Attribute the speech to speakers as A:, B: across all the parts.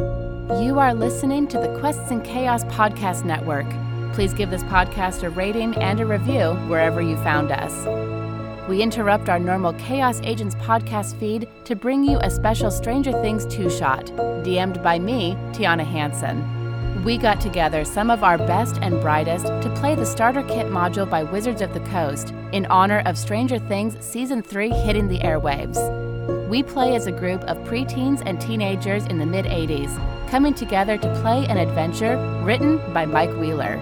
A: You are listening to the Quests and Chaos Podcast Network. Please give this podcast a rating and a review wherever you found us. We interrupt our normal Chaos Agents podcast feed to bring you a special Stranger Things two shot, DM'd by me, Tiana Hansen. We got together some of our best and brightest to play the starter kit module by Wizards of the Coast in honor of Stranger Things Season 3 hitting the airwaves. We play as a group of preteens and teenagers in the mid 80s, coming together to play an adventure written by Mike Wheeler.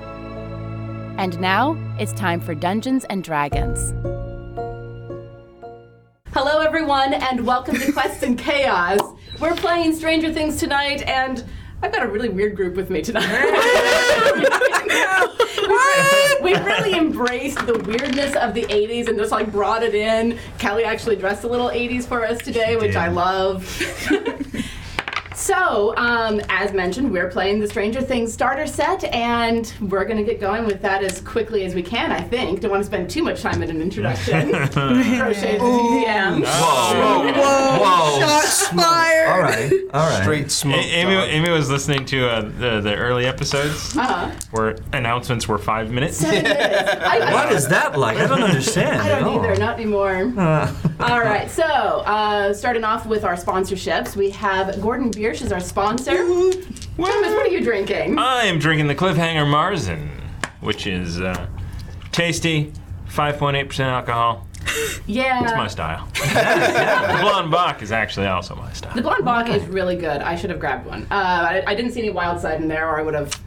A: And now it's time for Dungeons and Dragons.
B: Hello, everyone, and welcome to Quest and Chaos. We're playing Stranger Things tonight, and I've got a really weird group with me tonight. we really embraced the weirdness of the 80s and just like brought it in. Kelly actually dressed a little 80s for us today, which I love. so, um, as mentioned, we're playing the Stranger Things starter set, and we're going to get going with that as quickly as we can, I think. Don't want to spend too much time in an introduction. Crochet the DM.
C: Whoa,
D: Whoa.
C: Shots fired.
D: All right, all right.
E: Straight
C: A-
E: smoke.
C: Amy, Amy was listening to uh, the, the early episodes
B: Uh-huh.
C: where announcements were five minutes.
B: Seven minutes. I,
D: What is that like? I don't understand.
B: I don't
D: at all.
B: either, not anymore. All right, so uh, starting off with our sponsorships, we have Gordon Biersch is our sponsor. Thomas, what are you drinking?
D: Uh,
C: I am drinking the Cliffhanger Marzen, which is uh, tasty, 5.8% alcohol.
B: yeah,
C: It's my style. the Blonde Bach is actually also my
B: the
C: style.
B: blonde Bach is really good. I should have grabbed one. Uh, I, I didn't see any wild side in there, or I would have.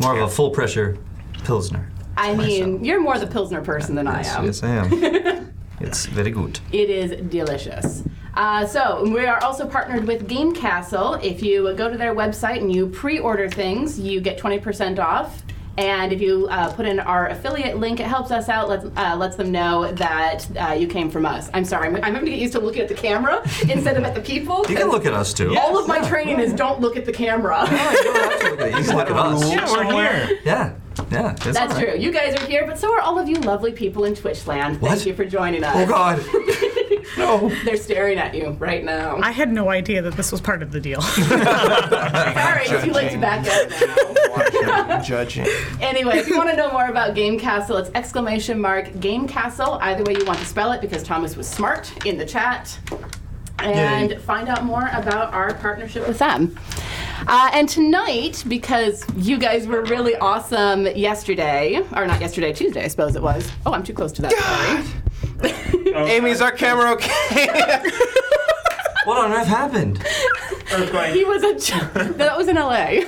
D: More of a full pressure pilsner.
B: I mean, you're more the Pilsner person than I am.
D: Yes, I am. it's very good.
B: It is delicious. Uh, so we are also partnered with Game Castle. If you go to their website and you pre-order things, you get 20% off. And if you uh, put in our affiliate link, it helps us out. Let, uh, lets them know that uh, you came from us. I'm sorry, I'm, I'm having to get used to looking at the camera instead of at the people.
D: You can look at us too. Oh,
B: All of my training is don't look at the camera.
D: You don't have to look at it. You can look at us.
C: Yeah, we're here.
D: Yeah, yeah. That's,
B: That's
D: all right.
B: true. You guys are here, but so are all of you lovely people in Twitch land. Thank
D: What?
B: you for joining us.
D: Oh God. no.
B: They're staring at you right now.
F: I had no idea that this was part of the deal.
B: Sorry, it's too late to back up now.
E: Watching, judging.
B: Anyway, if you want to know more about Game Castle, it's exclamation mark Game Castle. Either way you want to spell it, because Thomas was smart in the chat. And find out more about our partnership with them. Uh, and tonight, because you guys were really awesome yesterday, or not yesterday, Tuesday, I suppose it was. Oh, I'm too close to that. Sorry.
E: Amy's our camera okay?
D: What on earth happened?
B: He was a. Ch- that was in LA.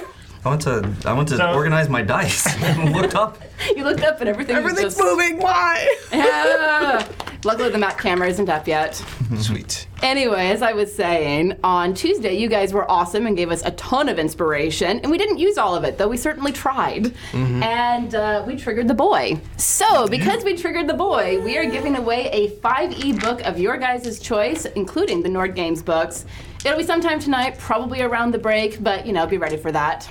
D: I went to I went to
C: So-
D: organize my dice and looked up.
B: You looked up and everything.
F: Everything's
B: was just,
F: moving. Why?
B: Yeah. Luckily, the map camera isn't up yet.
E: Sweet.
B: Anyway, as I was saying, on Tuesday, you guys were awesome and gave us a ton of inspiration, and we didn't use all of it, though we certainly tried. And uh, we triggered the boy. So, because we triggered the boy, we are giving away a 5e book of your guys' choice, including the Nord Games books. It'll be sometime tonight, probably around the break, but you know, be ready for that.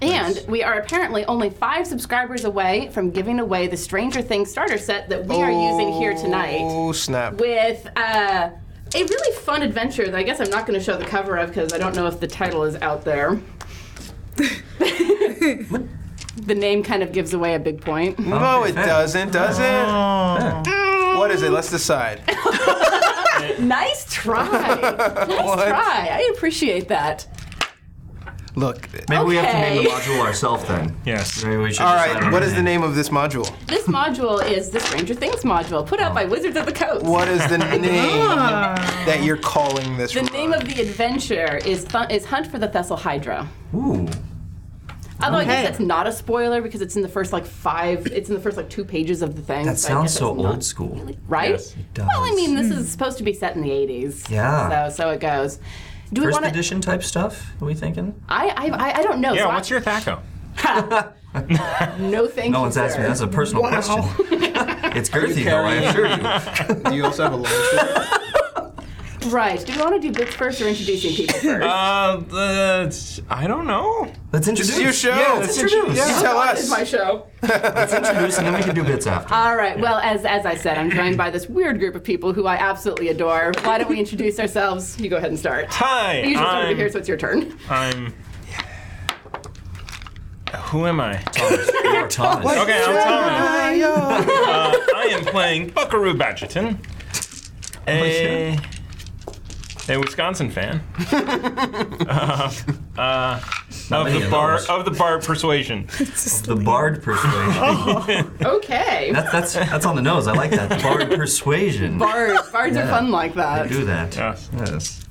B: And we are apparently only five subscribers away from giving away the Stranger Things starter set that we are using here tonight
E: Oh, snap.
B: with uh, a really fun adventure that I guess I'm not going to show the cover of because I don't know if the title is out there. the name kind of gives away a big point.
E: No, it doesn't, does it? What is it? Let's decide.
B: nice try. nice try. I appreciate that.
E: Look.
D: Maybe we have to name the
B: Okay.
D: module ourselves then.
C: Yes.
D: Maybe we should.
E: All
D: decide on
E: right, what
D: a
E: is the name of this module?
B: This module is the Stranger Things module put out by Wizards of the Coast.
E: What is the name that you're calling this
B: The name of the adventure is, th- is Hunt for the Thessal Hydra.
D: Ooh.
B: Although I
F: Okay.
B: guess that's not a spoiler because it's in the first like five, it's in the first like two pages of the thing.
D: That
B: so I guess
D: sounds so
B: it's not-
D: old school.
B: right?
C: Yes, it
D: does.
B: Well, I mean, this is supposed to be set in the 80s.
D: Yeah.
B: So, so it goes. Do we
D: First
B: want to?
D: edition type stuff? Are we thinking?
B: I, I, I- I don't know.
C: Yeah,
B: so
C: what's
B: I,
C: your thaco?
B: No, thank
D: No
B: you.
D: one's asked me.
B: sir.
D: That's a personal question. it's girthy though, I
E: carrying-
D: assure you.
E: Do you also have a lunch?
B: Right. Do we want to do books first or introducing people first?
C: Uh, uh, I don't know.
D: Let's introduce.
E: This is your show.
D: Yeah, let's introduce.
E: You tell
B: This is
E: us.
B: my show.
D: Let's introduce, and then we can do bits after.
B: All right. Well, as as I said, I'm joined by this weird group of people who I absolutely adore. Why don't we introduce ourselves? You go ahead and start.
C: Hi,
B: You just over
C: I'm,
B: here, so it's your turn.
C: I'm Who am I?
D: You're Thomas.
C: Okay, I'm Thomas. Uh, I am playing Buckaroo Badgerton, a,
D: Oh,
C: a Wisconsin fan uh, uh, of
D: many
C: the
D: of
C: bar
D: those.
C: of the bar persuasion.
D: The bard persuasion.
B: Okay.
D: That's that's that's on the nose. I like that. Bard persuasion.
B: Bards. Bards are
D: Yeah.
B: fun like that.
D: Do that.
C: Yes.
D: Yes.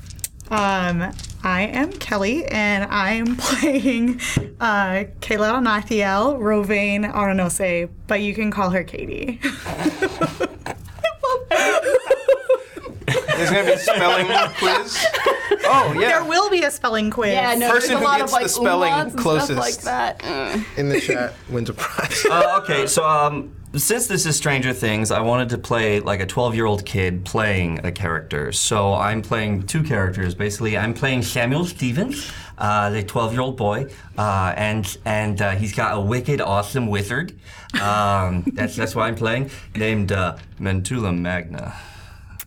F: Um, I am Kelly, and I am playing uh, Kayla Nathiel Rovain Aronose, but you can call her Katie.
E: There's gonna be a spelling quiz. Oh
F: There
E: yeah.
F: will be a spelling quiz.
B: Yeah, no, there's
E: Person
B: a
E: who
B: lot
E: gets
B: of like
E: the spelling
B: umlauts and
E: closest.
B: stuff like that. Mm.
G: in the chat wins a prize.
D: Uh, okay, so um, since this is Stranger Things, I wanted to play like a 12 year old kid playing a character. So I'm playing two characters basically. I'm playing Samuel Stevens, uh, the 12 year old boy, uh, and and uh, he's got a wicked awesome wizard. Um, that's that's what I'm playing, named uh, Mentula Magna,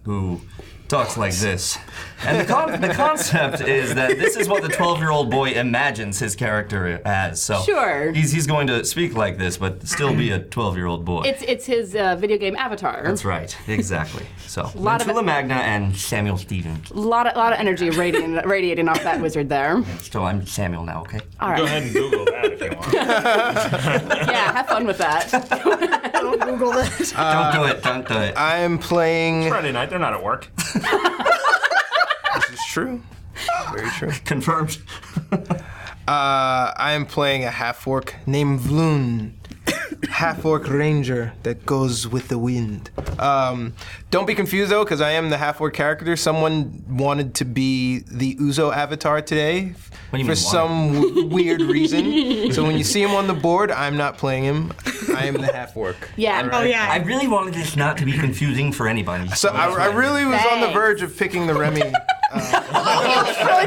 D: who. Talks like this. And the, con- the concept is that this is what the 12 year old boy imagines his character as. So
B: Sure.
D: He's, he's going to speak like this, but still be a 12 year old boy.
B: It's it's his uh, video game avatar.
D: That's right, exactly. So,
B: Lot of
D: Mantula
B: it-
D: Magna and Samuel Stevens.
B: A lot of lot of energy radiating radiating off that wizard there.
D: So I'm Samuel now, okay?
B: All
C: Go
B: right.
C: ahead and Google that if you want.
B: Yeah, have fun with that.
F: Don't Google it.
B: Uh,
D: don't do it, don't do it.
E: I'm playing.
C: Friday night, they're not at work.
E: This is true. Very true.
D: Confirmed.
E: Uh, I am playing a half orc named Vloon. Half orc ranger that goes with the wind. Um, don't be confused though, because I am the half orc character. Someone wanted to be the Uzo avatar today
D: What do you
E: for
D: mean,
E: some w- weird reason. so when you see him on the board, I'm not playing him. I am the half orc.
B: Yeah.
F: Oh,
D: I
F: yeah.
D: really wanted this not to be confusing for anybody.
E: So I, I really was on the
B: Thanks.
E: verge of picking the Remy.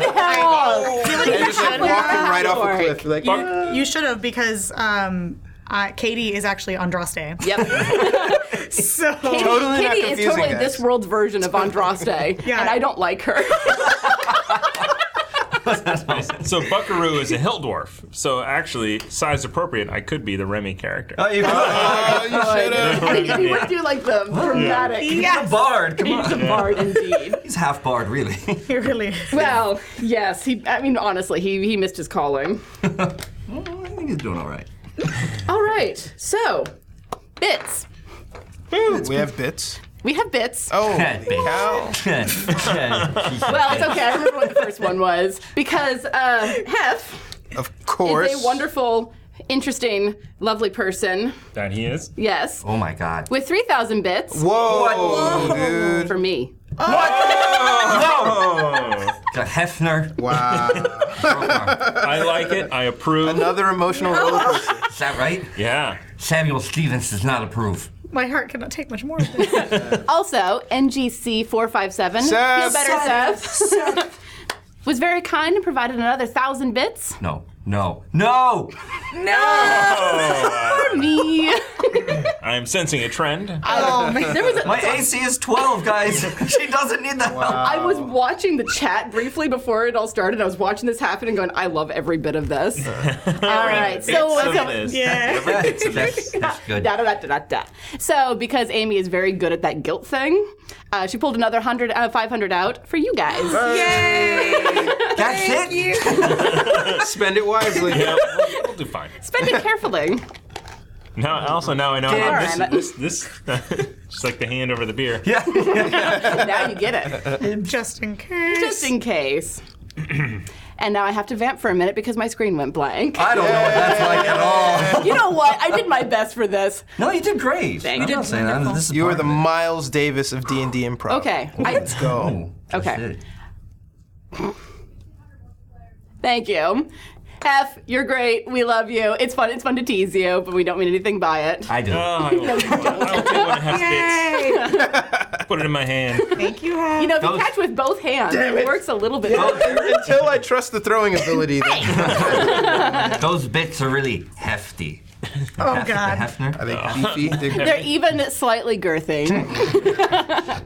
B: Really
E: and just like
B: halfway
E: walking
B: around
E: right off a
B: orc.
E: cliff. Like,
F: You, you should have, because um, uh, Katie is actually Andraste.
B: Yep.
F: So.
E: Totally not
B: Kitty is
E: confusing,
B: totally
E: guys.
B: this world's version of Andraste,
F: Yeah.
B: and I don't like her.
C: So Buckaroo is a hill dwarf. So actually, size appropriate, I could be the Remy character.
D: Oh, you
E: oh, you should have.
B: if you would do like the dramatic
D: a bard. Come
B: he's
D: on.
B: a bard indeed.
D: He's half bard, really.
F: He really is.
B: Well, yes, he I mean honestly, he he missed his calling.
D: I think he's doing all right.
B: All right. So, bits.
E: We have bits.
B: We have bits.
E: Oh,
D: Ten, baby.
E: cow.
D: Ten. Ten.
B: Well, it's okay. I remember what the first one was because uh, Hef
E: Of course.
B: is a wonderful, interesting, lovely person.
C: That he is.
B: Yes,
D: Oh my god.
B: with three thousand bits
E: Whoa, dude.
B: for me.
D: The Hefner.
E: Wow.
C: I like it. I approve.
E: Another emotional roller coaster.
D: Is that right?
C: Yeah.
D: Samuel Stevens does not approve.
F: My heart cannot take much more of this.
B: Also, NGC four five seven.
E: Seth.
B: Feel better, Seth. Was very kind and provided another thousand bits
D: No. No. No!
B: for me.
C: I'm sensing a trend.
B: there was a,
D: My AC is 12, guys. she doesn't need that help.
B: I was watching the chat briefly before it all started. I was watching this happen and going, I love every bit of this. all right. So,
C: Some of
B: so-
C: this.
F: Yeah.
D: That's, that's, that's good.
B: Da, da, da, da, da, da. So, because Amy is very good at that guilt thing, uh, she pulled another 100, uh, 500 out for you guys.
D: That's it?
E: Spend it wisely.
C: Yeah, we'll, we'll do fine.
B: Spend it carefully.
C: Now, also now I know how
B: Damn.
C: this, this, this, just like the hand over the beer.
D: Yeah.
B: now you get it,
F: Just in case.
B: just in case. And now I have to vamp for a minute because my screen went blank.
D: I don't know what that's like at all.
B: You know what? I did my best for this.
D: No, you did great.
B: Thank
D: I'm
B: you.
D: not saying that. This is
E: You are
D: part
E: the
D: of it.
E: Miles Davis of D and D improv.
B: Okay. I,
E: Let's go.
D: Oh, that's
B: Okay.
D: it.
B: thank you. F, you're great. We love you. It's fun. It's fun to tease you, but we don't mean anything by it.
D: I do.
C: Oh,
E: Uh,
C: I will, I'll take one and a half
F: Yay!
C: bits. Put it in my hand.
F: Thank you, Hef.
B: You know, if you
D: Those-
B: catch with both hands,
E: Damn
B: it.
E: it.
B: works a little bit.
E: Until I trust the throwing ability. Then.
D: Those bits are really hefty. Oh,
F: God.
E: Are
D: Hefner?
E: they beefy? They're-
B: They're even slightly girthy.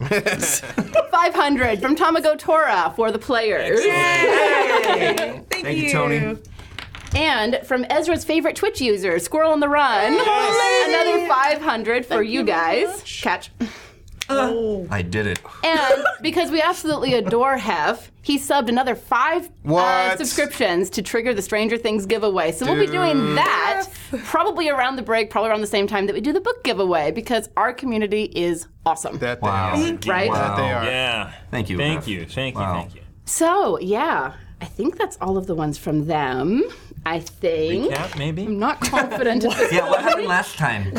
B: 500 from Tamago Tora for the players.
D: Thank you, Tony.
B: And from Ezra's favorite Twitch user, Squirrel on the Run, another 500 for you guys. Catch.
F: Uh, Oh.
D: I did it.
B: And because we absolutely adore Hef, he subbed another five uh,
E: What?
B: subscriptions to trigger the Stranger Things giveaway. So we'll be doing that probably around the break, probably around the same time that we do the book giveaway because our community is awesome.
E: That
D: Wow.
E: thing.
B: right?
D: Wow.
E: They are.
C: Yeah.
D: Thank you,
C: Thank
D: Raf.
C: you. Thank you.
D: Wow.
C: Thank you.
B: So, yeah, I think that's all of the ones from them. I think.
C: Cap, maybe.
B: I'm not confident at this
D: Yeah, what
B: point.
D: happened last time?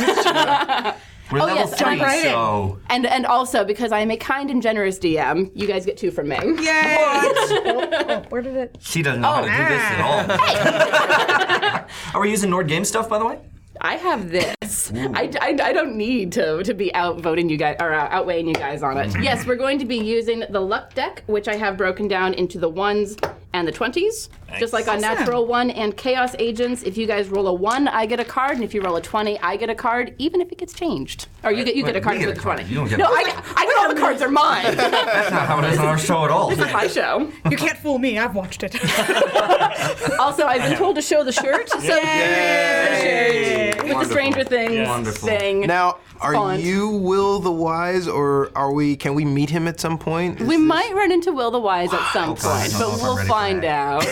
D: We're level
B: Oh, yes,
D: three,
B: jump right
F: in.
D: so
B: And and also because I am a kind and generous DM, you guys get two from me.
F: Yay! Where did it?
D: she doesn't know how to do this
B: Oh,
D: at all. Are we using Nord Game stuff, by the way?
B: I have this. I, I, I don't need to, to be outvoting you guys or uh, outweighing you guys on it. Yes, we're going to be using the luck deck, which I have broken down into the ones and the twenties, just like on natural one and chaos agents. If you guys roll a one, I get a card, and if you roll a twenty, I get a card, even if it gets changed. Or you get you get a
D: Wait,
B: card
D: we get
B: with
D: a
B: the
D: card.
B: twenty.
D: You don't get
B: no,
D: a-
B: I, I get all the cards are mine. That's
D: That's not how it is on our show at all.
B: my show.
F: You can't fool me. I've watched it.
B: Also, I've been told to show the shirt, so
E: Yay.
B: with the Stranger Things
D: Wonderful.
B: thing.
E: Now, are
B: Font.
E: you Will the Wise, or are we? Can we meet him at some point? Is
B: We
E: this-
B: might run into Will the Wise at some
D: God, I
B: point,
D: don't know
B: but
D: if I'm
B: we'll
D: ready for
B: find out.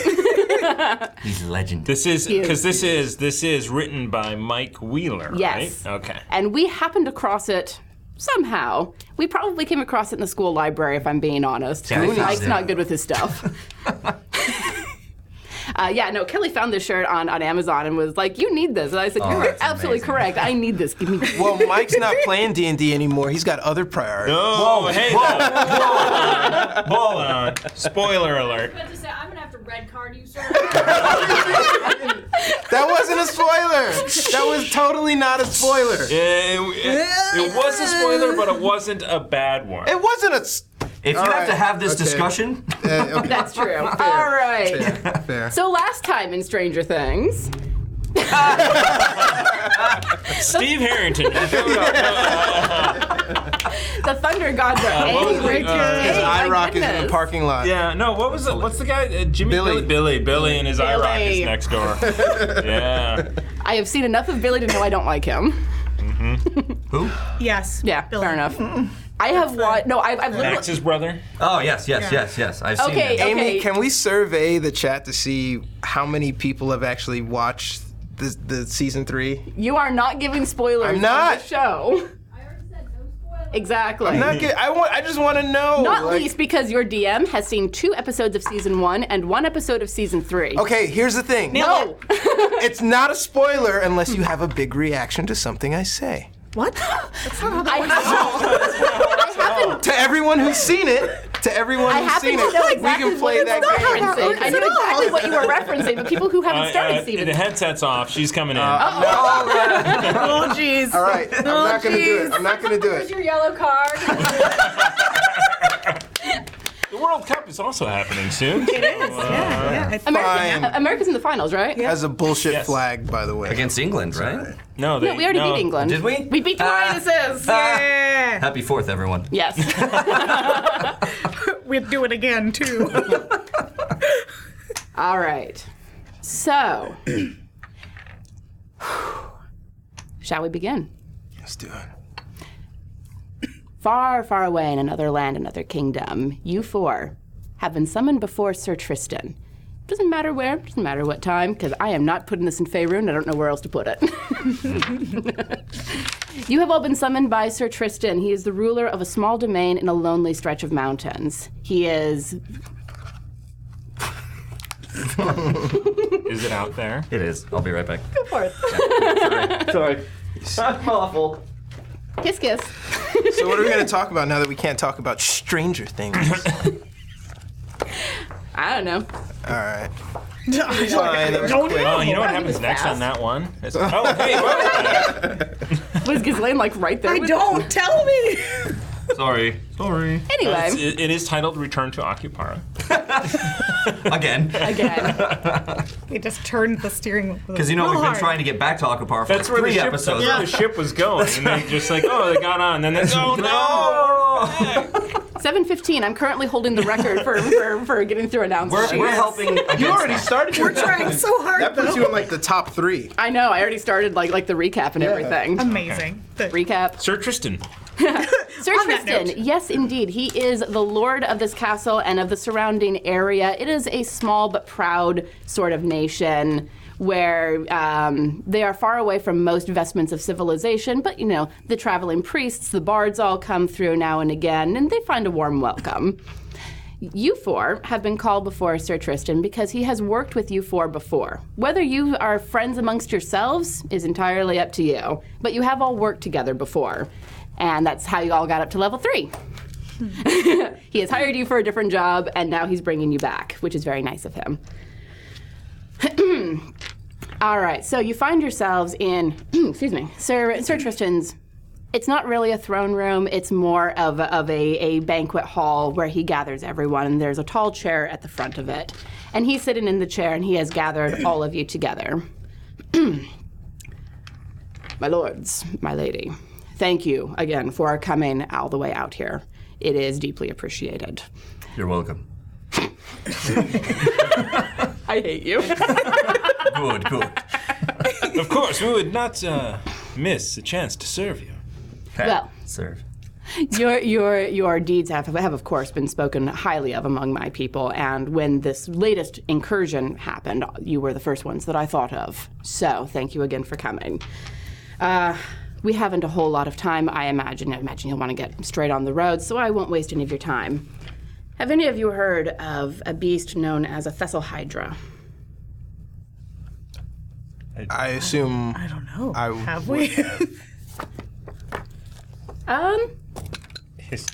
D: He's legend.
C: This is because this is this is written by Mike Wheeler.
B: Yes.
C: Right? Okay.
B: and we happened across it somehow. We probably came across it in the school library, if I'm being honest.
D: Yeah, I found
B: Mike's
D: it.
B: not good with his stuff. Uh, yeah, no, Kelly found this shirt on, on Amazon and was like, You need this. And I said, You're
D: Oh, that's
B: absolutely
D: amazing.
B: correct. I need this. Give me
E: Well, Mike's not playing D and D anymore. He's got other priorities.
C: Oh, hey, whoa, whoa, hold on. Spoiler alert.
H: about to say, I'm gonna have to red card you, sir.
E: That wasn't a spoiler. that was totally not a spoiler.
C: It, it- it was a spoiler, but it wasn't a bad one.
E: It wasn't a. s-
D: If you
E: All
D: have to
E: right,
D: have this
E: okay.
D: discussion,
E: Uh, okay,
B: That's true. All right.
E: fair.
B: So last time in Stranger Things,
C: Steve Harrington. you showed up.
B: the Thunder God got
C: what was
B: angry.
C: it? Uh,
E: His
B: Hey, my
E: eye rock is in the
B: goodness.
E: parking lot.
C: Yeah, no, what was it? What's the guy? Uh, Jimmy
E: Billy.
C: Billy. Billy. Billy and his eye rock
B: Billy.
C: is next door. yeah.
B: I have seen enough of Billy to know I don't like him.
D: who?
F: yes.
B: Yeah, fair enough. I have watched. No, I've, I've
C: Max,
B: literally.
C: his brother.
D: Oh yes, yes, yes, yes. I've seen
B: Okay,
D: that.
E: Amy,
B: Okay.
E: can we survey the chat to see how many people have actually watched the, the season three?
B: You are not giving spoilers
E: I'm not.
B: on the show.
H: I already said no spoilers.
B: Exactly.
E: Not good. I want. I just want to know.
B: Mm-hmm. Not
E: like-
B: least because your DM has seen two episodes of season one and one episode of season three.
E: Okay, here's the thing.
B: No.
E: It's not a spoiler unless you have a big reaction to something I say.
F: What? That's not how
B: I
F: that works.
B: happen- I happen,
E: To everyone who's seen it, to everyone
B: I
E: who's
B: happen
E: seen
B: to
E: it,
B: know exactly
E: we can play
B: what
E: that
B: you were
E: game.
F: that
B: referencing.
F: works
B: I
F: at
B: knew
F: all.
B: exactly what you were referencing, but people who haven't
C: Uh,
B: started
C: uh,
B: season
C: the headset's off. She's coming in.
F: Oh, jeez.
E: All right, I'm
B: Oh,
E: not gonna do it. I'm not gonna do
H: Here's
E: it.
H: your yellow card.
C: the World Cup is also happening soon. uh, It is.
F: Yeah, yeah. It's
E: Fine.
B: Uh, America's in the finals, right?
E: As a bullshit
C: Yes.
E: flag, by the way.
D: Against England, right?
C: No, they,
B: No, Uh, we already
C: no.
B: beat England.
D: Did we?
B: We beat the
D: Ah.
B: Lionesses.
F: Yeah.
D: Happy Fourth, everyone.
B: Yes.
F: We'd do it again, too.
B: All right. So, shall we begin?
E: Let's do it.
B: Far, far away in another land, another kingdom, you four have been summoned before Sir Tristan. Doesn't matter where, doesn't matter what time, because I am not putting this in Faerun. I don't know where else to put it. you have all been summoned by Sir Tristan. He is the ruler of a small domain in a lonely stretch of mountains. He is
C: Is it out there?
D: It is. I'll be right back.
B: kiss kiss.
E: So what are we gonna talk about now that we can't talk about Stranger Things?
B: I don't know.
E: All right.
F: Fine.
E: Fine, that was quick.
C: Oh, you know what
B: That
C: happens
B: was
C: next
B: fast.
C: on that one? It's- oh, hey, whoa.
B: Was Ghislaine like right there?
F: I
B: with-
F: don't tell me.
D: Sorry. Sorry.
B: Anyway.
C: It's- it- it is titled "Return to Occupara."
D: Again.
B: Again.
F: We just turned the steering wheel.
D: Because you know we've been trying to get back to Akapar for
C: That's
D: like
C: where the
D: three
C: ship,
D: episodes.
C: that's where the ship was going, and they just like, oh, they got on, and then they, oh no,
B: Seven fifteen. I'm currently holding the record for for, for getting through announcements.
D: We're, we're helping.
E: You
D: against
E: already
D: that.
E: started. We're
F: Trying so hard.
G: That puts you in like the top three.
B: I know. I already started like like the recap and everything.
F: Amazing. The-
B: Recap.
C: Sir Tristan.
B: Sir
F: On that
B: Tristan,
F: note.
B: yes, indeed. He is the lord of this castle and of the surrounding area. It is a small but proud sort of nation where um, they are far away from most vestments of civilization, but you know, the traveling priests, the bards all come through now and again, and they find a warm welcome. You four have been called before Sir Tristan because he has worked with you four before. Whether you are friends amongst yourselves is entirely up to you, but you have all worked together before. And that's how you all got up to level three. he has hired you for a different job, and now he's bringing you back, which is very nice of him. all right, so you find yourselves in, excuse me, Sir, Sir Tristan's it's not really a throne room. It's more of a, of a, a banquet hall where he gathers everyone. And there's a tall chair at the front of it, and he's sitting in the chair, and he has gathered all of you together. my lords, my lady, thank you again for coming all the way out here. It is deeply appreciated.
D: You're welcome.
B: I hate you.
D: Good, good.
C: Of course, we would not uh, miss a chance to serve you.
B: well,
D: Serve.
B: Your your your deeds have have of course been spoken highly of among my people, and when this latest incursion happened, you were the first ones that I thought of. So thank you again for coming. Uh, we haven't a whole lot of time, I imagine. I imagine you'll want to get straight on the road, so I won't waste any of your time. Have any of you heard of a beast known as a Thessal Hydra?
E: I assume
F: I don't know.
E: I
F: have we?
B: Um,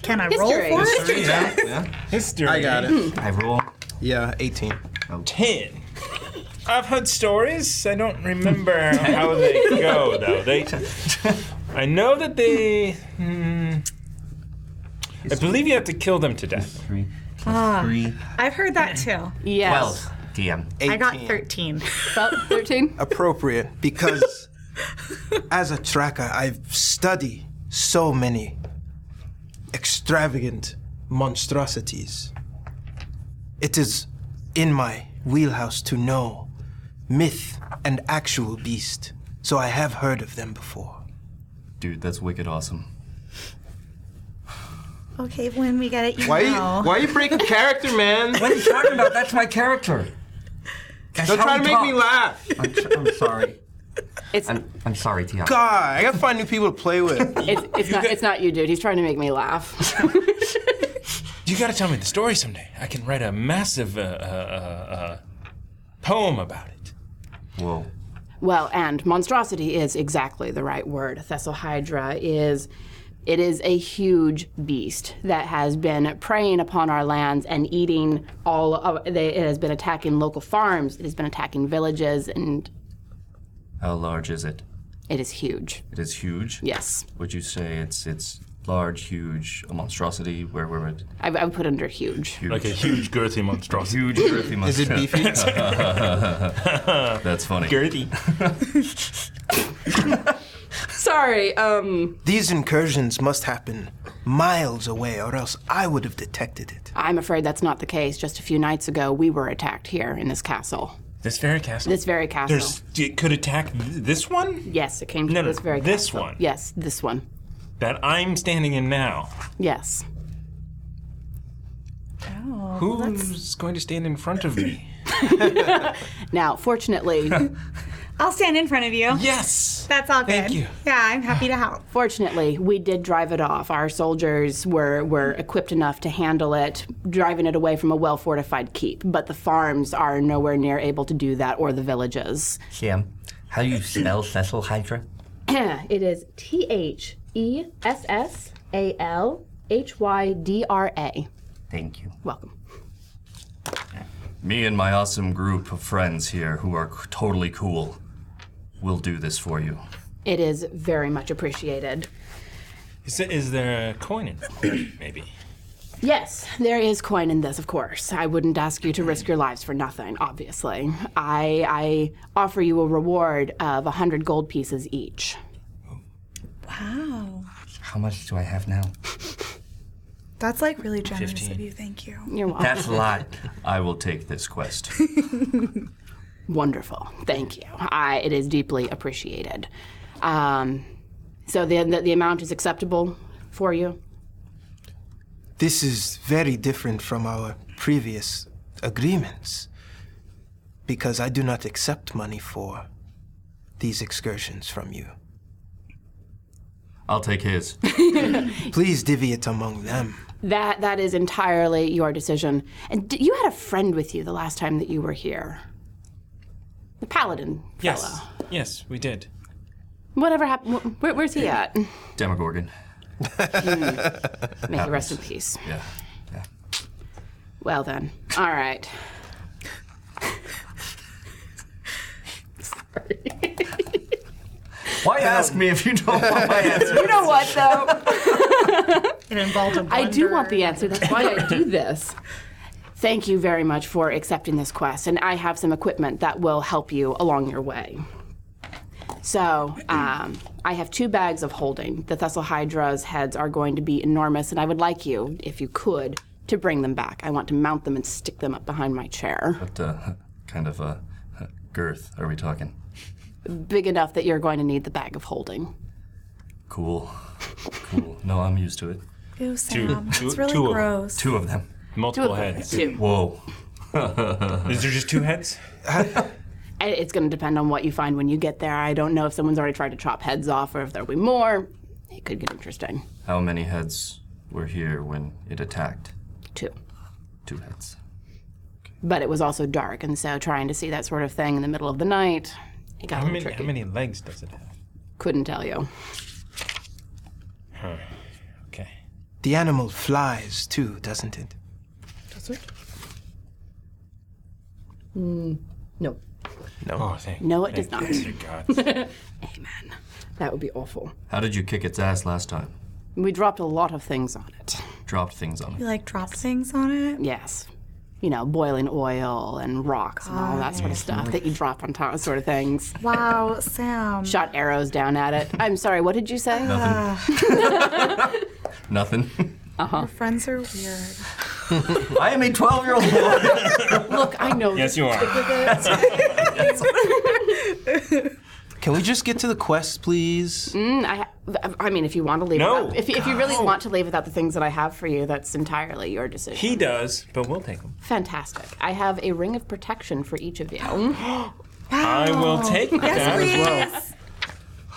F: Can I
B: History.
F: roll for it?
D: Yeah, yeah.
C: History.
G: I got it.
F: Hmm.
D: I roll.
E: yeah, 18.
C: Ten. I've heard stories. I don't remember how they go though. They. I know that they. hmm, I believe you have to kill them to death.
D: Three. Three.
F: I've heard that too.
D: Twelve.
B: yes.
D: DM.
E: 18.
F: I got 13.
B: About thirteen.
E: Appropriate because as a tracker, I've studied so many extravagant monstrosities. It is in my wheelhouse to know myth and actual beast, so I have heard of them before.
D: Dude, that's wicked awesome.
F: Okay, when we get it,
E: Why are you, why you breaking character, man?
D: What are you talking about? That's my character. That's
E: Don't
D: how
E: try to
D: we
E: make
D: talk.
E: me laugh.
D: I'm, s- I'm sorry.
B: It's
D: I'm, I'm sorry, Tia.
E: God, I gotta find new people to play with.
B: it's, it's not it's not you, dude. He's trying to make me laugh.
C: You got to tell me the story someday. I can write a massive uh, uh, uh, uh, poem about it.
D: Whoa.
B: Well, and monstrosity is exactly the right word. Thessal Hydra is it is a huge beast that has been preying upon our lands and eating all of they, it has been attacking local farms, it has been attacking villages and
D: How large is it?
B: it is huge.
D: It is huge.
B: Yes.
D: Would you say it's it's large, huge, a monstrosity? Where where would
B: I, I would put under huge.
D: huge?
C: huge, girthy monstrosity.
D: Huge, earthy
E: Is it
D: monster.
E: beefy?
D: That's funny.
C: Girthy.
B: Sorry, um
E: These incursions must happen miles away, or else I would have detected it.
B: I'm afraid that's not the case. Just a few nights ago we were attacked here in this castle.
C: This very castle.
B: This very castle.
C: There's, it could attack th- this one?
B: yes, it came to
C: No, no,
B: this very
C: this
B: castle.
C: one.
B: Yes, this one.
C: That I'm standing in now.
B: Yes.
C: Who's going to stand in front of me?
B: Now, fortunately,
F: I'll stand in front of you.
C: yes!
F: That's all good.
C: Thank you.
F: Yeah, I'm happy to help.
B: Fortunately, we did drive it off. Our soldiers were, were equipped enough to handle it, driving it away from a well fortified keep. But the farms are nowhere near able to do that, or the villages.
D: Sam, how do you spell Cecil Hydra?
B: it is T H E S S A L H Y D R A.
D: Thank you.
B: Welcome.
D: Me and my awesome group of friends here who are c- totally cool will do this for you.
B: It is very much appreciated.
C: Is, it- is there a coin involved? Maybe.
B: Yes, there is coin in this, of course. I wouldn't ask you to risk your lives for nothing, obviously. I, I offer you a reward of 100 gold pieces each.
F: Wow.
D: How much do I have now?
F: That's like really generous
D: 15.
F: of you. Thank you.
B: You're welcome.
D: That's a lot. I will take this quest.
B: Wonderful. Thank you. I, it is deeply appreciated. Um, so the, the the amount is acceptable for you.
E: This is very different from our previous agreements because I do not accept money for these excursions from you.
D: I'll take his.
E: Please divvy it among them.
B: That that is entirely your decision. And d- you had a friend with you the last time that you were here. The paladin
C: Yes.
B: fellow.
C: Yes, we did.
B: Whatever happened? wh- Where, where's he at?
D: Demogorgon.
B: May he rest in peace.
D: Yeah. Yeah.
B: Well then. All right.
D: Why ask me if you don't want my answer?
B: You know what though?
F: It involved a blunder.
B: I do want the answer. That's why I do this. Thank you very much for accepting this quest, and I have some equipment that will help you along your way. So, um, I have two bags of holding. The Thessal Hydra's heads are going to be enormous, and I would like you, if you could, to bring them back. I want to mount them and stick them up behind my chair.
D: What uh, kind of uh, girth are we talking?
B: Big enough that you're going to need the bag of holding.
D: Cool. Cool. No, I'm used to it.
F: Ew,
C: Two-
F: Sam.
C: two-
F: it's really
C: two of them.
F: gross.
D: Two of them.
C: Multiple heads.
B: Two.
D: Whoa.
C: Is there just two heads?
B: And Eh, it's going to depend on what you find when you get there. I don't know if someone's already tried to chop heads off or if there'll be more. It could get interesting.
D: How many heads were here when it attacked?
B: Two.
D: Two heads.
B: but it was also dark, and so trying to see that sort of thing in the middle of the night, it got a
C: How
B: little
C: many,
B: tricky.
C: how many legs does it have?
B: Couldn't tell you.
C: Okay.
E: The animal flies too, doesn't it?
B: No,
C: Oh, thank
B: no, it does not.
C: thank God.
B: That would be awful.
D: How did you kick its ass last time?
B: We dropped a lot of things on it.
D: Dropped things on
F: You
D: it.
F: like dropped things on it.
B: Yes, you know, boiling oil and rocks and all that sort
C: Ah,
B: of stuff that you drop on top, sort of things.
F: Wow, Sam.
B: Shot arrows down at it. I'm sorry. What did you say?
D: Nothing.
F: Your friends are weird.
D: I am a 12 year old boy.
B: Look, I know.
C: yes, you are.
E: Can we just get to the quest, please?
B: Mm, I, ha- I mean, if you want to leave,
C: No.
B: without- if, you- if you really want to leave without the things that I have for you, that's entirely your decision.
C: He does, but we'll take him.
B: Fantastic. I have a ring of protection for each of
C: Oh,
B: you.
C: I
F: Oh.
C: will take that as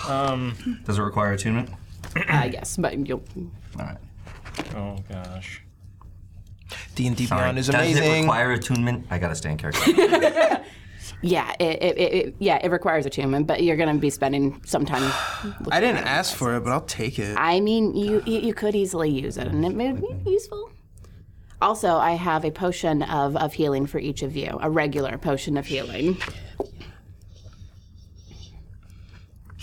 C: well.
D: Does it require attunement?
B: I guess, but you'll.
D: All right.
C: Oh gosh.
E: D&D
D: Sorry.
E: Beyond is
D: Does
E: amazing.
D: it require attunement? I gotta stay in character.
B: Yeah, it, it, it, it- yeah, it requires attunement, but you're gonna be spending some time.
E: I didn't ask for it, but I'll take it.
B: I mean, you you, you could easily use it, and it may be useful. Also, I have a potion of, of healing for each of you, a regular potion of healing.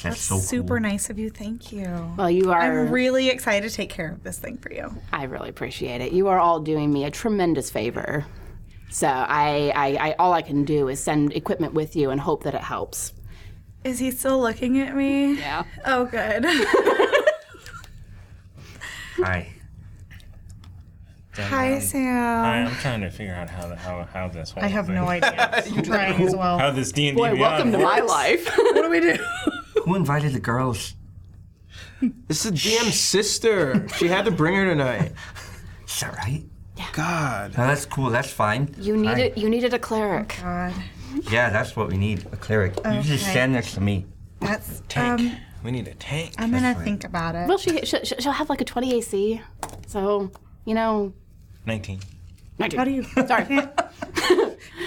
D: That's so
F: Super nice of you. Thank you.
B: Well, you are.
F: I'm really excited to take care of this thing for you.
B: I really appreciate it. You are all doing me a tremendous favor. So I, I, I all I can do is send equipment with you and hope that it helps.
F: Is he still looking at me?
B: Yeah.
F: Oh, good.
D: cool. Hi.
F: Hi, Sam.
C: I, I'm trying to figure out how the, how how this whole
F: I have
C: thing,
F: no idea. I'm trying as well.
C: how this D and D
B: Boy,
C: beyond
B: welcome to my
C: works.
B: life.
F: What do we do?
D: Who invited the girls?
E: This is DM's sister. She had to bring her tonight.
D: Is that right?
E: God.
D: No, that's cool. That's fine.
B: You needed you needed a cleric.
F: God,
D: Yeah, that's what we need. A cleric. You just
F: Okay.
D: stand next to me.
F: that's.
C: Tank.
F: Um,
C: we need a tank.
F: I'm gonna think about it.
B: Well, she she'll, she'll have like a 20 AC, so you know.
C: Nineteen.
F: How do you? Sorry.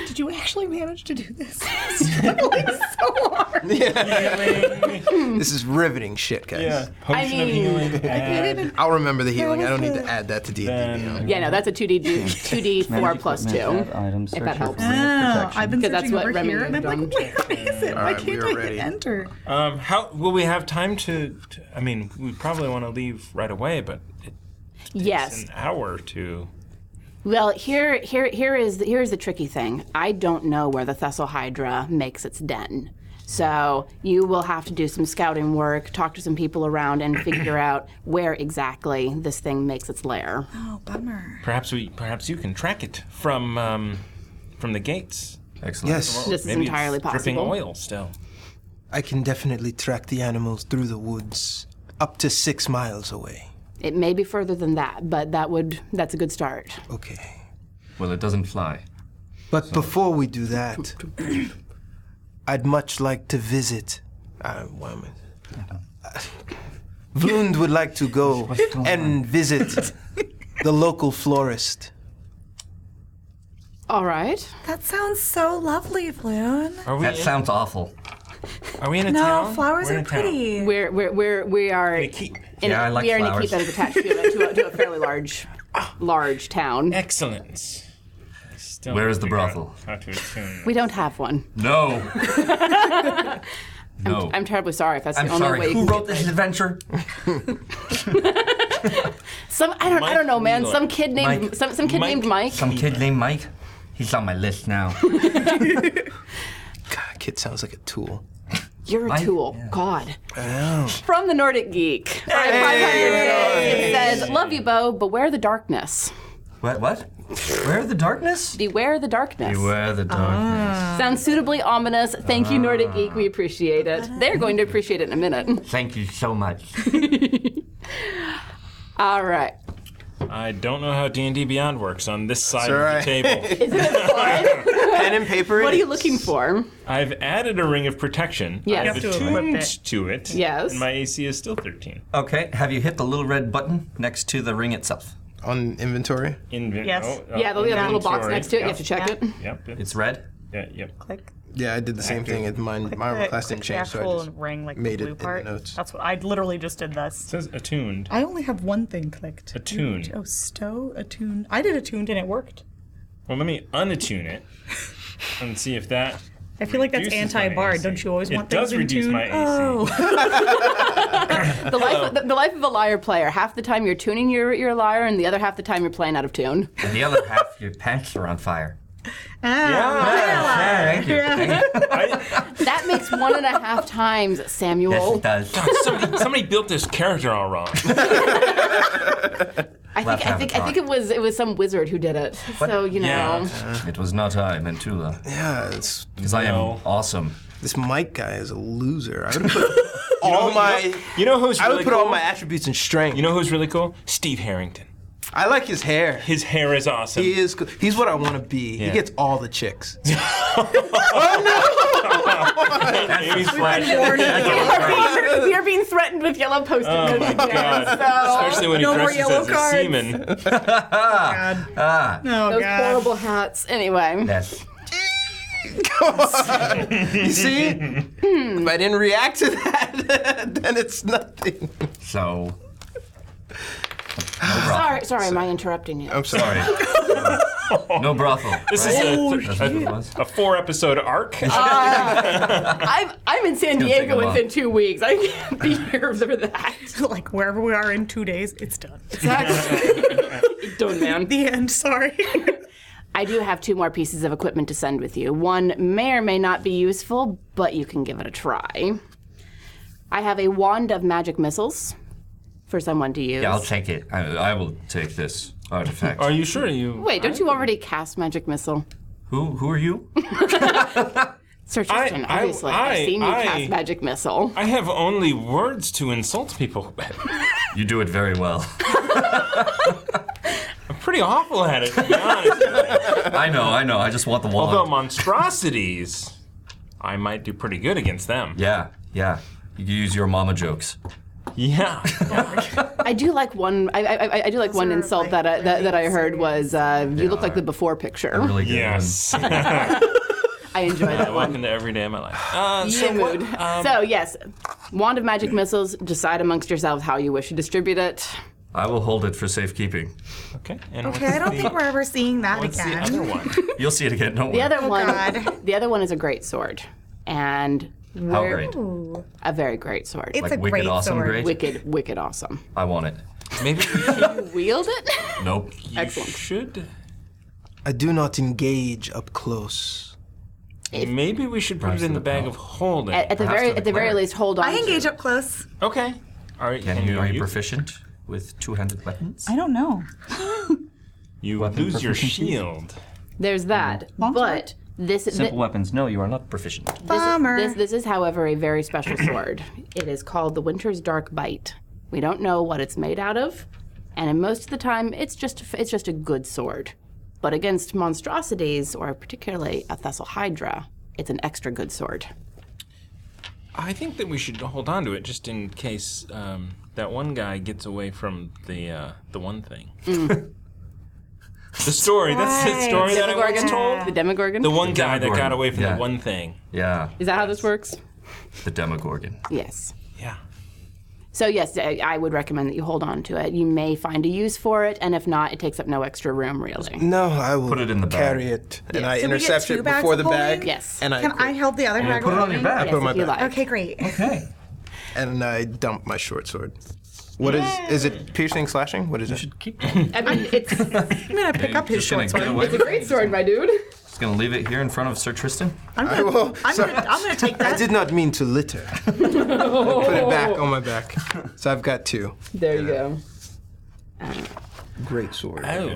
F: Did you actually manage to do this? I'm struggling so hard.
E: This is riveting shit, guys.
C: Yeah. Potion
B: mean-
C: of healing. And
E: I'll remember the healing. I don't need
F: was
E: to add that to D&D
C: then
B: Yeah, no, that's a 2D 2D 4 plus two.
D: uh, Items,
B: that helps. Ah,
F: Oh, I've been
B: 'Cause
F: searching
B: that's what
F: over
B: Remy
F: here, and I'm
B: had
F: like, where is it? Why
E: right, we
F: can't
E: are
F: I hit
E: ready.
F: enter?
C: um, how will we have time to, to? I mean, we probably want to leave right away, but it's
B: Yes.
C: an hour to.
B: Well, here here here is the, here is the tricky thing. I don't know where the Thessal Hydra makes its den. So you will have to do some scouting work, talk to some people around, and figure out where exactly this thing makes its lair.
F: Oh, bummer.
C: Perhaps we, perhaps you can track it from, um, from the gates.
D: Excellent.
E: Yes,
B: This is entirely
C: it's
B: possible.
C: dripping oil still.
E: I can definitely track the animals through the woods up to six miles away.
B: It may be further than that, but that would that's a good start.
E: Okay.
D: Well, it doesn't fly.
E: But before we do that, I'd much like to visit. Uh, why am I- Vlund would like to go and visit the local florist.
B: All right.
F: That sounds so lovely, Bloon.
C: Are we?
D: That
C: in-
D: sounds awful.
C: Are we in a
F: No,
C: town?
F: flowers
C: We're in
F: are
C: a town.
F: pretty.
B: We're we're we're we are
C: They keep-
B: in
D: Yeah,
B: a,
D: I like
B: we are
D: flowers.
B: in a keep that is attached to a, uh, to, a, to a fairly large large town.
C: Excellence. I still
D: Where is the
C: figure out
D: brothel?
C: How to attune.
B: We don't have one.
D: No. no.
B: I'm terribly sorry if that's
D: I'm
B: the only way.
D: sorry.
B: You
D: Who
B: can
D: wrote this adventure?
B: Some I don't I
C: Mike
B: don't know, man.
C: Wheeler.
B: Some kid named
D: Mike.
B: some some kid
C: Mike.
B: named Mike.
D: Some kid named Mike. He's on my list now.
E: God, kid sounds like a tool.
B: You're a
D: Mike,
B: tool.
D: yeah.
B: God.
E: Oh.
B: From the Nordic Geek. All right, 500 It says, "Love you, Bo. Beware the darkness.
D: what? What? Where the darkness?
B: Beware the darkness."
D: Beware
B: Ah.
D: the darkness.
B: Sounds suitably ominous. Thank you,
D: Ah.
B: Nordic Geek. We appreciate it. They're going to appreciate it in a minute.
D: Thank you so much.
B: All right.
C: I don't know how D and D Beyond works on this side
E: That's
C: of the table.
B: Is it fun?
E: Pen and paper.
B: what are you looking for?
C: I've added a ring of protection.
B: Yes. You
C: I've
B: have
F: to equip
C: attuned
F: it.
C: to it.
B: Yes.
C: And my AC is still 13.
D: Okay, have you hit the little red button next to the ring itself?
E: on inventory?
C: Inven-
F: Yes.
C: oh, uh,
B: Yeah, the little little box
C: inventory.
B: next to it. You
C: Yep.
B: have to check it.
C: Yep. Yep.
D: It's red?
C: yeah, yep.
F: Click.
E: Yeah, I did the same thing. At mine, my class didn't
F: the
E: change, so I
F: actual
E: just
F: ring, like
E: made it
F: the blue
E: in the
F: part.
E: notes.
F: That's what I literally just did
C: It
F: this.
C: says attuned.
F: I only have one thing clicked.
C: Attuned.
F: Oh, stow attuned. I did attuned and it worked.
C: Well, let me unattune it and see if that.
F: I feel like that's
C: Reduces my
F: anti-bard.
C: AC.
F: Don't you always
C: It
F: want
C: does
F: things in
C: reduce
F: tune?
C: my AC.
F: Oh,
B: The life, the, the life of a liar player. Half the time you're tuning your, your liar, and the other half the time you're playing out of tune.
D: And the other half, your pants are on fire.
F: Ah,
B: Ah.
C: Yeah.
D: Thank you. Thank you.
C: I,
B: That makes one and a half times,
D: Yes,
B: Samuel.
D: it does.
C: somebody, somebody built this character all wrong.
B: I think
D: Left
B: I
D: half
B: think
D: is
B: I think it was it was some wizard who did it. So you know,
C: Yeah.
D: It was not I, Mantula.
E: yeah. It's,
D: Because I
C: No.
D: am awesome.
E: this Mike guy is a loser. I would put all my.
C: You know who's
E: I
C: really
E: would put
C: cool?
E: all my attributes in strength.
C: You know who's really cool? Steve Harrington.
E: I like his hair.
C: His hair is awesome.
E: He is. co- He's what I want to be.
C: Yeah.
E: He gets all the chicks.
C: Amy's flash.
B: we are being threatened with yellow post-it
C: Oh
B: notes
C: my
B: again,
C: god.
B: So
C: Especially when he
F: No more
C: dresses
F: yellow
C: as
F: cards.
C: a seaman.
D: Ah!
F: God. Oh,
B: those
F: God.
B: horrible hats. Anyway,
D: Yes.
E: You see? if I didn't react to that, then it's nothing.
D: So.
B: sorry, sorry, am I interrupting you?
E: I'm sorry.
D: No brothel.
C: This is
D: right?
C: a,
D: That's what it was.
C: a four episode arc.
B: I'm I'm in San
D: gonna take
B: Diego
D: a while.
B: within two weeks. I can't be here for that.
F: like wherever we are in two days, it's done.
B: Exactly. Done, man.
F: The end. Sorry.
B: I do have two more pieces of equipment to send with you. One may or may not be useful, but you can give it a try. I have a wand of magic missiles for someone to use.
D: Yeah, I'll take it. I, I will take this artifact.
C: Are you sure you?
B: Wait, don't you already cast magic missile?
D: Who who are you?
B: Sir Tristan,
C: I-
B: obviously,
C: I-
B: I, have seen you
C: I-
B: cast magic missile.
C: I have only words to insult people. I'm
D: You do it very well.
C: pretty awful at it, to be honest.
D: I know, I know. I just want the wand.
C: Although monstrosities, I might do pretty good against them.
D: yeah, yeah. You can use your mama jokes.
C: Yeah.
B: I do like one. I, I, I- I do like one
F: are,
B: insult
F: like,
B: that, I, that that I heard
F: really
B: was uh, "You look like the before picture."
D: Really good.
C: yes.
B: I enjoy that one.
C: Welcome to every day of my life. Uh,
B: Yeah, mood.
D: um,
B: so yes, wand of magic missiles. Decide amongst yourselves how you wish to distribute it.
D: one. I will hold it for safekeeping.
C: okay. And
F: okay, I don't think we're ever seeing that
C: What's the
F: again.
C: other one?
D: You'll see it again. Don't
B: The
D: worry.
B: other one,
F: God.
B: the other one is a great sword, and
D: How
B: we're-
D: great.
B: a very great sword.
F: It's
D: Like
F: a
D: wicked
F: great
D: awesome
F: sword.
D: great?
B: wicked, wicked awesome.
D: I want it.
C: Maybe we should-
B: Wield it.
D: Nope.
C: you should.
E: I do not engage up close.
C: Maybe we should put it in the bag of holding.
F: Uh,
B: At, at the
D: Perhaps
B: very
D: to
B: at the very
D: declare it.
B: least, hold on.
F: I
B: to-
F: engage up close.
C: okay. All right.
D: Can you, are you proficient with two-handed weapons?
F: I don't know.
C: You
I: Weapon
C: lose your
I: proficiency?
C: shield.
B: There's that. But this is.
I: Simple weapons. No, you are not proficient.
F: Bummer.
B: This, this is, however, a very special sword. It is called the Winter's Dark Bite. We don't know what it's made out of, and in most of the time, it's just it's just a good sword. But against monstrosities, or particularly a Thessal Hydra, it's an extra good sword.
C: I think that we should hold on to it just in case um, that one guy gets away from the uh, the one thing. the story. That's the story that I was told.
B: The Demogorgon.
C: The one guy that
D: Demogorgon,
C: got away from
D: yeah.
C: the one thing.
D: Yeah,
B: is that how this works?
D: the Demogorgon.
B: Yes.
C: Yeah.
B: So yes, I I would recommend that you hold on to it. You may find a use for it, and if not, it takes up no extra room, really.
E: No, I will
D: Put it in the bag.
E: carry it, and I
F: So we get
E: intercept
F: two
E: it
F: bags
E: before
F: of
E: the bag.
F: holding?
B: Yes.
E: and I,
F: Can I hold the other bag?
D: put it on your
F: open?
D: back.
B: Yes,
E: put my
B: if you
E: back.
B: like.
F: Okay, great.
D: Okay.
E: and I dump my short sword. What is is it piercing slashing? What is it?
D: Keep going.
B: I mean, it's,
F: I'm gonna pick up his
D: Just gonna
F: short sword.
D: get away.
B: it's a great sword, my dude.
D: Just gonna leave it here in front of Sir Tristan.
F: I'm
E: I
F: gonna,
E: will.
F: I'm,
E: sorry.
F: gonna, I'm gonna take
E: I
F: that.
E: did not mean to litter. I put it back on my back. So I've got two.
B: There you go.
E: Great sword.
C: Oh.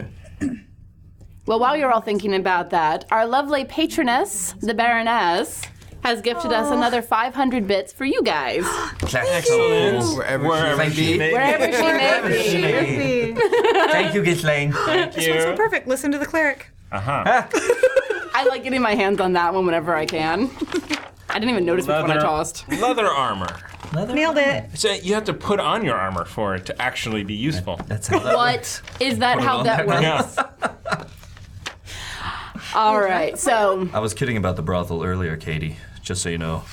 B: Well, while you're all thinking about that, our lovely patroness, the Baroness, has gifted us
F: Oh.
B: another 500 bits for you guys.
D: Excellent.
E: Wherever, she
C: Wherever
E: may
C: she
E: be.
C: may be.
B: Wherever she may be.
D: Thank you, Ghislaine.
C: Thank
F: So
C: you.
F: perfect. Listen to the cleric.
B: I like getting my hands on that one whenever I can. I didn't even notice which one I
C: Leather.
B: tossed.
C: Leather armor.
F: Nailed it.
C: So you have to put on your armor for it to actually be useful.
D: That's how that
B: What? Is that
D: Put it
B: how
D: on
B: that
D: there.
B: works?
C: Yeah.
B: All right, so
D: I was kidding about the brothel earlier, Katie. Just so you know,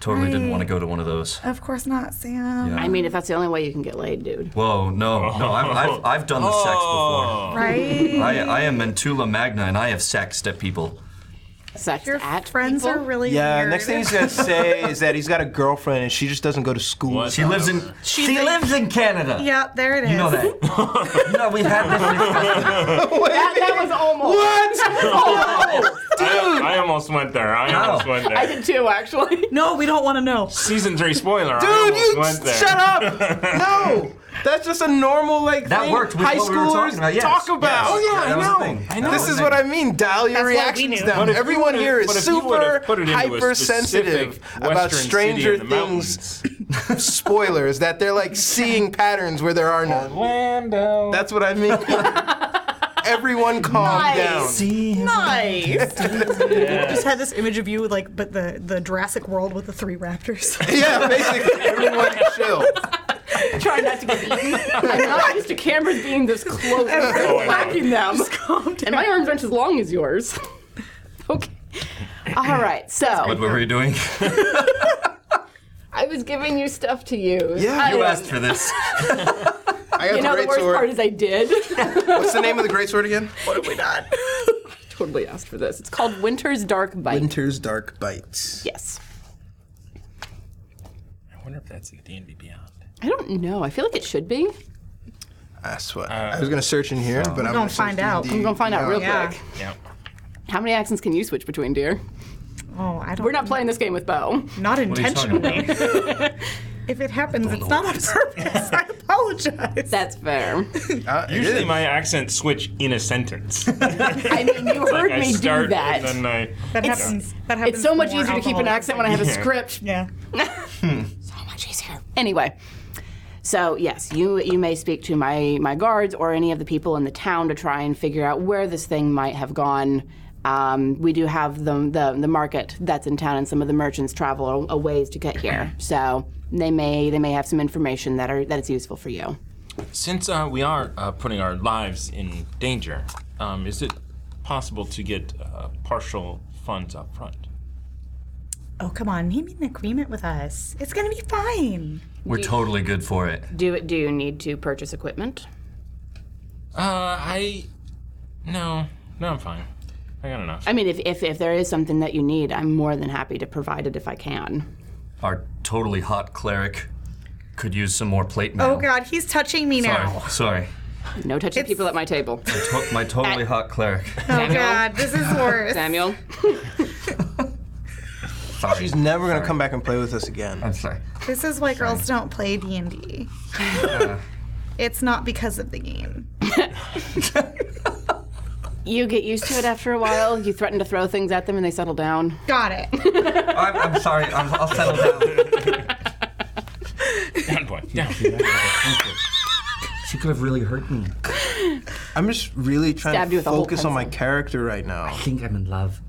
D: totally didn't want to go to one of those.
F: Of course not, Sam.
D: Yeah.
B: I mean, if that's the only way you can get laid, dude.
D: Whoa, no, no, I've, I've, I've done the
C: Oh,
D: sex
F: Right?
D: before. I, I am Mentula Magna, and I have sexed at people.
B: Sex
F: Your
B: at
F: friends
B: people?
F: are really
E: Yeah,
F: weird.
E: next thing he's gonna say is that he's got a girlfriend and she just doesn't go to school.
C: What?
D: She lives in. she lives in Canada.
F: Yeah, there it is.
D: You know that. no, we had this. discussion.
B: That, that was almost.
C: I, I almost went there. I almost went
B: I
C: there.
B: did too, actually.
F: No, we don't want to know.
C: Season three spoiler. I
E: Dude,
C: almost
E: you
C: went there.
E: shut up! No, that's just a normal like
D: That
E: thing
D: worked with
E: high
D: what we were
E: schoolers
D: talking about. Yes,
E: talk
D: yes.
E: about.
D: Yeah, that was a thing.
C: Oh, I
D: That
C: know.
D: was
E: This
D: a
E: is
D: thing.
E: what I mean. Dial your
F: That's what we
E: reactions
F: knew.
E: down.
C: But if you
E: Everyone
C: would've-
E: here is
C: but if you
E: super
C: would've put it into a
E: hypersensitive
C: specific
E: about
C: Western
E: Stranger
C: city in the
E: Things
C: mountains.
E: spoilers. That they're like seeing patterns where there are none.
C: Orlando.
E: That's what I mean. Everyone, calm
B: Nice.
E: down.
F: Nice. Just had this image of you, like, but the the Jurassic World with the three raptors.
E: Yeah, basically, everyone chill.
B: Try not to get eaten. I'm not used to cameras being this close. I'm whacking them. And my arms aren't as long as yours. okay. All right.
D: What
B: So
D: were we doing?
B: I was giving you stuff to use.
E: Yeah,
B: I,
D: you asked for this.
E: I got
B: You
E: the
B: know the
E: great
B: worst
E: sword.
B: part is I did.
E: What's the name of the great sword again?
B: totally asked for this. It's called Winter's Dark Bite.
E: Winter's Dark Bites.
B: Yes.
C: I wonder if that's in D&D Beyond.
B: I don't know. I feel like it should be.
E: That's what
C: Uh,
E: I was gonna search in here, but I'm
F: gonna find out.
B: We're gonna find out real
F: Yeah.
B: quick.
C: Yeah.
B: How many accents can you switch between, dear?
F: Oh, I don't.
B: We're not playing this game with Bo.
D: What
F: Not
D: are you talking
F: intentionally.
D: about?
F: If it happens, it's not on purpose. I apologize.
B: That's fair.
E: out.
C: Usually my accents switch in a sentence.
B: I mean, you heard
C: I
B: me
C: start
B: do that.
C: And then I,
F: That happens. That happens.
B: It's so
F: the
B: much
F: more
B: easier to keep an
F: alcohol-
B: accent when I have a
C: Yeah.
B: script.
F: Yeah.
B: much easier. Anyway, so yes, you you may speak to my my guards or any of the people in the town to try and figure out where this thing might have gone. Um, we do have the, the the market that's in town, and some of the merchants travel a, a ways to get here, so they may they may have some information that are that is useful for you.
C: since uh, we are uh, putting our lives in danger, um, is it possible to get uh, partial funds up front?
F: Oh, come on. He made an agreement with us. It's gonna be fine.
D: We're totally good for it.
B: Do do you need to purchase equipment?
C: Uh, I, no, no, I'm fine. I got enough.
B: I mean, if, if if there is something that you need, I'm more than happy to provide it if I can.
D: Our totally hot cleric could use some more plate mail.
F: Oh God, he's touching me now.
D: Sorry, sorry.
B: No touching people at my table.
D: To- my totally hot cleric.
F: Oh God, this is worse.
B: Samuel.
D: sorry.
E: She's never gonna come back and play with us again.
D: I'm sorry.
F: This is why girls don't play D and D. It's not because of the game.
B: You get used to it after a while. You threaten to throw things at them and they settle down.
F: Got it.
D: I'm, I'm sorry. I'm, I'll settle down.
C: Down boy. Down.
I: She could have really hurt me. I
E: I'm just really trying
B: Stabbed you with
E: to
B: a whole
E: focus on my
B: pencil.
E: character right now.
I: think I'm in love.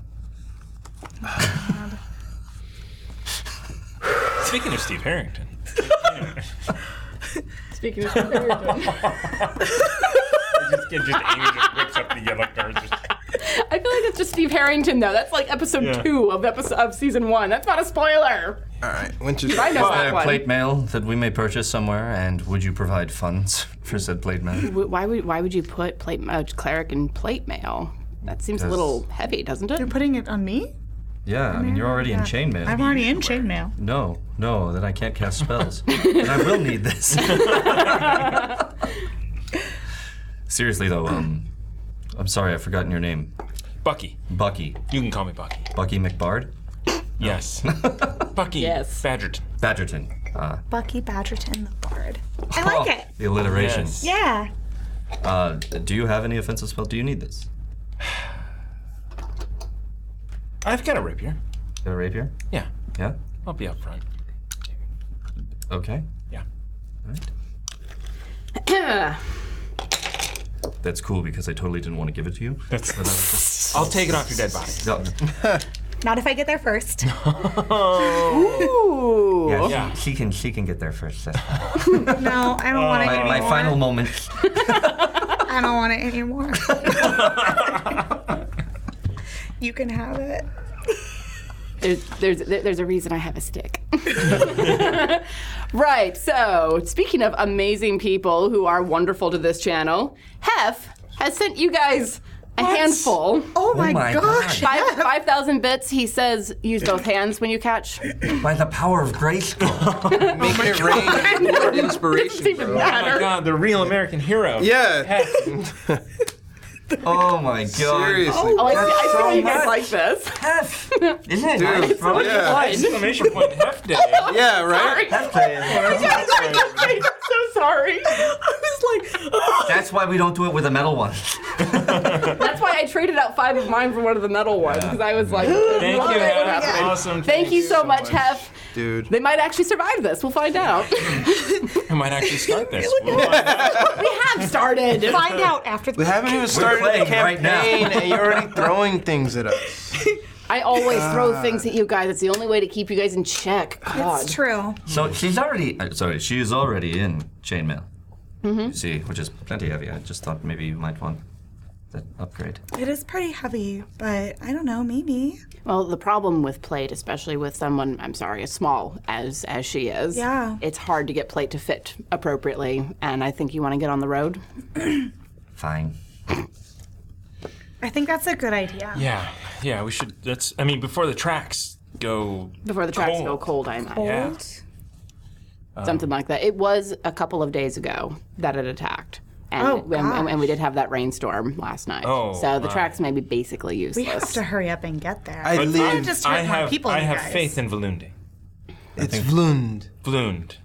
C: Speaking of Steve Harrington,
B: Speaking of I
C: just, just Amy just whips up the yellow card. Just,
B: feel like that's just Steve Harrington though. That's like episode
C: Yeah.
B: two of episode of season one. That's not a spoiler.
E: All right, Winter.
B: I know that
D: Uh,
B: one.
D: plate mail that we may purchase somewhere, and would you provide funds for said plate mail?
B: Wh- Why would why would you put plate uh, cleric in plate mail? That seems a little heavy, doesn't it?
F: You're putting it on me?
D: Yeah, I mean, you're already in chainmail.
F: I'm already in chainmail.
D: No, no, then I can't cast spells. and I will need this. Seriously, though, um, I'm sorry, I've forgotten your name.
C: Bucky.
D: Bucky.
C: You can call me Bucky.
D: Bucky McBard?
C: Yes. Bucky.
B: Yes.
C: Badgerton.
D: Badgerton. Uh,
F: Bucky Badgerton the Bard. I like it.
D: Oh, The alliteration.
C: Yes.
F: Yeah.
D: Uh, do you have any offensive spells? Do you need this?
C: I've got a rapier.
D: You have a rapier?
C: Yeah.
D: Yeah?
C: I'll be up front.
D: Okay.
C: Yeah.
D: All right. That's cool because I totally didn't want to give it to you.
C: I'll take it off your dead body.
D: No,
F: Not if I get there first.
B: Oh. Ooh.
D: yeah,
C: Yeah.
D: She, she can she can get there first. that's fine.
F: No, I don't want it
D: my,
F: anymore.
D: Oh, my final moments.
F: I don't want it anymore. you can have it.
B: There's, there's there's a reason I have a stick. right. So speaking of amazing people who are wonderful to this channel, Hef has sent you guys a handful.
F: Oh my,
D: my
F: gosh.
D: God.
B: Five five thousand bits. He says use both hands when you catch.
D: By the power of grace.
E: Make it rain. Word inspiration,
B: even
E: bro.
B: matter.
C: Oh my god, the real American hero.
E: Yeah.
D: Oh my god.
E: Seriously.
B: Oh, I see, I see
D: so
B: why you guys
D: much.
B: like this.
D: Hef. Isn't it
E: Dude,
D: nice, bro?
E: yeah.
C: Exclamation point half day.
E: Yeah, right?
D: Hef day.
B: I'm so sorry. I was like,
D: That's why we don't do it with a metal one.
B: that's why I traded out five of mine for one of the metal ones because I was like,
C: Thank
B: love
C: you,
B: it when it
C: Hef.
B: happens.
C: Awesome.
B: Thank you so much, Hef.
E: Dude.
B: They might actually survive this. We'll find out.
C: I might actually start this.
B: we have started.
F: Find out after
E: We
F: the
E: haven't even started the
D: playing right now.
E: campaign, and you're already throwing things at us.
B: I always throw things at you guys. It's the only way to keep you guys in check. God.
F: It's true.
D: So she's already. Uh, sorry, she is already in chainmail.
F: Mm-hmm.
D: You see, which is plenty heavy. I just thought maybe you might want that upgrade.
F: It is pretty heavy, but I don't know, maybe.
B: Well, the problem with plate, especially with someone, I'm sorry, as small as as she is,
F: Yeah.
B: it's hard to get plate to fit appropriately. And I think you want to get on the road.
D: Fine.
F: I think that's a good idea.
C: Yeah, yeah, we should. That's. I mean, before the tracks go.
B: Before the tracks
C: Cold.
B: go cold, I imagine.
C: Yeah.
B: Something like that. It was a couple of days ago that it attacked. And,
F: Oh,
B: and- and,
F: gosh.
B: we did have that rainstorm last night.
C: Oh,
B: so the
C: my.
B: tracks may be basically
F: We
B: useless.
F: have to hurry up and get there.
E: I
F: I
E: live.
F: just hurt
C: I
F: more
C: have.
F: people,
C: I
F: you
C: have
F: guys.
C: faith in Valundi.
E: It's Vlund,
C: Bloomed.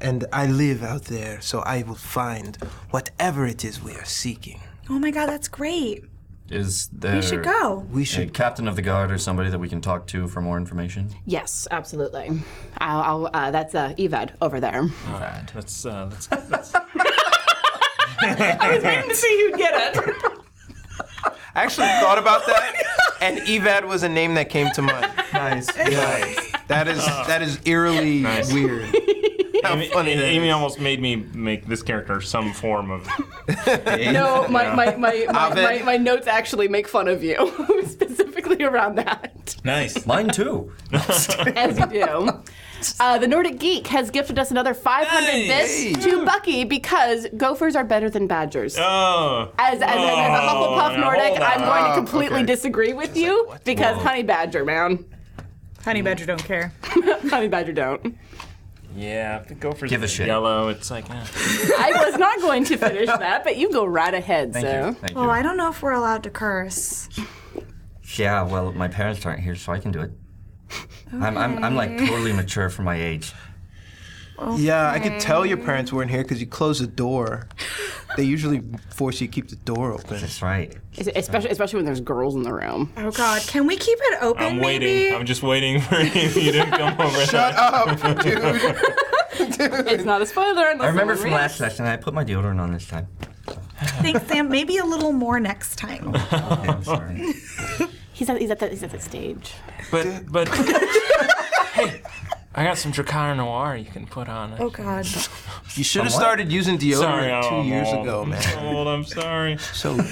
E: and I live out there, so I will find whatever it is we are seeking.
F: Oh my god, that's great.
D: Is there?
F: We should go.
E: We
D: A
E: should.
D: captain of the guard or somebody that we can talk to for more information?
B: Yes, absolutely. I'll, I'll, uh, that's uh, Evad over there.
D: Bad.
C: Let's. Uh, let's. let's
E: I actually thought about that, and Evad was a name that came to mind.
D: Nice.
E: That is that is eerily weird. How
C: Amy,
E: funny that
C: Amy
E: is.
C: almost made me make this character some form of.
B: No, my, my, my, my,
E: Ovid.
B: my, my notes actually make fun of you, specifically around that,
C: Nice.
D: Mine too.
B: as you do. Uh, the Nordic Geek has gifted us another 500
C: Nice.
B: bits to Bucky because gophers are better than badgers.
C: Oh.
B: as, as, as, as a
C: Oh,
B: Hufflepuff
C: now
B: Nordic,
C: hold
B: I'm
C: on.
B: going to completely
E: okay.
B: disagree with you because Honey Badger, man.
F: Honey Badger don't care.
B: Honey Badger don't.
C: Yeah. if The gophers.
D: Give a
C: are
D: shit.
C: Yellow. It's like. eh.
B: I was not going to finish that, but you go right ahead,
D: Thank
B: so.
D: you. Thank you.
F: Well, I don't know if we're allowed to curse.
D: Yeah, well, my parents aren't here, so I can do it. I'm, I'm, I'm like totally mature for my age.
E: Yeah, I could tell your parents weren't here because you closed the door. they usually force you to keep the door open.
D: That's right.
B: Especially, especially when there's girls in the room.
F: Oh God, can we keep it open?
C: I'm waiting.
F: maybe?
C: I'm just waiting for you to come over.
E: Shut up, dude.
B: It's not a spoiler unless
D: I remember
B: someone
D: from
B: reads.
D: last session, I put my deodorant on this time.
F: Thanks, Sam. Maybe a little more next time.
D: Okay, I'm sorry.
B: He's at, he's at, the, he's at the stage.
C: But but hey, I got some Dracar Noir you can put on.
F: Oh God.
E: You should have started using deodorant
C: Sorry, oh,
E: two
C: I'm
E: years
C: old.
E: ago,
C: I'm
E: man.
C: old. I'm sorry.
E: So late.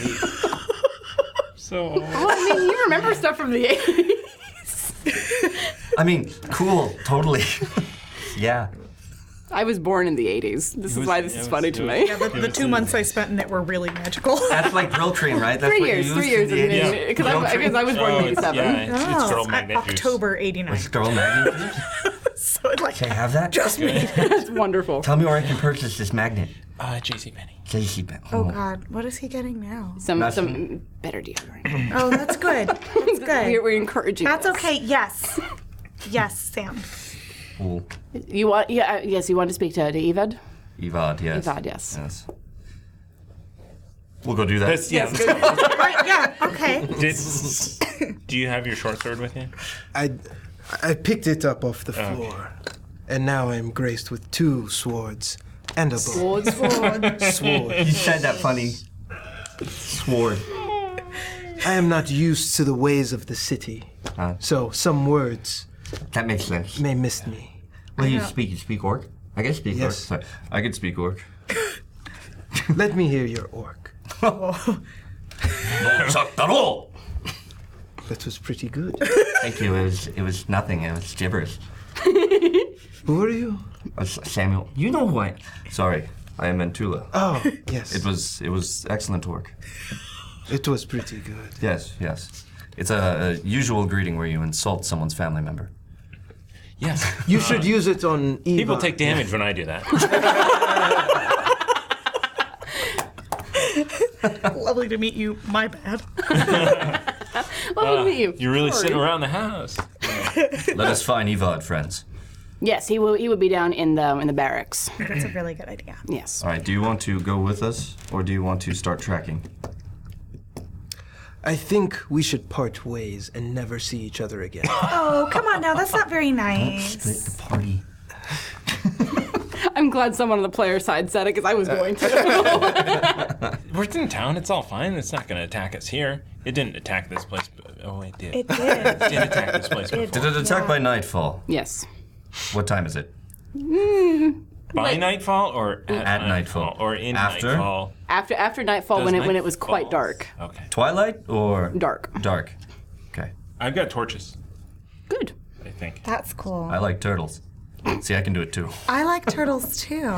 C: So old.
B: Well, I mean, you remember stuff from the 80s.
D: I mean, cool, totally. yeah.
B: I was born in the 80s. This is
C: was-
B: why this
C: it
B: is
C: was-
B: funny
C: it
B: to
C: was-
B: me.
F: Yeah, the, the two months I spent in it were really magical.
D: That's like drill cream, right? That's
B: Three
D: what you
B: years, three
D: used
B: years.
D: in the
C: Yeah.
D: eighties.
B: Because
D: Drill
B: I,
D: cream.
B: because I was born in
C: Oh, it's,
B: 87.
C: yeah, it's,
F: Oh,
C: it's girl
F: I-
C: magnet juice.
F: October '89.
D: Girl magnet. juice?
F: So it like
D: Can I have that? Just me.
B: It's wonderful.
D: Tell me where I can purchase this magnet.
C: Uh, JC Penny.
D: JC Ben.
F: Oh God, what is he getting now?
B: Some,
D: That's-
B: some better deodorant.
F: Oh, that's good. That's
B: We're,
F: good.
B: we're encouraging.
F: That's
B: this.
F: okay. Yes. Yes, Sam.
D: Cool.
B: You want? Yeah. uh, Yes. You want to speak to, to Evad?
D: Evad, yes.
B: Evad, yes.
D: Yes. We'll go do that.
C: Let's, yeah, let's
F: Right, yeah. Okay.
C: Did, do you have your short sword with you?
E: I, I picked it up off the floor, and now I'm graced with two swords and a bow. Sword.
D: You said that funny. Sword.
E: I am not used to the ways of the city,
D: Ah.
E: so some words
D: That makes sense.
E: may miss me.
D: What do you speak? You speak orc? I can speak
E: Yes.
D: orc. Sorry. I can speak orc.
E: Let me hear your orc. That was pretty good.
D: Thank you. It was it was nothing. It was gibberish.
E: Who are you?
D: Uh, S- Samuel, you know who I. Sorry, I am Antula.
E: Oh, yes.
D: It was it was excellent work.
E: It was pretty good.
D: Yes, yes. It's a, a usual greeting where you insult someone's family member.
C: Yes.
E: You should use it on Eva.
C: People take damage when I do that.
F: Lovely to meet you. My bad.
B: What would be you?
C: You really sit around the house.
D: Let us find Evad, friends.
B: Yes. He will. He would be down in the in the barracks.
F: That's a really good idea.
B: Yes.
D: All right. Do you want to go with us, or do you want to start tracking?
E: I think we should part ways and never see each other again.
F: Oh, come on now. That's not very nice.
D: Split the party.
B: I'm glad someone on the player side said it because I was going to.
C: We're in town. It's all fine. It's not going to attack us here. It didn't attack this place. But, oh, it did.
F: It did.
C: did attack this place.
F: It
C: before.
D: Did it attack by nightfall?
B: yes.
D: What time is it?
C: By nightfall or at,
D: At nightfall.
C: or in
D: After?
C: nightfall?
B: After after nightfall, when it when it was quite
C: nightfalls-
B: dark.
C: Okay.
D: Twilight or
B: Dark.
D: Dark. Okay.
C: I've got torches.
B: Good.
C: I think.
F: That's cool.
D: I like turtles. See, I can do it too.
F: I like turtles too.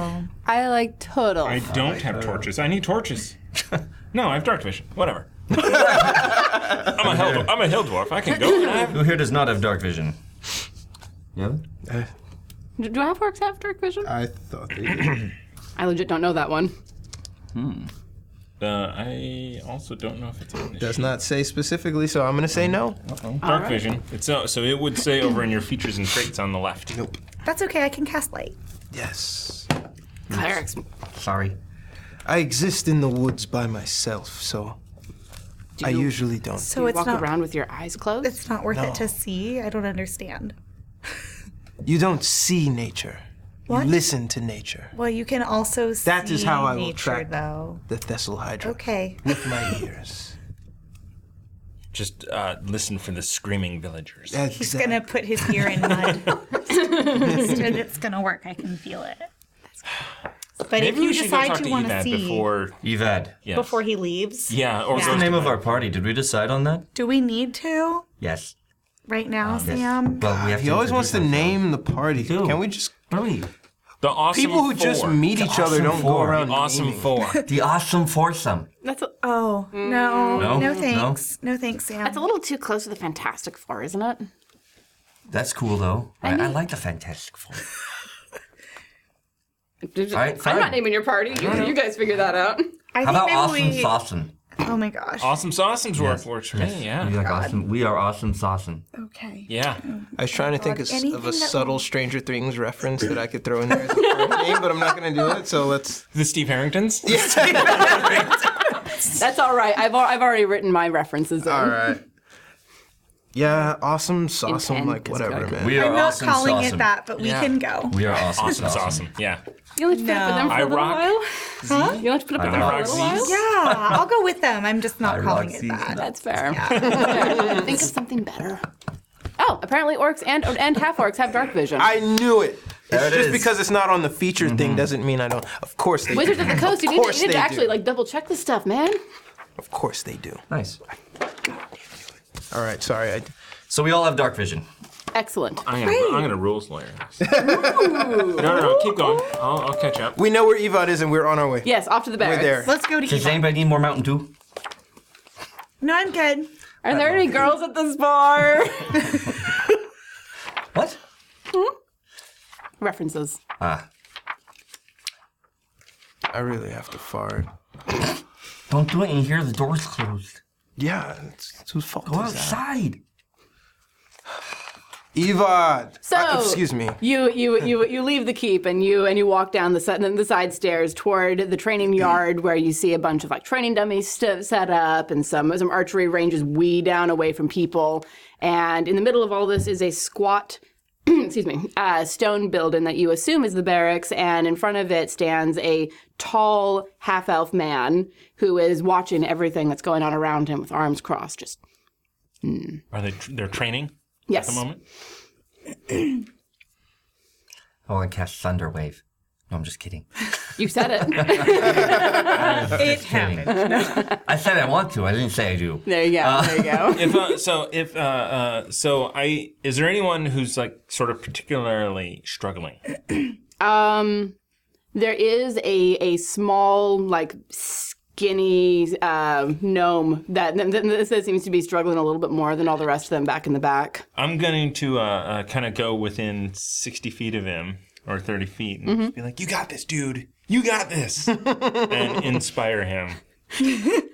B: I like total.
C: I don't have torches. I need torches. no, I have dark vision. Whatever. I'm a hill. I'm a hill dwarf. I can go. And I have
D: Who here does not have dark vision? Yeah.
E: I,
B: Do, do half-orcs have dark vision?
E: I thought they
B: I legit don't know that one.
C: Uh, I also don't know if it's in this
E: does
C: sheet.
E: not say specifically, so I'm gonna say no.
C: dark vision. It's uh, so it would say over in your features and traits on the left.
E: Nope.
F: That's okay. I can cast light.
E: Yes.
B: Clerics.
D: Sorry.
E: I exist in the woods by myself, so I
B: you-
E: usually don't.
F: So
B: you
F: Oh, it's
B: walk
F: not.
B: around with your eyes closed.
F: It's not worth
E: No.
F: it to see. I don't understand.
E: You don't see nature.
F: What?
E: You listen to nature.
F: Well, you can also see
E: That is how I will
F: nature,
E: track-
F: though.
E: The Thessal Hydra.
F: Okay.
E: With my ears.
C: Just uh, listen for the screaming villagers.
E: Exactly.
F: He's gonna put his ear in mud. and it's gonna work. I can feel it. But if you decide you want to see
C: before.
D: Evad.
C: Yes.
F: before he leaves,
C: Yeah. Or
F: Yeah.
C: go
D: The name of our party. Did we decide on that?
F: do we need to
D: Yes.
F: right now,
D: Uh, yes.
F: Sam?
D: Well, we have
E: He
D: to
E: always wants to
D: introduce
E: name the party.
D: do.
E: Can we just
D: ourselves.
C: the awesome
E: people who just
C: four.
E: meet each other
D: awesome
E: don't go
D: four.
E: around
C: Awesome
E: naming.
C: four.
D: The awesome foursome.
B: That's a,
F: Oh no,
D: Mm-hmm. No?
F: no,
D: No?
F: thanks, no, thanks, Sam.
B: that's a little too close to the Fantastic Four, isn't it?
D: That's cool though. I, I like the Fantastic Four.
B: Just-
D: All right,
B: I'm
D: fine.
B: not naming your party. You, you guys figure that out.
F: I
D: How
F: think
D: about
F: maybe
D: awesome
F: we,
D: Sawson?
F: Oh my gosh.
C: Awesome Sausums work works for me.
D: We
C: Yeah.
D: are awesome. We are awesome saucin'.
F: Okay.
C: Yeah.
E: I was trying to think of, s-
F: anything
E: of
F: that
E: a
F: would-
E: subtle Stranger Things reference that I could throw in there as a first name, but I'm not going to do it. So let's.
C: The Steve Harringtons.
B: That's all right. I've, al- I've already written my references. In.
E: All right. Yeah, awesome, awesome,
B: pen,
E: like
B: 'cause
E: whatever,
B: I-
E: man.
D: We are
F: I'm not
D: awesome
F: calling
D: saucin'.
F: it that, but we
C: Yeah.
F: can go.
D: We are awesome
C: Awesome
D: saucin'.
C: Sausum. Yeah.
B: You want to put up with them for
F: No.
C: I
B: a little
C: rock-
B: while? Huh? You want to put up
D: I
B: with them for a
D: rock
B: little while?
C: Z's.
F: Yeah, I'll go with them. I'm just not
D: I
F: calling
D: rock
F: it
D: these.
F: that.
B: That's fair. Fair. Think of something better. Oh, apparently orcs and and half orcs have dark vision.
E: I knew it. It's
D: There it
E: just
D: is.
E: because it's not on the feature
D: Mm-hmm.
E: thing doesn't mean I don't. Of course they
B: Wizards
E: do.
B: of the Coast, you need to,
E: course
B: you need
E: they
B: to actually
E: do.
B: like double check this stuff, man.
E: Of course they do.
D: Nice.
E: All right, sorry. I,
D: So we all have dark vision.
B: Excellent.
C: I'm gonna, I'm gonna rules lawyer. no, no, no. Keep going. I'll, I'll catch up.
E: we know where Evod is and we're on our way.
B: Yes, off to the barracks.
E: there.
F: Let's go to
D: Does
F: Eva.
D: anybody need more Mountain Dew?
F: No, I'm good.
B: Are there any girls at this bar?
D: What?
B: References.
D: Ah,
E: I really have to fart.
D: don't do it in here. The door's closed.
E: Yeah, it's, it's whose fault
D: Go
E: is that?
D: outside.
E: Evod.
B: So
E: Uh, excuse me.
B: You you you you leave the keep and you and you walk down the set, the side stairs toward the training yard where you see a bunch of like training dummies st- set up and some some archery ranges way down away from people. And in the middle of all this is a squat. Excuse me, uh, stone building that you assume is the barracks, and in front of it stands a tall half elf man who is watching everything that's going on around him with arms crossed. Just,
C: Are they? They're training
B: yes.
C: at the moment.
D: Oh, I want to cast Thunder Wave. No, I'm just kidding.
B: You said it.
D: It happened. I said I want to. I didn't say I do.
B: there you go. there you go.
C: If uh, so, if uh, uh, so, I is there anyone who's like sort of particularly struggling?
B: Um, there is a a small like skinny uh, gnome that th- th- this that seems to be struggling a little bit more than all the rest of them back in the back.
C: I'm going to uh, uh, kind of go within 60 feet of him or 30 feet and just be like, "You got this, dude. You got this," and inspire him with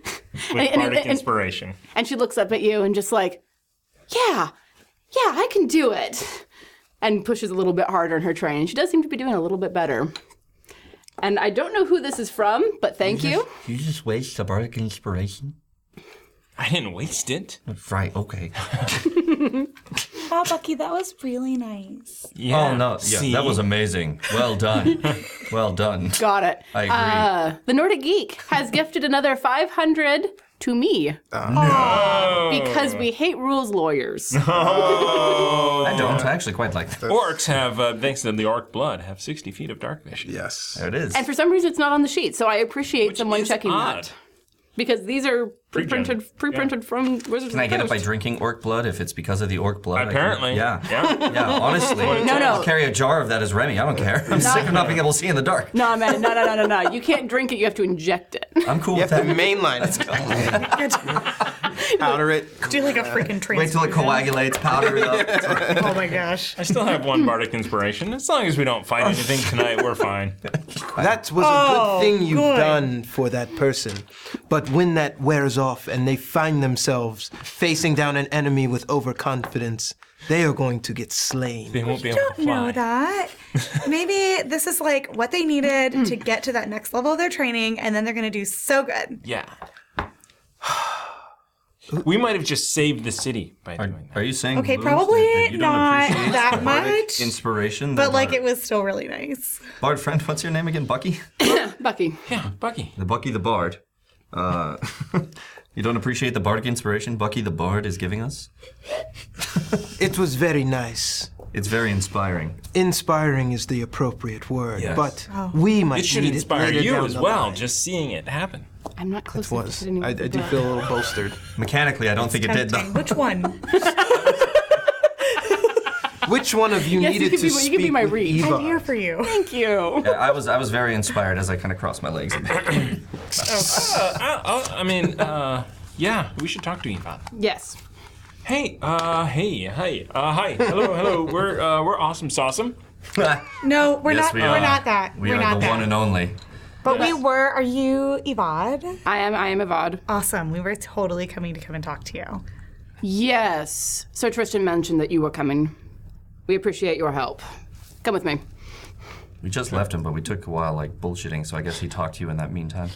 B: and-
C: bardic
B: and-
C: inspiration.
B: And she looks up at you and just like, yeah, yeah, I can do it, and pushes a little bit harder in her train. She does seem to be doing a little bit better. And I don't know who this is from, but thank you.
D: You just waste the bardic inspiration.
C: I didn't waste it.
D: Right. Okay.
F: Wow, Bucky, that was really nice.
C: Yeah.
D: Oh no. Yeah,
C: See?
D: that was amazing. Well done. well done.
B: Got it.
D: I agree.
F: Uh.
B: The Nordic Geek has gifted another 500 to me.
E: Oh. Um,
B: Because we hate rules lawyers.
D: I don't. I actually quite like that.
C: Oh. Orcs have, uh, thanks to the orc blood, have 60 feet of dark vision.
G: Yes.
D: There it is.
B: and for some reason, it's not on the sheet. So I appreciate someone
C: It's
B: checking
C: odd.
B: that. Because these are
C: Pre-gen.
B: pre-printed, pre-printed from Wizards
D: Can I
B: of the
D: get it by
B: Coast.
D: drinking orc blood if it's because of the orc blood? I can-
C: Apparently.
D: yeah.
C: Yeah.
D: Yeah, honestly.
B: No, no.
D: I'll carry a jar of that as Remy. I don't care. I'm sick of not being able to see in the dark.
B: No, man, no, no, no, no, no. You can't drink it. You have to inject it.
D: I'm cool
E: You
D: with
E: have to
D: that.
E: mainline it. Powder it.
F: Do like a freaking tree.
D: Wait till it coagulates, powder it up.
F: Oh my gosh.
C: I still have one bardic inspiration. As long as we don't fight anything tonight, we're fine.
E: That was
F: Oh,
E: a good thing you've
F: good.
E: done for that person. But when that wears off and they find themselves facing down an enemy with overconfidence, they are going to get slain.
C: They won't be able to
F: don't
C: fly.
F: know that. Maybe this is like what they needed to get to that next level of their training, and then they're gonna do so good.
C: Yeah. We might have just saved the city by doing that.
D: Are you saying
F: Okay,
D: Luz,
F: probably
D: that you don't
F: not
D: appreciate
F: that
D: the bardic
F: much,
D: Inspiration. uh,
F: But like it was still really nice.
D: Bard friend, what's your name again? Bucky?
B: Bucky.
C: Yeah, Bucky.
D: The Bucky the Bard. Uh, you don't appreciate the bardic inspiration Bucky the Bard is giving us?
E: It was very nice.
D: It's very inspiring.
E: Inspiring is the appropriate word,
D: Yes.
E: but
B: Oh.
E: we might
C: It should
E: need
C: inspire
E: it later
C: you
E: down
C: as
E: the
C: well,
E: line.
C: just seeing it happen.
B: I'm not close enough
E: was.
B: to anyone
E: I, I
B: with
E: do
B: that.
E: feel a little bolstered.
D: Mechanically, I don't think it did
F: Tempting.
D: though.
F: Which one?
E: Which one of you
B: Yes, you
E: needed
B: could
E: to
B: be my- you
E: speak
B: could be my
E: with
B: reed.
E: Eva?
F: I'm here for you.
B: Thank you.
D: Yeah, I was I was very inspired as I kind of crossed my legs. a bit.
C: Uh, oh, I mean, uh, yeah, we should talk to you about. it.
B: Yes.
C: Hey, uh, hey, hey, uh, hi, hello, hello. We're uh, we're awesome, sawsome.
F: No, we're
D: Yes,
F: not.
D: we
F: are
D: are.
F: not that.
D: We
F: are
D: are
F: not
D: the
F: that.
D: one and only.
F: But we were, are you Evad?
B: I am. I am Avad.
F: Awesome. We were totally coming to come and talk to you.
B: Yes. So Tristan mentioned that you were coming. We appreciate your help. Come with me.
D: We just left him, but we took a while, like bullshitting. So I guess he talked to you in that meantime.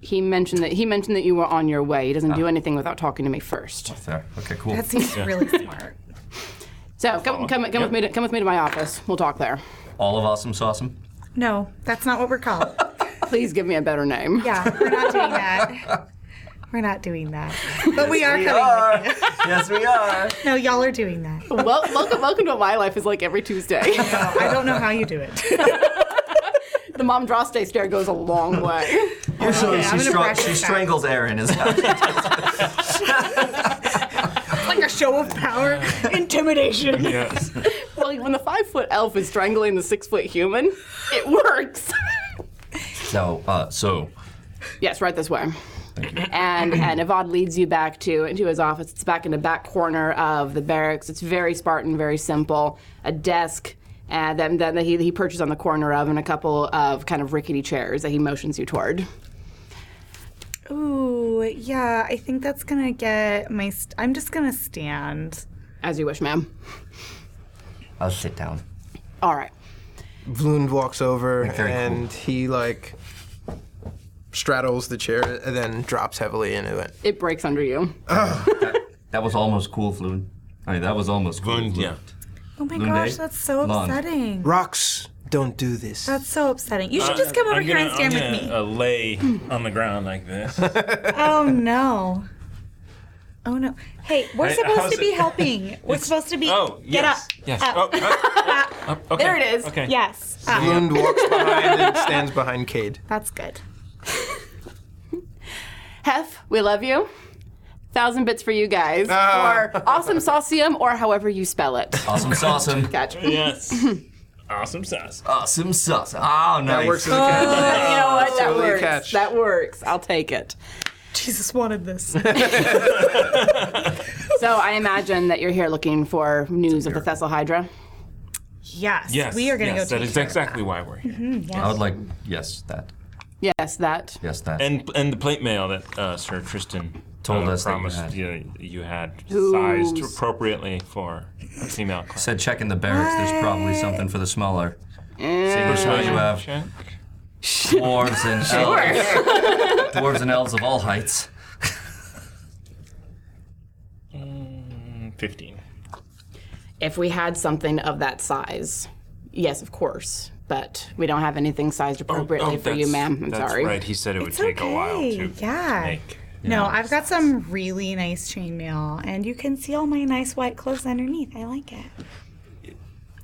B: He mentioned that he mentioned that you were on your way. He doesn't
D: Ah.
B: do anything without talking to me first.
D: There. Okay. Cool.
F: That seems really smart.
B: So come, come, come with me. To, come with me to my office. We'll talk there.
D: All of awesome, awesome.
F: No, that's not what we're called.
B: Please give me a better name.
F: Yeah, we're not doing that. We're not doing that. But we are coming.
D: Ah! yes, we are.
F: No, y'all are doing that.
B: Well, welcome, welcome to what my life is like every Tuesday.
F: I don't know how you do it.
B: the mom draw stay stare goes a long way.
D: Usually
F: I'm
D: she,
F: gonna
D: stra-
F: practice
D: she
F: that.
D: strangles Aaron. Is that?
F: like a show of power, intimidation.
C: Yes.
B: well, when the five foot elf is strangling the six foot human, it works.
D: no. Uh, so
B: yes, right this way. And and Avad leads you back to into his office. It's back in the back corner of the barracks. It's very Spartan, very simple. A desk. uh, And then, then he, he perches on the corner of and a couple of kind of rickety chairs that he motions you toward.
F: Ooh, yeah, I think that's gonna get my. St- I'm just gonna stand.
B: As you wish, ma'am.
D: I'll sit down.
B: All right.
E: Vloon walks over
D: very cool.
E: and he like straddles the chair and then drops heavily into it.
B: It breaks under you.
D: That was almost cool, Floon. I mean, that was almost cool.
C: Floon,
D: Floon.
C: yeah.
F: Oh my
D: Lunde?
F: gosh, that's so
D: Lunde.
F: upsetting.
E: Rocks don't do this.
F: That's so upsetting. You should just come over
C: Uh, I'm
F: here
C: gonna,
F: and stand
C: I'm
F: with me.
C: gonna, uh, lay on the ground like this.
F: oh no. Oh no. Hey, we're
C: Hey,
F: supposed
C: how's
F: to be
C: it-
F: helping. We're supposed to be.
C: Oh,
F: Get up. Uh,
C: yes. Yes.
F: Up.
C: Oh, oh, oh, oh, okay.
B: There it is.
C: Okay.
F: Yes. up.
E: Vloon walks behind and stands behind Cade.
F: That's good.
B: Hef, we love you. Thousand bits for you guys.
E: Ah.
B: Or awesome saucium, or however you spell it.
D: Awesome sauce.
B: Gotcha.
C: Yes. awesome sauce.
D: Awesome sauce. Oh, nice.
E: That works as a catch.
B: you know what? That
E: Totally a
B: works.
E: catch.
B: That works. I'll take it.
F: Jesus wanted this.
B: So I imagine that you're here looking for news of the Thessal Hydra.
F: yes.
C: Yes.
F: We are gonna
C: yes,
F: go.
C: That
F: take
C: is
F: care of
C: exactly why we're here.
D: I would like yes that.
B: Yes, that.
D: Yes that.
C: And and the plate mail that uh, Sir Tristan
D: Told
C: uh,
D: us that you
C: promised
D: had.
C: you, you had
B: Ooh.
C: sized appropriately for a female class.
D: Said check in the barracks. There's probably something for the smaller. See which one you have.
C: Check.
D: Dwarves and elves. Dwarves and elves of all heights.
C: Fifteen.
B: If we had something of that size, yes, of course. But we don't have anything sized appropriately for you,
C: oh, that's-
B: ma'am. I'm
C: that's
B: sorry.
C: Right, he said it would
F: Oh, It's
C: take a while
F: okay,
C: to
F: yeah.
C: make.
F: No, I've got some really nice chainmail, and you can see all my nice white clothes underneath. I like it.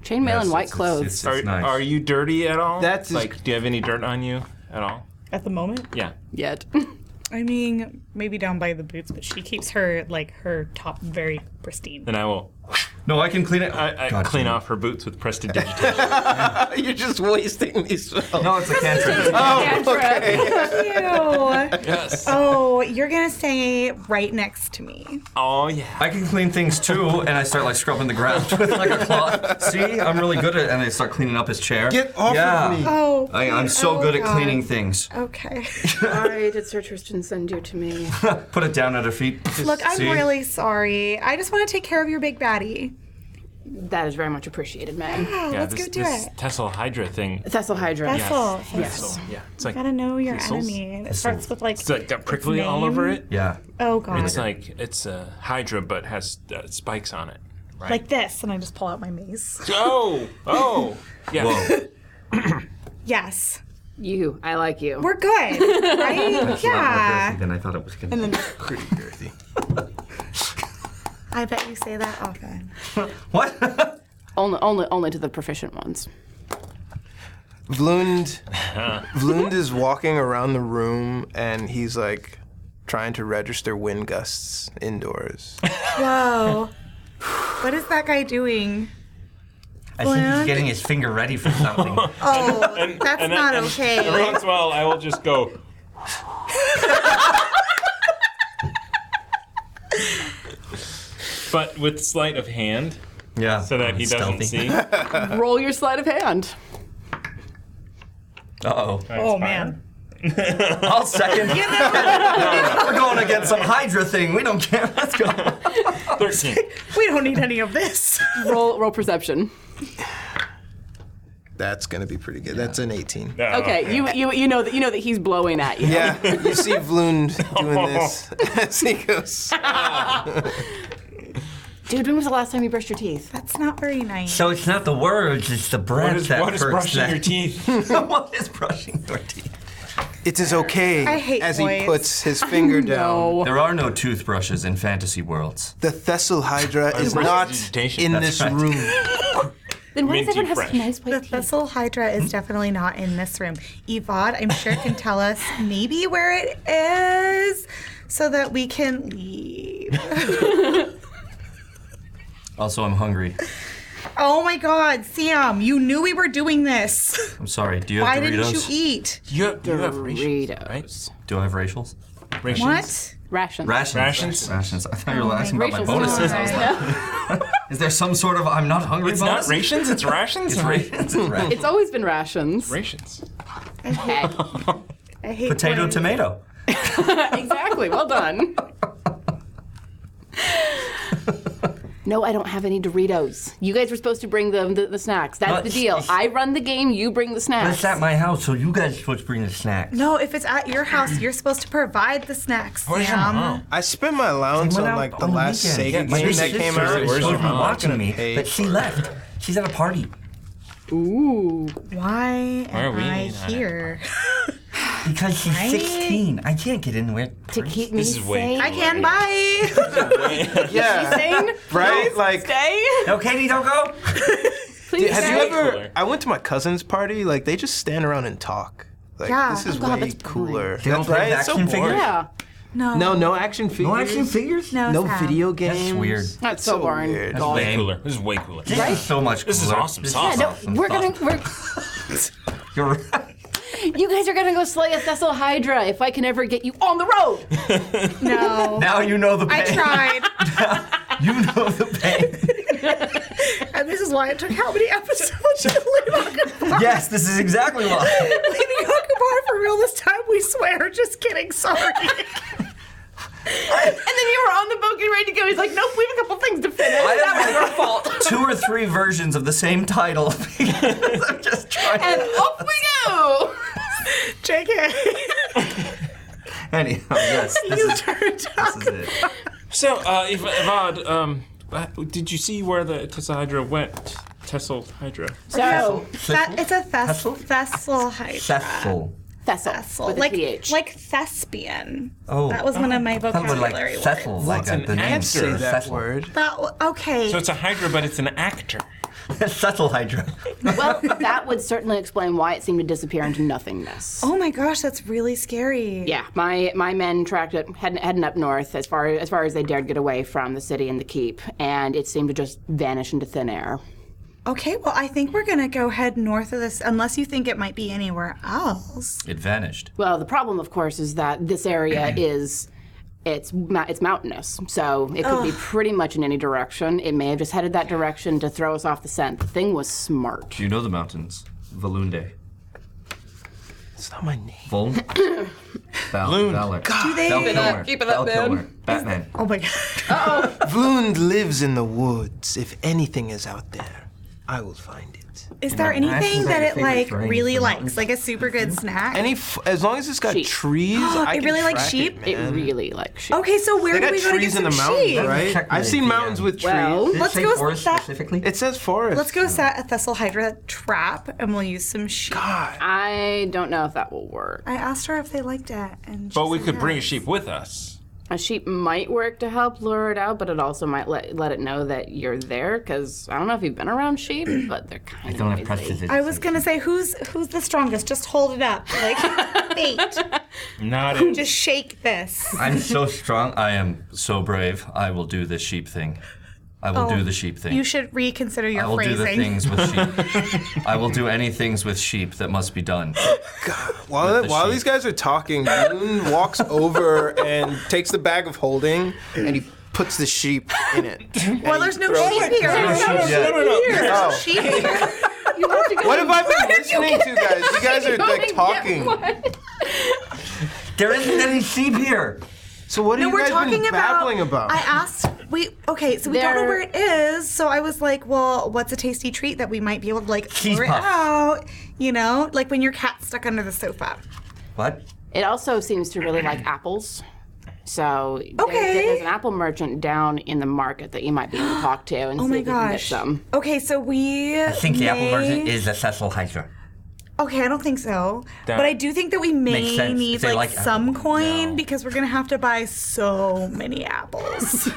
B: Chainmail
D: Yes,
B: and white
D: it's- it's-
B: clothes.
D: it's-
C: Are,
D: it's nice.
C: are you dirty at all?
E: That's as-
C: like, do you have any dirt on you at all?
F: At the moment,
C: Yeah.
B: Yet.
F: I mean, maybe down by the boots, but she keeps her like her top very pristine.
C: Then I will.
D: No, I can clean it.
C: I, I
D: God
C: clean
D: damn it.
C: off her boots with prestidigitation.
E: You're just wasting these spells.
D: No, it's a cantrip.
F: Ew.
C: yes.
F: oh, you're gonna stay right next to me.
C: Oh yeah.
D: I can clean things too, and I start like scrubbing the ground with like a cloth. See, I'm really good at. And I start cleaning up his chair.
E: Get off
D: yeah.
E: of me.
F: Oh,
D: I, I'm so
F: oh,
D: good at
F: God.
D: cleaning things.
F: Okay.
B: Sorry, did Sir Tristan send you to me?
D: Put it down at her feet.
F: Look, I'm
D: See?
F: really sorry. I just want to take care of your big baddie.
B: That is very much appreciated, ma'am.
F: Yeah,
C: yeah
F: Oh, let's
C: this,
F: go do
C: this
F: it.
C: Tessel Hydra thing.
B: Thessal Hydra.
F: That's all.
C: So, yeah. It's like
F: Gotta know your
C: Thistles?
F: enemy. It starts with like.
C: it's like got prickly all
F: name.
C: over it.
D: Yeah.
F: Oh god.
C: It's like it's a Hydra but has uh, spikes on it. Right.
F: like this, and I just pull out my mace.
C: oh oh yeah.
D: Whoa.
F: Yes,
B: You. I like you.
F: we're good, right? yeah.
D: Then I thought it was gonna.
E: Pretty girthy.
F: I bet you say that often.
D: What?
B: Only, only, only to the proficient ones.
E: Vlund, Vlund is walking around the room and he's like trying to register wind gusts indoors.
F: Whoa. what is that guy doing?
D: I think he's getting his finger ready for something.
F: Oh, that's
C: and-
F: not
C: and- Every
F: okay.
C: once in a while, I will just go. but with sleight of hand,
D: yeah.
C: so that he doesn't see.
B: Roll your sleight of hand.
D: Uh oh.
F: Oh man.
D: I'll second. We're going to get some Hydra thing. We don't care. Let's go.
C: 13.
F: We don't need any of this.
B: roll, roll perception.
E: That's gonna be pretty good. That's an 18.
C: No,
B: Okay, you, you you know that you know that he's blowing at you.
E: Yeah, you see Vloon doing this as he goes.
B: Dude, when was the last time you brushed your teeth?
F: That's not very nice.
I: So it's not the words, it's the breath
C: What is,
I: that
C: what is
I: hurts
C: brushing
I: that-
C: your teeth?
D: what is brushing your teeth?
E: It is okay
F: I hate
E: as he
F: boys.
E: puts his finger down.
D: There are no toothbrushes in fantasy worlds.
E: The Thessal Hydra is
C: brushing
E: not
C: digitation,
E: in
C: that's
E: this
D: right.
E: room.
B: Then why
C: does Minty
B: does everyone have
C: fresh.
B: such nice
F: The
B: white teeth?
F: Thessal Hydra
D: Mm-hmm.
F: is definitely not in this room. Evod, I'm sure, can tell us maybe where it is so that we can leave.
D: Also, I'm hungry.
F: Oh my god, Sam, you knew we were doing this.
D: I'm sorry. Do you have
F: Why
D: Doritos?
F: didn't you eat?
C: You have, you have
B: Doritos.
C: rations,
D: Do I have racials?
C: right? Rations.
F: What?
B: Rations.
D: Rations.
C: Rations?
D: Rations. I thought you were asking about Oh, my
B: Rations.
D: bonuses. I was like,
B: Yeah.
D: is there some sort of I'm not hungry
C: It's
D: bonus?
C: not rations, it's rations?
D: It's rations. It's rations.
B: It's always been rations.
C: rations.
B: Heck.
F: I hate
D: Potato,
F: boys.
D: tomato.
B: exactly. Well done. No, I don't have any Doritos. You guys were supposed to bring them the, the snacks. That's
D: But-
B: the deal. I run the game. You bring the snacks.
D: That's at my house, so you guys are supposed to bring the snacks.
F: No, Oh, if it's at your house, you're supposed to provide the snacks.
D: Oh,
C: Where's your
F: Sam.
C: mom?
E: I spent my allowance
D: Went
E: on
D: out
E: like the
D: on
E: last
D: weekend.
E: Sega
D: my
E: game that came
D: sister
E: out.
D: was
C: Where's
D: supposed
C: your
D: to be
C: mom?
D: watching me,
E: Paid
D: but she
E: for it.
D: left. She's at a party
B: Ooh.
F: Why
C: are
F: am
C: we
F: I
C: not at-
F: here?
D: because she's
F: Right?
D: 16. I can't get in with.
B: To keep me
C: This is way
F: I
B: sane.
F: can buy.
E: Yeah,
B: Sane?
E: right. Like,
B: Stay?
D: No, Katie, don't go.
B: Please
E: have
B: stay.
E: you ever?
C: cooler.
E: I went to my cousin's party. Like, they just stand around and talk. Like,
F: Yeah.
E: this is
F: Oh,
B: God,
E: way
B: that's
E: cooler.
D: They don't
E: That's
D: play
E: right.
D: with
E: It's so
D: action
E: boring.
D: figures?
B: Yeah.
F: no.
E: No, no action figures.
D: No action figures.
F: No,
E: No
F: Sam.
E: video games.
D: weird.
B: That's so boring.
E: weird.
C: This is way
D: Lame.
C: cooler. This is way cooler.
D: This is so much.
C: This is
D: cooler.
C: awesome
D: This
C: sauce.
D: is
C: Yeah,
B: No,
D: awesome
B: we're gonna
D: sauce.
B: we're
D: You're right.
B: you guys are gonna go slay a Thessal Hydra if I can ever get you on the road.
F: No.
D: Now you know the pain.
F: I tried.
D: You know the pain.
F: and this is why it took how many episodes of Lady Hawk
D: yes, this is exactly why.
F: Lady Hawkabar for real this time, we swear. Just kidding, sorry.
B: And then you were on the boat getting ready to go. He's like, nope, we have a couple things to finish.
D: I
B: that was
D: have
B: your
D: like
B: fault.
D: Two or three versions of the same title. because I'm just trying.
B: And off we go.
F: JK.
D: Anyhow, yes, this
F: You
D: is,
F: turned
D: this is it.
C: So, uh, if, Evad, um, uh, did you see where the Tessa Hydra went? Tessel Hydra.
B: So
F: That, it's a thes-
D: Thessal?
F: thessal hydra.
D: Cecil.
B: Thessal,
F: Thessal.
B: with a
F: Like,
B: ph.
F: like thespian.
D: Oh.
F: That was one of my
D: That would like
F: vocabulary
D: Cecil,
F: words.
D: like uh,
C: an
D: the name.
C: answer.
E: Say that
D: Cecil.
E: word.
F: That w- okay.
C: So it's a Hydra, but it's an actor.
D: Cecil Hydra.
B: well, that would certainly explain why it seemed to disappear into nothingness.
F: oh my gosh, that's really scary.
B: Yeah, my my men tracked it heading, heading up north as far as far as they dared get away from the city and the keep, and it seemed to just vanish into thin air.
F: Okay, well, I think we're gonna go head north of this, unless you think it might be anywhere else.
D: It vanished.
B: Well, Oh, the problem, of course, is that this area is it's mou- it's mountainous, so it could be pretty much in any direction. It may have just headed that direction to throw us off the scent. The thing was smart.
D: Do you know the mountains? Volunde.
E: It's not my name.
D: Vol. Val. Valor.
F: Do they?
D: Val Kilmer. Keep it up, man. Batman.
F: Oh my god.
E: Vlund lives in the woods. If anything is out there, I will find it.
F: Is there
D: know, ashes
F: anything
D: are
F: that
D: your
F: it
D: favorite
F: like
D: terrain,
F: really
D: but not-
F: likes, like a super
D: Mm-hmm.
F: good snack?
E: Any, f- as long as it's got
B: Sheep.
E: trees, I
F: It
E: can
F: really likes
E: track
F: sheep?
E: It,
B: It
E: man.
B: really like shit.
F: okay, so where
E: They
F: do
E: got
F: we go to get
E: trees in
F: some
E: the mountains,
F: sheep?
E: right?
D: Check
E: I've
D: the
E: seen
D: idea.
E: mountains with trees.
B: Well,
F: Let's
D: Say
F: go
D: forest
F: that-
D: specifically.
E: it says forest.
F: Let's go set a Thessal Hydra trap, and we'll use some sheep.
B: I don't know if that will work.
F: I asked her if they liked it, and she
C: But we
F: said
C: could bring a
F: yes.
C: sheep with us.
B: A sheep might work to help lure it out, but it also might let let it know that you're there. Because I don't know if you've been around sheep, but they're kind of
D: Don't have
B: noisy.
D: prestidigitation.
F: I was gonna say who's who's the strongest? Just hold it up, like fate.
C: Not it.
F: Just shake this.
D: I'm so strong. I am so brave. I will do the sheep thing. I will do the sheep thing.
F: Oh, You should reconsider your
D: I will
F: phrasing.
D: do the things with sheep. I will do any things with sheep that must be done.
E: While,
D: the
E: while
D: sheep.
E: these guys are talking, Moon walks over and takes the bag of holding and he puts the sheep in it.
F: Well, there's no sheep here.
D: There's no sheep yet.
F: There's no
E: Oh.
F: sheep here.
B: You have to go
E: What have I been
B: did you
E: listening to, guys? You guys are
B: Go and
E: like
B: get
E: talking.
B: one.
D: There isn't any sheep here.
E: So what are
F: No,
E: you
F: we're
E: guys
F: talking
E: been babbling about?
F: I asked. We okay. So we don't know where it is. So I was like, "Well, what's a tasty treat that we might be able to like
D: Cheese
F: lure it
D: puff.
F: out?" You know, like when your cat's stuck under the sofa.
D: What?
B: It also seems to really like apples. So there-
F: Okay.
B: there's an apple merchant down in the market that you might be able to talk to and
F: Oh
B: see
F: my
B: if you can get
F: gosh.
B: some.
F: Okay, so we.
D: I think the apple
F: may-
D: merchant is a Cecil Heiser.
F: Okay, I don't think so.
C: That
F: but I do think that we
D: makes
F: may
D: sense,
F: need
D: 'cause they
F: like,
D: like
F: some
D: apples.
F: coin
D: No.
F: because we're gonna have to buy so many apples.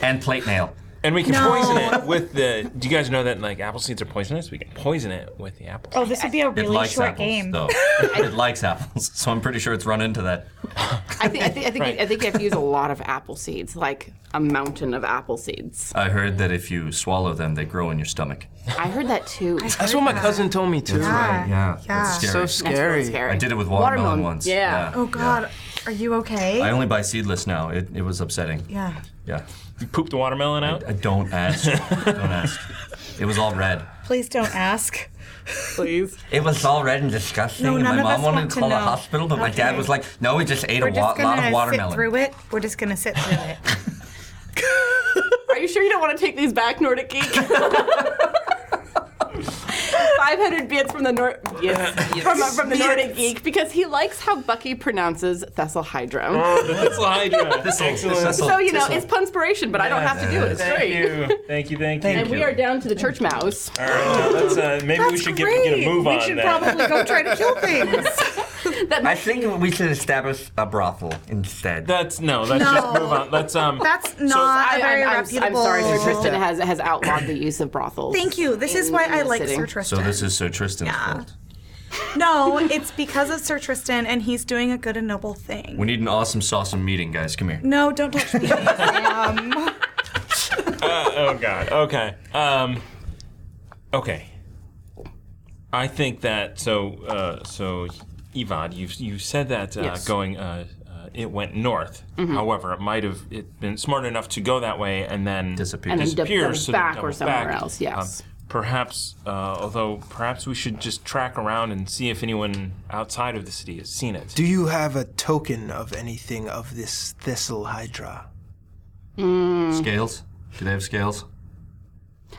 D: And plate mail.
C: And we can
F: No.
C: poison it with the. Do you guys know that like apple seeds are poisonous? We can poison it with the apple.
F: oh, this would be a
D: It
F: really
D: likes
F: short
D: apples,
F: game.
D: though. it likes apples, so I'm pretty sure it's run into that.
B: I think I think I think,
C: Right.
B: I think you have to use a lot of apple seeds, like a mountain of apple seeds.
D: I heard that if you swallow them, they grow in your stomach.
B: I heard that too.
E: That's what my cousin told me too.
D: Yeah,
F: Yeah. Yeah.
D: that's
E: So
D: scary.
B: That's really
E: scary.
B: scary.
D: I did it with watermelon, once.
B: Yeah.
F: Oh God, are you okay?
D: I only buy seedless now. It, it was upsetting.
F: yeah.
D: Yeah.
C: You poop the watermelon out.
D: I don't ask. don't ask. It was all red.
F: Please don't ask.
B: Please.
D: It was all red and disgusting.
F: No,
D: and
F: none
D: my
F: of
D: mom
F: us
D: wanted
F: want
D: to
F: to
D: call the
F: know.
D: hospital, but my dad
F: Okay.
D: was like, "No, we just ate
F: We're
D: a wa- lot of
F: just gonna sit
D: watermelon."
F: through it. We're just gonna sit through it.
B: Are you sure you don't want to take these back, Nordic Geek? 500 bits from the Nor- yes, from, from the Nordic Geek because he likes how Bucky pronounces Thessalhydro.
C: Oh, the thistle hydra. Excellent.
B: So you know, it's punspiration, but I don't have to do it. It's
C: Thank
B: great.
C: you. Thank you. Thank you.
B: And we are down to the church mouse.
C: All right, now let's, uh, maybe we
F: That's
C: should get, get
F: great.
C: a move
F: we
C: on
F: should
C: that.
F: probably go try to kill things.
D: I think we should establish a brothel instead.
C: That's no. Let's
F: No.
C: just move on. Let's um.
F: That's not
B: I,
F: a very
B: am I'm
F: reputable.
B: sorry, Sir Tristan has, has outlawed the use of brothels.
F: Thank you. This is
B: in
F: why I
B: the
F: like
B: city.
F: Sir Tristan.
D: so this is Sir Tristan's
F: Yeah.
D: fault.
F: no, it's because of Sir Tristan, and he's doing a good and noble thing.
D: We need an awesome sauce meeting, guys. Come here.
F: no, don't touch me. um,
C: uh, oh God. Okay. Um. Okay. I think that so uh, so, Ivad, you you said that uh,
B: Yes. Mm-hmm.
C: going uh, uh, it went north. However, it might have it been smart enough to go that way and then
D: Disappear.
C: disappear
D: And
B: then dip- double
C: so that it
B: back or
C: doubles
B: somewhere
C: back.
B: else, yes.
C: Um, perhaps, uh, although perhaps we should just track around and see if anyone outside of the city has seen it.
E: Do you have a token of anything of this thistle hydra?
D: Scales? Do they have scales?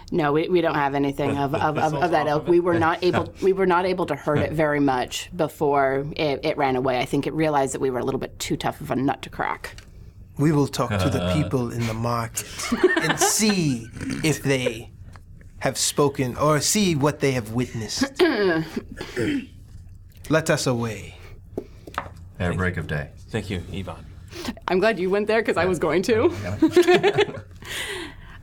B: No, we, we don't have anything of, of, of, of that
C: off
B: ilk.
C: of it.
B: We were not able we were not able to hurt it very much before it, it ran away. I think it realized that we were a little bit too tough of a nut to crack.
E: We will talk to the people in the market and see if they have spoken or see what they have witnessed. Let us away.
D: At break of day.
C: Thank you, Ivan.
B: I'm glad you went there because I was going to.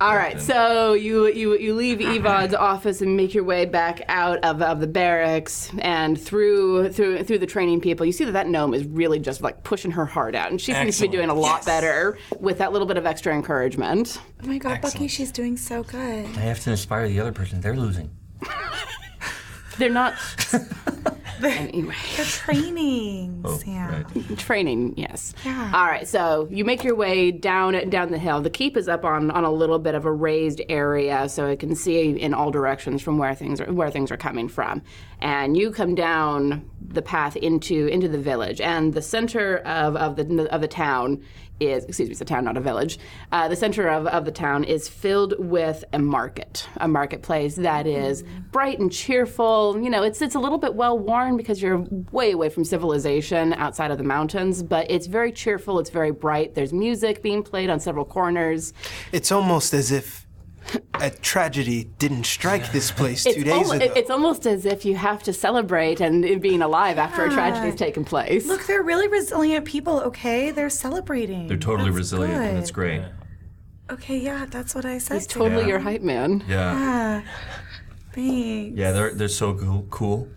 B: All right, so you you you leave Evad's office and make your way back out of, of the barracks and through through through the training people. You see that that gnome is really just like pushing her heart out, and she seems to be
C: Excellent.
B: doing a lot better with that little bit of extra encouragement.
F: oh my God, Bucky, she's doing so good.
D: I have to inspire the other person. They're losing.
B: They're not. anyway.
F: They're training,
D: Oh,
F: Sam.
B: training yes
F: Yeah.
B: all right so you make your way down down the hill the keep is up on on a little bit of a raised area so it can see in all directions from where things are where things are coming from and you come down the path into into the village and the center of of the of the town is excuse me it's a town not a village uh, the center of, of the town is filled with a market a marketplace that is bright and cheerful you know it's it's a little bit well worn because you're way away from civilization outside of the mountains but it's very cheerful it's very bright there's music being played on several corners
E: It's almost as if a tragedy didn't strike this place two
B: it's,
E: days
B: al-
E: ago.
B: it's almost as if you have to celebrate and it being alive after a tragedy's taken place
F: Look, they're really resilient people. Okay, they're celebrating.
D: They're totally
F: That's
D: resilient, and
F: good.
D: it's great.
F: Okay, yeah, that's what I said.
B: He's totally
D: Yeah.
B: your hype man.
D: Yeah.
F: Thanks.
D: Yeah, they're, they're so cool. cool.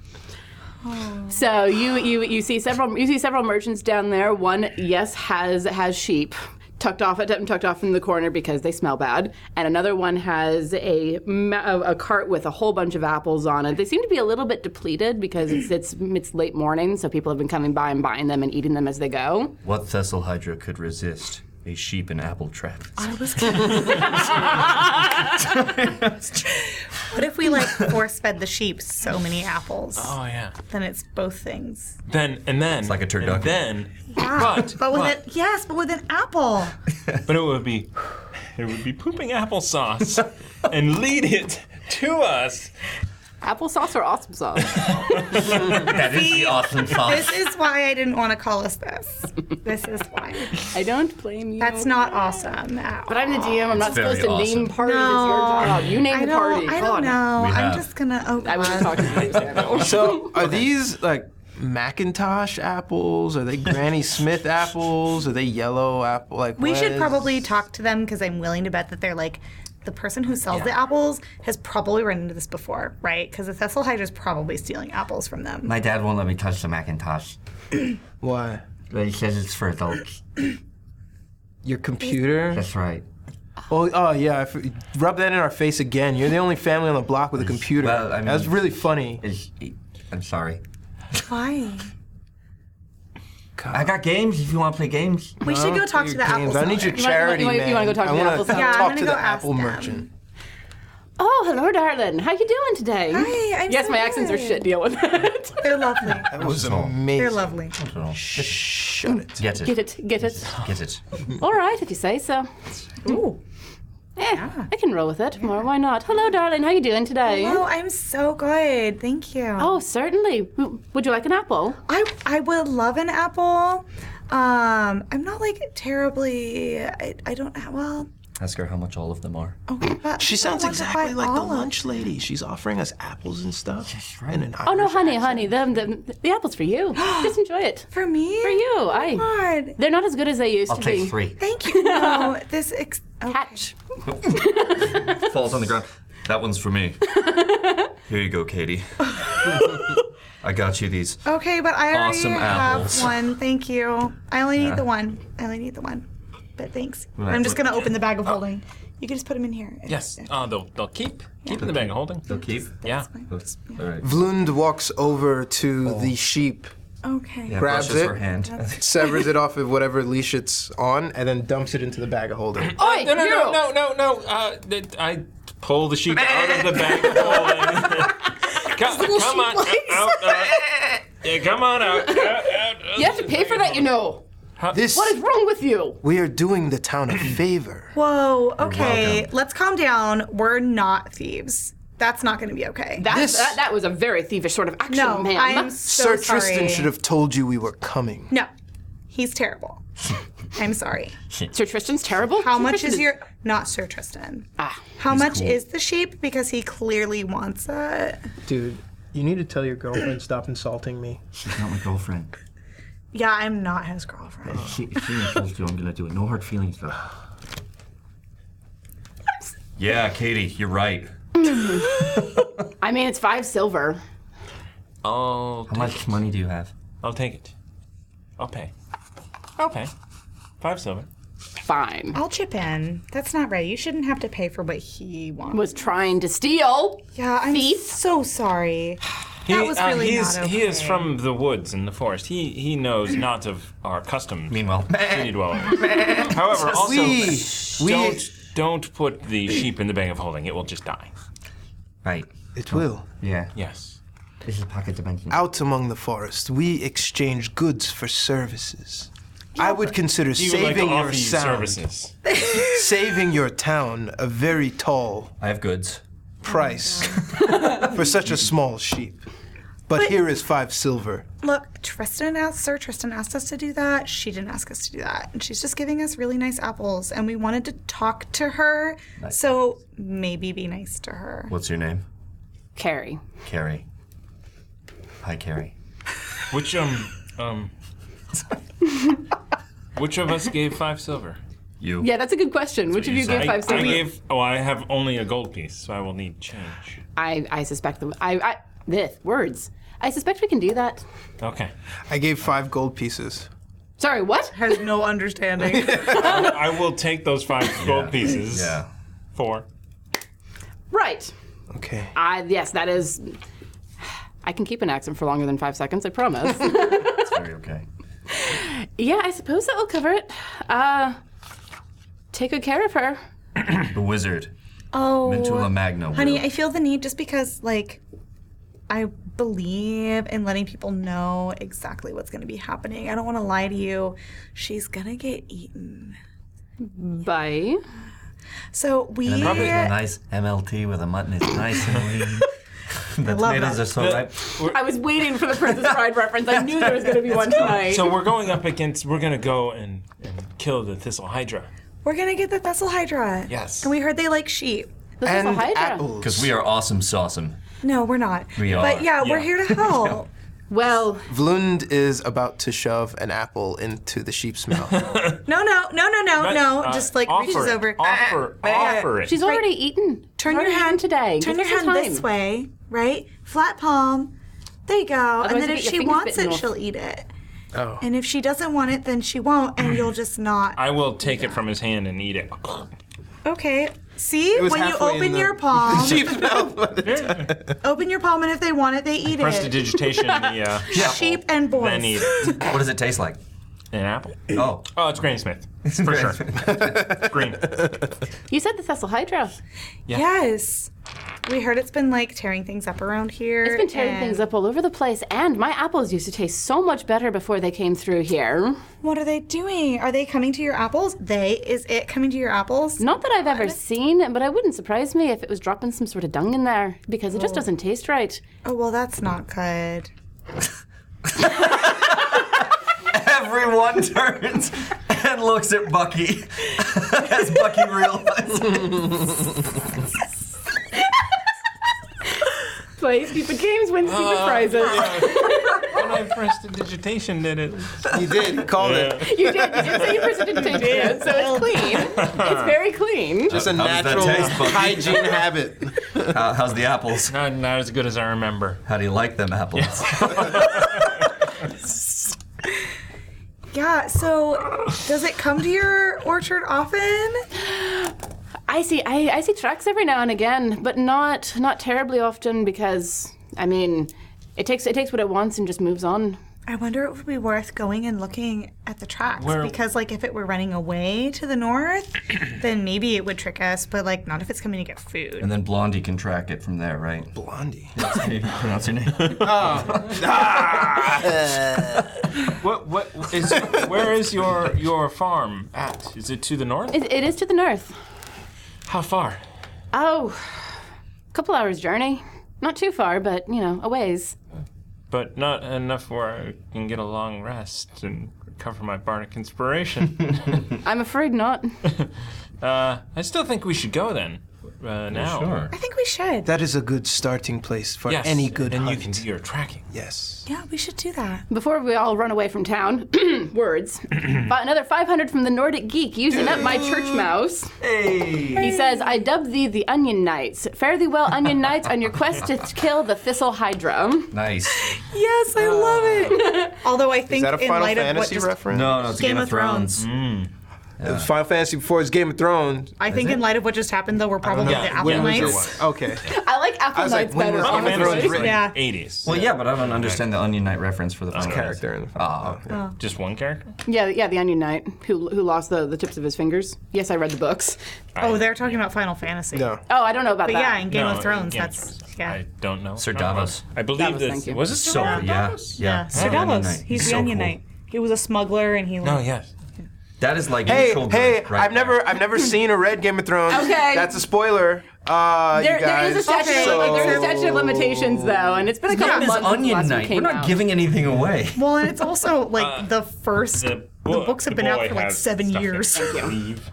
B: So you, you you see several you see several merchants down there. One yes has has sheep tucked off at tucked off in the corner because they smell bad, and another one has a ma- a a cart with a whole bunch of apples on it. They seem to be a little bit depleted because it's it's, it's late morning, so people have been coming by and buying them and eating them as they go.
D: What Thessal Hydra could resist
J: a sheep and apple trap.
K: I was What if we like force fed the sheep so many apples?
C: Oh yeah.
K: Then it's both things.
C: Then and then it's
J: like a turducken.
C: And then,
B: Ah.
K: But, but with
C: but-
K: it, yes, but with an apple.
C: but it would be, it would be pooping applesauce, and lead it to us.
B: Applesauce or awesome sauce?
J: That is the awesome
K: This
J: sauce.
K: is why I didn't want to call us this. This is why.
B: I don't blame you.
K: That's not awesome. at
B: But I'm the DM. I'm not
J: very
B: supposed to
J: awesome.
B: name parties. It's your job. You name
K: I
B: the
K: don't,
B: party.
K: I
B: God.
K: don't know. I'm
J: We have.
K: just gonna. Oh,
B: I was just
K: God.
B: talking to you. Samuel.
E: So are these like Macintosh apples? Are they Granny Smith apples? Are they yellow apple? Like
K: We
E: what
K: should
E: is-
K: probably talk to them because I'm willing to bet that they're like, the person who sells the apples has probably run into this before, right? Because the Thessal Hydra is probably stealing apples from them.
D: My dad won't let me touch the Macintosh,
E: Why?
D: but he says it's for adults.
E: Your computer?
D: That's right.
E: Oh, oh yeah. if- rub that in our face again. You're the only family on the block with a computer.
D: Well, I mean-
E: That's really funny.
D: It's, I'm sorry.
K: Why?
D: I got games if you want to play games.
K: We should go talk to the
E: Games,
K: apple
E: I need
B: wanna-
E: your
K: seller.
B: you
E: charity,
B: wanna- you
E: man.
B: wanna go talk to
E: I
B: the
E: wanna
B: apple seller?
K: Yeah, I'm
E: talk
K: gonna
E: to
K: go
E: the
K: ask
E: apple
K: them.
E: merchant.
B: Oh, hello, darling. How you doing today?
K: Hi, I'm
B: yes,
K: so
B: my accents are
K: good.
B: shit. Deal with it.
K: They're lovely.
E: That was
J: Apple.
E: amazing.
K: They're lovely.
E: Shut it.
J: Get it.
B: Get it. Get it.
J: Get it.
B: All right, if you say so.
K: Ooh.
B: Eh, I can roll with it. More, why not? Hello, darling. How you doing today?
K: Oh, I'm so good. Thank you.
B: Oh, certainly. W- Would you like an apple?
K: I I would love an apple. Um, I'm not like terribly. I, I don't. ha- Well,
J: Ask her how much all of them are.
K: okay, but
E: She
K: I
E: sounds
K: want to buy
E: exactly like the
K: all of-
E: lunch lady. She's offering us apples and stuff. That's
D: right.
E: And an
B: Oh no,
E: Irish
B: honey, honey. The, the the apple's for you. Just enjoy it.
K: for me.
B: For you. I.
K: God,
B: They're not as good as they used
D: I'll
B: to
D: take
B: be.
D: three.
K: thank you. No, this ex- okay.
B: Catch.
J: Falls on the ground. That one's for me. Here you go, Katie. I got you these.
K: Okay, but I already
J: Awesome
K: have
J: apples.
K: one. Thank you. I only need the one. I only need the one. But thanks. I'm just gonna open the bag of
J: Oh.
K: holding. You can just put them in here.
C: Yes. Uh, they'll they'll keep keep in the bag of holding.
J: They'll keep.
C: Yeah.
J: All right.
E: Vlund walks over to the sheep,
K: Okay.
J: Yeah,
E: Grabs
J: brushes
E: it.
J: her hand.
E: severs it off of whatever leash it's on, and then dumps it into the bag of holding.
B: Oi,
C: Oh, No, no,
B: you.
C: no, no, no, no. Uh, th- I pull the sheep out of the bag of holding. come come on, out, out. Yeah, come on out. out, out, out.
B: You have to pay for that, you know.
E: This
B: What is wrong with you?
E: we are doing the town a favor.
K: Whoa. Okay.
J: welcome.
K: Let's calm down. We're not thieves. That's not gonna be okay.
B: That,
E: This-
B: that, that was a very thievish sort of action,
K: no,
B: ma'am.
K: I am so
E: Sir
K: sorry.
E: Tristan should have told you we were coming.
K: No, he's terrible. I'm sorry.
B: Sir Tristan's terrible.
K: How
B: Sir
K: much
B: Tristan
K: is your not Sir Tristan?
B: Ah.
K: How much is the sheep? Because he clearly wants it.
E: Dude, you need to tell your girlfriend stop insulting me.
D: She's not my girlfriend.
K: Yeah, I'm not his
B: Mm.
K: girlfriend.
D: She, if she insults you, I'm gonna do it. No hard feelings though.
J: Yeah, Katie, you're right.
B: I mean, it's five silver.
C: I'll
D: How much money do you have?
C: I'll take it. I'll pay. I'll pay. Five silver.
B: Fine.
K: I'll chip in. That's not right. You shouldn't have to pay for what he wants.
B: Was trying to steal.
K: yeah, I'm
B: thief?
K: so sorry.
C: He, uh,
K: That was really
C: he is,
K: not
C: He is
K: okay.
C: from the woods and the forest. He he knows not of our customs.
J: Meanwhile,
C: city dwellers. However, also
E: We, we,
C: don't don't put the sheep in the bag of holding. It will just die.
D: Right.
E: it will.
D: Yeah.
C: Yes.
D: This is pocket dimension.
E: Out among the forest, we exchange goods for services. I would consider
C: He would like to
E: saving
C: offer
E: your
C: you
E: sound,
C: services.
E: saving your town a very tall
J: I have goods.
E: price for such a small sheep. But, here is five silver.
K: Look, Tristan asked Sir Tristan asked us to do that. She didn't ask us to do that. And she's just giving us really nice apples and we wanted to talk to her. So maybe be nice to her.
J: What's your name?
B: Carrie.
J: Carrie. Hi, Carrie.
C: Which um um. Which of us gave five silver?
J: You.
B: Yeah, that's a good question. Which of
J: you
B: you gave
J: said.
B: five
C: I
B: silver?
C: gave. Oh, I have only a gold piece, so I will need change.
B: I, I suspect the I, I this words. I suspect we can do that.
C: Okay.
E: I gave five gold pieces.
B: Sorry, what?
K: Has no understanding.
C: I will take those five gold pieces.
J: Yeah.
C: Four.
B: Right.
E: Okay.
B: I yes, that is. I can keep an accent for longer than five seconds. I promise.
J: It's very okay.
B: yeah, I suppose that will cover it. Uh, Take good care of her.
D: The wizard.
F: Oh,
D: Mentula magna.
F: honey,
D: will.
F: I feel the need just because, like, I believe in letting people know exactly what's going to be happening. I don't want to lie to you. She's going to get eaten.
B: Bye.
F: So we.
D: Probably a nice MLT with a mutton is nice and lean. the
F: love
D: tomatoes
F: that.
D: are so ripe.
B: I was waiting for the Princess Bride reference. I knew there was going to be one tonight.
C: So we're going up against. We're gonna go and, and kill the thistle hydra.
F: We're going to get the Vessel Hydra.
C: Yes.
F: And we heard they like sheep.
B: this is a
E: And
B: Hydra.
E: apples.
D: Because we are awesome sauceum.
F: No, we're not.
D: We
F: But
D: are.
F: yeah, we're
C: Yeah.
F: here to help.
B: Well,
E: Vlund is about to shove an apple into the sheep's mouth.
F: No, no, no, no, no,
C: But,
F: no.
C: uh,
F: just like
C: offer
F: reaches
C: it,
F: over. Uh,
C: Offer, offer it.
B: she's already eaten.
F: Turn
B: She's
F: your
B: already
F: hand
B: eaten today.
F: Turn
B: Give
F: your
B: her some
F: hand this
B: time.
F: way, right? Flat palm. There you go. and
B: Otherwise
F: then
B: you get
F: if
B: your
F: she
B: fingers
F: wants
B: bitten
F: it,
B: off.
F: she'll eat it.
E: oh.
F: And if she doesn't want it, then she won't, and you'll just not.
C: I will take it from his hand and eat it.
F: Okay. See,
E: was
F: when you
E: halfway in
F: open
E: the-
F: your palm,
E: Sheep's mouth.
F: open your palm, and if they want it, they eat
C: Press the
F: it.
C: digitation in the uh,
F: Sheep and boys.
C: then eat it.
D: What does it taste like?
C: an apple.
D: Oh,
C: Oh, it's Granny Smith for sure. Green.
B: You said the Cecil Hydra.
F: Yes. We heard it's been like tearing things up around here.
B: It's been tearing
F: and-
B: things up all over the place, and my apples used to taste so much better before they came through here.
F: What are they doing? Are they coming to your apples? They is it coming to your apples?
B: Not that I've ever seen, but it wouldn't surprise me if it was dropping some sort of dung in there because it just doesn't taste right.
F: Oh well, that's not good.
D: everyone turns and looks at Bucky as Bucky realizes.
B: Play stupid games, win stupid prizes.
C: when I pressed the digitation, did it?
E: He did. He called it.
B: You did. You did say you first didn't taste it, so it's clean. It's very clean.
E: Just a
D: How does that
E: natural
D: taste, Bucky?
E: hygiene habit.
D: How, how's the apples?
C: Not, not as good as I remember.
D: How do you like them apples?
F: Yeah. So, does it come to your orchard often?
B: I see. I, I see tracks every now and again, but not not terribly often because I mean, it takes it takes what it wants and just moves on.
F: I wonder if it would be worth going and looking at the tracks
C: Where-
F: because, like, if it were running away to the north, then maybe it would trick us. But like, not if it's coming to get food.
D: And then Blondie can track it from there, right?
E: Blondie.
D: Pronounce your name.
C: What? What is? where is your your farm at? Is it to the north?
B: It, it is to the north.
C: How far?
B: Oh, a couple hours journey. Not too far, but you know, a ways.
C: But not enough where I can get a long rest and recover my bardic inspiration.
B: I'm afraid not.
C: uh, I still think we should go then. Uh, now.
D: Sure.
F: I think we should.
E: That is a good starting place for
C: Yes.
E: any good
C: And
E: hunt.
C: you can do your tracking.
E: yes.
F: Yeah, we should do that.
B: Before we all run away from town, words. Bought another 500 from the Nordic Geek using up my church mouse. He says, I dub thee the Onion Knights. Fare thee well, Onion Knights, on your quest to kill the Thistle Hydra.
D: Nice.
F: Yes, I love it. Although I
E: Is
F: think
E: that a
F: in
E: Final
F: light
E: Fantasy
F: of what just,
E: reference?
D: No, no, it's
F: Game
D: Game,
F: of
D: of Thrones.
E: Final Fantasy before it's Game of Thrones.
F: I think in light of what just happened, though, we're probably
C: know.
F: the
C: Yeah,
F: apple
C: when was
F: knights.
C: it?
E: Okay.
B: I like Apple
E: I was like,
B: Knights
E: when
B: better.
E: was
F: Oh,
C: Final
E: Game of
C: Fantasy
E: Thrones
C: is like
E: written?
F: Yeah.
C: 80s.
D: Well, yeah, but I don't understand the Onion Knight reference for the Final Fantasy.
E: Character in the
D: Oh,
C: Just one character?
B: Yeah, yeah, the Onion Knight who who lost the, the tips of his fingers. Yes, I read the books.
F: Oh, they're talking about Final Fantasy.
E: No.
B: Oh, I don't know about
F: But
B: that.
F: yeah, in Game
C: No,
F: of Thrones,
C: Game of
F: that's
C: Thrones.
F: yeah.
C: I don't know.
D: Sir
C: I don't know.
D: Davos.
C: I believe
B: Davos,
C: this.
B: thank you.
C: Was it Sir
D: so yeah, yeah.
F: Sir Davos, he's, the Onion Knight. He was a smuggler, and he.
C: Oh, yes.
D: That is like
E: Hey,
D: neutral
E: hey!
D: good right
E: I've never, I've never seen or read Game of Thrones.
B: Okay.
E: That's a spoiler. Uh,
B: There,
E: you
B: there
E: guys.
B: is a statute.
F: Okay.
B: Of, there is a
E: So-
B: statute of limitations, though, and it's been a
D: there.
B: couple
D: Name is
B: months since the
D: Onion
B: last one
D: Knight. We're
B: came
D: not
B: out.
D: giving anything away.
F: Well, and it's also like the first.
C: Uh, The, book,
F: books have been
C: the
F: out
C: boy
F: for, like,
C: has
F: seven
C: stuff in
F: years.
C: it, I believe.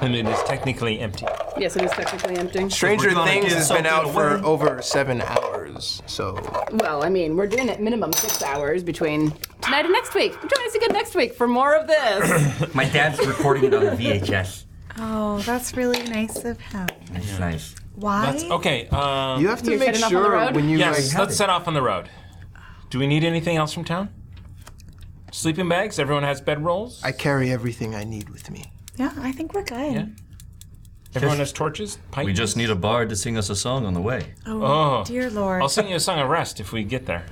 C: And it is technically empty.
B: Yes, it is technically empty.
E: Stranger
D: We're gonna
E: Things
D: give
E: has been
D: something
E: out for
D: away.
E: over seven hours. So
B: Well, I mean, we're doing at minimum six hours between tonight and next week. Join us again next week for more of this.
D: My dad's recording it on VHS.
F: Oh, that's really nice of him.
D: It's nice.
F: Why?
C: That's okay. Um,
E: you have to
B: You're
E: make
B: heading off on the
E: sure
B: road?
E: when you
C: yes,
E: like.
C: let's set off on the road. Do we need anything else from town? Sleeping bags? Everyone has bed rolls?
E: I carry everything I need with me.
F: Yeah, I think we're good.
C: Yeah. Everyone has torches? Pipes?
D: We just need a bard to sing us a song on the way.
C: Oh.
F: Dear Lord.
C: I'll sing you a song of rest if we get there.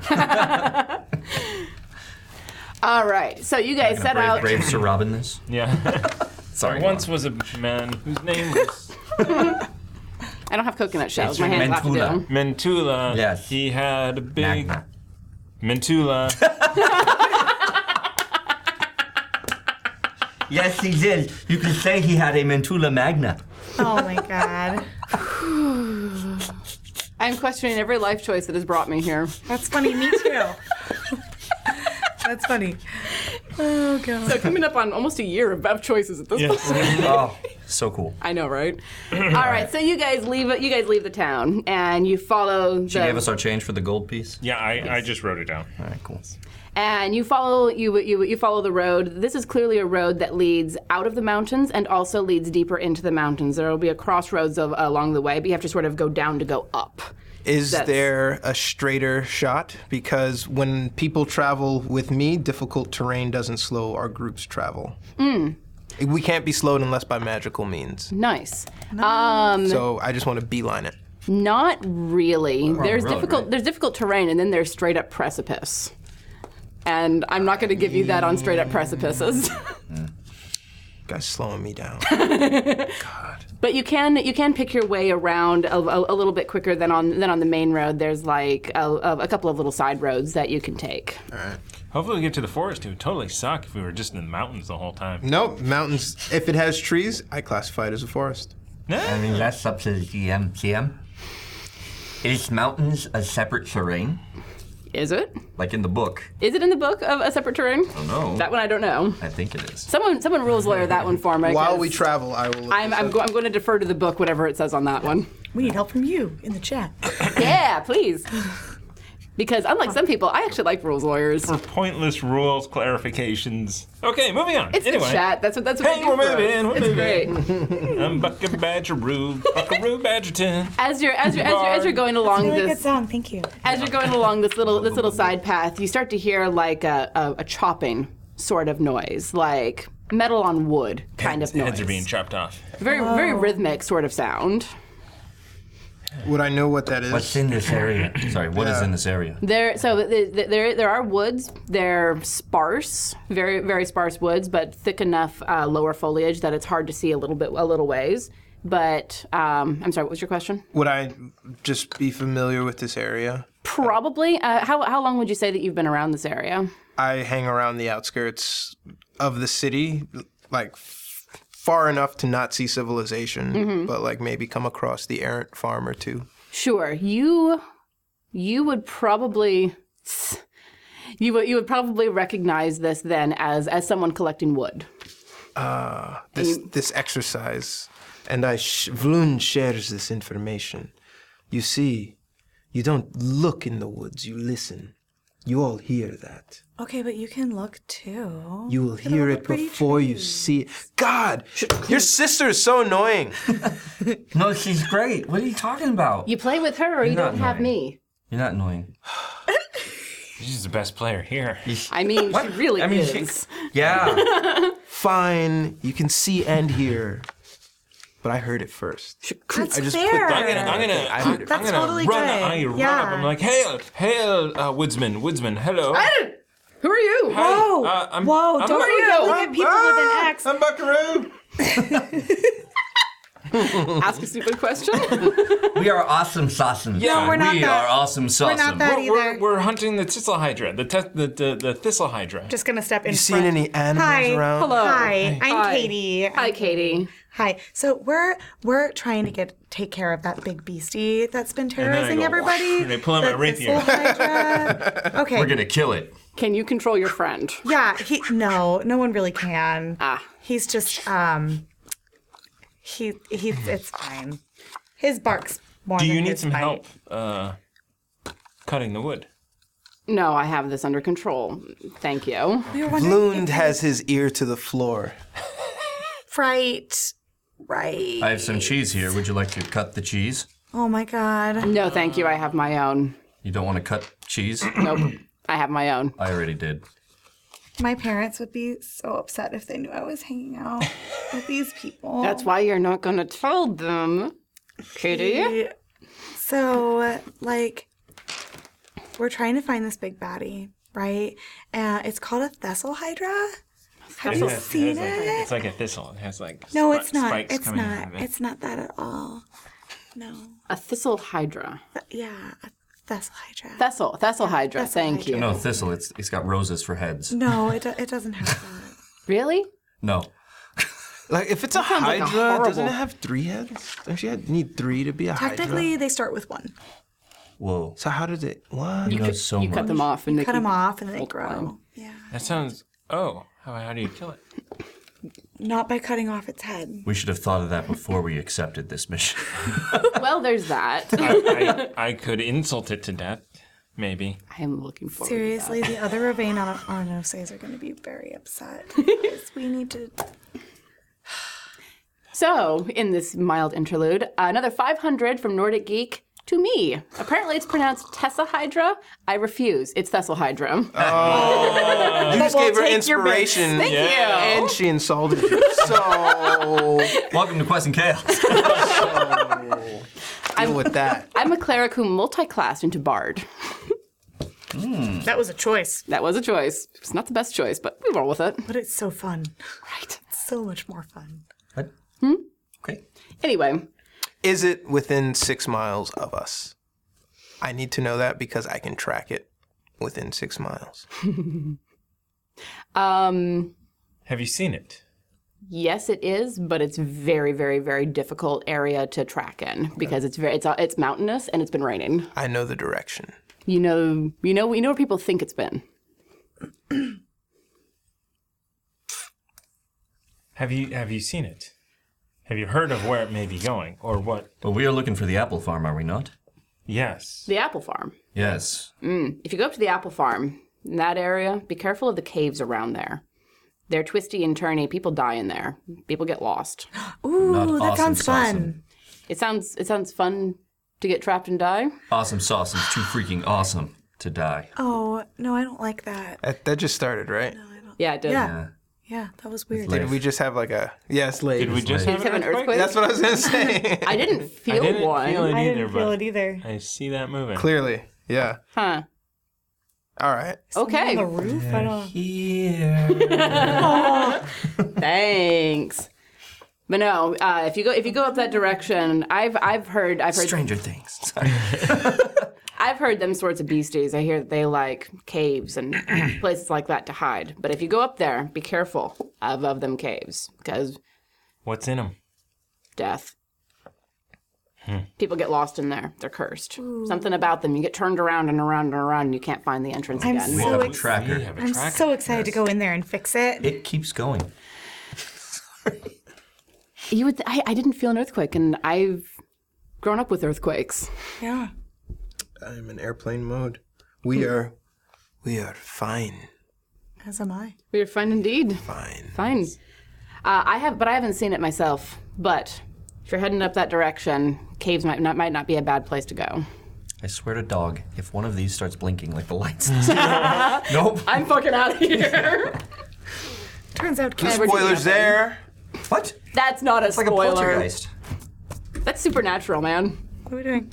B: All right, so you guys set
D: Brave,
B: out.
D: brave Sir Robin this.
C: Yeah.
I: Sorry.
C: There once was a man whose name was
B: I don't have coconut shells.
I: It's
B: My hands have to do
I: Mentula.
B: them.
C: Mentula.
I: Yes.
C: He had a big
I: Magma.
C: Mentula.
I: Yes, he did. You can say he had a Mentula Magna.
F: Oh my god.
B: I'm questioning every life choice that has brought me here.
F: That's funny. Me too. That's funny. Oh god.
B: So coming up on almost a year of Bev choices at this point.
I: oh, so cool.
B: I know, right? All right, so you guys leave. You guys leave the town, and you follow.
D: She
B: the,
D: gave us our change for the gold piece.
C: yeah, I, I just wrote it down.
D: All right, cool.
B: and you follow you, you you follow the road. This is clearly a road that leads out of the mountains and also leads deeper into the mountains. There will be a crossroads of, along the way, but you have to sort of go down to go up.
E: Is
B: That's-
E: there a straighter shot? Because when people travel with me, difficult terrain doesn't slow our group's travel.
B: Hmm.
E: We can't be slowed unless by magical means.
B: Nice. Um,
E: So I just want to beeline it.
B: Not really. there's
D: road,
B: difficult
D: right?
B: there's difficult terrain, and then there's straight up precipice. And I'm not going to give you that on straight up precipices.
E: Guys, slowing me down. God.
B: But you can you can pick your way around a, a, a little bit quicker than on than on the main road. There's like a, a a couple of little side roads that you can take.
C: Hopefully, we get to the forest. It would totally suck if we were just in the mountains the whole time.
E: Nope, mountains. If it has trees, I classify it as a forest.
I: I mean, that's up to the GM. GM? Is mountains a separate terrain?
B: Is it?
I: Like in the book?
B: Is it in the book of a separate terrain?
I: I don't know.
D: Oh.
B: That one I don't know.
I: I think it is.
B: Someone someone rules lawyer that one for me.
E: While
B: 'cause
E: we travel, I will. look
B: I'm
E: this
B: I'm,
E: up.
B: go- I'm going to defer to the book whatever it says on that one.
F: We need help from you in the chat.
B: yeah, please. Because unlike some people, I actually like rules lawyers.
C: For pointless rules clarifications. Okay, moving on.
B: It's
C: anyway,
B: good chat. That's what that's what
C: Hey,
B: they do
C: we're
B: for us.
C: moving, we're
B: It's
C: moving.
B: great.
C: I'm Buckaroo Badgeroo, Buckaroo Badgerton.
B: As you're as you're as you're, as you're going along
F: Really
B: this
F: good song. Thank you.
B: as you're going along this little this little side path, you start to hear like a, a, a chopping sort of noise, like metal on wood kind of noise.
C: Heads are being Oh. chopped off.
B: very very rhythmic sort of sound.
E: Would I know what that is?
I: What's in this area?
D: Sorry, what is
E: Yeah.
D: in this area?
B: There so th- th- there there are woods. They're sparse, very very sparse woods, but thick enough uh, lower foliage that it's hard to see a little bit a little ways. But um, I'm sorry, what was your question?
E: Would I just be familiar with this area?
B: Probably. Uh, how how long would you say that you've been around this area?
E: I hang around the outskirts of the city, like f- far enough to not see civilization, but like maybe come across the errant farm or two.
B: Sure. You you would probably you would you would probably recognize this then as as someone collecting wood.
E: This this exercise, and I sh- Vloon shares this information. You see, you don't look in the woods; you listen. You all hear that.
F: Okay, but you can look too.
E: You will hear
F: look
E: it
F: at pretty
E: before you see it. God, your sister is so annoying.
I: No, she's great. What are you talking about?
B: You play with her or you
I: Not
B: don't have me.
I: You're not annoying.
C: She's the best player here.
B: I mean, she really
I: I mean, she-
B: is.
I: Yeah.
E: Fine, you can see and hear, but I heard it first.
F: That's
E: I just put
F: fair.
C: I'm gonna, I'm gonna,
E: I heard it
F: That's
C: I'm gonna
F: totally
C: run.
F: good.
C: I run
F: Yeah.
C: up. I'm like, hail, hail, uh, woodsman, woodsman, hello.
B: Who are you?
F: Whoa!
C: Uh, I'm-
F: Whoa!
C: I'm-
F: don't
C: Where
B: you
F: look
B: going?
F: at people
C: Ah!
F: with an X.
E: I'm Buckaroo.
B: Ask a stupid question.
I: we are awesome sausum.
C: No,
F: we're not
I: We
F: that-
I: are awesome sausum.
F: We're not that
C: We're, we're,
F: either.
C: we're hunting the thistle hydra, the, te- the, the the thistle hydra.
F: Just gonna step in.
E: You seen
F: front.
E: any animals
F: Hi.
E: around?
B: Hello.
F: Hi, I'm
B: Hi.
F: Katie.
B: Hi, Katie.
F: Hi. So we're we're trying to get take care of that big beastie that's been
C: I
F: terrorizing
C: go,
F: everybody.
C: and I pull out my
F: The
C: rapier.
F: thistle hydra. okay.
I: We're gonna kill it.
B: Can you control your friend?
F: Yeah, he no, no one really can. Ah. He's just um he he's it's fine. His bark's more
C: Do you
F: than
C: need
F: his
C: some
F: bite.
C: help uh, cutting the wood?
B: No, I have this under control. Thank you.
F: We were wondering
E: Lund has his ear to the floor.
F: right. Right.
D: I have some cheese here. Would you like to cut the cheese?
F: Oh my god.
B: No, thank you. I have my own.
D: You don't want to cut cheese?
B: Nope. I have my own.
D: I already did.
F: My parents would be so upset if they knew I was hanging out with these people.
B: That's why you're not going to tell them. Katie?
F: So, like, we're trying to find this big baddie, right? Uh, it's called a Thessal Hydra. Have
C: It
F: you
C: has- it
F: seen
C: has like-
F: it?
C: it's like a thistle. It has like
F: No,
C: spri-
F: it's not.
C: spikes
F: It's
C: coming out
F: not.
C: of it.
F: It's not that at all. No.
B: A thistle hydra.
F: But yeah, a Thessal Hydra.
B: Thistle, thistle hydra.
F: Thistle
B: thank
F: hydra.
B: you.
D: No, Oh, thistle. It's it's got roses for heads.
F: no, it, do- it doesn't have that.
B: Really?
D: No.
E: Like if it's a
B: sounds like a
E: hydra, doesn't
B: horrible-
E: it have three heads? Don't you have- need three to be a
F: Technically,
E: hydra?
F: they start with one.
D: Whoa.
E: So how did it? What?
D: You know so
B: you
D: much.
B: cut them off and they
F: Cut them
B: keep-
F: off and then they grow. Yeah.
C: That sounds. Oh, how, how do you kill it?
F: Not by cutting off its head.
D: We should have thought of that before we accepted this mission.
B: Well, there's that.
C: I, I, I could insult it to death, maybe.
B: I'm looking forward. to that.
F: Seriously, the other Ravain on Arnoses are going to be very upset. because we need to.
B: So, in this mild interlude, another 500 from Nordic Geek to me. Apparently, it's pronounced Tessa Hydra. I refuse. It's Thessal Hydra.
E: You just gave her
B: take your bits.
E: inspiration,
B: Thank you.
E: and she insulted you. So
D: Welcome to Quest and Chaos.
E: deal with that.
B: I'm a cleric who multiclassed into bard.
F: That was a choice.
B: That was a choice. It's not the best choice, but we roll with it.
F: But it's so fun.
B: Right.
F: So much more fun.
D: What? Okay.
B: Anyway,
E: Is it within six miles of us? I need to know that because I can track it within six miles.
B: um,
C: Have you seen it?
B: yes, it is, but it's very, very, very difficult area to track in because it's very it's uh, it's mountainous and it's been raining.
E: I know the direction.
B: You know, you know, you know where people think it's been.
C: Have you have you seen it? Have you heard of where it may be going or what?
D: But we are looking for the apple farm, are we not?
C: Yes.
B: The apple farm.
D: Yes.
B: If you go up to the apple farm in that area, be careful of the caves around there. They're twisty and turny. People die in there. People get lost.
F: Ooh,
D: Not
F: that
D: awesome
F: sounds
D: sauce
F: fun.
D: and-
B: It sounds it sounds fun to get trapped and die.
D: Awesome sauce is too freaking awesome to die.
F: Oh, no, I don't like that.
E: That, that just started, right?
B: Yeah, it does.
F: Yeah. Yeah, that was weird.
E: Did we just have like a yes, lady?
C: Did we just have,
B: Have an earthquake?
E: That's what I was gonna say.
B: I didn't feel
C: I didn't
B: one.
C: feel it
F: I
C: either,
F: didn't feel
C: but
F: it either.
C: I see that moving.
E: Clearly, yeah.
B: Huh.
E: All right.
F: On the
B: Okay.
F: roof? I don't know.
B: Thanks. But no, uh, if you go if you go up that direction, I've I've heard I've heard
D: Stranger Things. Sorry.
B: I've heard them sorts of beasties. I hear that they like caves and places like that to hide. But if you go up there, be careful of, of them caves because
C: What's in Hmm. them?
B: death. People get lost in there. They're cursed. Something about them. You get turned around and around and around, and you can't find the entrance
F: I'm
B: again.
D: We
F: So
D: have a
F: it's-
D: tracker.
C: We have a
F: I'm
C: track.
F: so excited to go in there and fix it.
D: It keeps going.
B: You would. I, I didn't feel an earthquake, and I've grown up with earthquakes.
F: Yeah.
E: I'm in airplane mode. We are, we are fine,
F: As am I.
B: We are fine indeed.
E: fine.
B: Fine. Uh, I have, but I haven't seen it myself. But if you're heading up that direction, caves might not might not be a bad place to go.
D: I swear to dog, if one of these starts blinking like the lights. nope.
B: I'm fucking out of here.
F: Turns out
E: No
F: kids were
E: spoilers there.
D: What?
B: That's not a
D: Like a
B: spoiler.
D: poltergeist.
B: That's supernatural, man.
F: What are we doing?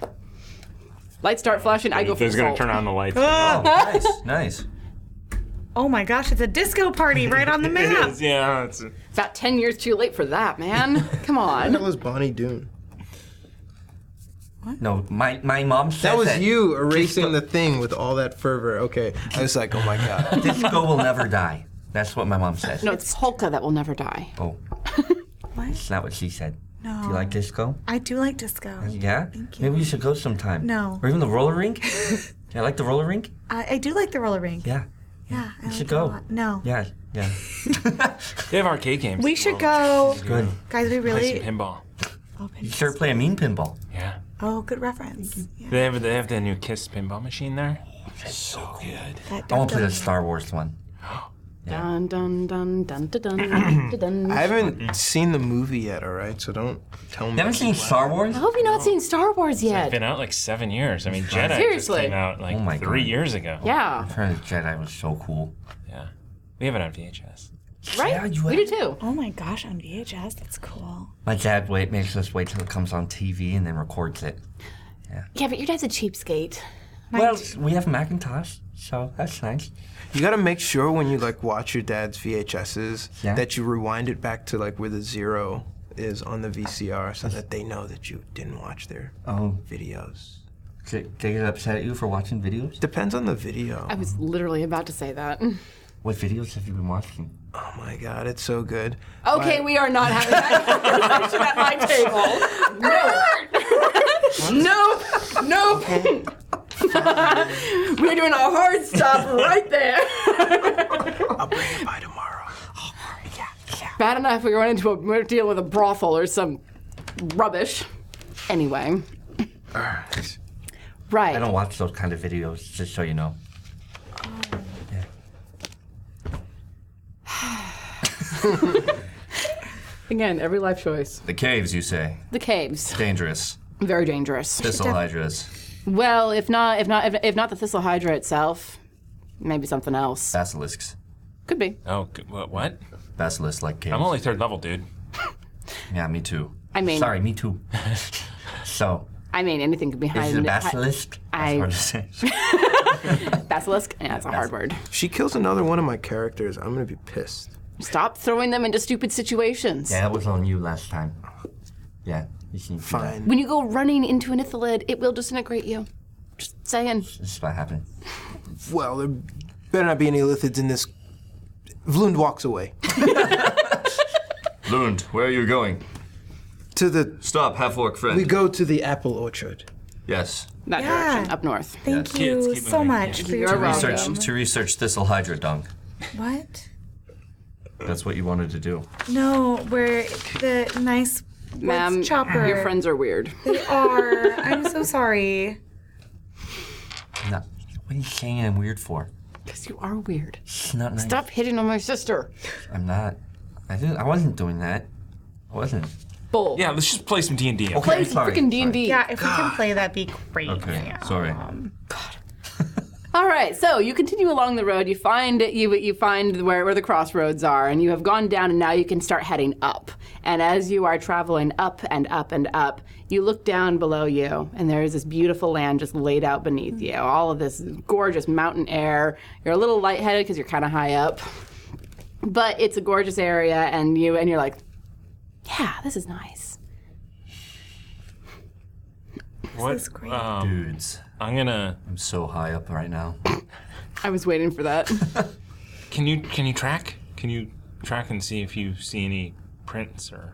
B: Lights start flashing. I go for
C: Ethan's
B: salt.
C: gonna turn on the lights.
D: Oh, nice, nice.
F: Oh my gosh, it's a disco party right on the map.
C: yeah, it's,
B: About ten years too late for that, man. Come on.
E: That was Bonnie Doon.
D: No, my my mom said
E: That was
D: that
E: you erasing the thing with all that fervor. Okay, I was like, oh my god.
D: Disco will never die. That's what my mom said.
B: No, it's Polka that will never die.
D: Oh. That's not what she said. No. Do you like disco?
F: I do like disco.
D: Yeah. Maybe we should go sometime.
F: No.
D: Or even the roller rink. Do I like the roller rink?
F: I, I do like the roller rink.
D: Yeah.
F: Yeah, I
D: should
F: like it a
D: go.
F: lot. No.
D: Yeah. Oh, Yeah.
C: they have arcade games.
F: We should go.
D: Good.
F: Guys,
C: play
F: we really.
C: some pinball.
F: Open.
D: You sure play a mean pinball.
C: Yeah.
F: Oh, good reference. Yeah,
C: They have they have the new Kiss pinball machine there. It's so good.
F: that
D: I want to play the
F: does-
D: Star Wars one.
B: Dun dun dun dun dun dun dun. dun.
E: I haven't seen the movie yet. All right, so don't tell
D: You
E: me.
D: haven't seen Star Wars?
B: How have you not seen Star Wars yet?
C: Been out like seven years. I mean, Jedi just
B: Seriously.
C: came out like
D: Oh
C: three
D: my God.
C: years ago.
B: Yeah,
D: Return of the Jedi was so cool.
C: Yeah. We have it on VHS.
B: right.
D: Yeah, you
B: we do
D: have-
B: too.
F: Oh my gosh, on VHS, that's cool.
D: My dad wait makes us wait till it comes on TV and then records it.
B: Yeah, but your dad's a cheapskate.
D: Well, we have Macintosh,
I: so that's nice.
E: You gotta make sure when you like watch your dad's VHSs
I: Yeah.
E: that you rewind it back to like where the zero is on the VCR so that they know that you didn't watch their
I: Oh,
E: videos.
I: they they get upset at you for watching videos?
E: Depends on the video.
B: I was literally about to say that.
I: What videos have you been watching?
E: Oh my god, it's so good.
B: Okay, we are not having that conversation at my table. No. nope. Nope. We're doing a hard stop right there.
E: I'll bring it by tomorrow.
B: Bad enough we run into a deal with a brothel or some rubbish. Anyway. Right.
I: I don't watch those kind of videos, just so you know.
B: Again, every life choice.
D: The caves, you say?
B: The caves.
D: Dangerous.
B: Very dangerous.
D: Thistle hydras.
B: Well, if not, if not, if, if not the thistle hydra itself, maybe something else.
D: Basilisks.
B: Could be.
C: Oh, g- wha- what?
D: Basilisk like caves.
C: I'm only third level, dude.
D: yeah, me too.
B: I mean,
I: Sorry, me too. so,
B: I mean, anything could be
I: is
B: behind.
I: it a basilisk?
B: I-
I: That's hard to say.
B: Basilisk? Yeah, that's a hard word.
E: If she kills another one of my characters, I'm gonna be pissed.
B: Stop throwing them into stupid situations.
I: yeah, that was on you last time. Yeah, you can
E: Fine.
B: When you go running into an ithalid, it will disintegrate you. Just saying.
I: This is what happened.
E: Well, there better not be any lithids in this. Vlund walks away.
D: Lund, where are you going?
E: To the.
D: Stop, half orc friend.
E: We go to the apple orchard.
D: yes.
B: That
F: Yeah.
B: direction, up north.
F: Thank
C: kids,
F: you
C: keep
F: so
C: moving,
F: much for your
B: You're
F: time.
B: welcome.
D: Search to research thistle hydra dung.
F: What?
D: That's what you wanted to do.
F: No, we're the nice woods
B: Ma'am,
F: chopper.
B: Um, your friends are weird.
F: They are. I'm so sorry.
I: No, what are you saying I'm weird for?
B: Because you are weird.
I: It's not nice.
B: Stop hitting on my sister.
I: I'm not. I didn't. I wasn't doing that. I wasn't.
B: Bull.
C: Yeah, let's just play some D and D.
I: Okay,
B: Play
I: sorry,
B: freaking
I: sorry.
B: D&D.
F: Yeah, if we can play, that'd be great.
D: Okay,
F: Yeah.
D: sorry.
B: All right, so you continue along the road. You find you you find where, where the crossroads are, and you have gone down, and now you can start heading up. And as you are traveling up and up and up, you look down below you, and there is this beautiful land just laid out beneath you. All of this gorgeous mountain air. You're a little lightheaded because you're kind of high up, but it's a gorgeous area, and you and you're like, yeah, this is nice.
C: What? um,
F: That's great.
D: Dudes,
C: I'm gonna.
D: I'm so high up right now.
B: I was waiting for that.
C: Can you can you track? Can you track and see if you see any prints or?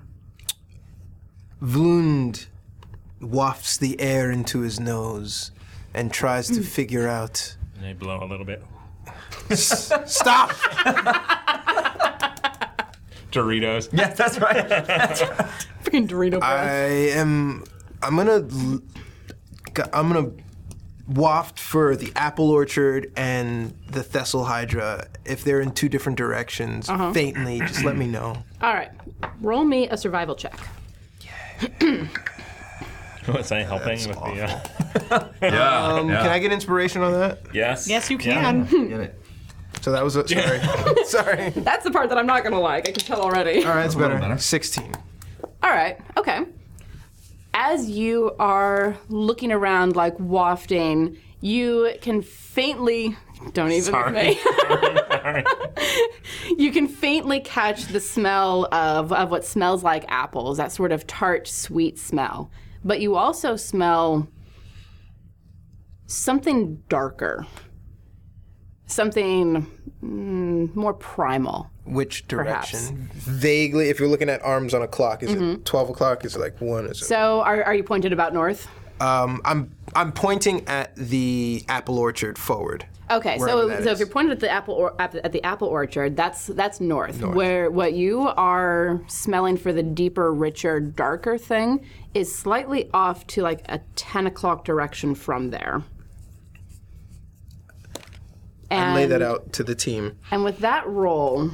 E: Vlund wafts the air into his nose and tries to figure out.
C: And I blow a little bit.
E: Stop!
C: Doritos.
I: Yeah, that's right.
B: Freaking Dorito
E: I am. I'm gonna. l- I'm gonna waft for the apple orchard and the thistle hydra. If they're in two different directions, faintly, just let me know.
B: All right, roll me a survival check.
C: Was I helping with the? Uh,
D: Yeah.
E: Um, Can I get inspiration on that?
C: yes.
F: yes, you
C: Yeah.
F: can.
D: get it?
E: So that was a, sorry. sorry.
B: That's the part that I'm not gonna like. I can tell already.
E: All right, that's better.
D: better.
E: Sixteen.
B: All right. Okay. As you are looking around, like wafting, you can faintly. Don't even
C: Sorry.
B: with me. you can faintly catch the smell of, of what smells like apples, that sort of tart, sweet smell. But you also smell something darker, something mm, more primal.
E: Which
B: Perhaps.
E: direction? Vaguely, if you're looking at arms on a clock, is it twelve o'clock? Is it like one? Is it?
B: So, are, are you pointed about north?
E: Um, I'm I'm pointing at the apple orchard forward.
B: Okay,
E: wherever
B: so
E: that
B: so
E: is.
B: if you're pointed at the apple or, at, the, at the apple orchard, that's that's north, Where what you are smelling for the deeper, richer, darker thing is slightly off to like a ten o'clock direction from there. And,
E: Lay that out to the team.
B: and with that roll,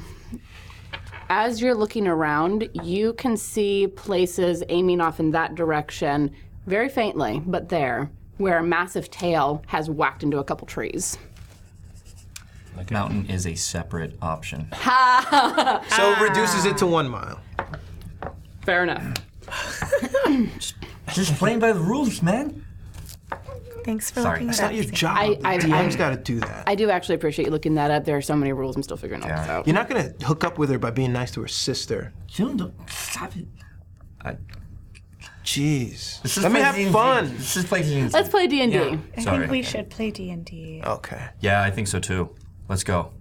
B: as you're looking around, you can see places aiming off in that direction, very faintly, but there, where a massive tail has whacked into a couple trees.
D: Mountain is a separate option.
E: So
B: ah.
E: it reduces it to one mile.
B: Fair enough.
I: Just playing by the rules, man.
F: Thanks for
I: Sorry,
F: looking
I: that's
F: it
I: not
F: up.
E: Your job.
B: I-
E: the
B: I-
E: DM's
B: I-
E: got to do that.
B: I do actually appreciate you looking that up. There are so many rules. I'm still figuring all this out.
E: You're not gonna hook up with her by being nice to her sister.
I: June, don't, stop it. I,
E: Jeez.
I: this is
E: Let me
I: play
E: have
I: D&D.
E: fun.
I: This is play D&D.
B: Let's play D and D.
F: I
D: Sorry.
F: think we should play D and D.
E: Okay.
D: Yeah, I think so too. Let's go.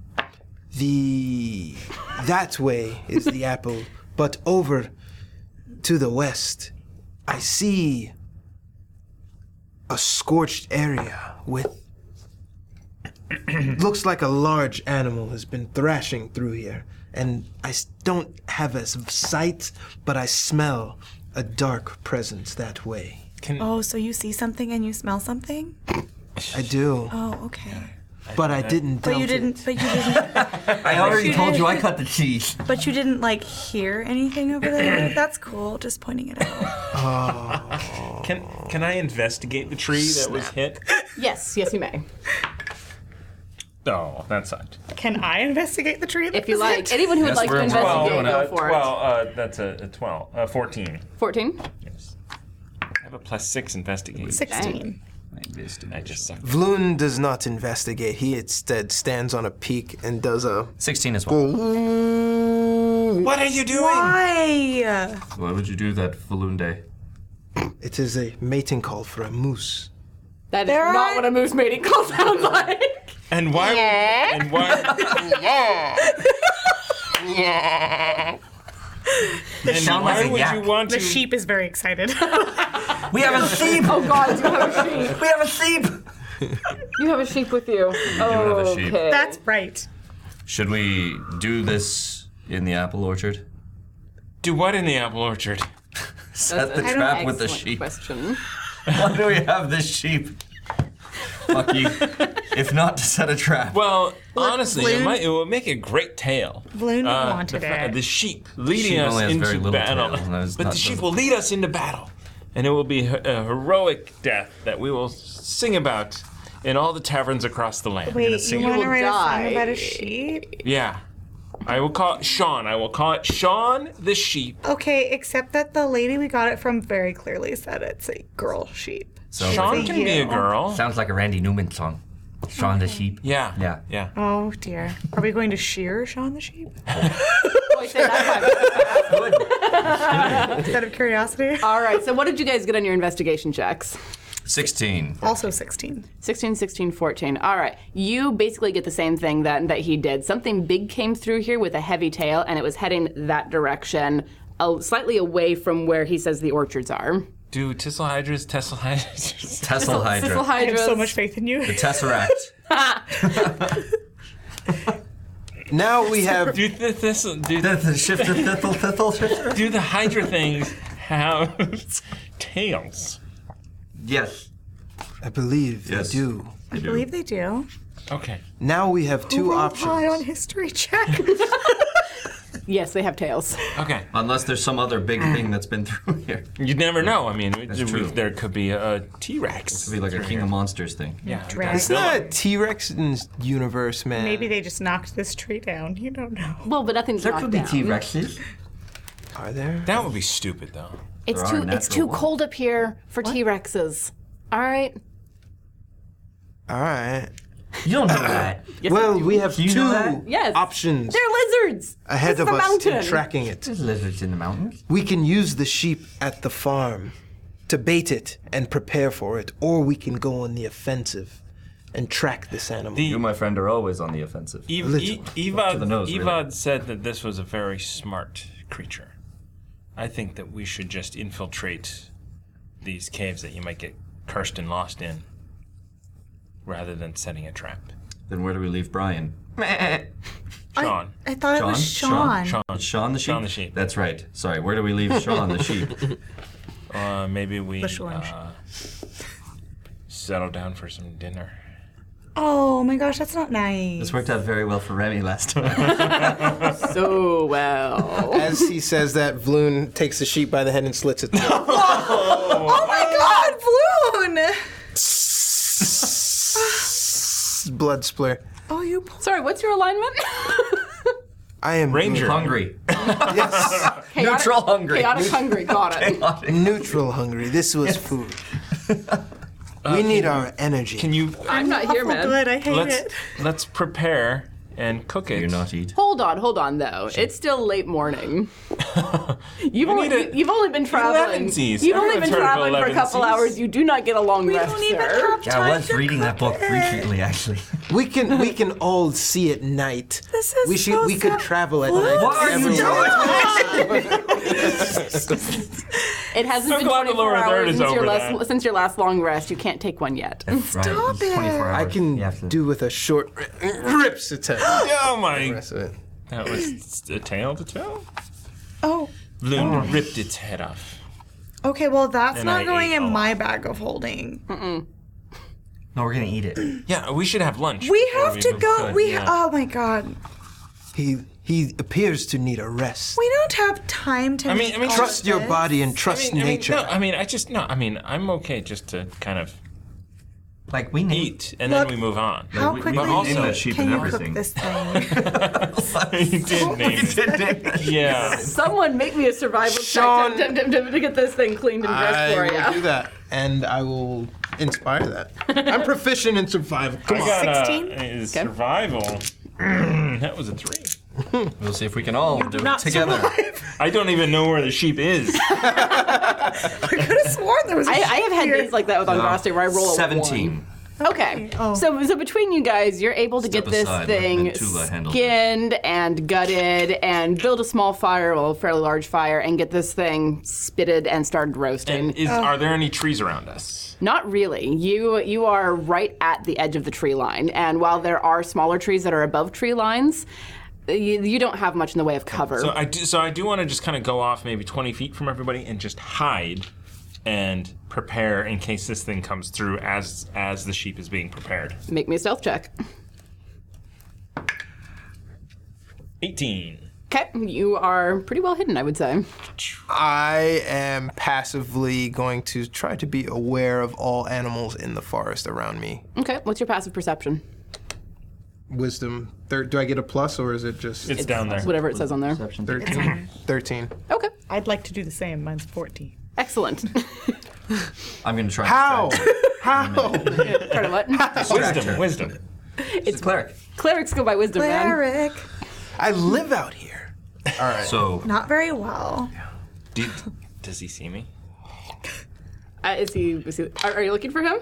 E: The that way is the apple, but over to the west, I see a scorched area with looks like a large animal has been thrashing through here, and I s- don't have a s- sight, but I smell a dark presence that way.
F: Oh, so you see something and you smell something?
E: I do,
F: Oh, okay.
E: but I didn't.
F: But you
E: doubt
F: didn't.
E: It.
F: But you didn't.
I: I already told you I cut the cheese.
F: But you didn't like hear anything over there. That's cool. Just pointing it out.
C: Can can I investigate the tree that was hit?
B: Yes, yes, you may,
C: No, that's not.
F: Can I investigate the tree?
B: if you like. Anyone who would like to
D: we're- we're all
B: investigate,
D: doing
B: go
C: uh,
B: for
C: well, uh, that's a, a 12, uh, 14.
B: it. Fourteen.
C: Yes. I have a plus six investigate.
F: Sixteen.
C: I just suck.
E: Vloon does not investigate. He instead stands on a peak and does a
D: 16 as well.
C: What are you doing?
F: Why?
D: Why would you do that, Balloon Day?
E: It is a mating call for a moose.
B: That is
F: There
B: not
F: are-
B: what a moose mating call sounds like.
C: And why?
B: Yeah.
C: And why? And
I: Sound like
C: why
I: a
C: would
I: yak.
C: you want to?
F: The sheep is very excited.
I: We have a sheep!
B: Oh God, you have a sheep.
I: We have a sheep!
B: You have a sheep with you.
D: have a
B: Oh,
D: sheep.
B: okay.
F: That's right.
D: Should we do this in the apple orchard?
C: Do what in the apple orchard?
D: Set the
F: I don't-
D: trap with the
B: Excellent
D: sheep.
B: Question.
D: Why do we have this sheep? Fuck you. if not to set a trap.
C: Well, honestly, it, might, it will make a great tale.
F: Balloon
C: Uh,
F: wanted
C: the, fa-
F: it.
C: the sheep leading
D: Sheep
C: us
D: only has
C: into
D: very little
C: battle,
D: tails, and it's
C: but
D: not-
C: the sheep
D: doesn't-
C: will lead us into battle, and it will be he- a heroic death that we will sing about in all the taverns across the land.
F: Wait, you want
B: will
F: to write a
B: die.
F: song about a sheep?
C: Yeah, I will call it Sean. I will call it Sean the sheep.
F: Okay, except that the lady we got it from very clearly said it's a girl sheep.
D: So-
C: Sean can be a
F: you.
C: girl.
I: Sounds like a Randy Newman song. Sean the sheep.
C: Yeah.
I: Yeah.
C: Yeah.
F: Oh dear. Are we going to shear Sean the sheep?
B: Oh, I said that five.
F: Out of curiosity.
B: All right. So, what did you guys get on your investigation checks?
D: 16.
F: Also 16.
B: 16, 16, 14. All right. You basically get the same thing that, that he did. Something big came through here with a heavy tail, and it was heading that direction, uh, slightly away from where he says the orchards are.
C: Do Tisselhydras, Tesselhydras?
D: Tessel
B: Thistle
D: Hydra.
F: I have
B: hydras.
F: so much faith in you.
D: Tesseract.
E: Now we have
C: do the thistle? Do
D: the,
C: the,
D: the shift of thistle, thistle, thistle.
C: do the Hydra things have tails?
I: Yes.
E: I believe they
D: Yes.
E: do.
F: I believe they do.
C: Okay.
E: Now we have two
F: Roll high on
E: options.
F: history check.
B: Yes, they have tails.
C: Okay.
D: Unless there's some other big thing that's been through here. It'd
C: You never know. I mean, we, we,
D: true.
C: there could be a T Rex.
D: be like a King of Monsters thing.
C: Yeah.
F: Dragon.
E: It's not a T-Rex in this universe, man.
F: Maybe they just knocked this tree down. You don't know.
B: Well, but nothing's
I: There
B: knocked
I: could be
B: down.
I: T Rexes.
E: are there?
C: That would be stupid, though.
B: It's
D: There are
B: too it's
D: natural
B: too
D: ones.
B: cold up here for T Rexes. All right.
E: All right.
I: You don't know that.
E: well, we have
I: You know
E: two
I: that?
B: Yes.
E: options
B: They're lizards.
E: ahead
B: It's
E: of
B: the
E: us in
B: mountain.
E: tracking it.
I: There's lizards in the mountains.
E: We can use the sheep at the farm to bait it and prepare for it, or we can go on the offensive and track this animal.
C: The-
D: You, my friend, are always on the offensive.
C: Ev-
E: Little.
C: E-
D: Up to the
C: Evad,
D: nose, really.
C: Evad said that this was a very smart creature. I think that we should just infiltrate these caves that you might get cursed and lost in, rather than setting a trap.
D: Then where do we leave Brian?
C: Sean.
F: I thought it was Sean.
D: Sean, Sean, Sean the sheep.
C: Sean the sheep.
D: That's right. Sorry. Where do we leave Sean the sheep?
C: Uh, maybe we
F: The Sean.
C: uh, settle down for some dinner.
F: Oh my gosh, that's not nice.
I: This worked out very well for Remy last time.
B: So well.
E: As he says that, Vloon takes the sheep by the head and slits it.
F: Oh my god, Bloon!
E: Blood splur.
F: Oh, you poor
B: Sorry, what's your alignment?
E: I am
C: Ranger.
I: Hungry.
E: Yes.
B: Chaotic-
I: Neutral hungry.
B: Chaotic hungry. Got it.
E: Neutral hungry. This was food. we need our energy.
C: Can you
B: I'm not here,
F: Awful
B: man.
F: good. I hate
C: let's
F: it.
C: let's prepare and cook it?
D: You're not eat.
B: Hold on, hold on though. It's still late morning. You've only
C: need a-
B: you've only been traveling.
C: elevensies.
B: You've only
C: Everyone's
B: been
C: heard of
B: traveling for a couple
C: elevensies.
B: hours. You do not get a long
F: We
B: rest,
F: don't even
B: sir.
F: have
I: Yeah, I
F: time
I: was
F: to
I: reading that
F: cook
I: book
F: it.
I: recently, actually.
E: we can we can all see at night.
F: This is
E: we should
F: so
E: we could
F: sad.
E: travel at
F: What?
E: night.
F: What
I: are you
B: It hasn't
C: I'm
B: been
C: glad the
B: 24
C: lower third
B: hours
C: is
B: since your
C: over
B: last
C: that.
B: since your last long rest. You can't take one yet.
I: Stop right, it's
F: it.
I: 24
E: I
I: hours. You have
E: can
I: to-
E: do with a short rips attempt.
C: Oh my!
E: That's it.
C: That was a tale to tell.
F: Oh,
C: Loon ripped its head off.
F: okay. Well, that's
C: And
F: not
C: I
F: going
C: ate a
F: in
C: lot.
F: my bag of holding.
I: No, we're gonna eat it.
C: Yeah, we should have lunch.
F: We
C: before
F: have to
C: move
F: go.
C: on,
F: We.
C: yeah.
F: Oh my god.
E: He he appears to need a rest.
F: We don't have time to.
C: I mean-
F: make
C: I mean,
F: all
E: trust
F: of
E: your
F: this.
E: body and
C: I
E: trust
C: mean, I mean,
E: nature.
C: no, I mean, I just no. I mean, I'm okay just to kind of
I: Like we need.
C: eat and
F: Look.
C: then we move on.
F: How
D: we- we
F: quickly
C: named
F: can
C: that
F: you
D: sheep and
F: cook
D: everything.
F: this thing?
C: he did name it. Yeah.
B: Someone make me a survival
E: Sean-
B: check to, to, to, to get this thing cleaned and dressed for
E: I will do
B: you.
E: that, and I will inspire that. I'm proficient in survival. Come
C: I
E: on.
C: got a-
F: 16?
C: a survival. that was a three.
D: We'll see if we can all do it
F: Not
D: together.
F: survive.
C: I don't even know where the sheep is.
F: I could have sworn there was. a
B: I, I have had
F: sheep here.
B: days like that with Andraste where I roll a one.
D: 17.
B: Okay. So, so between you guys, you're able to get this
D: aside, let
B: thing
D: Mintula handle this.
B: skinned and gutted and build a small fire, well, a fairly large fire, and get this thing spitted and started roasting.
C: And is
F: Oh.
C: are there any trees around us?
B: Not really. You you are right at the edge of the tree line, and while there are smaller trees that are above tree lines, you, you don't have much in the way of cover.
C: So I do. So I do want to just kind of go off maybe 20 feet from everybody and just hide, and prepare in case this thing comes through as as the sheep is being prepared.
B: Make me a stealth check.
C: 18.
B: Okay, you are pretty well hidden, I would say.
E: I am passively going to try to be aware of all animals in the forest around me.
B: Okay, what's your passive perception?
E: Wisdom. Thir- do I get a plus or is it just
C: It's, down there.
B: Whatever it says on there.
E: 13? 13.
B: Okay,
K: I'd like to do the same. Mine's 14.
B: excellent.
D: I'm going to try
E: How?
D: and distract
E: How?
B: Part of what?
C: Wisdom, wisdom.
D: It's cleric.
B: Clerics go by wisdom, man.
F: Cleric,
E: I live out here.
D: So,
F: not very well.
C: Did, does he see me?
B: Uh, is he? Is he are, are you looking for him?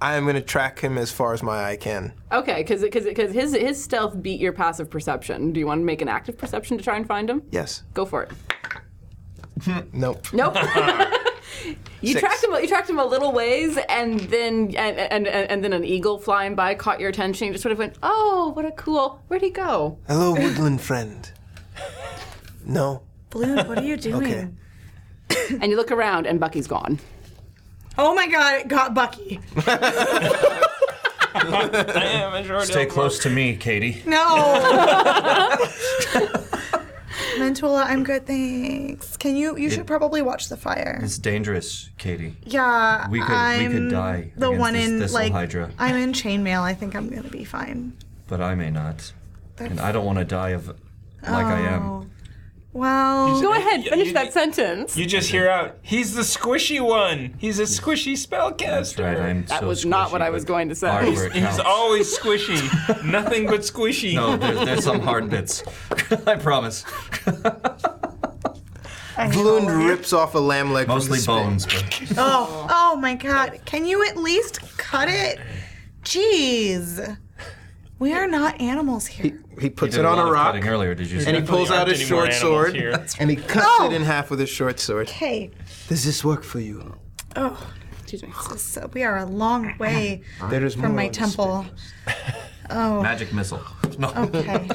E: I'm going to track him as far as my eye can.
C: Oh.
B: Okay, because because his his stealth beat your passive perception. Do you want to make an active perception to try and find him?
E: Yes.
B: Go for it.
E: Nope.
B: Nope. you
E: Six.
B: tracked him. You tracked him a little ways, and then and, and and and then an eagle flying by caught your attention. You just sort of went, "Oh, what a cool! Where'd he go?"
E: Hello, woodland friend. No.
F: Balloon, what are you doing?
E: Okay.
B: And you look around, and Bucky's gone.
F: Oh my god, it got Bucky.
C: I am a short
D: stay close to me, Katie.
F: No. Mentula, I'm good, thanks. Can you? You should probably watch the fire.
D: It's dangerous, Katie.
F: Yeah,
D: We could- we
F: I'm
D: could die
F: the
D: against
F: one
D: this
F: in
D: thistle
F: like
D: hydra.
F: I'm in chainmail. I think I'm gonna be fine.
D: But I may not. And I don't want to die of like I am.
F: Well,
B: Go ahead,
C: you-
B: finish
C: you-
B: that sentence.
C: You just hear out, he's the squishy one. He's a squishy
D: That's
C: spellcaster.
D: right. I'm
B: That
D: so
B: was not what
D: squishy,
B: I was
D: but
B: going to say.
D: hard where it
C: He's
D: counts.
C: always squishy. Nothing but squishy.
D: No, there's, there's some hard bits. I promise.
E: Balloon rips off a lamb leg. from
D: Mostly
E: the spit.
D: bones, but
F: oh, oh my god. Can you at least cut it? Jeez. We are not animals here.
E: He puts
D: Did
E: it on
D: lot
E: a
D: of
E: rock
D: Cutting earlier, did you?
E: and
D: say?
E: he pulls out
C: aren't
E: his
C: any more
E: short
C: animals
E: sword
C: here.
E: and he cuts
F: No.
E: it in half with his short sword.
F: Hey,
E: Does this work for you?
B: Excuse me.
F: this is- we are a long way
E: There is more
F: from my
E: on the
F: temple.
D: Magic missile. No.
F: Okay.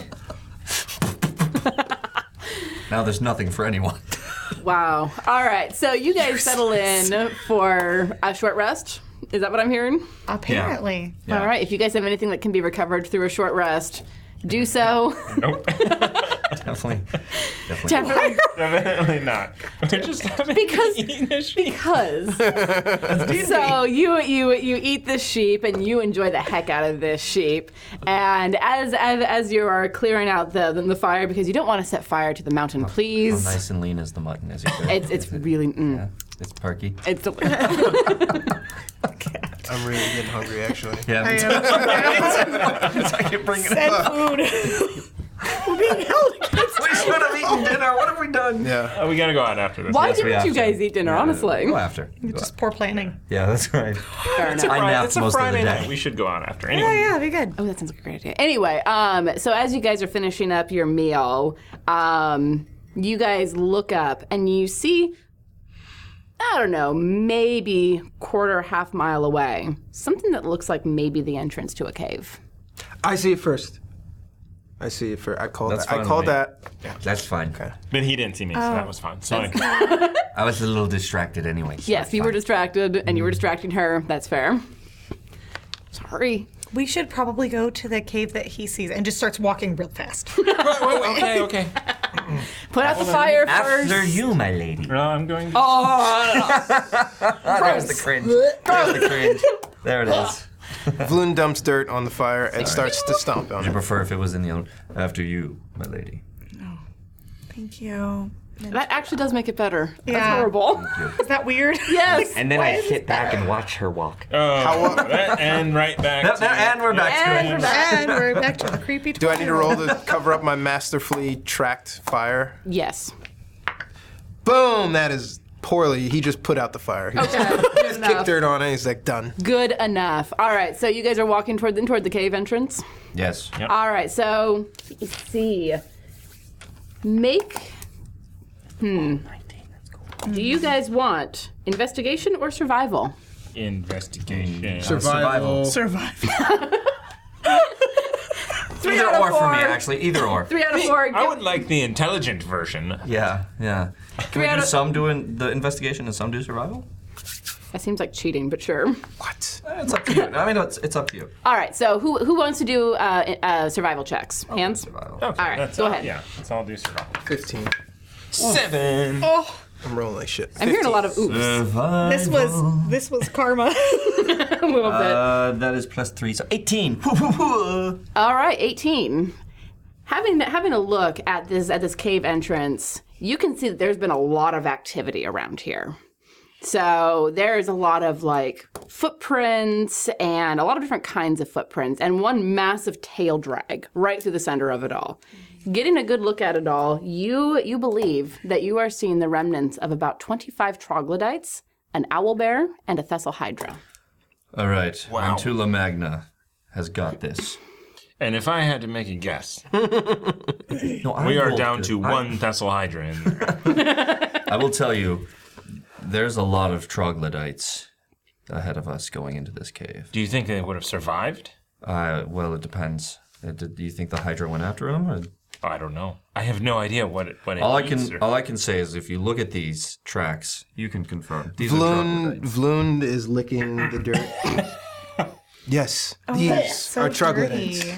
D: Now there's nothing for anyone.
B: Wow. All right. So you guys settle in for a short rest. Is that what I'm hearing?
F: Apparently.
D: Yeah.
B: All right. If you guys have anything that can be recovered through a short rest, do so.
D: Definitely.
B: Definitely.
C: Definitely not. We're just having
B: Because-
C: eaten a sheep.
B: Because. so you you you eat the sheep and you enjoy the heck out of this sheep. And as as, as you are clearing out the the fire because you don't want to set fire to the mountain, please.
D: Oh, Nice and lean as the mutton as you go.
B: It's it's really mm,
D: It's perky.
B: it's. del-
E: I'm really getting hungry, actually.
D: Yeah, me too. It's like you're bringing it up.
K: food. We're being held against
D: We should have eaten dinner. What have we done?
E: Yeah.
C: Oh, we gotta go out after this.
B: Why
D: Yes, we
B: didn't you
D: have to.
B: guys eat dinner, honestly?
D: Go after. Go
K: Just poor planning.
D: Yeah, that's right.
B: Fair enough.
D: I napped
C: it's a
D: most of the
C: Friday
D: day.
C: night. We should go out after.
K: Oh,
C: Anyway,
K: yeah, be good.
B: Oh, that sounds like a great idea. Anyway, um, so as you guys are finishing up your meal, um, you guys look up and you see, I don't know, maybe quarter, half mile away, something that looks like maybe the entrance to a cave.
E: I see it first. I see it first. I called
D: That's
E: that. I
D: fine
E: called
D: with me.
E: that.
D: That's fine.
C: but he didn't see me, so that was fine. Sorry.
D: I was a little distracted anyway. so
B: Yes,
D: that's
B: you were
D: fine.
B: distracted and you were distracting her. That's fair. Sorry.
F: We should probably go to the cave that he sees and just starts walking real fast.
C: okay, okay.
B: Put out the fire first.
I: After you, my lady.
C: No, I'm going. To...
D: Ah, there's the cringe. There's the cringe. There it is.
E: Vloon dumps dirt on the fire and starts to stomp on
D: I
E: it.
D: prefer if it was in the old. After you, my lady.
F: Thank you.
B: That actually does make it better. That's
F: Yeah.
B: horrible.
F: Is that weird?
B: Yes.
I: And then I sit back and watch her walk.
C: Oh, that- and right back.
D: That-
C: to-
D: that- and we're back
B: And
D: to
B: we're
D: it.
B: back.
F: and we're back to the creepy.
E: Do I need to roll to cover up my masterfully tracked fire?
B: Yes.
E: Boom! That is poorly. He just put out the fire. He just, he just kicked dirt on it. He's like, done.
B: Good enough. All right, so you guys are walking toward the, toward the cave entrance.
D: Yes.
B: All right, so let's see. Make. Hmm. Do you guys want investigation or survival?
C: Investigation.
K: Survive.
B: Three
D: Either or for me, actually. Either or.
B: Three out of four.
C: I would like the intelligent version.
D: Yeah, yeah. Can we
B: out
D: do
B: of-
D: some doing the investigation and some do survival?
B: That seems like cheating, but sure.
E: What?
D: Eh, It's up to you. I mean, it's, it's up to you.
B: All right, so who who wants to do uh, i- uh, survival checks? Hands.
D: Survival.
C: Okay,
B: All right,
C: that's
B: go ahead.
C: Yeah, let's all do survival.
E: 15.
C: Seven.
E: I'm rolling like shit.
B: I'm hearing a lot of oops.
K: This was this was karma.
B: a little bit.
D: Uh, that is plus three, so 18. Hoo, hoo, hoo.
B: All right, 18. Having having a look at this at this cave entrance, you can see that there's been a lot of activity around here. So there's a lot of like footprints and a lot of different kinds of footprints and one massive tail drag right through the center of it all. Getting a good look at it all, you you believe that you are seeing the remnants of about 25 troglodytes, an owl bear, and a thessal hydra.
D: All right. Wow. Antula Magna has got this.
C: And if I had to make a guess,
D: No, I
C: we are
D: rolled
C: down
D: good.
C: to
D: I-
C: one Thessal Hydra in there.
D: I will tell you, there's a lot of troglodytes ahead of us going into this cave.
C: Do you think they would have survived?
D: Uh, well, it depends. Uh, did, do you think the Hydra went after them? Or?
C: I don't know. I have no idea what it, what it
D: All I
C: eats
D: can
C: or-
D: all I can say is if you look at these tracks, you can confirm these are
E: Vloon,
D: troglodytes.
E: Vloon is licking the dirt.
B: Oh,
E: yes, these
F: so
E: are troglodytes.
F: dirty.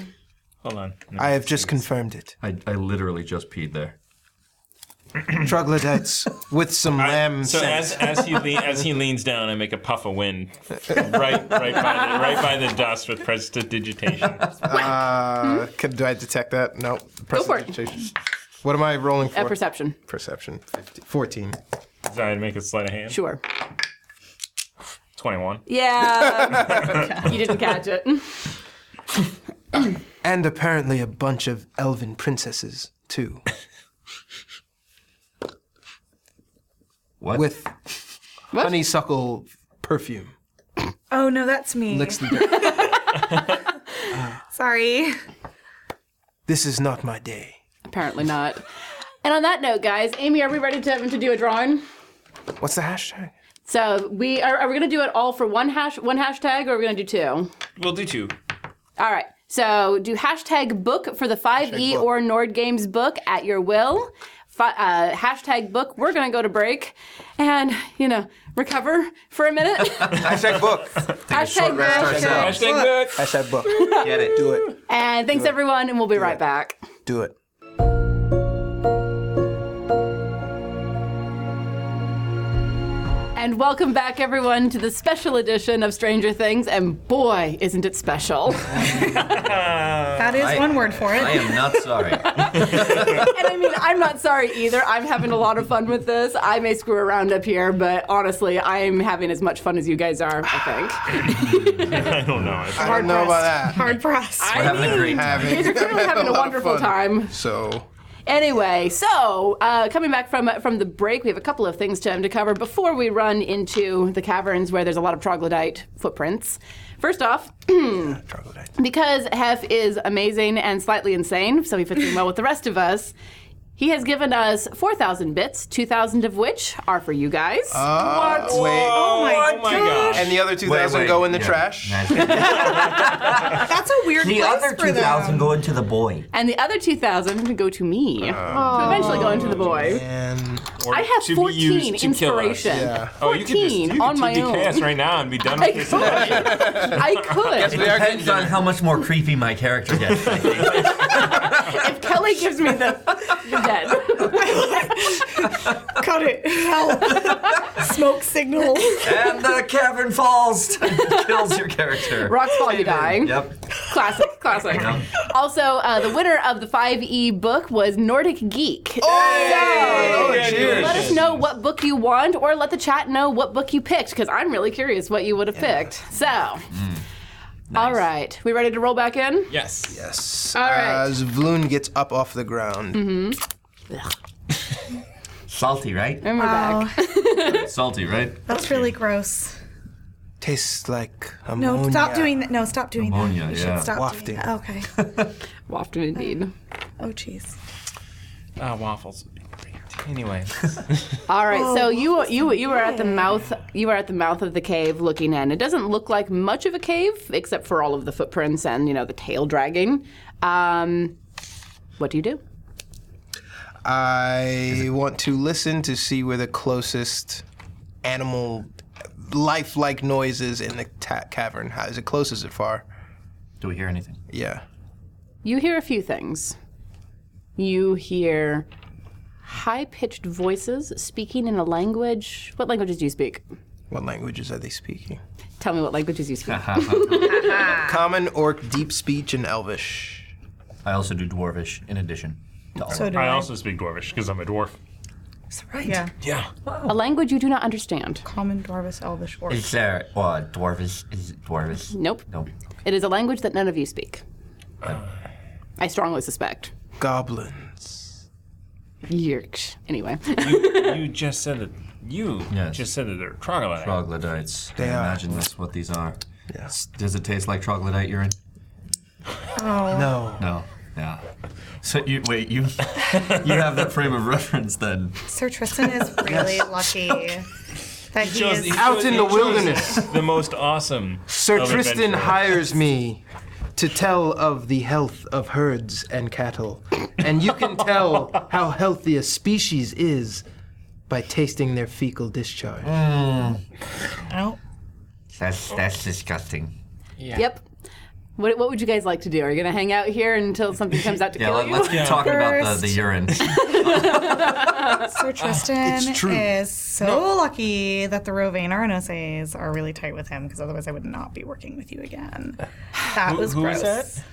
C: Hold on.
E: I have just confirmed it.
D: I, I literally just peed there.
E: Troglodytes with some lamb
C: So
E: scent.
C: as, as he le- as he leans down, I make a puff of wind right right by the, right by the dust with prestidigitation.
E: Uh, can, do I detect that? No. Go
B: for it.
E: What am I rolling for?
B: Uh, perception.
E: Perception. 15, 14.
C: So I make a sleight of hand.
B: Sure.
C: Twenty-one.
B: Yeah. you didn't catch it.
E: And apparently a bunch of elven princesses, too.
D: What?
E: With honeysuckle perfume.
F: Oh no, that's me.
E: Licks the dirt.
F: Sorry.
E: this is not my day.
B: Apparently not. And on that note, guys, Amy, are we ready to, to do a drawing?
E: What's the hashtag?
B: So we are, are we gonna do it all for one hash one hashtag or are we gonna do two?
C: We'll do two.
B: All right. So do hashtag book for the 5e
E: book.
B: or Nord Games book at your will. Fi- uh, hashtag book. We're gonna go to break, and you know recover for a minute.
E: Hashtag book.
B: hashtag book.
E: uh,
C: Hashtag book.
E: hashtag book. Get it. Do it.
B: And thanks everyone, and we'll be right
E: it.
B: back.
E: Do it.
B: And welcome back, everyone, to the special edition of Stranger Things. And boy, isn't it special!
F: That is
D: I-
F: one word for it.
D: I am not sorry.
B: and I mean, I'm not sorry either. I'm having a lot of fun with this. I may screw around up here, but honestly, I'm having as much fun as you guys are. I think
C: I don't know. I
E: I don't know about that.
F: Hard press.
D: We're having a great time.
E: Having,
B: you're clearly having a
E: lot of
B: wonderful
E: fun.
B: time.
E: So,
B: Anyway, so uh, coming back from from the break, we have a couple of things to, to cover before we run into the caverns where there's a lot of troglodyte footprints. First off, because Hef is amazing and slightly insane, so he fits in well with the rest of us. He has given us 4,000 bits, 2,000 of which are for you guys.
E: Uh, what? Wait.
C: Oh
K: my
C: gosh.
E: And the other 2,000
D: wait,
E: go in the
D: yeah.
E: trash?
F: That's a weird
I: The
F: place
I: other
F: for them.
I: 2,000 go into the boy.
B: and the other 2,000 go to me,
C: Uh,
B: to eventually go into the boy.
E: And
B: I have
C: to be
B: 14
C: used to kill us.
B: inspiration.
E: Yeah.
C: Oh, you could just you
B: 14
C: could
B: on my
C: TDK us
B: own.
C: right now and be done
B: I
C: with this.
B: could. I could.
D: It depends on how much more creepy my character gets. I think.
B: if Kelly gives me the, you're dead.
K: Cut it. Help. Smoke signal.
D: and the cavern falls kills your character.
B: Rocks fall, you die.
D: Yep.
B: Classic, classic.
D: Yeah.
B: Also, uh, the winner of the 5e book was Nordic Geek.
E: Oh,
C: yeah,
E: cheers.
B: Let us know what book you want, or let the chat know what book you picked, because I'm really curious what you would have picked. So,
E: Mm.
B: all right, we ready to roll back in?
C: Yes.
E: Yes.
B: All right.
E: As Vloon gets up off the ground.
F: Mm-hmm.
I: Salty, right?
B: And we're back.
D: Oh. Salty, right?
F: That's really gross.
E: Tastes like
F: No,
E: ammonia.
F: stop doing that. No, stop doing
D: Ammonia, Oh,
F: that. You
D: yeah.
F: should stop
E: Wafting.
F: doing that. Okay.
B: Wafton indeed.
F: Oh, jeez.
C: Ah, waffles. would be great. Anyway,
B: All right,
E: Oh,
B: so you you you were at the mouth you were at the mouth of the cave looking in. It doesn't look like much of a cave except for all of the footprints and you know the tail dragging. Um, what do you do?
E: I want to listen to see where the closest animal lifelike noise is in the ta- cavern. How is it close? Is it far?
I: Do we hear anything?
E: Yeah.
B: You hear a few things. You hear high pitched voices speaking in a language. What languages do you speak?
E: What languages are they speaking?
B: Tell me what languages you speak.
E: Common, Orc, Deep Speech, and Elvish.
I: I also do dwarvish in addition.
F: So do
C: I
F: I.
C: also speak dwarvish because I'm a dwarf.
I: Right.
F: Yeah.
C: Yeah.
B: a language you do not understand.
F: Common Dwarvis Elvish Orc.
I: Is there uh, dwarvish? Is it dwarvish?
B: Nope.
I: Nope.
B: It is a language that none of you speak. I strongly suspect.
E: Goblins.
B: Yerk. Anyway.
C: you just said that. You
D: Yes.
C: just said that they're troglodyte.
D: Troglodytes.
E: They
D: I
E: are.
D: imagine that's what these are.
E: Yeah.
D: S- Does it taste like troglodyte urine?
E: No.
D: No. Yeah. So you wait, you you have that frame of reference then.
F: Sir Tristan is really lucky that he
C: Chose-
F: is.
E: Out
C: chose-
E: in the
C: chose
E: wilderness.
C: The most awesome.
E: Sir
C: of
E: Tristan
C: adventure.
E: hires me to tell of the health of herds and cattle. And you can tell how healthy a species is by tasting their fecal discharge.
I: That's that's disgusting.
B: Yep. What, what would you guys like to do? Are you gonna hang out here until something comes out to
D: Yeah,
B: kill
D: let,
B: you?
D: us keep talking about the, the
F: First.
D: urine.
F: Sir Tristan
E: It's true.
F: is so lucky that the Rovain Arnoses are really tight with him because otherwise I would not be working with you again. That was
C: who is
F: gross.
C: that?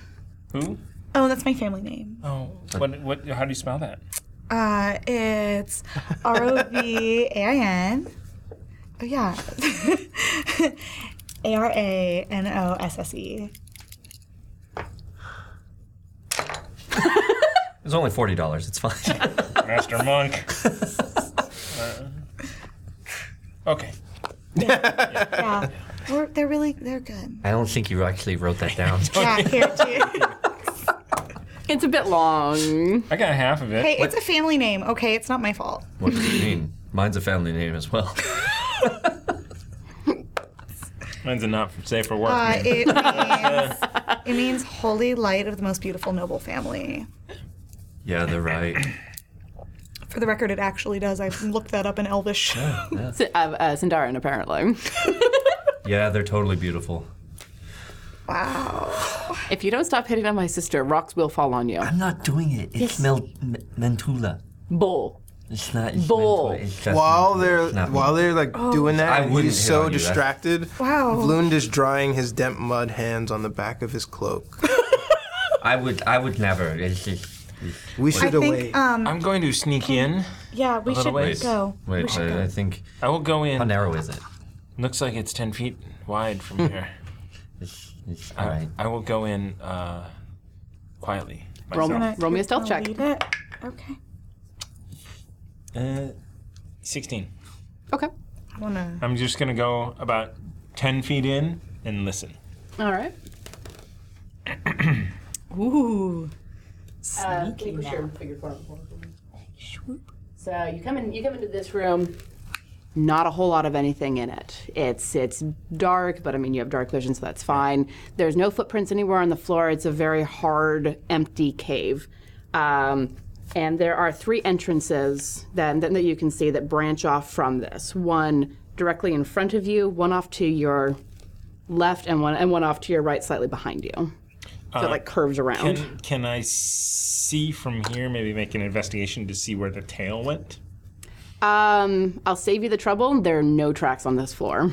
C: Who?
F: Oh, that's my family name.
C: Oh, what, what? How do you spell that?
F: Uh, it's R O V A I N. Oh yeah. A R A N O S S E.
D: It's only forty dollars. It's fine.
C: Master Monk. Uh, okay.
F: Yeah. We're, they're really they're good.
I: I don't think you actually wrote that down.
F: Yeah, here too.
B: It's a bit long.
C: I got half of it.
F: Hey, it's a family name, okay? It's not my fault.
D: what does it mean? Mine's a family name as well.
C: Mine's a not safe for work.
F: Uh,
C: name.
F: it means it means holy light of the most beautiful noble family.
D: Yeah, they're right.
F: For the record, it actually does. I looked that up in
B: S-
F: Elvish.
B: uh, uh, Sindarin, apparently.
D: Yeah, they're totally beautiful.
F: Wow.
B: if you don't stop hitting on my sister, rocks will fall on you.
I: I'm not doing it. It's mel- m- mentula.
B: Bull.
I: It's not. It's
E: Bull.
I: mental, it's just
E: While
I: mental,
E: they're
I: it's not
E: while
I: mental.
E: they're like
I: Oh.
E: doing
I: I
E: that, and
I: wouldn't
E: he's
I: hit
E: so
I: on you, that's-
E: distracted.
I: Wow.
F: Oh.
E: Vlund is drying his damp mud hands on the back of his cloak.
I: I would. I would never. It's just.
E: We
F: should I think, away. um,
C: I'm going to sneak in.
F: Yeah, we
C: a little
F: should
C: ways.
F: go.
I: Wait,
F: we should
I: I-
F: go.
I: I think.
C: I will go in.
I: How narrow is it?
C: Looks like it's ten feet wide from here.
I: It's, it's
C: I,
I: all right.
C: I will go in uh, quietly.
B: Roll,
C: myself.
B: roll me a stealth check.
F: Lead it. Okay.
C: Uh, Sixteen.
B: Okay.
F: I wanna.
C: I'm just gonna go about ten feet in and listen.
B: All right.
K: Ooh.
B: Uh, can you push your finger forward? So you come in. You come into this room. Not a whole lot of anything in it. It's it's dark, but I mean you have dark vision, so that's fine. There's no footprints anywhere on the floor. It's a very hard, empty cave. Um, and there are three entrances then, then that you can see that branch off from this. One directly in front of you, one off to your left, and one and one off to your right, slightly behind you. So it like curves around.
C: Can, can I see from here? Maybe make an investigation to see where the tail went.
B: Um, I'll save you the trouble. There are no tracks on this floor.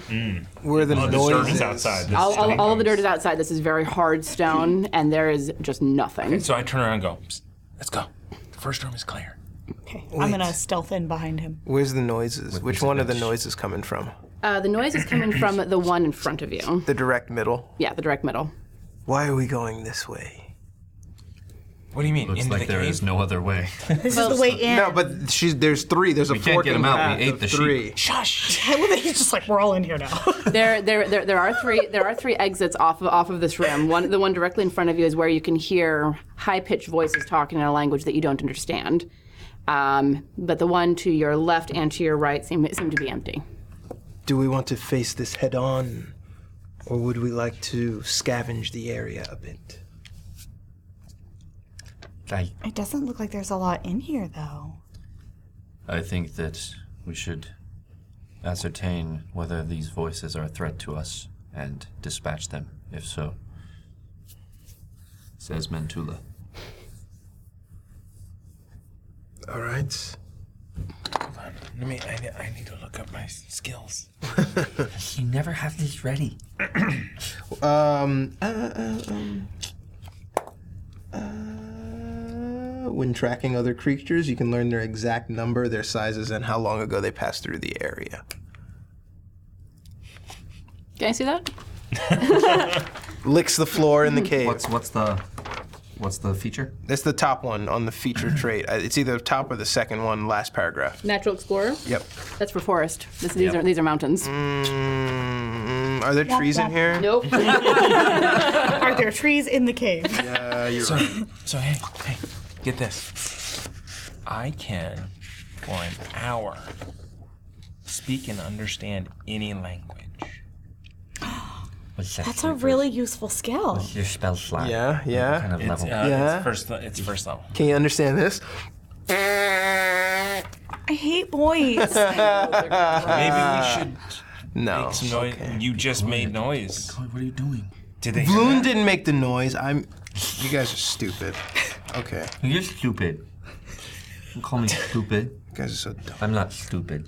E: Where the
C: Oh, the
E: noise
C: dirt is outside. This
B: All,
C: is
B: all, all of
C: sometimes-
B: the dirt is outside. This is very hard stone, and there is just nothing.
C: So I turn around and go, "Psst, let's go. The first room is clear.
F: Okay. I'm gonna stealth in behind him.
E: Where's the noises? Which one are the noises coming from?
B: Uh, the noise is coming from the one in front of you.
E: The direct middle.
B: Yeah, the direct middle.
E: Why are we going this way?
C: What do you mean?
D: Looks
C: into
D: like
C: the
D: there
C: cave?
D: is no other way.
F: This is the way in.
E: No, but she's there's three. There's a
D: We can't
E: fork
D: get
E: in
D: them out.
E: path
D: We ate
E: of
D: the sheep.
E: three.
C: Shush!
F: I love that he's just like, we're all in here now.
B: There, there, there, there are three. There are three exits off of off of this room. One, the one directly in front of you is where you can hear high pitched voices talking in a language that you don't understand. Um, but the one to your left and to your right seem seem to be empty.
E: Do we want to face this head on, or would we like to scavenge the area a bit?
I: I,
F: it doesn't look like there's a lot in here, though.
D: I think that we should ascertain whether these voices are a threat to us and dispatch them, if so. Says Mantula.
E: All right.
C: Let me. I, ne- I need to look up my s- skills.
I: you never have this ready.
E: Um. Uh, uh, um uh, when tracking other creatures, you can learn their exact number, their sizes, and how long ago they passed through the area.
B: Can I see that?
E: Licks the floor in the cave.
D: What's what's the what's the feature?
E: That's the top one on the feature trait. Uh, It's either top or the second one, last paragraph.
B: Natural explorer.
E: Yep.
B: That's for forest. This, these are these are mountains.
E: Mm, are there trees in here?
B: Nope.
F: Are there trees in the cave?
E: Uh, you're
C: So,
E: right.
C: so hey, hey, get this. I can, for an hour, speak and understand any language.
I: What's that?
F: That's a really useful skill.
I: Your spell slot.
E: Yeah, yeah.
I: Kind of
C: It's,
I: level.
C: uh, it's
E: Yeah.
C: first. le- It's first level.
E: Can you understand this?
F: I hate boys.
C: Maybe we should
E: No.
C: make some noise. You just made noise.
I: what are you doing?
C: Did they? hear
E: Bloom
C: that?
E: didn't make the noise. I'm. You guys are stupid. Okay.
I: You're stupid. Don't call me stupid.
E: You guys are so dumb.
I: I'm not stupid.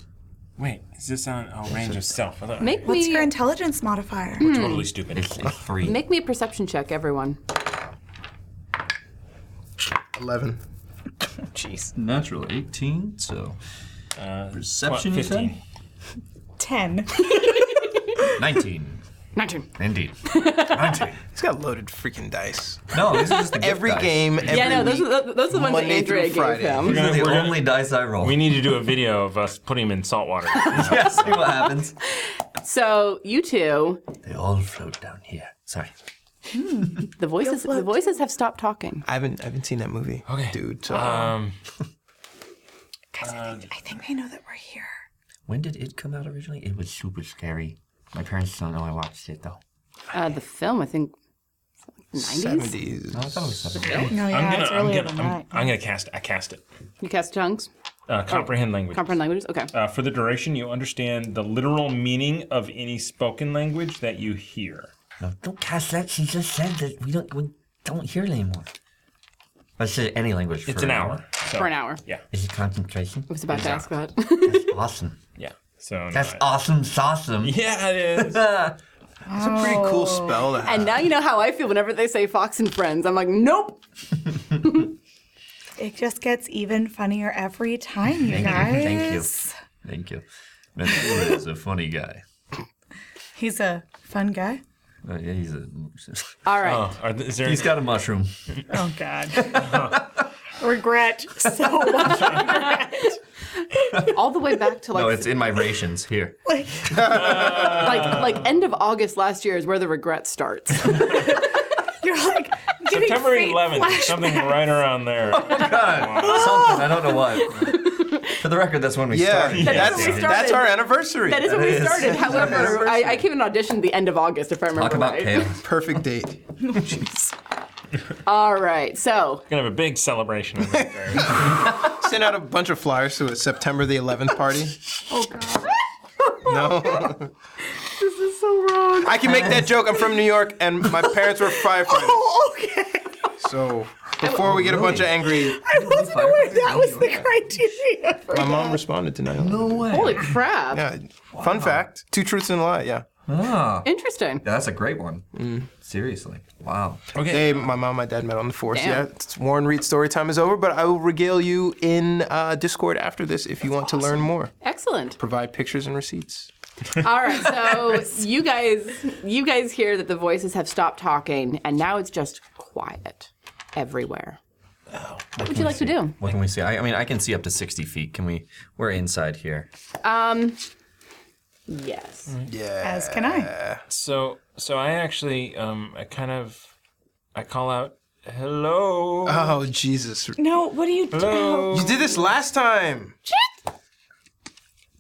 C: Wait, is this on a range of self? I thought-
B: Make
F: What's
B: me
F: your intelligence modifier?
C: totally stupid.
I: It's, it's three.
B: make me a perception check, everyone.
E: 11.
F: Jeez.
D: Natural 18, so
C: Uh,
D: perception
C: what,
D: you said?
C: 15.
F: Ten.
D: 19.
B: 19.
D: Indeed. 19.
E: He's got loaded freaking dice.
D: No, these are just the good
E: Every
D: dice.
E: game, every
B: Yeah, no, those
E: week,
B: are the, those are the ones
E: Monday
B: that Andrea
E: through
B: gave
E: Friday.
B: him.
I: These are the
C: We're gonna-
I: only dice I roll.
C: We need to do a video of us putting him in salt water.
I: yeah, see what happens.
B: So you two,
I: They all float down here. Sorry.
B: the voices, the voices have stopped talking.
E: I haven't, I haven't seen that movie,
C: Okay.
E: dude. So
C: Um,
F: Guys, I think, I think they know that we're here.
I: When did it come out originally? It was super scary. My parents don't know I watched it though.
B: Uh, the film, I think, 90s.
E: 70s.
I: I thought it was seven.
F: No, yeah,
C: I'm gonna,
F: it's
C: I'm
F: earlier
C: gonna,
F: than
C: I'm,
F: that. Oh,
C: I'm gonna cast. I cast it.
B: You cast tongues,
C: Uh, comprehend language.
B: comprehend languages. Okay.
C: Uh, for the duration, you understand the literal meaning of any spoken language that you hear.
I: No, don't cast that. She just said that we don't we don't hear it anymore. I said any language.
C: It's
I: for
C: an hour. So,
B: for an hour.
C: Yeah.
I: Is it concentration?
B: I was about to
C: Yeah.
B: ask that.
I: awesome.
C: Yeah. So
I: That's
C: no, I-
I: awesome, awesome.
C: Yeah, it is. Oh,
E: It's a pretty cool spell to have.
B: Oh. and now you know how I feel whenever they say Fox and Friends. I'm like, nope.
F: It just gets even funnier every time, you guys.
D: Thank you. Thank you. Ventura is a funny guy.
F: He's a fun guy.
I: Oh,
D: Uh, yeah, he's a.
B: All right.
C: Oh, are th- is there
D: He's got a mushroom.
F: Oh God. Regret so much.
B: All the way back to like
D: No, it's in my rations here.
B: like like end of August last year is where the regret starts.
F: You're like giving
C: September
F: fate
C: 11th,
F: flash-
C: something right around there.
F: Oh
D: Something I don't know what. For the record, that's when we
E: Yeah,
D: started.
E: that's,
B: when we
E: that's
B: started.
E: our anniversary.
B: That is when we
D: is.
B: started. However, I, I came and auditioned the end of August, if I remember
D: Talk about
B: right.
D: chaos.
E: Perfect date.
B: All right, so
C: Gonna have a big celebration in there.
E: Sent out a bunch of flyers to a September the 11th party. Oh, God. No.
B: this is so wrong.
E: I can make that joke. I'm from New York, and my parents were firefighters.
F: Oh, okay.
E: So before we get a bunch of angry,
F: I wasn't aware that was the criteria. For
E: my mom responded to 9
D: No way.
B: Holy crap!
E: Yeah. Fun fact: two truths and a lie. Yeah.
D: Ah,
B: Interesting.
D: that's a great one. Seriously. Wow.
E: They, my mom, and my dad met on the fourth.
B: Damn.
E: Yeah. It's Warren Reed story time is over, but I will regale you in uh, Discord after this if you want to learn more.
B: Excellent.
E: Provide pictures and receipts.
B: All right, so you guys, you guys hear that the voices have stopped talking, and now it's just quiet everywhere. What would you like to do?
D: What can we see? I, I mean, I can see up to 60 feet. Can we? We're inside here.
B: Yes.
F: As can I.
C: so, so I actually, um, I kind of, I call out, hello,
E: Oh Jesus! You
F: No, what do you do?
C: hello.
E: did this last time.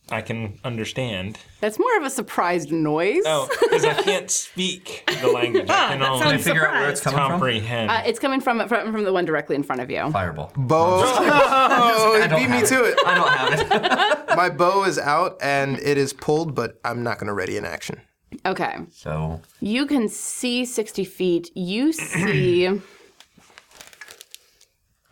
C: I can understand.
B: That's more of a surprised noise.
C: Oh, because I can't speak the language. I can only
F: sounds
D: Figure out where it's coming from.
C: comprehend.
B: Uh, it's coming from, from from the one directly in front of you.
D: Fireball.
E: Bow. Oh, he
D: don't
E: beat me
D: have
E: to it.
D: I don't have it.
E: My bow is out and it is pulled, but I'm not gonna ready in action.
B: Okay.
D: So,
B: You can see 60 feet. You see.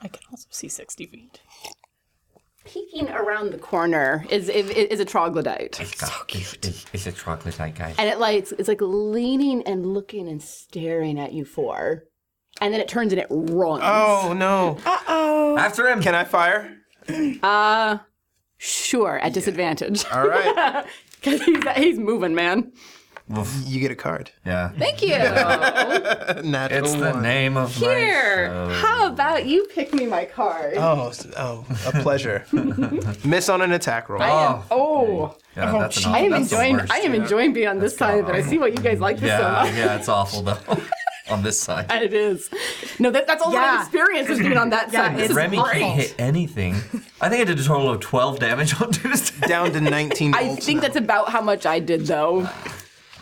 K: I can also see 60 feet.
B: peeking around the corner is is, is a troglodyte,
I: So cute. It's, it's a troglodyte guy.
B: and it like it's like leaning and looking and staring at you for, and then it turns and it runs.
E: Oh no!
D: after him.
E: Can I fire?
B: sure, at disadvantage
E: All right.
B: because he's he's moving, man.
E: You get a card.
D: yeah.
B: Thank you.
E: Natural
D: It's the
E: one.
D: name of
B: Here, how about you pick me my card?
E: Oh, s- oh, a pleasure. Miss on an attack roll.
D: my.
B: Oh,
D: Oh. Yeah, that's an
B: I am
D: that's the
B: enjoying.
D: worst.
B: I am enjoying being on this side of it. I see why you guys like this so
D: Yeah,
B: much.
D: yeah, it's awful though. on this side.
B: It is. No, that, that's all my
F: Yeah.
B: experience is being on that side. This
D: If
B: is
D: Remy
B: great.
D: can't hit anything. I think I did a total of 12 damage on Tuesday.
E: Down to 19
B: I
E: volts
B: think
E: now.
B: that's about how much I did, though.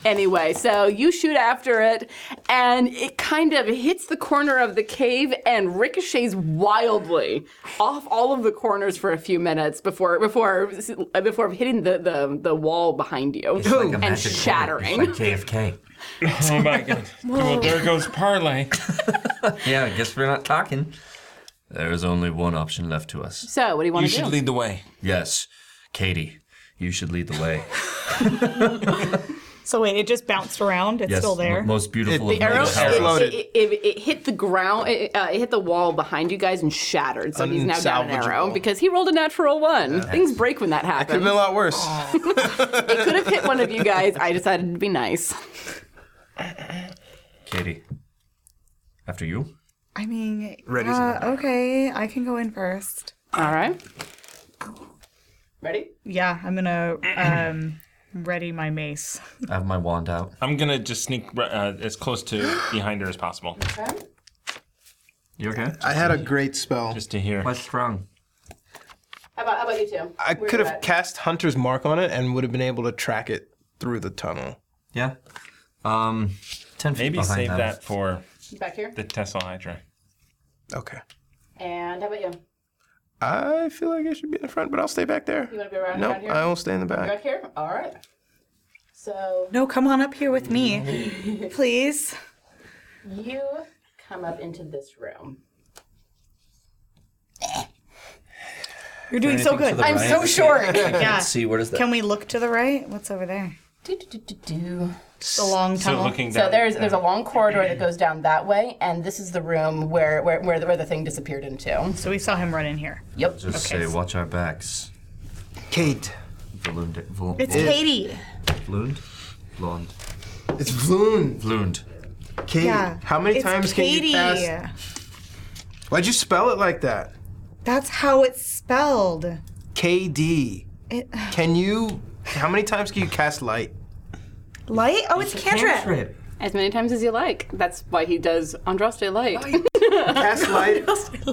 B: Anyway, so you shoot after it, and it kind of hits the corner of the cave and ricochets wildly off all of the corners for a few minutes before before before hitting the the, the wall behind you
D: It's like a
B: and
D: magic bullet.
B: shattering.
D: It's like JFK.
C: oh my god. Well, there goes parlay.
D: Yeah, I guess we're not talking. There is only one option left to us.
B: So, what do you want
C: You
B: to do?
C: should lead the way.
D: Yes, Katie, you should lead the way.
K: So wait, it just bounced around. It's
D: Yes,
K: still there.
D: m- most beautiful
E: It-
D: of
E: the
D: mortal
E: arrow-
B: it-
D: powers.
E: Exploded.
B: It, it, it- it hit the ground. It, uh, it hit the wall behind you guys and shattered. So he's now down an arrow
E: Unsalvageable.
B: because he rolled a natural one. Things break when that
E: Could have
B: happens.
E: been a lot worse.
B: it could have hit one of you guys. I decided to be nice.
D: Katie, after you.
F: I mean,
E: Ready's
F: yeah, okay, I can go in first.
B: All right. Ready?
K: Yeah, I'm gonna um, ready my mace.
D: I have my wand out.
C: I'm gonna just sneak uh, as close to behind her as possible,
D: You okay?
E: I had a great spell.
C: just to hear.
D: What's wrong?
B: How about, how about you two?
E: I
B: Where
E: could
B: you
E: have
B: at?
E: cast Hunter's Mark on it and would have been able to track it through the tunnel.
D: Yeah. Um, ten feet
C: Maybe
D: behind
C: save
D: them.
C: that for
B: back here.
C: the Tesla Hydra.
E: Okay.
B: And how about you?
E: I feel like I should be in the front, but I'll stay back there.
B: You want to be around
E: No,
B: down here?
E: I will stay in the
B: Back
E: back.
B: here. All right. So
F: No, come on up here with me, please.
B: you come up into this room.
F: You're doing so
L: Anything to
F: good.
L: the
F: I'm
L: right?
F: so short.
L: I can't see, what is that?
F: Can we look to the right? What's over there?
B: Do, do, do, do, do.
F: It's a long
B: So
F: tunnel.
B: looking So there's there's a long corridor that goes down that way, and this is the room where where where the, where the thing disappeared into.
F: So we saw him run in here.
B: Yep.
D: Just say, watch our backs.
E: Kate.
D: Vlund. Vlund.
F: It's Katie.
D: Vlund. Blonde.
E: It's Vlund.
D: Vlund.
E: Kate,
F: Yeah.
E: how many
F: It's
E: times can you
F: Katie.
E: pass? Why'd you spell it like that?
F: That's how it's spelled.
E: KD.
F: It,
E: Can you? How many times can you cast light?
F: light? Oh, it's, cantrip.
B: As many times as you like. That's why he does Andraste Light.
E: Cast light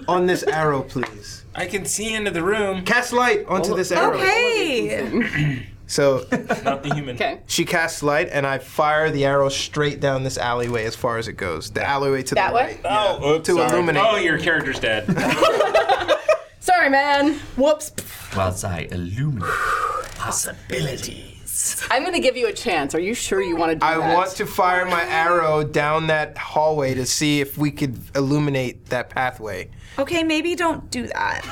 E: on this arrow, please.
C: I can see into the room.
E: Cast light onto this arrow.
F: Okay.
E: So
C: Not the human.
B: Okay.
E: she casts light, and I fire the arrow straight down this alleyway as far as it goes. The alleyway to
B: That
E: the
B: way?
E: right.
C: Oh, oops,
E: To
C: sorry.
E: illuminate.
C: Oh, your character's dead.
B: Sorry, man. Whoops.
D: Whilst I illuminate
L: possibilities.
B: I'm gonna give you a chance. Are you sure you want to do
E: I
B: that?
E: want to fire my arrow down that hallway to see if we could illuminate that pathway.
F: Okay, maybe don't do that.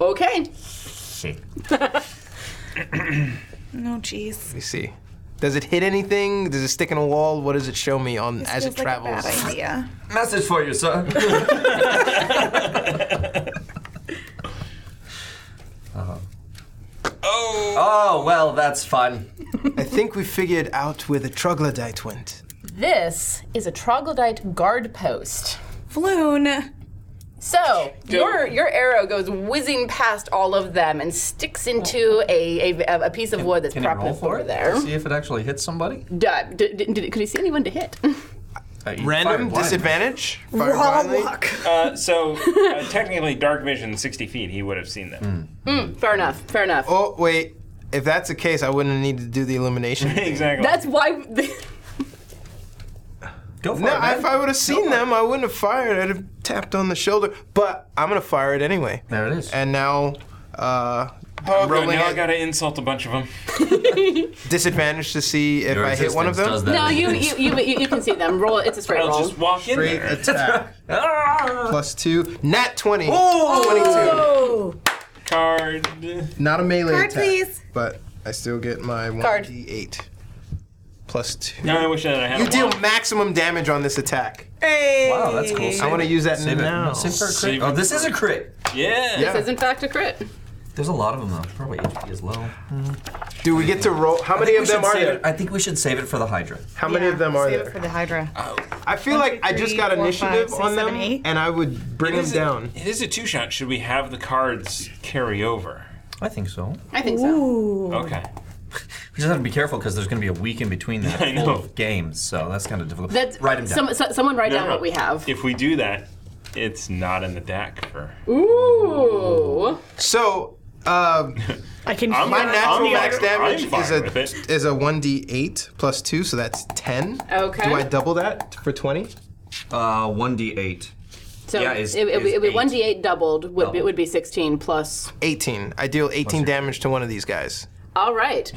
B: okay.
D: shit.
F: No, jeez.
E: Let me see. Does it hit anything? Does it stick in a wall? What does it show me on as it
F: Feels like
E: travels?
F: A bad idea.
D: Message for you, sir. Uh-huh. Oh, well, that's fun.
E: I think we figured out where the troglodyte went.
B: This is a troglodyte guard post.
F: Floon.
B: So your your arrow goes whizzing past all of them and sticks into a a, a piece of wood that's
D: Oh. Can you roll
B: propped
D: for
B: over
D: it?
B: there.
D: See if it actually hits somebody.
B: Duh, d- d- d- could he see anyone to hit?
D: Uh, you
E: Random
D: fired one.
E: disadvantage?
F: Raw
E: Firewildly?
F: luck.
C: Uh, so uh, technically, dark vision, sixty feet, he would have seen them.
E: Hmm.
B: Mm, fair enough. Fair enough.
E: Oh, wait. If that's the case, I wouldn't need to do the illumination.
C: exactly.
B: That's why.
D: Go for
E: no,
D: it, man.
E: if I would have seen them, I wouldn't have fired. I'd have tapped on the shoulder. But I'm going to fire it anyway.
D: There it is.
E: And now, uh,
C: oh, good.
E: rolling
C: Now I
E: at
C: gotta insult a bunch of them.
E: disadvantage to see if
D: Your
E: I hit one of
D: existence
E: them.
D: does that.
B: no, you, you you you you can see them. Roll. It's a straight
C: I'll
B: roll.
C: just walk in
E: Great
C: there.
E: attack.
C: Ah!
E: Plus two. Nat 20.
C: Card.
E: 22. Not a melee
F: Card,
E: attack.
F: please.
E: But I still get my
B: Card.
E: 1d8. Plus two.
C: No, I wish that I had.
E: You
C: a
E: deal
C: wand.
E: maximum damage on this attack.
F: Hey.
D: Wow, that's cool.
E: I want to use that
D: Save it.
E: now.
D: Save for a
C: Save
D: crit.
C: it.
D: Oh, this is a crit.
C: Yeah.
E: Yeah.
B: This is in fact a crit.
D: There's a lot of them though. Probably HP is low.
E: Do we get to roll? How many
D: I think we
E: of them
D: should
E: are
D: save
E: there?
D: it- I think we should save it for the Hydra.
E: How many of them are
F: Save
E: there?
F: It for the Hydra.
E: I feel
F: One,
E: like
F: two,
E: I just
F: three,
E: got
F: four,
E: initiative
F: five, six,
E: on them,
F: seven, eight.
E: and I would bring
C: It
E: them
C: is a-
E: down.
C: It is a two shot. Should we have the cards carry over?
D: I think so.
B: I think so.
F: Ooh.
C: Okay.
D: We just have to be careful because there's going to be a week in between that
C: I
D: full
C: know.
D: of games, so that's kind of difficult.
B: That's
D: Write them down.
B: Some, so, someone write
C: No,
B: down
C: no.
B: what we have.
C: If we do that, it's not in the deck for.
B: Ooh.
E: So uh,
F: I can
C: I'm-
E: my
F: hear
C: I'm
E: natural
C: fine
E: max
C: with it.
E: damage
C: I'm fine
E: is
C: with it.
E: a is a one d eight plus two, so that's ten.
B: Okay.
E: Do I double that for twenty?
D: Uh, 1d8.
B: So
D: Yeah, it's-
B: it, it,
D: it's
B: would be
D: eight.
B: one d eight doubled. Would be,
D: Doubled.
B: would be sixteen plus.
E: Eighteen. I deal eighteen damage to one of these guys,
B: All right.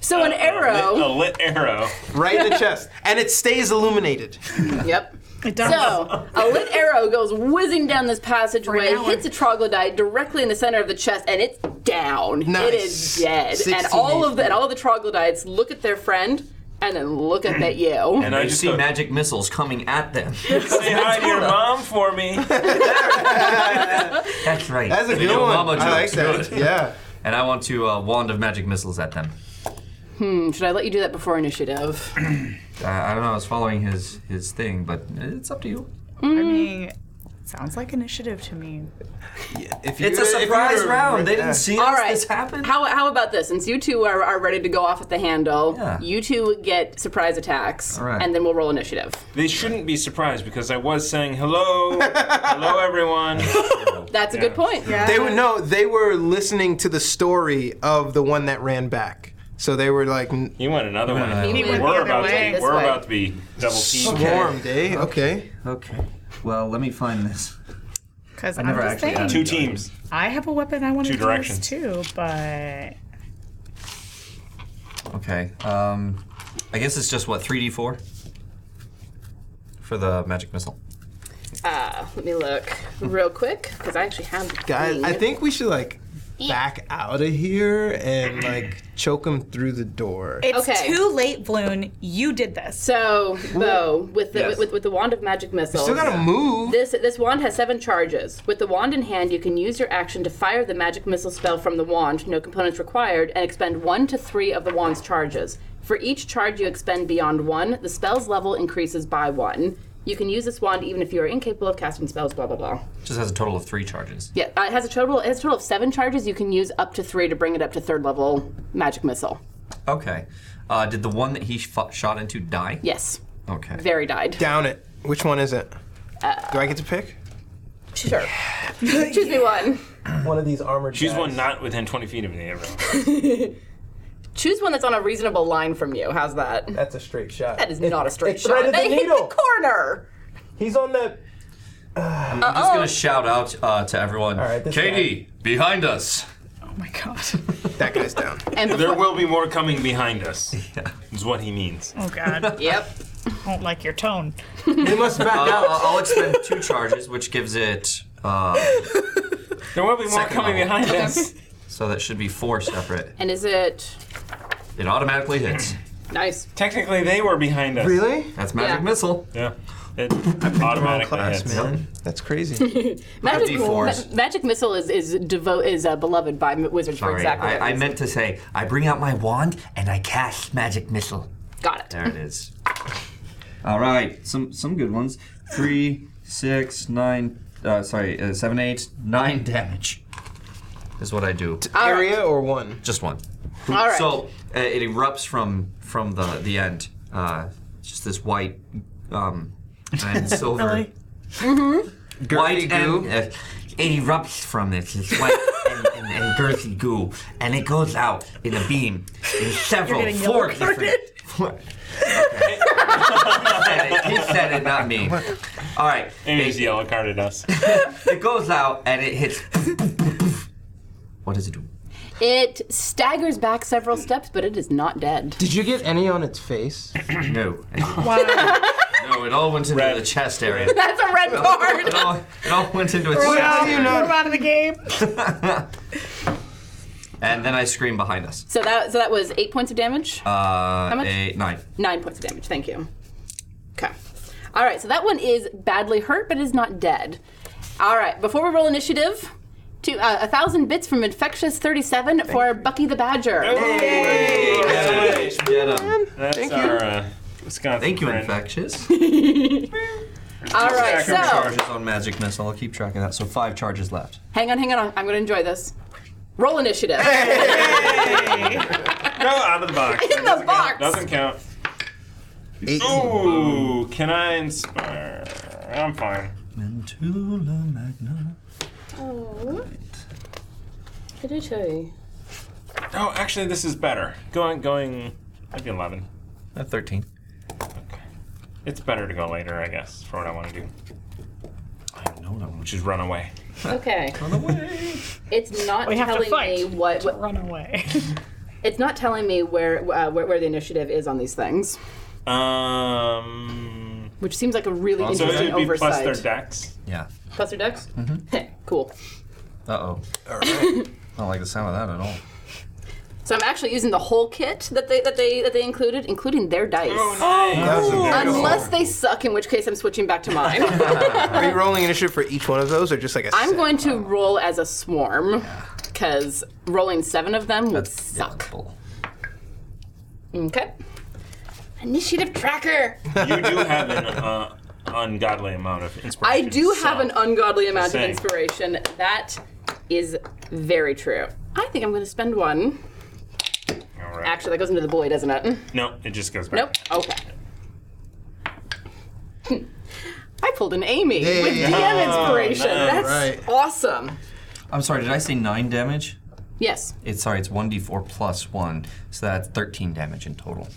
B: So an
C: A lit, uh, a
B: arrow.
C: lit arrow.
E: right in the chest, and it stays illuminated.
B: Yep.
F: It does.
B: So, a lit arrow goes whizzing down this passageway,
F: an hour.
B: hits a troglodyte directly in the center of the chest, and it's down. It is
E: Nice.
B: dead. And
E: 16
B: all of the
E: HP.
B: and all the troglodytes look at their friend and then look up at you.
D: And
C: I
D: I
C: just
D: see
C: go-
D: magic missiles coming at them.
C: Say hi to your mom for me.
D: That's right.
E: That's a
D: The
E: good
D: old
E: one.
D: mama
E: I like
D: joke's
E: that.
D: good.
E: Yeah.
D: And I want to uh, wand of magic missiles at them.
B: Hmm, Should I let you do that before initiative?
D: Uh, I don't know. I was following his his thing, but it's up to you.
K: I mean,
F: Mm. Sounds like initiative to me.
E: If you
D: It's a
E: were- if you
D: surprise
E: were-
D: round. They didn't
E: Yeah.
D: see
B: All
D: us.
B: right.
D: This happened.
B: How, how about this? Since you two are, are ready to go off at the handle,
D: Yeah.
B: you two get surprise attacks,
D: All right.
B: and then we'll roll initiative.
C: They shouldn't be surprised because I was saying hello, hello everyone.
B: That's a good point.
E: They were no, they were listening to the story of the one that ran back. So they were like n-
C: You want another one?
D: another
B: He one. went the
C: We're
B: other
C: about
B: way.
C: to be,
B: This
C: we're
B: way.
C: about to be double teamed.
E: swarmed, eh? Okay.
D: Okay. Well, let me find this.
F: Because
D: I
F: I'm
D: never
F: just
D: actually
F: saying,
D: added
C: Two teams.
F: I have a weapon I want
C: Two
F: to use
C: directions.
F: too, but
D: Okay. Um, I guess it's just what 3d4 for the magic missile.
B: Uh, let me look real quick because I actually have. the
E: Guys,
B: thing.
E: I think we should like back out of here and like choke him through the door.
K: It's
B: Okay.
K: too late, Bloon. You did this.
B: So, Bo, with the
E: Yes.
B: with, with the wand of magic missile,
E: Still gotta move.
B: This this wand has seven charges. With the wand in hand, you can use your action to fire the magic missile spell from the wand, no components required, and expend one to three of the wand's charges. For each charge you expend beyond one, the spell's level increases by one. You can use this wand even if you are incapable of casting spells. Blah blah blah.
J: Just has a total of three charges.
B: Yeah, uh, it has a total it has a total of seven charges. You can use up to three to bring it up to third level magic missile.
J: Okay. Uh, did the one that he fought, shot into die?
B: Yes,
J: Okay.
B: very died.
E: Down it. Which one is it? Do I get to pick?
B: Sure. Choose me one.
E: One of these armored.
C: Choose one not within 20 feet of me, everyone.
B: Choose one that's on a reasonable line from you. How's that?
E: That's a straight shot.
B: That is not a straight
E: it's
B: shot.
E: threaded the
B: They hit
E: needle.
B: the corner.
E: He's on the.
J: I'm just gonna shout out uh, to everyone.
E: Oh. All right, this
J: Katie, behind us.
F: Oh my god.
E: That guy's down.
B: And
C: There
B: before,
C: will be more coming behind us. Is what he means.
F: Oh god.
B: yep.
F: Don't like your tone.
E: They must back
J: Uh,
E: out.
J: I'll I'll expend two charges, which gives it. Uh,
C: There will be more
J: Second
C: coming
J: level.
C: behind us.
J: so that should be four separate.
B: And is it
J: It automatically hits.
B: nice?
C: Technically, they were behind us.
E: Really?
J: That's magic
B: Yeah.
J: missile.
C: Yeah. It
E: Wrong
C: automatically
E: class,
C: hits.
E: man. That's crazy.
B: Magic,
J: D4s.
B: ma- magic missile is is devo- is uh, beloved by m- wizards for
J: Sorry,
B: exactly. that
J: I, I
B: reason.
J: meant to say I bring out my wand and I cast magic missile.
B: Got
J: There
B: it.
J: it is. All right, some some good ones. Three, six, nine. Uh, sorry, uh, seven, eight, nine damage is what I do.
E: Area or one?
J: Just one.
B: All right.
J: So uh, it erupts from from the the end. Uh, just this white um, and silver.
F: Really?
J: White
E: Girthy goo.
J: and uh, it erupts from this, this white and, and, and girthy goo, and it goes out in a beam in several
F: getting
J: four
F: yellow
J: different. Four. Okay. Said it, he said it, not me. All right,
C: And he's yellow carded us.
J: it goes out and it hits. what does it do?
B: It staggers back several steps, but it is not dead.
E: Did you get any on its face?
J: No, I didn't.
F: Wow.
J: no, it all went into
C: Red.
J: the chest area.
B: That's a red card.
J: It all, it all went into its
E: Well,
J: chest,
E: you know.
F: I'm out of the game.
J: and then I scream behind us.
B: So that so that was eight points of damage.
J: Uh,
B: much?
J: A nine.
B: Nine points of damage. Thank you. Okay. All right. So that one is badly hurt, but is not dead. All right. Before we roll initiative, to uh, a thousand bits from infectious thirty-seven for Bucky the Badger.
J: Get 'em.
C: That's our uh, Wisconsin
J: Thank you,
C: friend.
J: infectious.
B: All right.
C: Stack 'em
B: So.
J: charges on magic missile. I'll keep track of that. So five charges left.
B: Hang on, hang on. I'm going to enjoy this. Roll initiative.
C: No, out of the box.
B: In the box.
C: Doesn't count.
M: Eight.
C: Ooh, can I inspire? I'm fine.
J: Mentula magna.
B: Did I tell you?
C: Oh, actually, this is better. Going, going. I'd be 11.
J: At 13.
C: It's better to go later, I guess, for what I want to do,
J: I don't know what I want
C: which is run away.
B: Okay. It's not
F: We have to
B: telling
F: fight.
B: me what, what-
F: Run away.
B: It's not telling me where, uh, where where the initiative is on these things,
C: Um.
B: which seems like a really
C: So it
B: interesting
C: would be plus
B: oversight.
C: their dex. Mm-hmm.
J: Yeah.
B: Plus their dex. cool.
J: Uh oh.
E: All right.
J: I don't like the sound of that at all.
B: So I'm actually using the whole kit that they that they that they included, including their dice.
E: That was a very good
B: Oh, Unless they suck, in which case I'm switching back to mine.
E: one. Are you rolling initiative for each one of those, or just like a
B: I'm
E: set?
B: going to roll as a swarm, because rolling seven of them would suck.
J: Bull.
B: Okay. Initiative tracker.
C: You do have an uh, ungodly amount of
B: I
C: inspiration.
B: do have
C: so-
B: an ungodly amount of
C: saying.
B: inspiration. That is very true. I think I'm going to spend one.
C: All right.
B: Actually, that goes into the boy, doesn't it?
C: no, it just goes back.
B: Nope. Okay. I pulled an Amy with
E: Yay.
D: Oh,
B: DM inspiration. That's
E: Right.
B: awesome.
J: I'm sorry, did I say nine damage?
B: Yes,
J: It's sorry, it's 1d4 plus one, so that's 13 damage in total.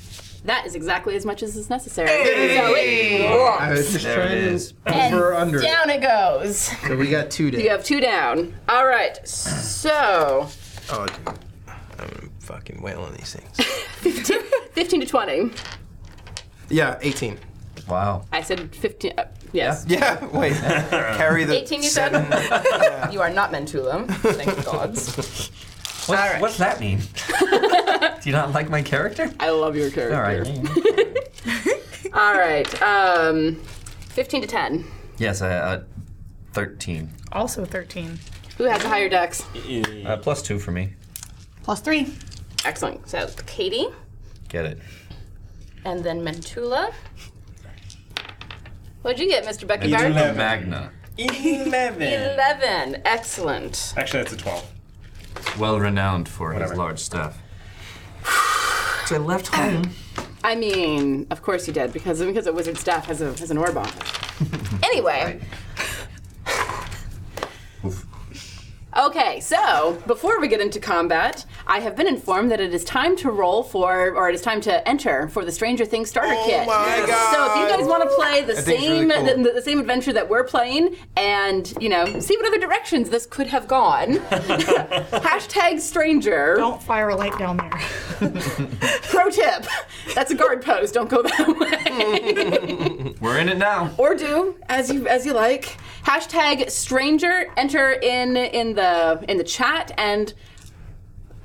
B: that is exactly as much as is necessary. So it
E: I was just
J: There
E: trying
J: it
E: to
J: is.
E: over or under.
B: down it goes.
E: So we got two
B: You
E: days.
B: have two down. All right. So
E: Oh, dude. I'm fucking wailing these things.
B: 15 to 20.
E: Yeah, 18.
D: Wow.
B: I said 15. Uh, yes.
E: Yeah, wait. Carry the
B: 18, you said? you are not Mentulum. Thank the gods.
D: What's, what's that mean? Do you not like my character?
B: I love your character.
D: All right.
B: All right. Um, 15 to 10.
D: Yes, uh, uh, 13.
K: Also 13.
B: Who has a higher dex?
D: Uh, plus two for me.
B: Plus three. Excellent. So Katie
D: Get it.
B: and then Mentula. What'd you get, Mr. Beckenbauer?
D: Mentula Magna.
L: 11.
B: 11. Excellent.
L: Actually, that's a 12.
D: Well renowned for his large staff. So I left home.
B: I mean, of course you did, because because a wizard staff has, a, has an orb on it. anyway. Okay, so before we get into combat, I have been informed that it is time to roll for, or it is time to enter for the Stranger Things starter kit.
E: Oh my God.
B: So if you guys want to play the
E: That thing's
B: same
E: really cool.
B: the, the same adventure that we're playing, and you know, see what other directions this could have gone. Hashtag Stranger.
K: Don't fire a light down there.
B: Pro tip: That's a guard post. Don't go that way.
D: We're in it now.
B: or do as you as you like. Hashtag stranger. Enter in in the in the chat, and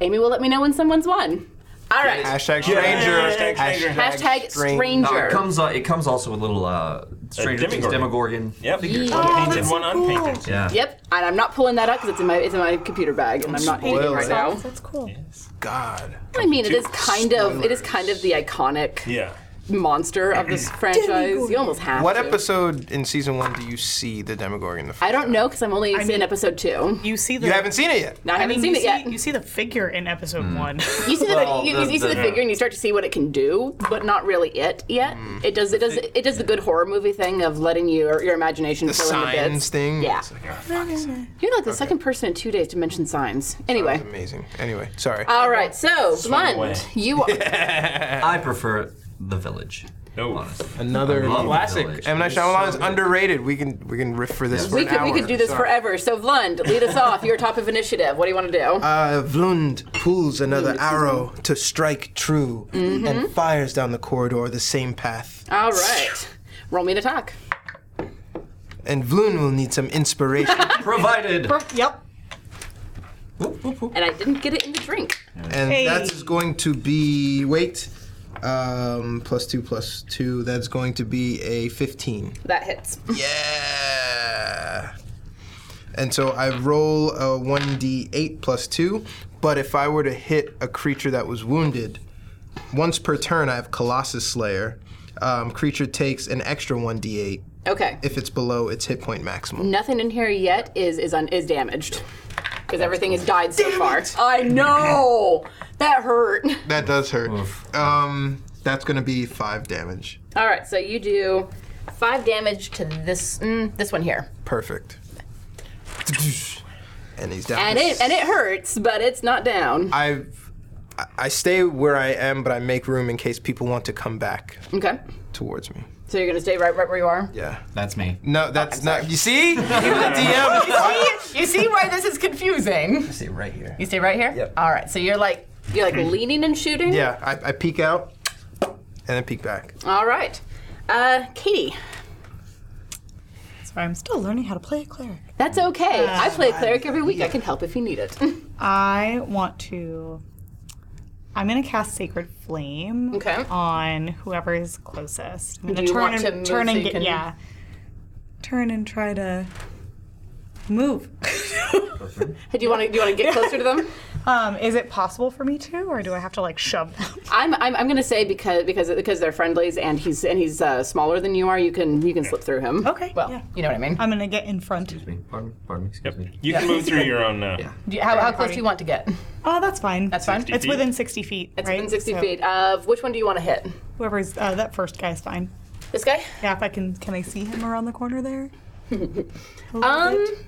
B: Amy will let me know when someone's won. All right.
E: Hashtag stranger.
C: Hashtag stranger.
B: Hashtag stranger.
D: Uh, it comes. Uh, it comes also with little uh, Stranger Things Demogorgon.
C: Yep.
B: Figures.
C: One
B: Oh,
C: painted,
K: that's
C: one
K: so cool.
C: unpainted.
D: Yeah.
B: Yep, and I'm not pulling that up because it's in my it's in my computer bag, and I'm not eating it
E: spoil
B: right
E: it.
B: now.
K: That's cool.
E: God.
B: I mean, it is kind of it is kind of the iconic
C: Yeah.
B: monster of this franchise. You almost have
E: What
B: to.
E: episode in season one do you see the Demogorgon? The
B: I don't know because I'm only in episode two.
K: You see the.
E: You haven't seen Hmm. it yet.
B: I,
K: I
B: haven't
K: mean,
B: seen
K: you
B: it
K: see,
B: yet.
K: You see the figure in episode one.
B: You see the,
D: Well,
B: you,
D: the-
B: you see the
D: the-
B: figure and you start to see what it can do, but not really it yet.
E: Hmm.
B: It does it does it does the good horror movie thing of letting your your imagination
E: The
B: fill in the
E: signs
B: bits.
E: thing.
B: Yeah.
E: It's like, oh, fuck, this is
B: You're like the second person in two days to mention signs. Anyway.
E: amazing. Anyway, sorry.
B: All right, so
C: away.
B: Lund, you are
D: I prefer the village.
C: No.
D: Honestly.
E: Another
D: Love The
L: Classic.
D: Village.
E: M Night Shyamalan is underrated. We can we can riff for this. for
B: we
E: an
B: could we
E: hour.
B: could do this
E: Sorry.
B: forever. So Lund, lead us off. You're top of initiative. What do you want to do?
E: Uh, Vlund pulls another arrow to strike true and fires down the corridor the same path.
B: All right. Roll me an attack.
E: And Vlund will need some inspiration.
D: Provided.
K: yep.
B: And I didn't get it in the drink.
E: and that is going to be. Wait. Um, plus two, plus two. That's going to be a 15.
B: That hits.
E: Yeah. And so I roll a 1d8 plus 2, but if I were to hit a creature that was wounded, once per turn I have Colossus Slayer. Um, creature takes an extra 1d8
B: Okay.
E: if it's below its hit point maximum.
B: Nothing in here yet is is un, is damaged because everything has died so far. I know that hurt.
E: That does hurt. Um, that's going to be 5 damage.
B: All right, so you do five damage to this mm, this one here,
E: Perfect. And he's down.
B: and it and it hurts, but it's not down.
E: I I stay where I am, but I make room in case people want to come back
B: Okay,
E: towards me.
B: so you're gonna stay right right where you are.
E: Yeah.
D: That's me.
E: No, that's not. You see? You the DM.
B: You see why this is confusing?
D: See right here.
B: You stay right here. Yep. All right, so you're like you're like leaning and shooting.
E: yeah, I, I peek out and then peek back.
B: All right, uh, Katie.
K: Sorry, I'm still learning how to play a cleric.
B: That's okay. I play a cleric every week. I can help if you need it.
K: I want to. I'm gonna cast Sacred Flame
B: Okay.
K: on whoever is closest. I'm gonna
B: you
K: turn
B: want
K: and
B: to move
K: turn
B: so
K: and
B: you
K: get
B: can-
K: yeah. Turn and try to move.
B: do you want to do you want to get closer to them?
K: um, is it possible for me to, or do I have to like shove them?
B: I'm, I'm, I'm gonna say because because because they're friendlies and he's and he's uh, smaller than you are. You can you can slip through him.
K: Okay,
B: Well,
K: Oh, yeah.
B: you know what I mean.
K: I'm gonna get in front.
D: Excuse me. Pardon. Pardon. Excuse me.
C: You can move through your own uh, now.
B: Do you- how, how close do you want to get?
K: Oh, that's fine.
B: That's fine.
K: It's
C: feet.
K: within 60 feet.
B: It's
K: right?
B: within 60
K: So
B: feet. Of which one do you want to hit?
K: Whoever's uh, that first guy's fine.
B: This guy?
K: Yeah, if I can, can I see him around the corner there? A little
B: Um,
K: bit?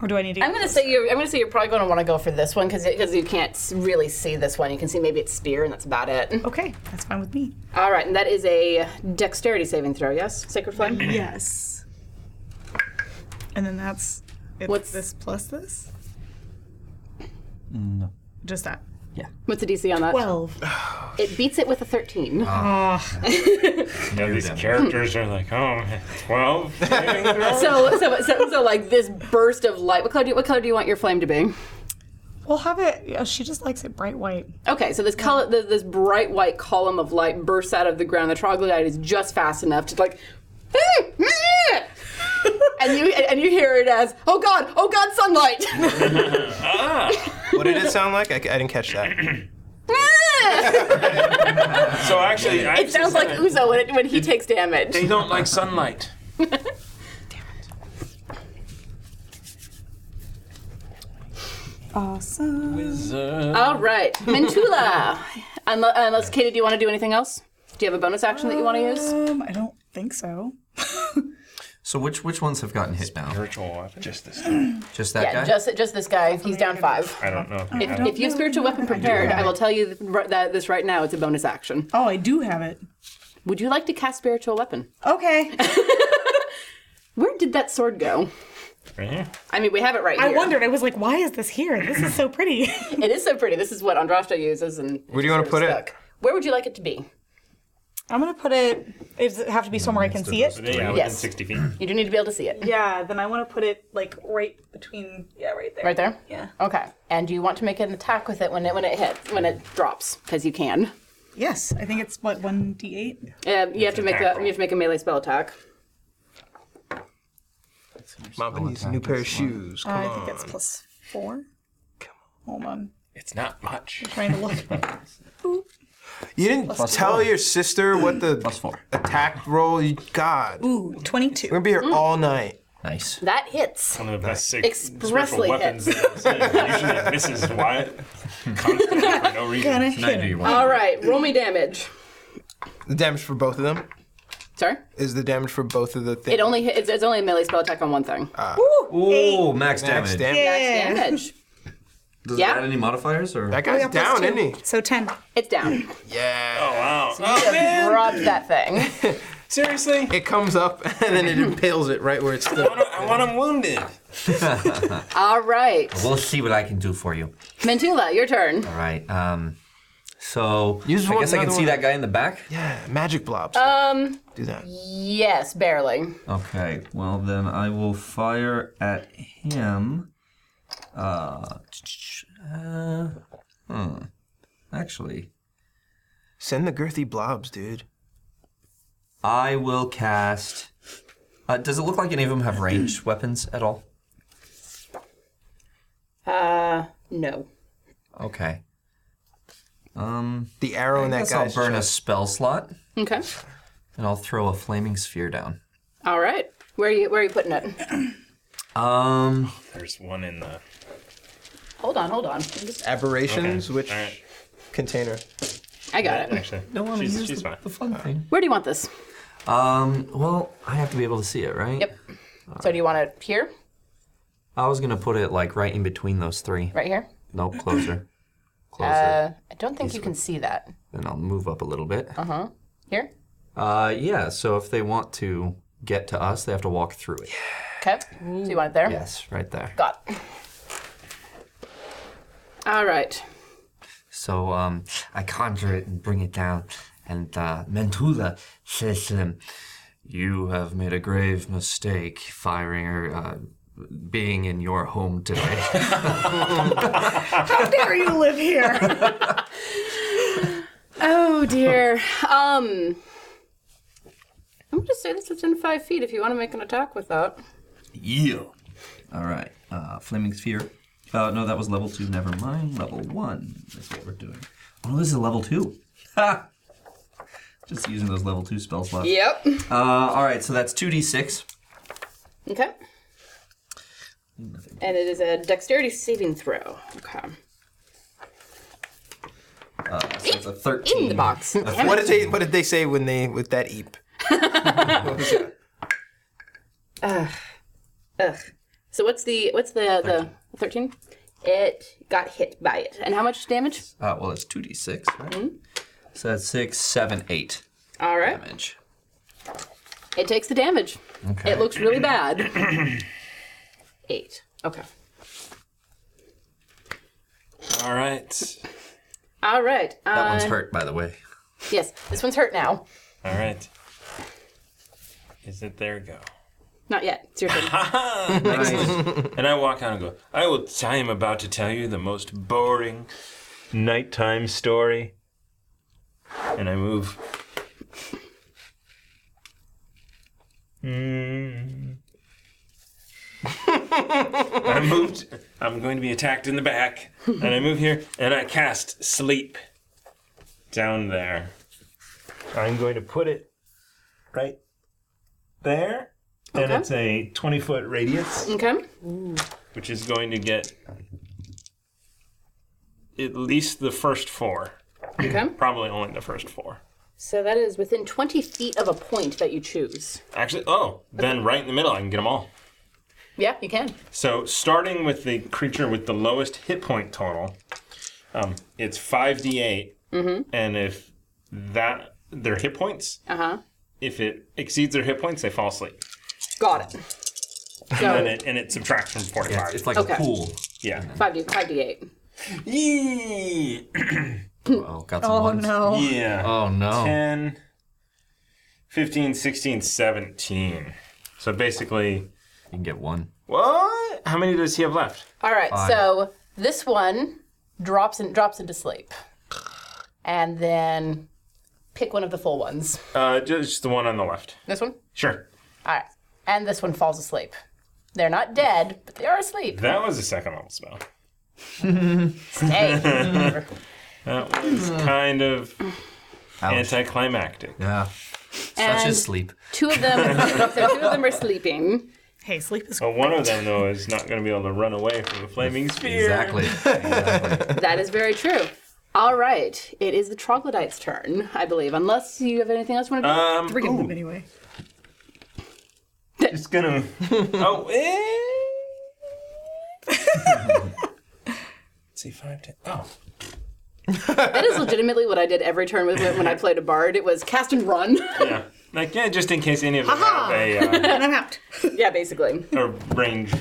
K: or do I need to?
B: I'm gonna say you're I'm gonna say you're probably gonna want to go for this one because because you can't s- really see this one. You can see maybe it's spear and that's about it.
K: Okay, that's fine with me.
B: All right, and that is a dexterity saving throw. Yes, sacred flame.
K: Yes. And then that's it's
B: What's-
K: this plus this? No. Just that.
D: Yeah.
B: What's the DC on that?
K: 12.
B: It beats it with a 13.
K: Oh.
C: You know, these characters are like, oh, 12?
B: so, so, so, so, like this burst of light. What color, do you, what color do you want your flame to be?
K: We'll have it. Oh, she just likes it bright white.
B: Okay, so this color, th- this bright white column of light bursts out of the ground. The troglodyte is just fast enough to like, and you and you hear it as, oh god, oh god, sunlight.
E: What did it sound like? I, I didn't catch that.
C: so actually, I
B: it sounds like Uzo when, it, when he takes damage.
C: they don't like sunlight.
K: Awesome.
B: All right, Mintula. Unle- uh, Unless Katie, do you want to do anything else? Do you have a bonus action that you want to use?
K: Um, I don't think so.
D: So which which ones have gotten hit now?
C: Spiritual weapon. Just this time.
D: Just that
B: yeah,
D: guy.
B: just just this guy. He's down five.
C: I don't know.
B: If, if you have spiritual weapon prepared, I will tell you th- r- that this right now. It's a bonus action.
K: Oh, I do have it.
B: Would you like to cast spiritual weapon?
K: Okay.
B: Where did that sword go?
C: Right here.
B: I mean, we have it right
K: I
B: here.
K: wondered. I was like, why is this here? This is so pretty.
B: It is so pretty. This is what Andrasta uses, and
E: Where do you want to put it?
B: where would you like it to be?
K: I'm gonna put it. Does it have to be somewhere I can see it?
C: Yeah, within
B: Yes.
C: 60 feet.
B: You do need to be able to see it.
K: Yeah. Then I want to put it like right between. Yeah, right there.
B: Right there.
K: Yeah.
B: Okay. And you want to make an attack with it when it when it hits when it drops because you can.
K: Yes. I think it's what one d8.
B: Um, you have to make a
C: attack roll.
B: you have to make a melee spell attack.
E: Mama needs a new pair of shoes. Come
K: I
E: on.
K: think it's plus four. Come on. Hold on.
C: It's not much.
K: Trying to look.
E: You didn't tell your sister what the
D: Plus four.
E: attack roll. You, God, we're
K: Ooh, 22.
E: gonna be here
K: mm.
E: all night.
D: Nice.
B: That hits.
C: One of the best six
B: Expressly
C: spiritual weapons
B: hit.
C: that I've seen. Usually it misses wide constantly for no reason.
D: Nine do you want?
B: All right. Roll me damage.
E: The damage for both of them
B: Sorry.
E: is the damage for both of the things.
B: It only hit, it's, it's only a melee spell attack on one thing.
E: Ah.
D: Ooh, max,
E: Max
D: damage.
E: damage.
K: Yeah.
B: Damage.
D: Does
B: Yeah.
D: it add any modifiers or?
E: That guy's
K: yeah, plus
E: down,
K: two.
E: isn't he?
K: So 10.
B: It's down.
E: Yeah.
C: Oh, Wow.
B: Rob that thing.
C: Seriously?
E: It comes up and then it impales it right where it's still.
C: I want him wounded.
B: All right.
I: We'll see what I can do for you.
B: Mintula, your turn.
I: All right. Um, so
E: You just
I: I
E: want
I: guess I can
E: another
I: see
E: one.
I: that guy in the back.
E: Yeah, magic blobs.
B: Um.
E: Do that.
B: Yes, barely.
D: Okay. Well then, I will fire at him. Uh. uh hmm. Actually,
E: Send the girthy blobs, dude.
D: I will cast. Uh, does it look like any of them have ranged weapons at all?
B: Uh. No.
D: Okay. Um,
E: The arrow in
D: I
E: that
D: guess I'll
E: guy's
D: burn a
E: chest.
D: spell slot
B: Okay.
D: and I'll throw a flaming sphere down.
B: All right. Where are you Where are you putting it?
D: Um,
C: There's one in the.
B: Hold on. Hold on.
E: aberrations, which
C: All right.
E: container?
B: I got it.
C: Actually,
D: no one
C: she's,
D: uses
C: she's
D: the,
C: fine.
D: the fun thing.
B: Where do you want this?
D: Um, well, I have to be able to see it, right?
B: Yep. So do you want it here?
D: I was gonna put it like right in between those three.
B: Right here?
D: Nope, closer. Closer.
B: Uh, I don't think you can see that.
D: then I'll move up a little bit.
B: Here?
D: Uh, yeah. So if they want to get to us, they have to walk through it.
B: Okay. So you want it there?
D: Yes, right there.
B: Got it. All right.
I: So um, I conjure it and bring it down. And uh, Mentula says to them,
D: You have made a grave mistake firing or uh, being in your home today.
K: How dare you live here?
B: Oh dear. Um I'm gonna say this within five feet if you want to make an attack with that.
D: Yeah. All right. Uh, Flaming Sphere. Uh, no, that was level two. Never mind. Level one is what we're doing. Oh, no, this is level two. Ha! Just using those level two spell slots.
B: Yep.
D: Uh, all right. So that's 2d6.
B: Okay. And it is a dexterity saving throw. Okay.
D: Uh, so it's a
B: In
D: 13.
B: the box. Damn
E: What
B: it.
E: did they What did they say when they with that eep? What was that?
B: Ugh. So what's the what's the the thirteen? It got hit by it. And how much damage?
D: Uh, well, it's 2d6, right?
B: Mm-hmm.
D: So that's six, seven, eight
B: All right.
D: damage.
B: It takes the damage.
D: Okay.
B: It looks really bad. Eight. Okay.
C: All right.
B: All right.
D: That one's
B: uh,
D: hurt, by the way.
B: Yes, this one's hurt now.
C: All right. Is it there? Go.
B: Not yet. It's your turn.
C: Excellent. and I walk out and go. I will. I am about to tell you the most boring nighttime story. And I move. Mm. I moved. I'm going to be attacked in the back, and I move here, and I cast sleep down there. I'm going to put it right there, and
B: Okay.
C: it's a 20 foot radius,
B: okay.
C: which is going to get at least the first four.
B: Okay.
C: Probably only the first four.
B: So that is within 20 feet of a point that you choose.
C: Actually, oh, then right in the middle, I can get them all.
B: Yeah, you can.
C: So, starting with the creature with the lowest hit point total, um, it's 5d8.
B: Mm-hmm.
C: And if that, their hit points,
B: Uh huh.
C: if it exceeds their hit points, they fall asleep.
B: Got it.
C: And,
B: So-
C: then it, and it subtracts from 45.
B: it's like a Okay. pool.
C: Yeah.
B: 5d, 5d8.
C: Yee!
D: oh,
B: got some Oh, ones. no.
C: Yeah.
D: Oh, no.
C: 10, 15, 16, 17. So basically. You
D: can get one.
C: What? How many does he have left?
B: All right,
C: Five.
B: so this one drops and drops into sleep. And then pick one of the full ones.
C: Uh, just the one on the left.
B: This one?
C: Sure.
B: All right. And this one falls asleep. They're not dead, but they are asleep.
C: That was a second level spell.
B: Hey.
C: that was kind of anticlimactic.
D: Yeah.
B: And Two of them so two of them are sleeping.
K: Hey, sleep is
C: Well, one of them, though, is not going to be able to run away from the flaming spear.
D: Exactly.
B: That is very true. All right. It is the troglodyte's turn, I believe, unless you have anything else you want to do.
C: Um,
B: We're getting
C: ooh.
B: them anyway.
C: Just gonna. oh, eh. Let's see, five, ten. Oh.
B: that is legitimately what I did every turn with when I played a bard. It was cast and run.
C: Yeah. Like, yeah, just in case any of them
B: Aha!
C: have a, uh,
B: I'm out. yeah, basically.
C: a range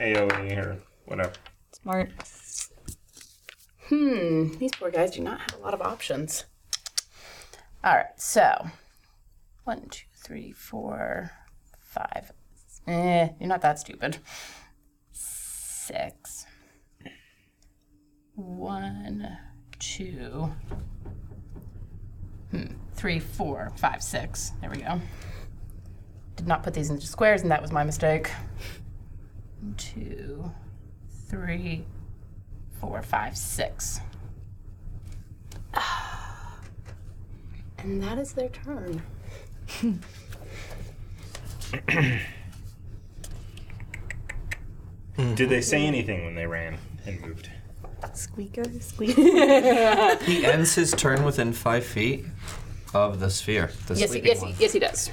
C: AoE or whatever.
B: Smart. Hmm. These poor guys do not have a lot of options. All right. So, one, two, three, four, five. Eh, you're not that stupid. Six. One, two, hmm, three, four, five, six. There we go. Did not put these into squares, and that was my mistake. Two, three, four, five, six. And that is their turn.
C: Did they say anything when they ran and moved?
K: squeaker, squeaker.
D: He ends his turn within five feet of the sphere. The
B: yes, he,
D: sleeping
B: yes, he,
D: one.
B: yes, he does.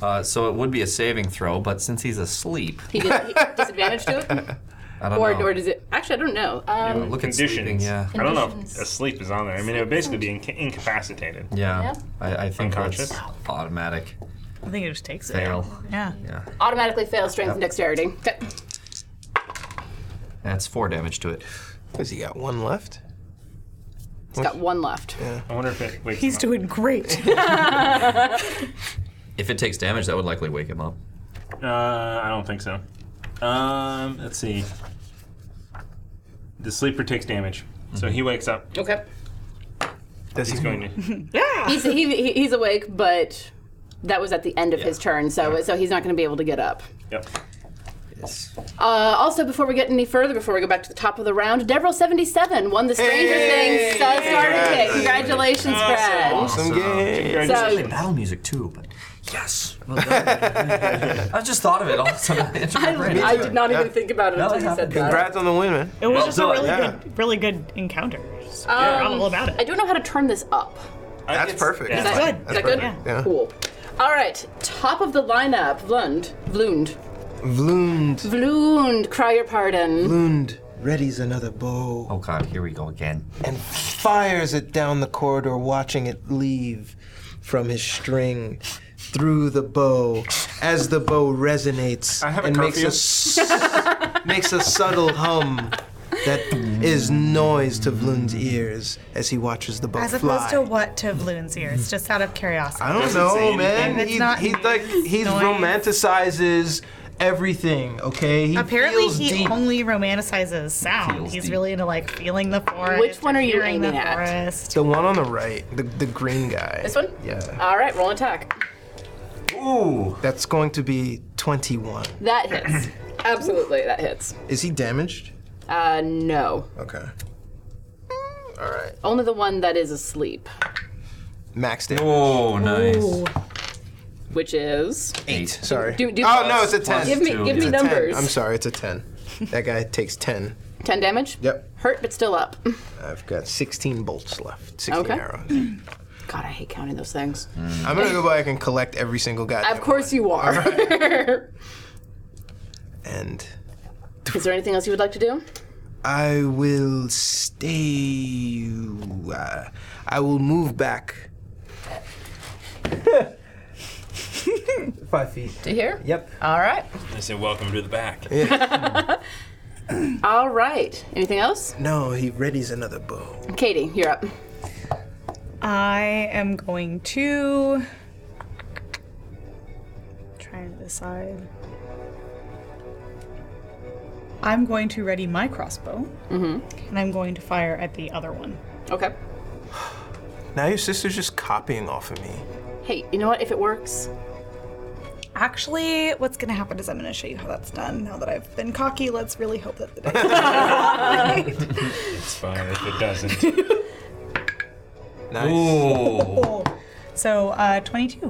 D: Uh, so it would be a saving throw, but since he's asleep,
B: He, dis- he disadvantage to it,
D: I don't
B: or
D: know.
B: or does it? Actually, I don't know. Um,
D: look at sleeping, yeah.
C: I don't know if asleep is on there. I mean, it would basically be inca- incapacitated.
D: Yeah,
B: Yeah.
D: I, I think
C: Unconscious?
D: that's automatic.
K: I think it just takes it.
D: Fail.
K: Yeah.
D: Yeah,
B: Automatically fails strength and
D: Yep.
B: dexterity. Okay.
D: that's four damage to it. Does he got one left?
B: He's got one left.
C: I wonder if it wakes
K: He's doing great.
D: If it takes damage, that would likely wake him up.
C: Uh, I don't think so. Um, let's see. The sleeper takes damage, so
D: Mm-hmm.
C: he wakes up.
B: Okay.
C: Does he's going to?
B: Yeah. He's he, he- he's awake, but that was at the end of his turn, so so he's not going to be able to get up.
C: Yep.
D: Yes.
B: Uh, also, before we get any further, before we go back to the top of the round, Devril seventy seven won the Stranger Things uh, starter kit. Congratulations, friend!
D: game.
B: So-
D: So, battle music too, but yes. Well done. I just thought of it all of a sudden. It's
B: I,
D: my brain.
B: I did not even think about it
D: No,
B: until
D: it
B: you said
D: happened.
B: that.
E: Congrats on the win, man.
K: It was just a really
E: Yeah.
K: good, really good encounter. Just forgot
B: Um,
K: all about it.
B: I don't know how to turn this up.
E: That's perfect.
B: Is that good? Is that good? Cool. All right, top of the lineup, Vlund. Vlund.
E: Vloomed.
B: Vlund, cry your pardon.
E: Lund readies another bow.
D: Oh god, here we go again.
E: And fires it down the corridor, watching it leave from his string through the bow as the bow resonates
C: I have a
E: and makes
C: curfew.
E: a, s- makes a subtle hum that is noise to Vloon's ears as he watches the boat
F: As
E: fly.
F: opposed to what to Vloon's ears, just out of curiosity.
E: I don't know, man.
F: It's
E: He,
F: not
E: he like he
F: noise.
E: romanticizes everything. Okay. He
F: Apparently,
E: feels
F: he
E: deep.
F: only romanticizes sound. He's really into like feeling the forest.
B: Which one
F: or
B: are you
F: hearing the
B: aiming at?
F: forest.
E: the one on the right, the the green guy.
B: This one?
E: Yeah.
B: All right, roll an attack.
E: Ooh. That's going to be twenty-one.
B: That hits. Absolutely, that hits.
E: Is he damaged?
B: Uh, no.
E: Okay. All right.
B: Only the one that is asleep,
E: Max damage. Oh,
B: nice. Ooh. which is
E: Eight. Sorry.
B: Do- do-
E: oh no, it's a ten.
B: Give me- Plus two. give me
E: It's a 10.
B: numbers.
E: I'm sorry, it's a ten. that guy takes ten.
B: ten damage.
E: Yep.
B: Hurt, but still up.
E: I've got sixteen bolts left. Sixteen
B: okay.
E: arrows.
B: God, I hate counting those things.
E: I'm gonna go back and collect every single guy.
B: Of course you are.
E: And
B: is there anything else you would like to do?
E: I will stay. Uh, I will move back. Five feet.
B: To here?
E: Yep.
B: All right.
C: I said, welcome to the back.
B: All right. Anything else?
E: No, he readies another bow.
B: Katie, you're up.
F: I am going to trying to decide. I'm going to ready my crossbow,
B: Mm-hmm.
F: and I'm going to fire at the other one.
B: Okay.
E: Now your sister's just copying off of me.
B: Hey, you know what? If it works,
F: Actually, what's going to happen is I'm going to show you how that's done. Now that I've been cocky, let's really hope that the dice.
C: It's fine if it doesn't.
E: Nice.
F: So, uh, 22.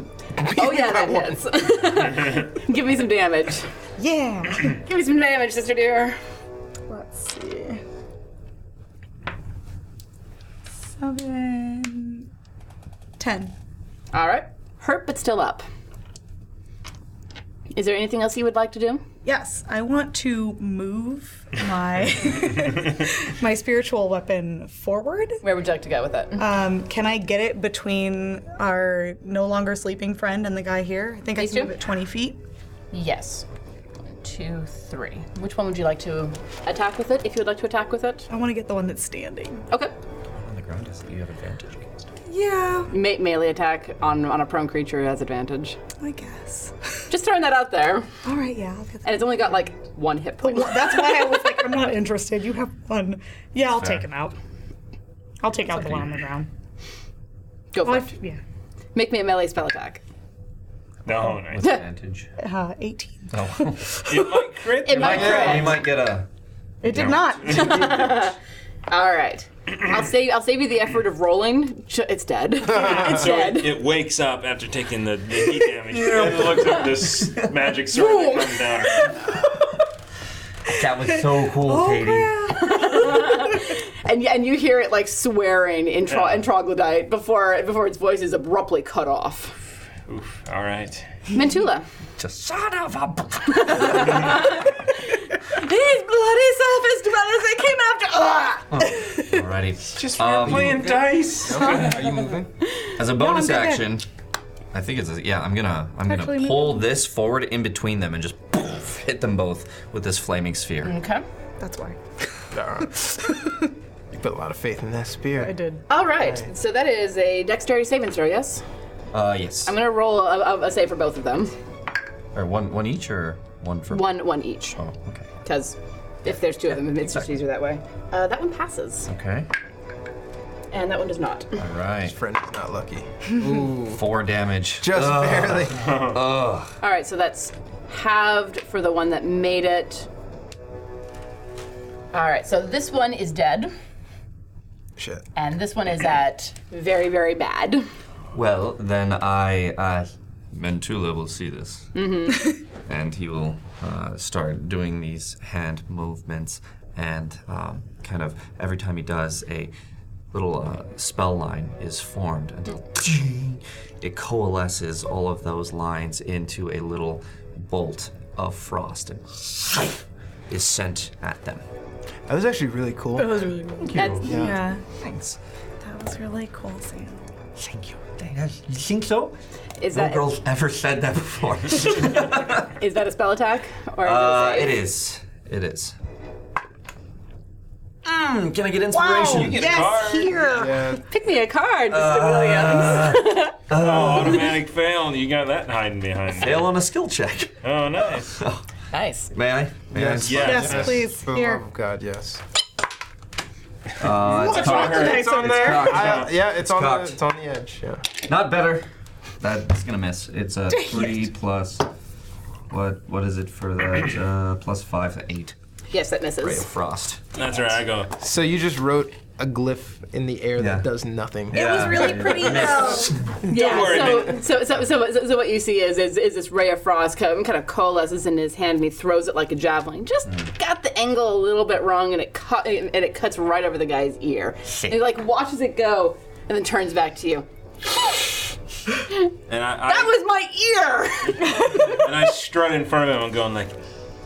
B: Oh yeah, that hits. Give me some damage.
F: Yeah.
B: Give me some damage, sister dear.
F: Let's see. Seven. Ten.
B: All right. Hurt, but still up. Is there anything else you would like to do?
F: Yes, I want to move my my spiritual weapon forward.
B: Where would you like to go with it?
F: Um, can I get it between our no longer sleeping friend and the guy here? I think I
B: These
F: can
B: two?
F: move it 20 feet.
B: Yes. One, Two, three. Which one would you like to attack with it? If you would like to attack with it.
F: I want to get the one that's standing.
B: Okay.
D: On the ground, is you have advantage against it.
F: Yeah.
B: Me- melee attack on on a prone creature has advantage.
F: I guess.
B: Just throwing that out there.
F: All right, yeah. I'll get
B: And it's only got like one hit point.
F: That's why I was like, I'm not interested. You have one. Yeah, I'll take him out. I'll take out the one on the ground.
B: Go for
F: Well,
B: it.
F: if- Yeah.
B: Make me a melee spell attack.
C: No, nice.
D: With advantage.
F: Uh, 18.
D: No.
C: It might crit.
B: It might
D: You
B: crit.
D: might get a.
F: It did not.
B: All right. I'll save. I'll save you the effort of rolling. Ch- It's dead. it's
C: So
B: dead.
C: it, it wakes up after taking the, the heat damage. And it looks up this magic sword that comes down.
D: That was so cool, Katie.
B: and y- and you hear it like swearing in, tro- in troglodyte before before its voice is abruptly cut off.
C: Oof. All right.
B: Mentula.
D: Just son of a.
B: His bloody surface dwellers. They came after. Ah!
J: Alrighty.
C: Just
J: Um,
C: playing dice.
E: Are you moving?
J: As a bonus
F: good.
J: action, I think it's a, yeah. I'm gonna I'm
F: Actually,
J: gonna
F: maybe-
J: pull this forward in between them and just poof, hit them both with this flaming sphere.
B: Okay.
F: That's why.
E: You put a lot of faith in that spear.
F: I did.
B: All right. So that is a dexterity saving throw. Yes.
J: Uh, yes.
B: I'm gonna roll a, a, a save for both of them.
J: Or one one each or one for
B: One one each.
J: Oh, okay.
B: Because if there's two of them, it's just easier that way. Uh, that one passes,
J: Okay.
B: and that one does not.
J: All right.
E: Friend is not lucky.
J: Four damage.
E: Just
J: Ugh.
E: barely.
J: Ugh.
B: All right, so that's halved for the one that made it. All right, so this one is dead,
E: Shit.
B: and this one is at very, very bad.
J: Well, then I uh, Mentula will see this, Mm-hmm. and he will uh, start doing these hand movements, and um, kind of every time he does, a little uh, spell line is formed until it coalesces all of those lines into a little bolt of frost and is sent at them.
E: That was actually really cool.
F: That was really cool.
B: That's,
E: Yeah.
F: Yeah.
J: Thanks.
F: That was really cool, Sam.
J: Thank you. Uh, You think so?
B: is
J: No
B: that
J: girl's ever said that before.
B: is that a spell attack or is
J: Uh,
B: it, a
J: it
B: save?
J: is. It is.
D: Mm, can I get inspiration?
C: You get a Yes, card.
F: here.
B: Pick me a card,
C: Mr.
J: Uh,
D: Williams.
C: oh, automatic fail. and You got that hiding behind.
D: Fail on a skill check.
C: Oh, nice.
B: Nice.
D: May I? May
E: Yes.
D: I?
E: Yes,
C: Yes.
E: please.
D: For the
E: Here.
D: love
E: of God, yes.
D: Uh,
E: What's
D: it's
E: wrong
D: cocked.
E: with that? It's on there.
D: cocked.
E: I- yeah, it's on the-
D: cocked.
E: it's on the edge, yeah.
D: Not better. That's gonna miss. It's a
E: Dang it.
D: three plus. What what is it for that? Uh, plus five to eight.
B: Yes, that
D: Ray of
B: misses.
D: frost.
C: That's where I go.
E: So you just wrote a glyph in the air that does nothing.
D: It was Yeah. really
B: pretty, though. Yeah. so, so, so, so, so, so what you see is, is is this ray of frost come, kind of coalesces in his hand, and he throws it like a javelin. Just got the angle a little bit wrong, and it cut and it cuts right over the guy's ear.
C: Shit.
B: And he like watches it go, and then turns back to you.
C: And I, I
B: That was my ear.
C: and I strut in front of him. I'm going like,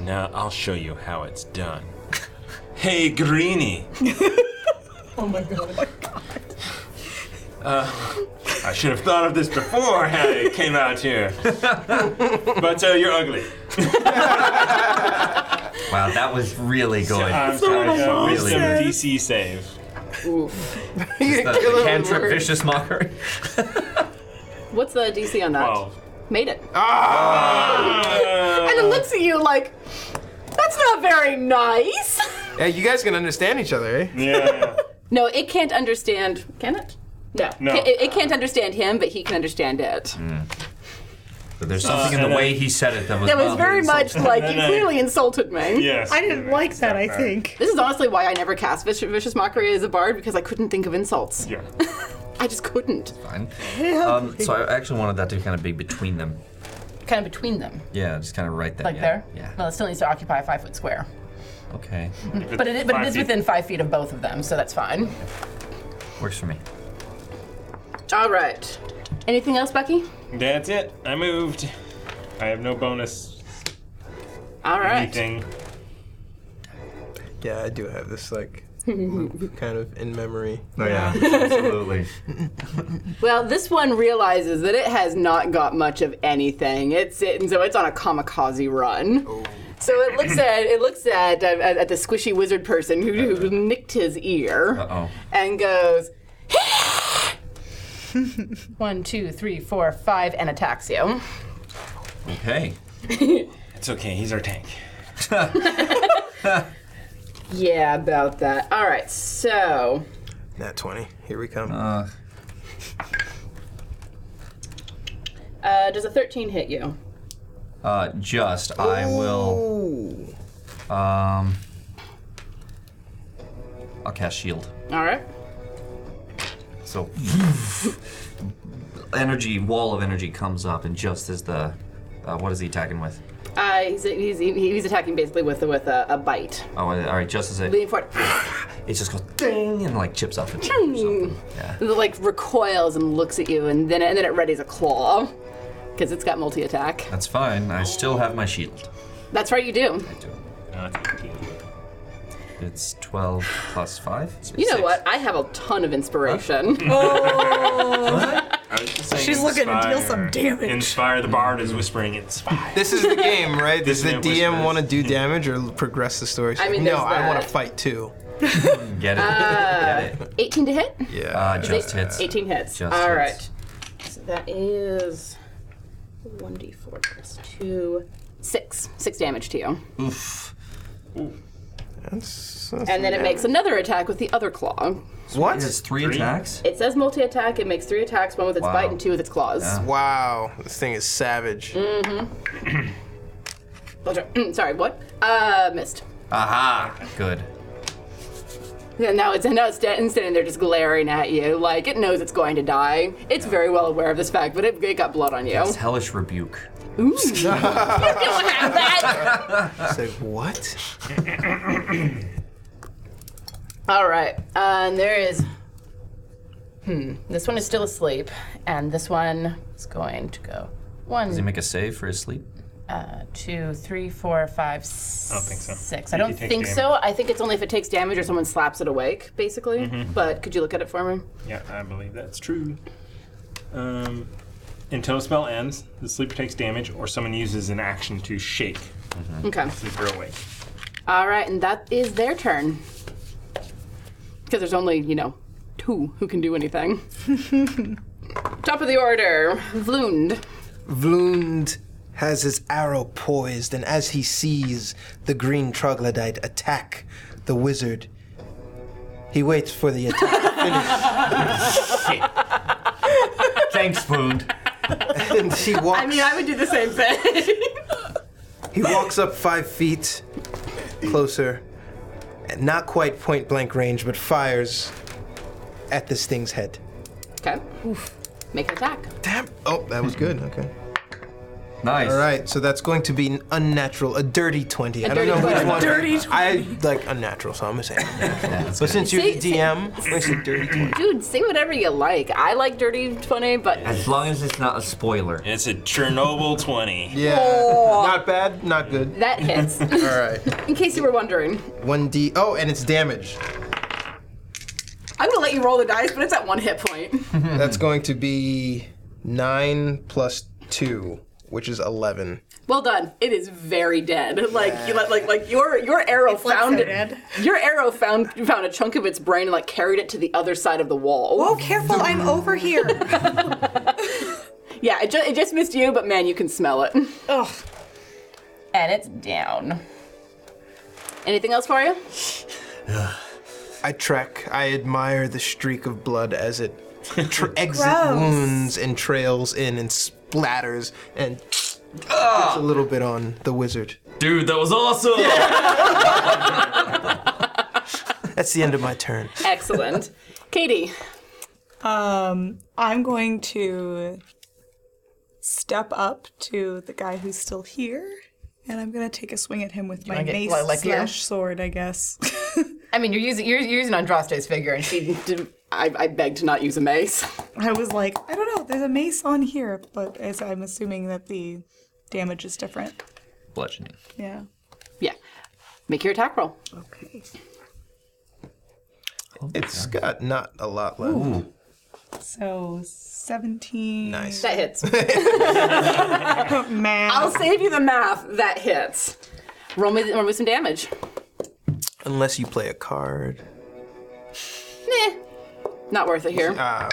C: now I'll show you how it's done. Hey, Greenie.
K: Oh my god.
C: Uh, I should have thought of this before I came out here. but uh, you're ugly.
D: Wow, that was really good.
C: I'm sorry. uh,
D: Really
C: wisdom
D: good.
C: DC save.
B: Oof.
D: Just the-
B: Kill
D: the
B: him
D: cantrip
B: with words.
D: vicious mockery.
B: What's the DC on that?
C: Oh.
D: Twelve.
B: Made it.
E: Oh. Ah!
C: Uh,
B: and it looks at you like, that's not very nice.
E: Yeah, you guys can understand each other, eh?
C: Yeah.
B: No, it can't understand. Can it? No.
E: No.
B: It, it can't understand him, but he can understand it.
D: But there's
I: Uh,
D: something in
I: and
D: the
I: I-
D: way Oh, he said it that was.
B: that was
D: mildly
B: very much
D: insulting.
B: like, you clearly insulted me.
D: Yes. I didn't
B: like that, I
D: think.
B: This is honestly why I never cast Vicious, Vicious Mockery as a bard, because I couldn't think of insults.
C: Yeah.
B: I just couldn't.
D: Fine. Um, so I actually wanted that to kind of be between them.
B: Kind of between them.
D: Yeah, just kind of right there.
B: like
D: yeah.
B: there?
D: Yeah.
B: Well, it still needs to occupy a five foot square.
D: Okay.
B: But it, but it is within five feet of both of them, so that's fine.
D: Works for me.
B: All right. Anything else, Bucky?
C: That's it. I moved. I have no bonus
B: All right.
C: anything.
E: Yeah, I do have this like loop kind of in memory.
D: Oh yeah, absolutely.
B: Well, this one realizes that it has not got much of anything. It's it, and so it's on a kamikaze run. So it looks at it looks at uh, at, at the squishy wizard person who, who nicked his ear
D: Uh oh.
B: and goes. One, two, three, four, five, and attacks you.
D: Okay.
C: It's okay. He's our tank.
B: Yeah, about that. All right, so
E: Nat 20. Here we come.
B: uh, does a thirteen hit you?
D: Uh, just I will. Um. I'll cast shield.
B: All right.
D: So, energy wall of energy comes up, and just as the, uh, what is he attacking with?
B: Uh, he's, he's, he's attacking basically with with a, a bite.
D: Oh, all right. Just as it,
B: Leaning forward.
D: it just goes ding and like chips off. It.
B: It, like recoils and looks at you, and then and then it readies a claw because it's got multi attack.
D: That's fine. I still have my shield.
B: That's right, you do.
C: Uh,
D: It's twelve plus five.
B: You know what? I have a ton of inspiration.
C: I was just saying
B: She's looking to deal some
C: inspire-
B: damage.
C: Inspire the bard is whispering inspire.
E: This is the game, right? Does the
C: man
E: DM
C: whispers.
E: want to do damage or progress the story?
B: I mean,
E: no,
B: there's
E: I want to
B: that.
E: fight too.
D: Get it?
B: Uh, 18 to hit.
E: Yeah.
D: Uh, just hits.
B: 18 hits. All
D: Just
B: right.
D: hits.
B: So that is 1d4 plus 2, 6. 6 damage to you.
D: Oof.
E: That's,
B: and then it makes another attack with the other claw.
E: What?
D: It's three, attacks.
B: It says multi attack, it makes 3 attacks, one with its
E: Wow.
B: bite and two with its claws.
E: Wow, this thing is savage.
B: Mm. Mm-hmm. Sorry, what? Uh, missed.
D: Aha! Good.
B: And now it's now it's standing, standing there just glaring at you, like it knows it's going to die. It's very well aware of this fact, but it, it got blood on you.
D: It's hellish rebuke.
B: Ooh. you don't have that.
E: It's like, what?
B: All right, uh, and there is. Hmm. This one is still asleep, and this one is going to go one,
D: Does he make a save for his sleep?
B: uh, two, three, four, five, s-
D: I don't think so.
B: six. I don't think so. I think it's only if it takes damage or someone slaps it awake, basically.
D: Mm-hmm.
C: Mhm.
B: But could you look at it for me?
C: Yeah, I believe that's true. Um, until a spell ends, the sleeper takes damage, or someone uses an action to shake
B: Okay.
C: the sleeper awake.
B: All right, and that is their turn. Because there's only, you know, two who can do anything. Top of the order, Vlund.
E: Vlund has his arrow poised, and as he sees the green troglodyte attack the wizard, he waits for the attack to finish.
D: Thanks, Vlund.
E: and he walks.
B: I mean, I would do the same thing.
E: He walks up five feet closer, and not quite point blank range, but fires at this thing's head.
B: okay. Make an attack.
E: Damn. Oh, that was good. Okay.
D: Nice.
E: All right, so that's going to be an unnatural, a dirty
B: A
E: 20. I don't
B: dirty
E: know which
B: 20.
E: one.
B: Dirty
E: I like unnatural, so I'm going to say unnatural. but since you're the
B: See-
E: DM, I'm going to say dirty 20.
B: Dude, say whatever you like. I like Dirty 20, but.
D: As long as it's not a spoiler.
C: It's a Chernobyl 20.
E: Yeah.
B: Oh.
E: Not bad, not good.
B: That hits.
E: All right.
B: In case you were wondering,
E: 1D. Oh, and it's damage.
B: I'm gonna let you roll the dice, but it's at one hit point.
E: That's going to be 9 plus 2, which is 11.
B: Well done. It is very dead. Like you let like like your your arrow found it. Your arrow found found a chunk of its brain and like carried it to the other side of the wall.
K: Oh.
F: Whoa, careful, I'm over here.
B: Yeah, it, ju- it just missed you, but man, you can smell it. Ugh. And it's down. Anything else for you?
E: I trek. I admire the streak of blood as it tr exits
B: Gross.
E: wounds and trails in and splatters and gets a little bit on the wizard.
J: Dude, that was awesome!
E: That's the end of my turn.
B: Excellent. Katie.
K: Um, I'm going to step up to the guy who's still here, and I'm gonna take a swing at him with
B: You
K: my
B: wanna get
K: mace
B: li- like here?
K: slash sword, I guess.
B: I mean, you're using you're, you're using Andraste's figure, and she did. I, I beg to not use a mace.
K: I was like, I don't know, there's a mace on here, but as I'm assuming that the damage is different.
J: Bludgeoning.
K: Yeah.
B: Yeah. Make your attack roll.
K: Okay.
E: It's got not a lot left.
K: Ooh. So 17.
E: Nice.
B: That hits.
K: math.
B: I'll save you the math. That hits. Roll me, roll me some damage.
E: Unless you play a card.
B: Nah. Not worth it here.
E: Ah,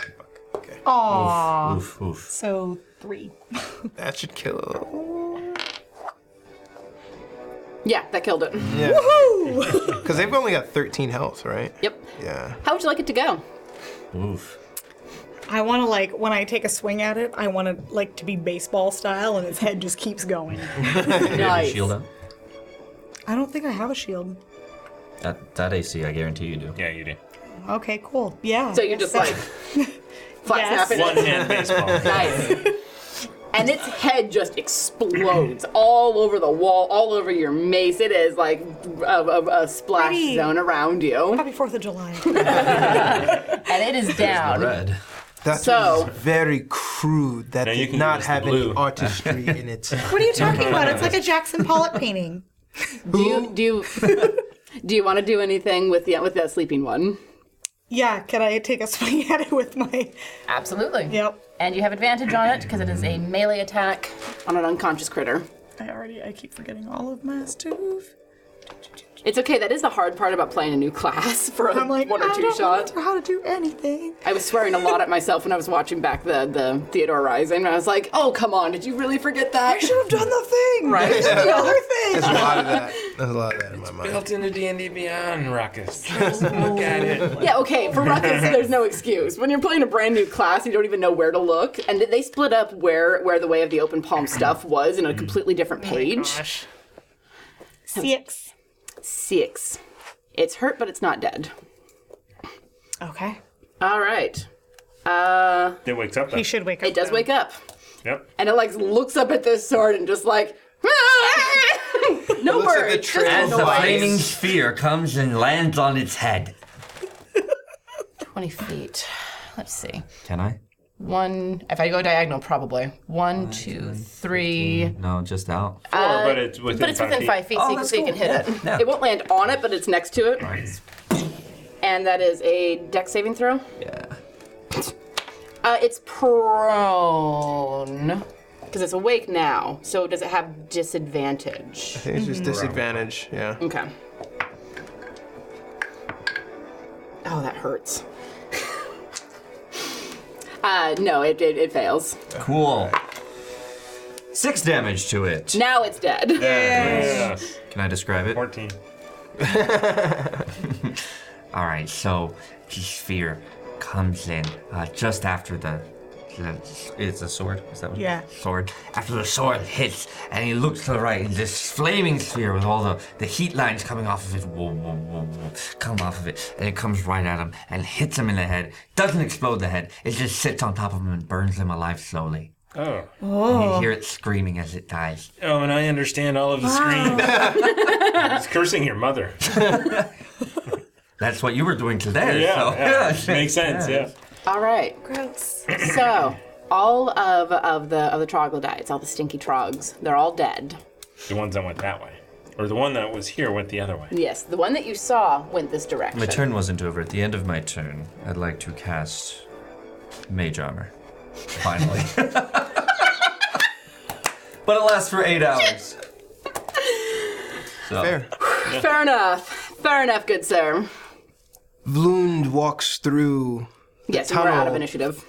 E: okay.
K: Aww.
E: Oof, oof, oof.
K: So three.
E: That should kill.
B: Yeah, that killed it.
E: Yeah. Because they've only got 13 health, right?
B: Yep.
E: Yeah.
B: How would you like it to go?
E: Oof.
K: I want to like when I take a swing at it, I want it like to be baseball style, and its head just keeps going.
J: Nice. Shield up.
K: I don't think I have a shield.
J: That, that AC, I guarantee you do. Yeah, you do.
K: Okay, cool. Yeah.
B: So you're just like flat
K: Yes.
B: snapping. it.
J: One-hand baseball.
B: nice. And its head just explodes all over the wall, all over your mace. It is like a, a, a splash
K: Pretty.
B: zone around you. Happy
K: Fourth of July.
B: and it is down.
E: Red. That
B: So-
E: so, very crude. That did not have any artistry in it.
K: What are you talking about? It's like a Jackson Pollock painting.
B: Do you do you, do you want to do anything with the with that sleeping one?
K: Yeah. Can I take a swing at it with my?
B: Absolutely.
K: Yep.
B: And you have advantage on it because it is a melee attack on an unconscious critter.
K: I already. I keep forgetting all of my stuff.
B: It's okay. That is the hard part about playing a new class for a
K: I'm like,
B: one or
K: I
B: two
K: don't
B: shot.
K: remember how to do anything.
B: I was swearing a lot at myself when I was watching back the the Theodore Rising. And I was like, oh come on, did you really forget that? I should
K: have done the thing.
B: Right.
E: Yeah.
B: The other
E: There's a lot of that. There's a lot of that in my mind.
C: Built into D&D Beyond, Ruckus. Just look at it.
B: Yeah, okay, for Ruckus, there's no excuse. When you're playing a brand new class, you don't even know where to look. And they split up where where the way of the open palm stuff was in a completely different page.
K: Six.
B: Six. It's hurt, but it's not dead.
K: Okay.
B: All right. Uh,
C: It wakes up. though.
K: wake
B: up. It does wake up.
C: Yep.
B: And it like looks up at this sword and just like no
D: looks at
B: words. just
D: As the
B: noise.
D: flaming sphere comes and lands on its head.
B: 20 feet. Let's see.
D: Can I?
B: One, if I go diagonal, probably. One, two, three.
D: No, just out.
B: Four, Uh, but
D: it's
B: but it's within five feet, so, you, can- so you can hit it.
D: Oh, Yeah.
B: It won't land on it, but it's next to it. And that is a deck saving throw? Yeah. Uh, it's prone. Because it's awake now, so does it have disadvantage?
E: I think it's just disadvantage. Yeah.
B: Okay. Oh, that hurts. uh, no, it, it, it fails.
J: Cool. Six damage to it.
B: Now it's dead.
J: Can I describe it?
C: 14.
D: All right, so the sphere comes in uh, just after the, the. It's a sword. Is that what?
F: Yeah.
D: Sword. After the sword hits, and he looks to the right, and this flaming sphere with all the, the heat lines coming off of it, whoa, whoa, whoa, whoa, come off of it, and it comes right at him and hits him in the head. Doesn't explode the head. It just sits on top of him and burns him alive slowly.
C: Oh.
D: And you hear it screaming as it dies.
C: Oh, and I understand all of the screams. it's cursing your mother.
D: That's what you were doing today.
C: Yeah,
D: so.
C: yeah. Makes sense, yeah.
B: All right.
F: Gross.
B: So, all of, of the of the troglodytes, all the stinky trogs, they're all dead.
C: The ones that went that way. Or the one that was here went the other way.
B: Yes, the one that you saw went this direction.
J: My turn wasn't over. At the end of my turn, I'd like to cast Mage Armor. Finally. but it lasts for eight hours.
E: Fair.
B: Fair enough. Fair enough, good sir.
E: Vlund walks through. the
B: Yes, we're out of
E: tunnel,
B: initiative.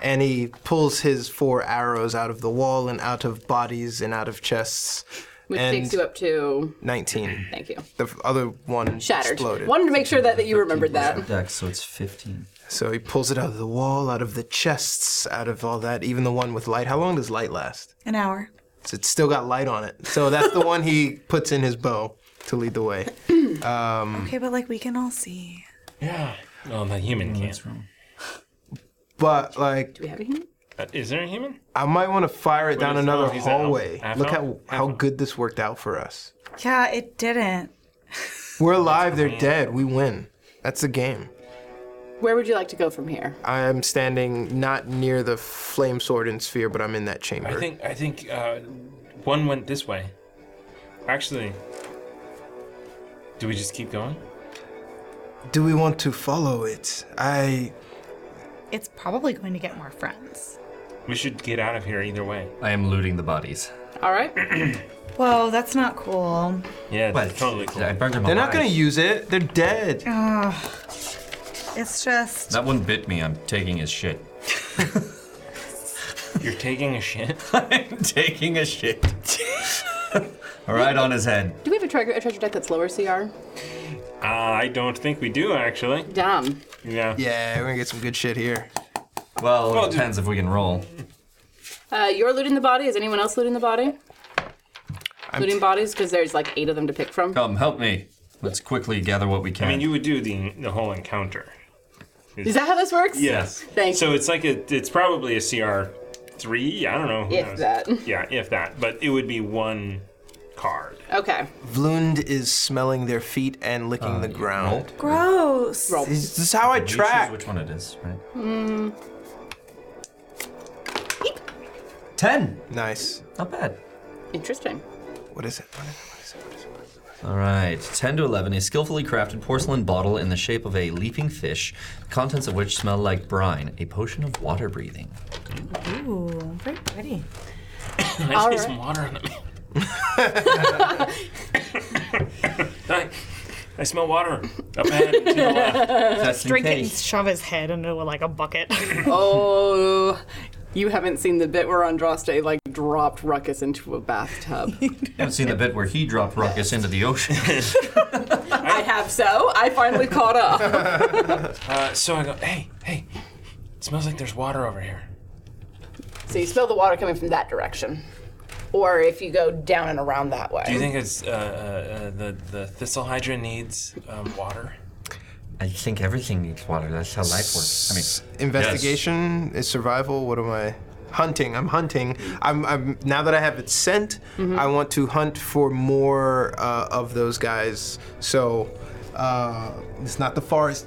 E: And he pulls his four arrows out of the wall and out of bodies and out of chests.
B: Which
E: and
B: takes you up to.
E: 19.
B: Thank you.
E: The f- other one
B: Shattered.
E: exploded.
B: Wanted to make sure that, that you remembered that.
J: Dex, so it's 15.
E: So he pulls it out of the wall, out of the chests, out of all that, even the one with light. How long does light last?
F: An hour.
E: So it's still got light on it. So that's the one he puts in his bow to lead the way. Um,
F: Okay, but like we can all see.
C: Yeah. Oh, the human can't.
E: But like,
B: do we have a human?
C: Uh, is there a human?
E: I might want to fire it
C: Wait,
E: down
C: it's-
E: another
C: oh, he's at
E: hallway.
C: Alpha-
E: Look how
C: Alpha?
E: how good this worked out for us.
F: Yeah, it didn't.
E: We're alive. They're dead. We win. That's the game.
B: Where would you like to go from here?
E: I am standing not near the flame sword and sphere, but I'm in that chamber.
C: I think I think uh, one went this way. Actually, do we just keep going?
E: Do we want to follow it? I
F: It's probably going to get more friends.
C: We should get out of here either way.
J: I am looting the bodies.
B: All right.
F: Whoa, that's not cool.
C: Yeah, it's totally cool. I
J: burned them
E: They're not gonna use it. They're dead.
F: Ugh. It's just.
N: That one bit me. I'm taking his shit.
C: You're taking a shit?
N: I'm taking a shit.
J: Right on his head.
B: Do we have a treasure, a treasure deck that's lower CR?
C: Uh, I don't think we do actually.
B: Dumb.
C: Yeah.
E: Yeah, we're gonna get some good shit here.
J: Well, it depends if we can roll.
B: Uh, you're looting the body. Is anyone else looting the body? looting bodies because there's like eight of them to pick from.
J: Come, Um, help me. Let's quickly gather what we can.
C: I mean, you would do the the whole encounter.
B: Is that how this works?
C: Yes.
B: Thank
C: so it's like a, it's probably a CR three. I don't know. who
B: If
C: knows.
B: that.
C: Yeah, if that. But it would be one card.
B: Okay.
E: Vlund is smelling their feet and licking the ground.
F: Gross.
E: This this Uh, is how I
J: You choose
E: track.
J: which one it is, right?
F: Mm,
J: Ten.
E: Nice.
J: Not bad.
B: Interesting.
E: What is it? What is it?
J: All right, 10 to 11. A skillfully crafted porcelain bottle in the shape of a leaping fish, the contents of which smell like brine, a potion of water breathing.
F: Ooh, very pretty.
C: Can I
F: All
C: see
F: right.
C: some water on it? I, I smell water up ahead and to the left.
F: Just drink it and shove his head into like a bucket.
B: oh, you haven't seen the bit where Andraste like dropped Ruckus into a bathtub.
J: I haven't seen the bit where he dropped Ruckus into the ocean.
B: I have so. I finally caught up.
C: Uh, so I go, hey, hey, it smells like there's water over here.
B: so you smell the water coming from that direction, or if you go down and around that way.
C: Do you think it's uh, uh, uh, the the thistle hydra needs um, water?
D: I think everything needs water. That's how life works. I mean,
E: Investigation is survival. What am I? Hunting. I'm hunting. I'm. I'm now that I have its scent,
B: Mm-hmm.
E: I want to hunt for more uh, of those guys. So uh, it's not the forest.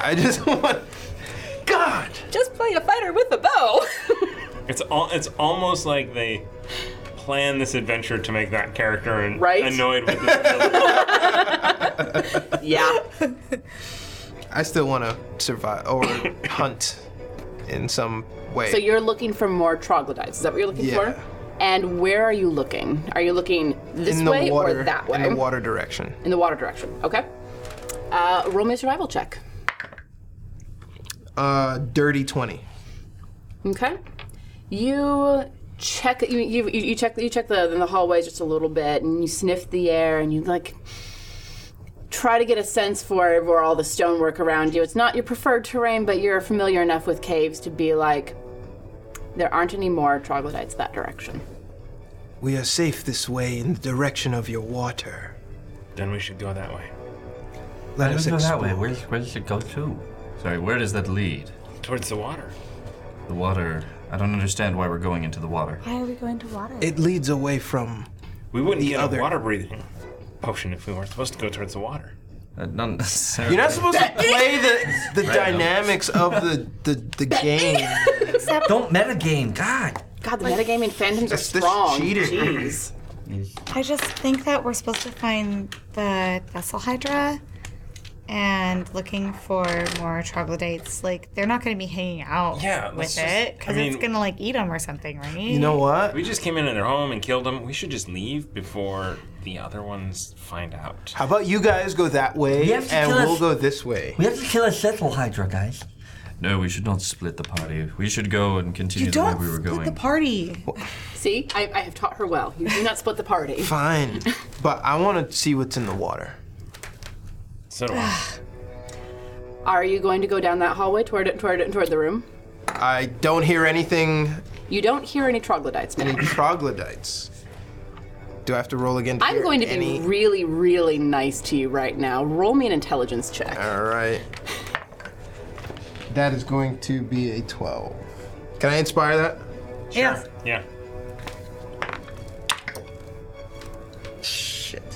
E: I just want. God.
B: Just play a fighter with a bow.
C: It's all it's almost like they planned this adventure to make that character an-
B: Right?
C: annoyed with this.
B: yeah.
E: I still want to survive or hunt in some way.
B: So you're looking for more troglodytes. Is that what you're looking
E: Yeah.
B: for? And where are you looking? Are you looking this
E: in the
B: way
E: water,
B: or that way?
E: In the water direction.
B: In the water direction. Okay. Uh, roll me a survival check.
E: Uh, dirty 20.
B: Okay. You check you you, you you check you check the the hallways just a little bit, and you sniff the air, and you like try to get a sense for where all the stonework around you. It's not your preferred terrain, but you're familiar enough with caves to be like, there aren't any more troglodytes that direction.
E: We are safe this way in the direction of your water.
C: Then we should go that way.
E: Let
J: Why
E: us
J: don't we go that
E: explore.
J: way. Where, where does it go to? Sorry, where does that lead?
C: Towards the water.
J: The water. I don't understand why we're going into the water.
F: Why are we going to water?
E: It leads away from.
C: We wouldn't
E: The
C: get
E: other-
C: a water breathing potion if we weren't supposed to go towards the water.
J: not necessarily.
E: You're not supposed to play the the dynamics of the the, the game.
D: Don't metagame, God.
B: God, the metagaming fandoms are strong. Jeez.
F: I just think that we're supposed to find the vessel hydra and looking for more troglodytes. Like they're not going to be hanging out
C: Yeah,
F: with
C: let's just-
F: it because
C: I mean-
F: it's going to like eat them or something, right?
E: what?
C: We just came in at their home and killed them. We should just leave before the other ones find out.
E: How about you guys go that way
D: We have to
E: and
D: kill a-
E: we'll go this way?
D: We have to kill a settle hydra, guys.
J: No, we should not split the party. We should go and continue
F: You
J: the way
F: don't
J: we were going.
F: party.
B: See, I, I have taught her well. You do not split the party.
E: Fine, but I want to see what's in the water.
C: So do I.
B: Are you going to go down that hallway toward toward toward the room?
E: I don't hear anything.
B: You don't hear any troglodytes.
E: Any
B: Now.
E: troglodytes? Do I have to roll again? To
B: I'm
E: hear
B: going to
E: any?
B: be really, really nice to you right now. Roll me an intelligence check.
E: All right. That is going to be a 12. Can I inspire that?
F: Yeah.
C: Yeah.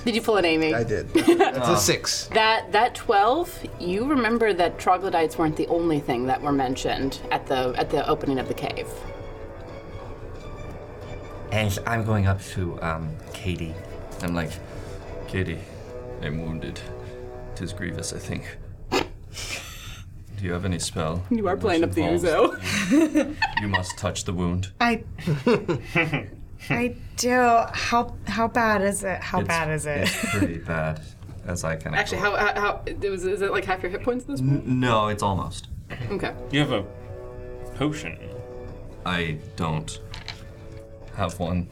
B: Did you pull an Amy?
E: I did. That's
B: Oh.
E: a six.
B: That that 12, you remember that troglodytes weren't the only thing that were mentioned at the at the opening of the cave.
D: And I'm going up to um, Katie. I'm like,
J: Katie, I'm wounded. Tis grievous, I think. Do you have any spell?
B: You are playing up the
J: involves-
B: Uzo.
J: You must touch the wound.
F: I I do. How how bad is it? How
J: It's-
F: bad is it?
J: It's pretty bad, as I can.
B: Actually, how, how, how it was, is it like half your hit points this?
J: No, it's almost.
E: Mm.
B: Okay.
C: You have a potion.
J: I don't have one.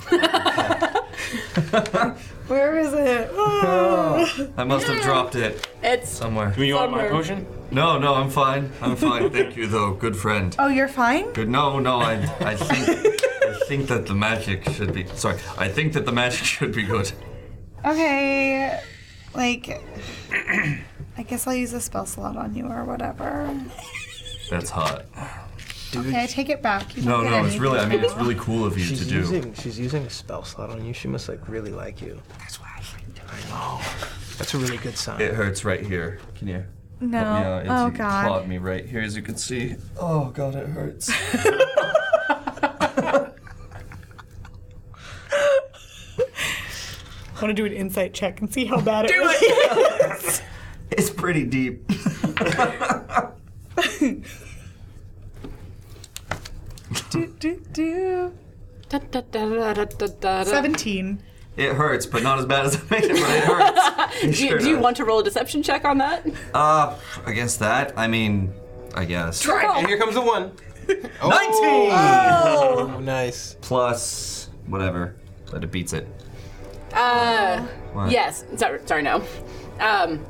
F: Where is it?
J: I must have dropped it
F: It's
J: somewhere.
C: you
F: want my somewhere. potion?
J: No, no, I'm fine. I'm fine. Thank you, though. Good friend.
F: Oh, you're fine.
J: Good. No, no. I, I think, I think that the magic should be. Sorry, I think that the magic should be good.
F: Okay. Like, I guess I'll use a spell slot on you or whatever.
J: That's hot.
F: Okay, I take it back. You
J: No,
F: don't get
J: no. It's
F: anything
J: really. I mean, it's
F: now.
J: really cool of you
E: She's
J: to do.
E: using she's using a spell slot on you. She must like really like you. That's why I like know. That's a really good sign.
J: It hurts right here. Can you?
F: No.
J: help me out? It's-
F: Oh,
J: you
F: God.
J: Clawed me right here, as you can see. Oh God, it hurts.
F: I want to do an insight check and see how bad it
K: Do
F: really is.
J: It's pretty deep.
F: do, do, do.
B: Da, da, da, da, da, da, da.
F: 17.
J: It hurts, but not as bad as I made it. But it hurts.
B: do, you-
J: Sure
B: do you
J: does.
B: want to roll a deception check on that?
J: Uh, against that, I mean, I guess.
B: Try
E: And here comes the one.
J: 19!
E: Oh, nice.
J: Plus whatever, but it beats it.
B: Uh,
J: What?
B: yes. Sorry, sorry, no. Um,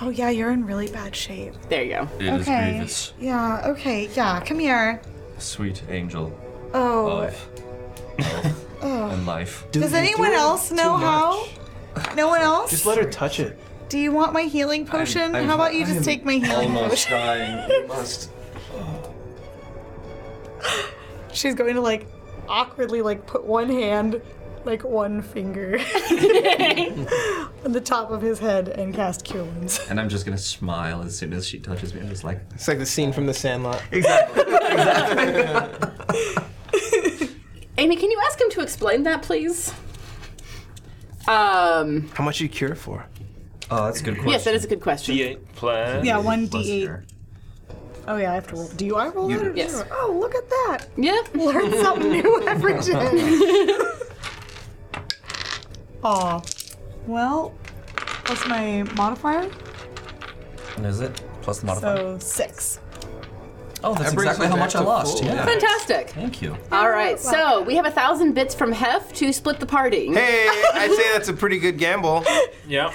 F: Oh, yeah, you're in really bad shape.
B: there you go.
J: It is
F: okay.
J: grievous.
F: Yeah, okay, yeah. Come here.
J: Sweet angel
F: Oh.
J: of health
F: Ugh.
J: and life.
F: Does anyone else know how? No one else?
E: Just let her touch it.
F: Do you want my healing potion?
E: I'm-
F: how about you
E: I
F: just
E: am
F: take my healing
J: Almost
F: potion?
J: dying. You must.
K: She's going to like awkwardly like put one hand, like one finger, on the top of his head and cast Cure Wounds.
J: And I'm just gonna smile as soon as she touches me. I'm just like,
E: It's like the scene from The Sandlot.
B: Amy, can you ask him to explain that, please? Um,
E: How much you cure for?
J: Oh, that's a good
B: yes, that is a good question.
C: D8 plus.
K: Yeah, one d8. Oh yeah, I have to roll. Do I roll
C: You
K: it?
C: do.
K: Or do
C: Yes.
K: you- Oh, look at that.
B: Yep.
K: Learn something new every day. Aw. Well, what's my modifier?
J: And is it plus the modifier?
F: So six.
J: oh, that's
F: That brings me
J: exactly how
F: back
J: much I
F: to
J: lost.
F: full,
J: Yeah.
F: yeah.
B: Fantastic.
J: Thank you.
B: All right, so we have a thousand bits from Hef to split the party.
E: Hey, I'd say that's a pretty good gamble.
C: Yep.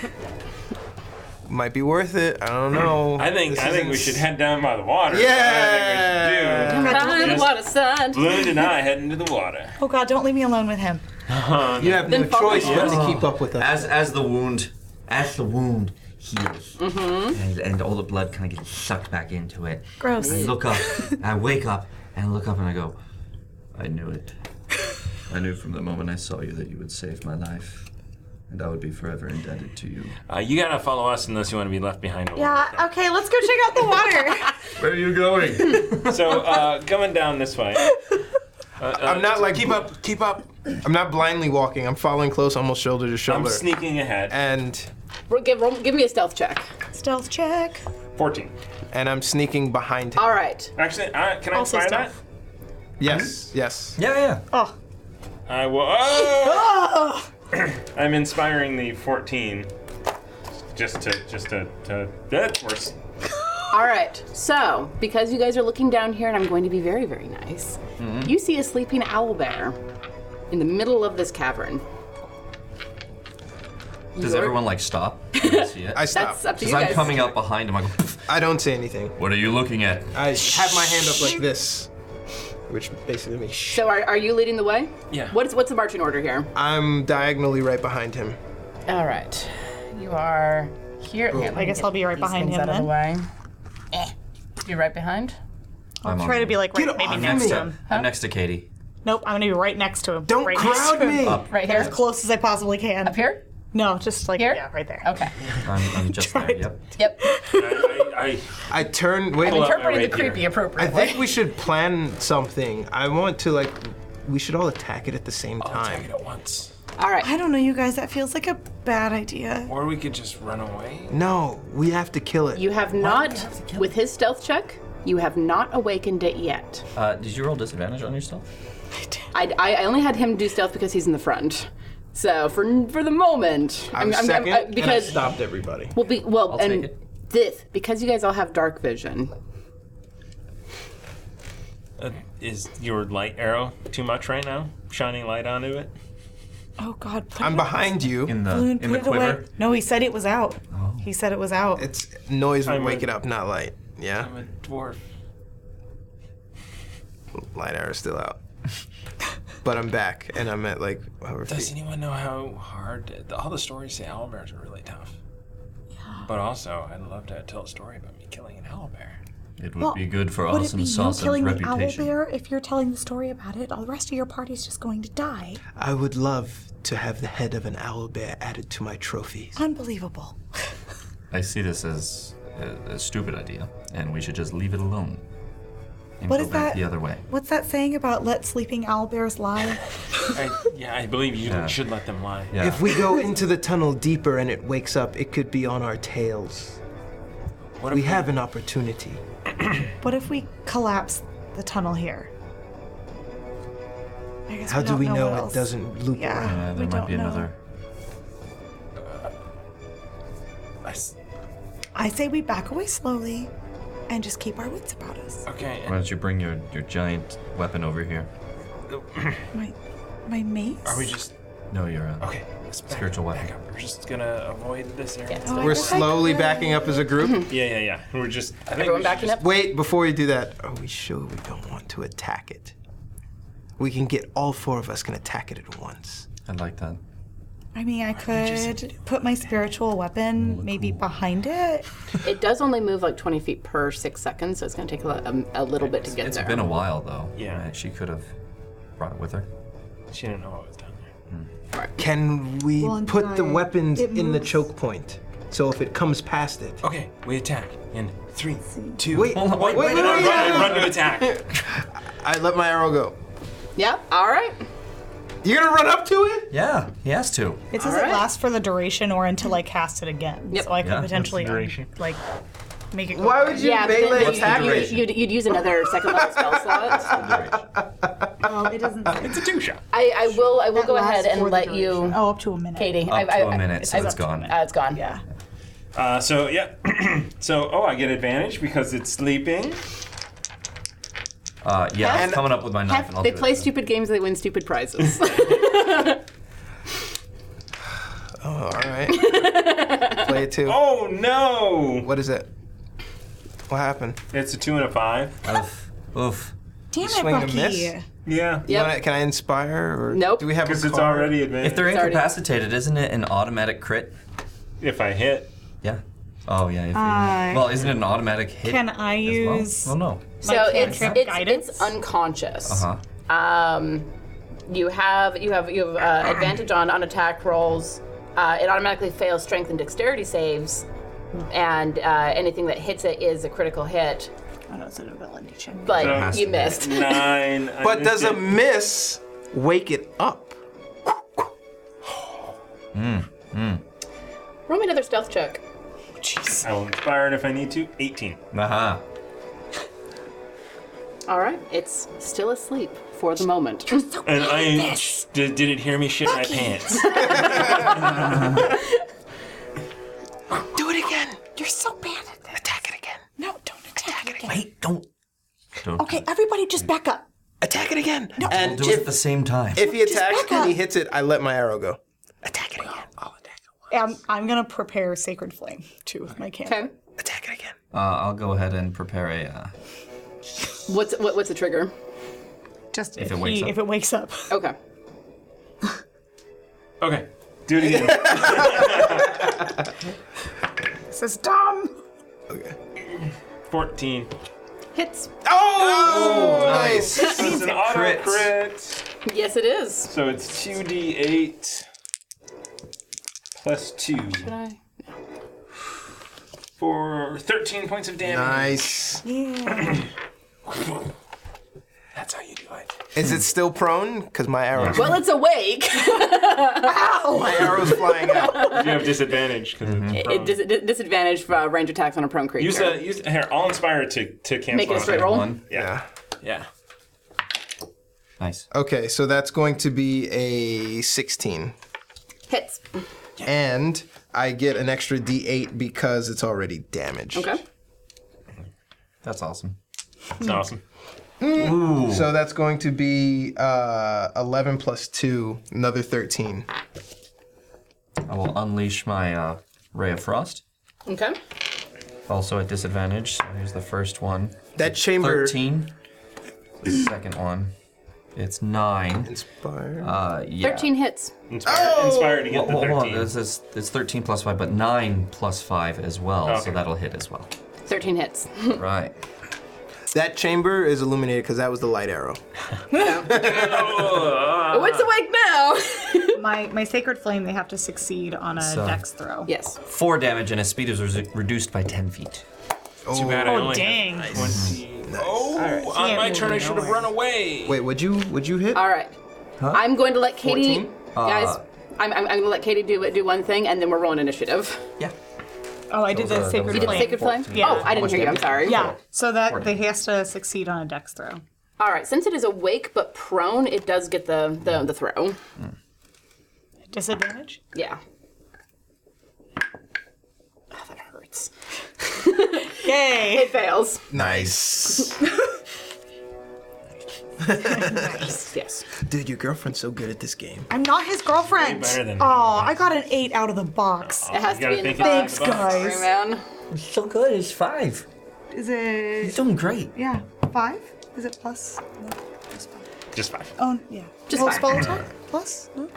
E: Might be worth it. I don't know.
C: I think
E: This
C: I think we
E: isn't-
C: should head down by the water.
E: Yeah.
C: That's what I think we should do.
B: Find
C: Just
B: the water, son.
C: Balloon and I head into the water.
F: Oh God, don't leave me alone with him.
E: You have
B: Then
E: no
B: follow
E: choice but to
D: us.
E: keep up with us.
D: As as the wound, as the wound heals,
F: Mhm.
D: and, and all the blood kind of gets sucked back into it.
F: Gross.
D: I look up, I wake up, and I look up, and I go,
O: I knew it. I knew from the moment I saw you that you would save my life, and I would be forever indebted to you.
C: Uh, you gotta follow us unless you want to be left behind.
F: Yeah. Uh, Okay, let's go check out the water.
C: Where are you going? so uh, coming down this way. Uh,
E: I'm not like keep up, keep up. I'm not blindly walking. I'm following close, almost shoulder to shoulder.
C: I'm sneaking ahead.
E: And
B: Ro- Give, ro- give me a stealth check.
F: Stealth check.
C: 14.
E: And I'm sneaking behind him.
B: All right.
C: Actually, I, can I
B: Also
C: inspire
B: stealth.
E: Oh. Yes. Yes.
J: Yeah, yeah.
F: Oh.
C: that? I will. Oh! I'm inspiring the 14. Just to, just to, to that's worse.
B: All right, so because you guys are looking down here, and I'm going to be very, very nice, you see a sleeping owl bear in the middle of this cavern.
J: Does
B: You're-
J: everyone like stop? Can I see it?
E: I stop. That's up to
J: Because
E: you
J: I'm
E: guys.
J: coming up behind him. I go.
E: I don't say anything.
J: What are you looking at?
E: I have my hand up like this, which basically means shh.
B: So are, are you leading the way?
E: Yeah.
B: What's what's the marching order here?
E: I'm diagonally right behind him.
B: All right, you are here.
E: Cool.
B: Here, let
E: I
B: me
E: guess
B: get
F: I'll be right
B: these
F: behind
B: things
F: him
B: Out of the
F: then.
B: way. Eh. You're right behind.
F: I'll
J: I'm
F: try
J: on
F: to be like right, maybe
J: I'm
F: next
J: next
F: to
J: to,
F: him.
J: I'm next to Katie.
F: Nope, I'm gonna be right next to him. Don't right
J: crowd
F: next to him.
J: me. Up.
B: Right
F: But
B: here?
F: as close as I possibly can. Up
B: here?
F: No, just like here? Oh, yeah, right there.
B: Okay.
J: I'm, I'm just there. Yep.
B: Yep.
C: I,
E: I, turn. Wait.
B: I'm
J: uh,
B: interpreting the creepy
E: I
B: appropriately.
E: think we should plan something. I want to like. We should all attack it at the same time. attack it
C: at once.
B: All right.
F: I don't know, you guys. That feels like a bad idea.
C: Or we could just run away.
E: No, we have to kill it.
B: You have not, with his stealth check, you have not awakened it yet.
J: Uh, did you roll disadvantage on yourself?
B: I, I I only had him do stealth because he's in the front. So for for the moment,
E: I'm,
B: I'm- I'm-
E: second,
B: I-
E: and I
B: because
E: stopped everybody.
B: Well, be, well,
E: I'll
B: and
E: take
B: this because you guys all have dark vision.
C: Uh, is your light arrow too much right now? Shining light onto it?
F: Oh God, put
E: I'm behind you. In
J: the
F: Balloon, put it away. No, he said it was out. He said it was out.
E: It's noise would
F: I'm
E: wake
F: a-
E: it up, not light. Yeah.
C: I'm a dwarf.
E: Light arrow's still out. but I'm back, and I'm at like however
C: Does
E: feet.
C: anyone know how hard all the stories say owl bears are really tough? But also, I'd love to tell a story about me killing an owl bear.
J: It
F: Well, would it be you killing
J: reputation.
F: the owlbear if you're telling the story about it? All the rest of your party's just going to die.
E: I would love to have the head of an owl bear added to my trophies.
F: Unbelievable.
J: I see this as a, a stupid idea, and we should just leave it alone and
F: What
J: go
F: is
J: back
F: that?
J: the other way.
F: What's that saying about let sleeping owl bears lie?
C: I, yeah, I believe you should let them lie.
E: If we go into the tunnel deeper and it wakes up, it could be on our tails.
C: What
E: we have an opportunity.
F: What if we collapse the tunnel here? I guess
E: How do
F: don't
E: we know
F: what
E: it
F: else-
E: doesn't loop
F: Yeah,
E: around?
F: we don't know.
C: I s-
F: I say we back away slowly and just keep our wits about us.
C: okay.
J: Why don't you bring your, your giant weapon over here?
F: My, my mace?
C: Are we just
J: No, you're uh,
C: okay? Let's back
J: spiritual
C: up,
J: weapon.
C: back up. We're just gonna avoid this area.
F: Oh, I
E: We're
F: guess I
E: slowly
F: could.
E: backing up as a group.
C: yeah, yeah, yeah. We're just. I think
B: Everyone
C: we should
B: backing
C: just-
E: Wait, before we do that, are we sure we don't want to attack it? We can get all four of us can attack it at once.
J: I like that.
F: I mean, I could put my spiritual weapon maybe behind it.
B: It does only move like 20 feet per six seconds, so it's going to take a, li- um, a little bit to get
J: It's
B: there.
J: been a while though.
C: Yeah.
J: right? She could have brought it with her.
C: She didn't know what was down there.
E: Can we
C: Well,
E: put the
C: I-
E: weapons
C: it
E: in the
C: moves.
E: choke point? So if it comes past it.
C: Okay, we attack in three, two,
E: Wait,
C: one.
E: wait, wait,
C: and
E: wait,
C: run,
E: wait.
C: run to attack.
E: I let my arrow go.
B: Yeah, all right.
E: You're gonna run up to it?
J: Yeah, he has to.
F: It doesn't last for the duration or until I cast it again. So I could
J: Yeah, that's
F: potentially um,
J: the duration.
F: like make it. go
E: Why
F: away.
E: would you melee attack
B: you'd,
E: it?
B: you'd, you'd, use another second level spell slot.
F: Oh, it doesn't.
C: It's a two shot.
B: I, I will I will
F: That
B: go
F: lasts
B: ahead and
F: for the
B: let you.
F: Oh, up to a minute.
B: Katie.
J: Up
B: I,
J: to a minute, so
B: it's
J: it's gone.
B: Uh, it's gone.
F: Yeah.
C: Uh, so yeah. so oh, I get advantage because it's sleeping.
D: Uh, yeah,
B: Hef-
D: I'm coming up with my knife,
B: Hef-
D: and I'll
B: they
D: do
B: play
D: it.
B: stupid games, they win stupid prizes.
E: Oh, all right. Play it too.
C: Oh no!
E: What is it? What happened?
C: It's a two and a five.
D: Oof. Oof.
F: Damn it,
E: Swing and
F: Bucky.
E: miss?
C: Yeah.
E: You wanna- can I inspire or
B: Nope.
E: do we have a
C: 'Cause it's
E: card?
C: already advanced.
D: If they're incapacitated, isn't it an automatic crit?
C: If I hit.
D: Yeah. Oh yeah. If
F: Uh,
D: you, well, isn't it an automatic hit?
F: Can I use?
D: Well, no.
B: so it's it's, it's unconscious.
D: Uh huh.
E: Uh-huh.
B: Um, you have you have you have uh, advantage on on attack rolls. Uh, it automatically fails strength and dexterity saves, and uh, anything that hits it is a critical hit.
F: I know Oh, it's an ability check,
B: but
E: So it has
B: you
E: to be
B: missed.
C: Nine.
E: But does a miss wake it up?
D: Mm. Mm.
B: Roll me another stealth check.
C: I will inspire it if I need to. 18.
D: Uh huh.
B: All right, it's still asleep for the moment.
C: And I sh- did, did it hear me shit my pants?
F: Do it again. You're so bad at this. Attack it again. No, don't attack, it again.
D: Wait, don't. Don't.
F: Okay, everybody, just back up.
E: Attack it again. No,
D: And do it at the same time.
E: If he
F: Just
E: attacks
F: back
E: and he
F: up.
E: hits it, I let my arrow go.
F: I'm, Um, I'm gonna prepare Sacred Flame too with my cantrip. Okay.
E: Oh!
D: Uh, I'll go ahead and prepare a. Uh,
B: What's what, what's the trigger?
F: Just
D: If if it wakes he- up. if
F: it wakes up.
B: Okay.
C: okay. Do it again.
F: This is dumb.
C: 14.
B: Hits.
E: Oh,
C: nice. So it's an auto
B: Crit.
C: crit.
B: Yes, it is.
C: So it's 2d8 plus 2.
B: Should I?
C: For 13 points of damage.
E: Nice.
F: Yeah.
C: That's how you do it.
E: Is it still prone? Because my arrow.
B: Well, it's awake.
E: My arrow's flying out.
C: You have disadvantage because it's prone.
B: It dis- dis- disadvantage for uh, range attacks on a prone creature.
C: Use a use here. I'll inspire to to cancel.
B: Make it a
C: out
B: straight
C: that
B: roll?
C: one. Yeah. yeah,
D: Nice.
E: Okay, so that's going to be a 16.
B: Hits.
E: And I get an extra d8 because it's already damaged.
B: Okay.
D: That's awesome.
C: It's awesome.
D: Ooh.
E: So that's going to be uh, 11 plus 2, another 13.
D: I will unleash my uh, ray of frost.
B: Okay.
D: Also at disadvantage. So here's the first one.
E: That chamber.
D: 13. The second one. It's 9.
E: Inspired.
D: Uh, yeah.
B: Thirteen hits.
C: Inspire,
E: Oh!
C: inspire to get
D: Whoa, whoa,
C: the
D: hold on,
C: 13.
D: This is, it's 13 plus 5, but 9 plus 5 as well,
C: Okay.
D: so that'll hit as well.
B: Thirteen hits.
D: Right.
E: That chamber is illuminated because that was the light arrow.
B: Oh, it's awake now.
F: my my Sacred Flame, they have to succeed on a
D: So-
F: dex throw.
B: yes.
D: 4 damage, and his speed is re- reduced by 10 feet.
C: Too bad I
F: Oh,
C: only
F: dang.
C: Have 20. Oh, on
F: Can't
C: my
F: move
C: turn, I should have
F: nowhere.
C: run away.
E: Wait, would you would you hit?
B: All right. I'm going to let Katie.
E: 14?
B: Guys,
C: Uh,
B: I'm, I'm, I'm going to let Katie do do one thing, and then we're rolling initiative.
D: Yeah.
F: Oh, I did
D: That was a- that
F: the
D: was
F: Sacred
D: a-
F: Flame.
B: Sacred flame.
F: Yeah.
B: Oh, I didn't hear you. I'm sorry.
F: Yeah. So that they has to succeed on a dex throw.
B: All right. Since it is awake but prone, it does get the the, the throw.
F: Disadvantage.
B: Yeah. Oh, that hurts.
F: Yay.
B: It fails.
E: Nice.
B: Yes.
E: Dude, your girlfriend's so good at this game.
F: I'm not his girlfriend.
C: better than him.
F: Oh, I got an eight out of the box.
B: It has
C: You
B: to
C: gotta
B: be in the
C: think outside
B: box.
C: the box.
F: Thanks, guys.
B: Sorry, man.
D: So good, it's 5.
F: Is it?
D: doing great.
F: Yeah. Five? Is it plus? No.
C: Just five.
F: Oh, yeah.
B: Just
F: Well,
B: five.
F: spell attack plus. No.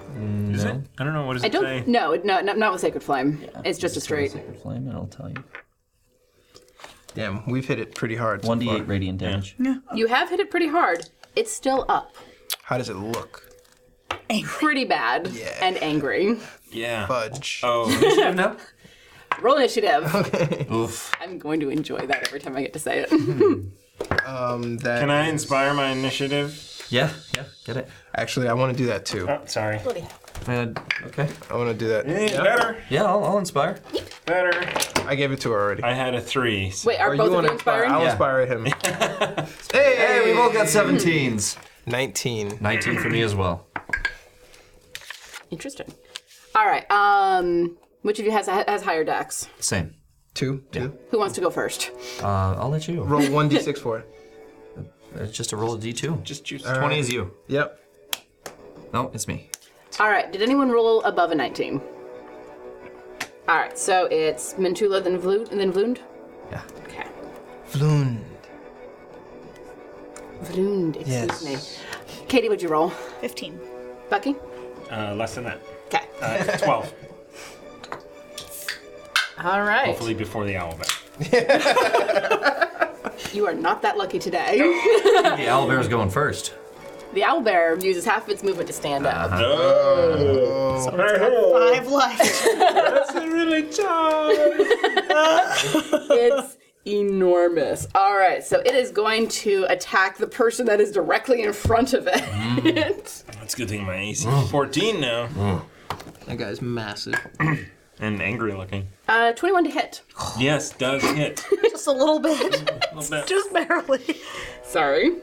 C: Is it? I don't know. What does
B: I
C: it say?
B: don't. No, no, no, not with sacred flame. it's just a straight.
D: Sacred Flame, and I'll tell you.
E: Damn, we've hit it pretty hard. so far.
D: 1d8 radiant damage.
B: You have hit it pretty hard. It's still up.
E: How does it look?
B: Pretty bad and angry.
C: Yeah.
E: Fudge.
C: Oh,
B: Roll initiative.
D: Oof.
B: I'm going to enjoy that every time I get to say it.
E: Um, that
C: can I inspire my initiative?
D: Yeah, yeah, get it.
E: actually, I want to do that too.
C: Oh, sorry.
D: Uh, okay.
E: I want to do that.
C: Eh, Better,
D: Yeah, I'll, I'll inspire.
C: better.
E: I gave it to her already.
C: I had a three. so-
B: Wait, are
E: Or
B: both
E: you
B: of
E: wanna
B: you
E: inspire?
B: inspiring?
E: I'll
D: Yeah.
E: inspire him.
D: Hey, we both got 17s.
E: 19.
D: 19 for me as well.
B: Interesting. All right. Um, Which of you has has higher dex?
D: Same.
E: Two. Two.
B: Who wants to go first?
D: Uh, I'll let you
E: roll one d6 for it.
D: It's just a roll of d2.
E: Just choose.
C: Uh,
D: Twenty is you.
E: Yep.
D: No, it's me.
B: All right. Did anyone roll above a 19? All right. So it's Mintula, then Vlund, and then Vlund.
D: Yeah.
B: Okay.
E: Floon.
B: Vlund. Excuse
E: Yes.
B: me. Katie, would you roll?
F: 15.
B: Bucky.
C: Uh, less than that.
B: Okay.
C: Uh, Twelve.
B: All right.
C: Hopefully before the owl back.
B: You are not that lucky today.
D: The owlbear's going first.
B: the owl bear uses half of its movement to stand up.
C: Uh, Uh-huh. No.
F: Five left.
C: That's a really
B: it's enormous. All right, so it is going to attack the person that is directly in front of it.
C: That's a good thing my AC is 14 now. Mm.
E: That guy's massive.
C: and angry looking.
B: Uh, 21 to hit.
C: Yes, does hit.
F: Just a little bit.
C: bit.
F: Just barely.
B: Sorry.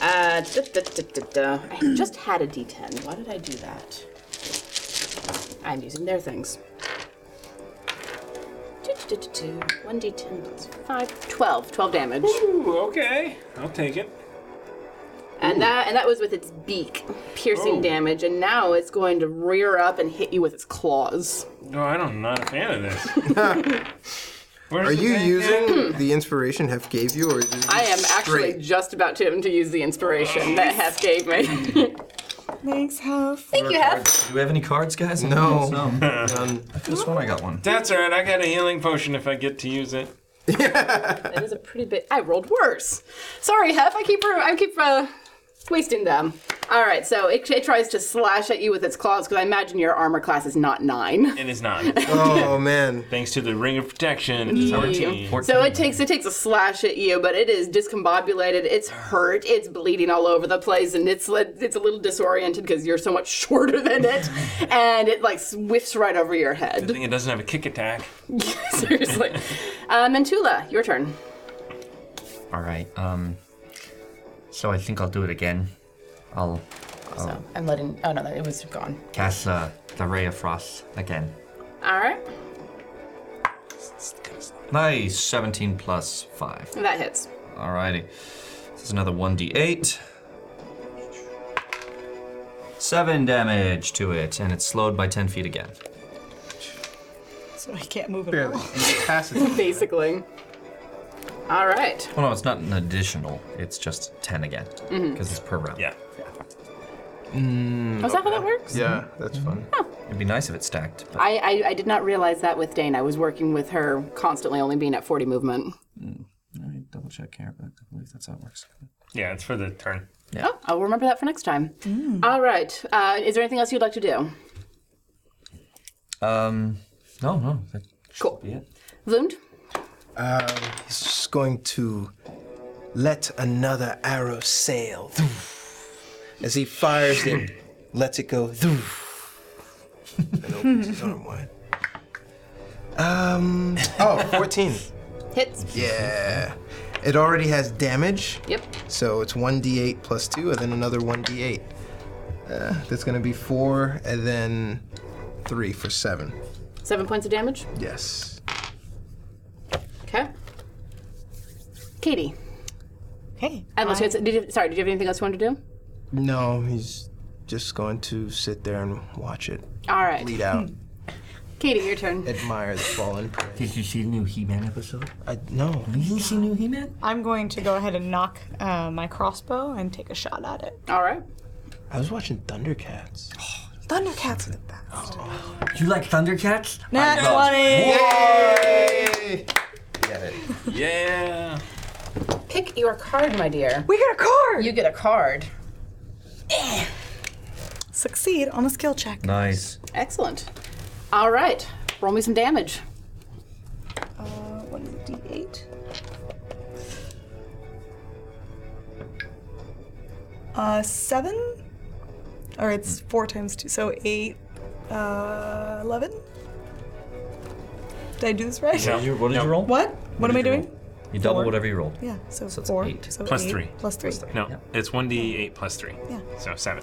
B: Uh, da, da, da, da, da. I just had a d10. Why did I do that? I'm using their things. Do, do, do, do, do. 1d10 plus 5. 12. 12 damage.
C: Ooh, okay. I'll take it.
B: And that and that was with its beak, piercing
C: Oh.
B: damage, and now it's going to rear up and hit you with its claws.
C: No, Oh, I don't, I'm not a fan of this. Where's
E: Are
C: the
E: you
C: bad
E: using the inspiration Hef gave you, or is it
B: I am
E: straight?
B: actually just about to, to use the inspiration that Hef gave me.
F: Thanks, Huff.
B: Thank you, Hef.
D: Do we have any cards, guys?
E: No.
D: None. I could have sworn I got one.
C: That's all right. I got a healing potion if I get to use it.
B: That is a pretty bit. I rolled worse. Sorry, Hef. I keep I keep uh, wasting them. All right, so it, it tries to slash at you with its claws because I imagine your armor class is not nine.
C: It is not.
E: Oh man.
C: Thanks to the ring of protection, it is 14.
B: So it takes it takes a slash at you, but it is discombobulated. It's hurt. It's bleeding all over the place, and it's li- it's a little disoriented because you're so much shorter than it, and it like whiffs right over your
C: Good
B: head.
C: thing it doesn't have a kick attack.
B: Seriously, uh, Mantula, your turn.
I: All right. Um. So I think I'll do it again. I'll, I'll
B: I'm letting. Oh no, it was gone.
I: cast uh, the ray of frost again.
B: All right,
D: Nice. 17 plus 5.
B: that hits.
D: Alrighty. This is another 1d8. 7 damage to it, and it's slowed by 10 feet again.
F: So I can't move at
E: Barely.
F: all.
B: Basically. All right.
D: Well, Oh, no, it's not an additional. It's just 10 again. Because
B: Mhm.
D: it's per round.
C: Yeah.
B: Was that how that works?
E: Mm. Yeah, that's fun.
D: It'd be nice if it stacked. But
B: I, I I did not realize that with Dane. I was working with her constantly, only being at 40 movement.
D: let me double check here, but I believe that's how it works.
C: Yeah, it's for the turn.
B: Oh, I'll remember that for next time. All right. Uh, is there anything else you'd like to do?
D: Um, no, no. That
B: Cool.
D: should be it.
B: Lund?
E: Um, he's just going to let another arrow sail. As he fires it, lets it go. And opens his arm wide. Um, oh, 14.
B: Hits.
E: Yeah. It already has damage.
B: Yep.
E: So it's 1d8 plus 2, and then another 1d8. Uh, that's going to be 4, and then 3 for 7.
B: Seven points of damage.
E: Yes.
B: Okay. Katie.
F: Hey.
B: Unless you had, did you, sorry, did you have anything else you wanted to do?
E: No, he's just going to sit there and watch it
B: All right.
E: bleed out,
B: Katie, your turn.
E: admire the fallen prey.
I: Did you see the new He-Man episode?
E: I, no.
I: Did you see new He-Man?
F: I'm going to go ahead and knock uh, my crossbow and take a shot at it.
B: All right.
E: I was watching Thundercats.
F: Thundercats are the best.
I: You like Thundercats?
F: Nat 20!
E: Yay!
C: Yeah.
B: Pick your card, my dear.
F: We got a card!
B: You get a card.
F: Succeed on a skill check.
D: Nice.
B: Excellent. All right. Roll me some damage.
F: Uh, what is it, D8? Uh, seven? Or it's
D: Hmm.
F: four times two, so eight, uh, eleven? Did I do this right?
D: What did you, what did you roll?
F: What? What, am I
D: did you
F: doing?
D: You double
F: Four.
D: whatever you rolled.
F: Yeah, so,
D: So it's
F: four.
D: eight.
F: So
C: Plus
F: eight
C: three.
F: Plus three.
C: No, it's 1d8 plus 3.
F: Yeah.
C: So 7.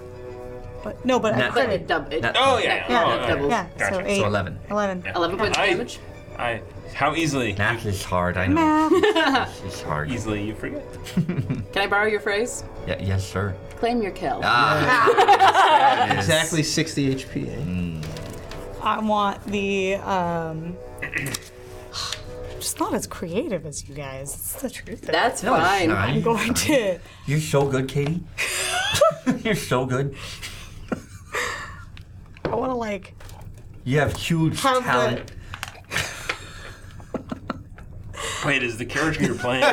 F: But no, but
B: Nat-
F: I crit.
B: But it dub- it- Nat-
C: Oh, yeah.
F: yeah,
C: Oh,
F: that
C: yeah.
F: doubles.
C: Yeah,
F: Yeah, so
C: gotcha.
F: eight.
C: So 11.
F: 11.
C: Yeah.
B: 11 points of
C: I-
B: damage.
C: I how easily?
I: Math is hard. I know.
B: Math.
I: It's hard.
C: Easily you forget.
B: Can I borrow your phrase?
I: Yeah, yes, sir.
B: Claim your kill.
E: Exactly 60 HP. Eh?
F: I want the. um... Just not as creative as you guys. It's the truth. of it.
B: That's No, it's fine. fine.
F: I'm going
B: It's
F: to.
D: You're so good, Katie. You're so good.
F: I want to like
D: You have huge
F: have
D: talent.
F: the.
C: Wait, is the character you're playing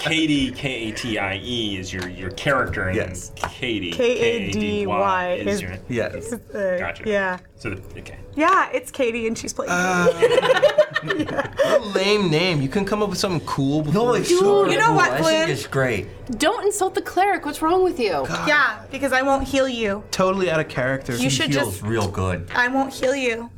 C: Katie K A T I E is your your character and yes. Katie
F: K A D Y is-
C: your
D: yes.
F: the-
C: Gotcha.
F: Yeah.
C: So the- okay.
F: Yeah, it's Katie and she's playing.
E: What a lame name. You couldn't come up with something cool before. No,
B: it's Dude, super you know cool. what, I think Flynn? it's
D: great.
B: Don't insult the cleric. What's wrong with you?
F: Yeah, because I won't heal you.
E: Totally out of character.
F: You She should heals just- Ah.
D: real good.
F: I won't heal you.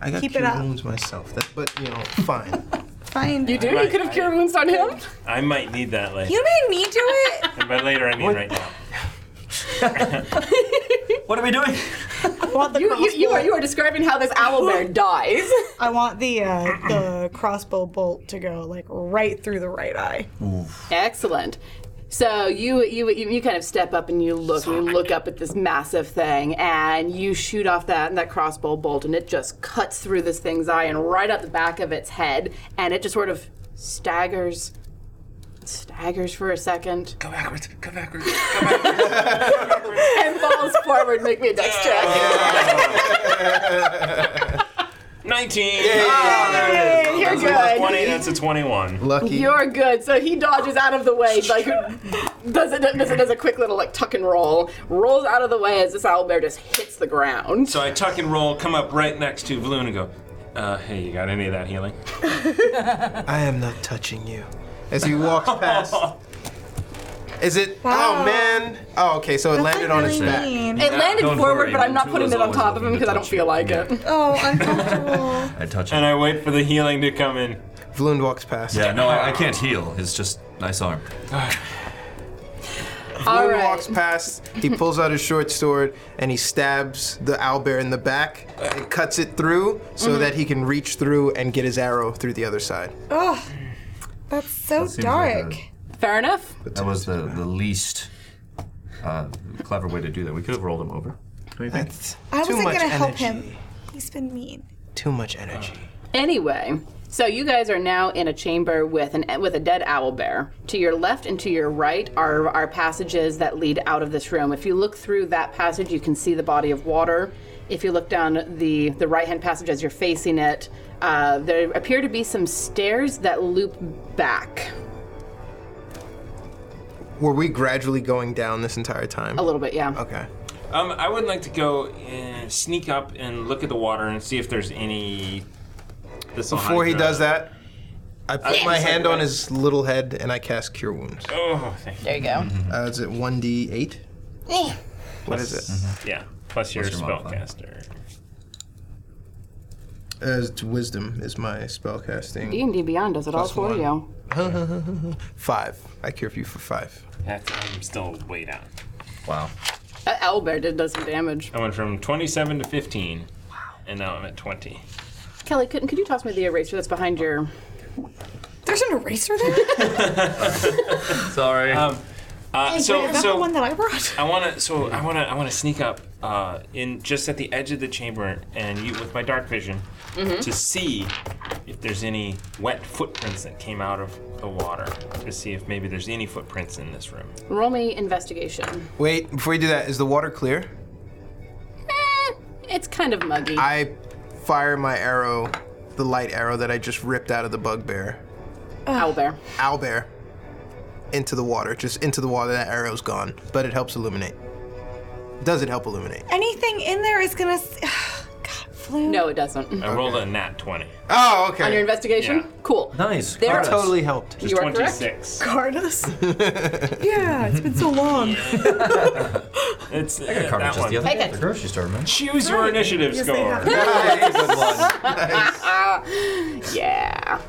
E: I got
F: keep it
E: cure
F: up.
E: wounds myself. That, but you know, fine.
F: Fine.
C: You do? You could've cured
F: wounds on him.
C: I might need that later.
F: You made me do it.
C: and by later I mean right now.
D: what are we doing?
B: you, you, you are you are describing how this owl bear dies.
F: I want the uh, the crossbow bolt to go like right through the right eye.
B: Excellent. So you you you you kind of step up and you look and you look up at this massive thing and you shoot off that that crossbow bolt and it just cuts through this thing's eye and right up the back of its head and it just sort of staggers staggers for a second. Go backwards. Go backwards. Go backwards. and falls forward. Make me a dex check.
C: 19.
B: Yay.
C: Ah, there it is.
B: You're
C: That's a
B: good.
C: 20, that's a 21.
B: You're good. So he dodges out of the way, like does it does, it, does a quick little like tuck and roll, rolls out of the way as this owl bear just hits the ground.
C: So I tuck and roll, come up right next to Valoon and go, uh, hey, you got any of that healing?
E: I am not touching you. As he walks past. Is it? Oh man. Oh, okay. So it landed on his back.
B: It landed forward, but I'm not putting it on top of him because I don't feel like it.
F: Oh, uncomfortable.
D: I touch
C: And I wait for the healing to come in.
E: Valoon walks past.
D: Yeah, no, I, I can't heal. It's just nice arm.
E: All right. walks past. He pulls out his short sword and he stabs the owlbear in the back and cuts it through so
F: Mhm.
E: that he can reach through and get his arrow through the other side.
F: Oh, that's so
D: That seems
F: dark.
D: like
B: Fair enough.
D: That was the, the least uh, clever way to do that. We could have rolled him over.
E: That's
F: I
E: too
F: wasn't
E: much
F: gonna help
E: energy.
F: him. He's been mean.
E: Too much energy.
B: Anyway, so you guys are now in a chamber with an with a dead owl bear. To your left and to your right are are passages that lead out of this room. If you look through that passage, you can see the body of water. If you look down the the right hand passage as you're facing it, uh, there appear to be some stairs that loop back
E: Were we gradually going down this entire time?
B: a little bit. Yeah.
E: Okay.
C: Um, I would like to go uh, sneak up and look at the water and see if there's any. This
E: Before he does that, I put
C: Yeah.
E: my hand on his little head and I cast Cure Wounds.
C: Oh, thank
B: There you go.
E: Uh, is it 1d8? What is it?
C: Yeah, plus your,
E: Plus your modifier.
C: spellcaster.
E: Uh, it's wisdom is my spellcasting.
B: D and D Beyond does it all
E: Plus
B: for
E: one.
B: you.
E: five. I cure you for five.
C: That's, I'm still way down.
D: Wow.
B: That owl bear did does some damage.
C: I went from 27 to 15. Wow. And now I'm at Uh, 20.
B: Kelly, could, could you toss me the eraser that's behind your?
F: There's an eraser there.
D: Sorry.
C: Um, uh,
F: Hey,
C: so,
F: is that the
C: so
F: one that I brought?
C: I want to. So I want to. I want to sneak up uh, in just at the edge of the chamber and you with my dark vision
B: Mhm.
C: to see if there's any wet footprints that came out of the water to see if maybe there's any footprints in this room.
B: Roll me investigation.
E: Wait, before you do that, is the water clear?
B: Eh, it's kind of muggy.
E: I fire my arrow, the light arrow that I just ripped out of the bugbear,
B: Owlbear.
E: owlbear, into the water. Just into the water. That arrow's gone, but it helps illuminate. Does it help illuminate?
F: Anything in there is gonna. s- God,
B: flu? No, it doesn't.
C: I rolled a nat 20.
E: Oh,
B: On your investigation? Cool.
J: Nice.
B: There- That totally
E: helped.
B: You are correct.
F: Cardus? yeah, it's been so long.
C: It's uh,
J: I got a cartridge just the other
B: Take
J: day
B: it.
J: at the grocery store, man.
C: Choose your initiative
B: Yes, they
C: score.
B: have. yeah.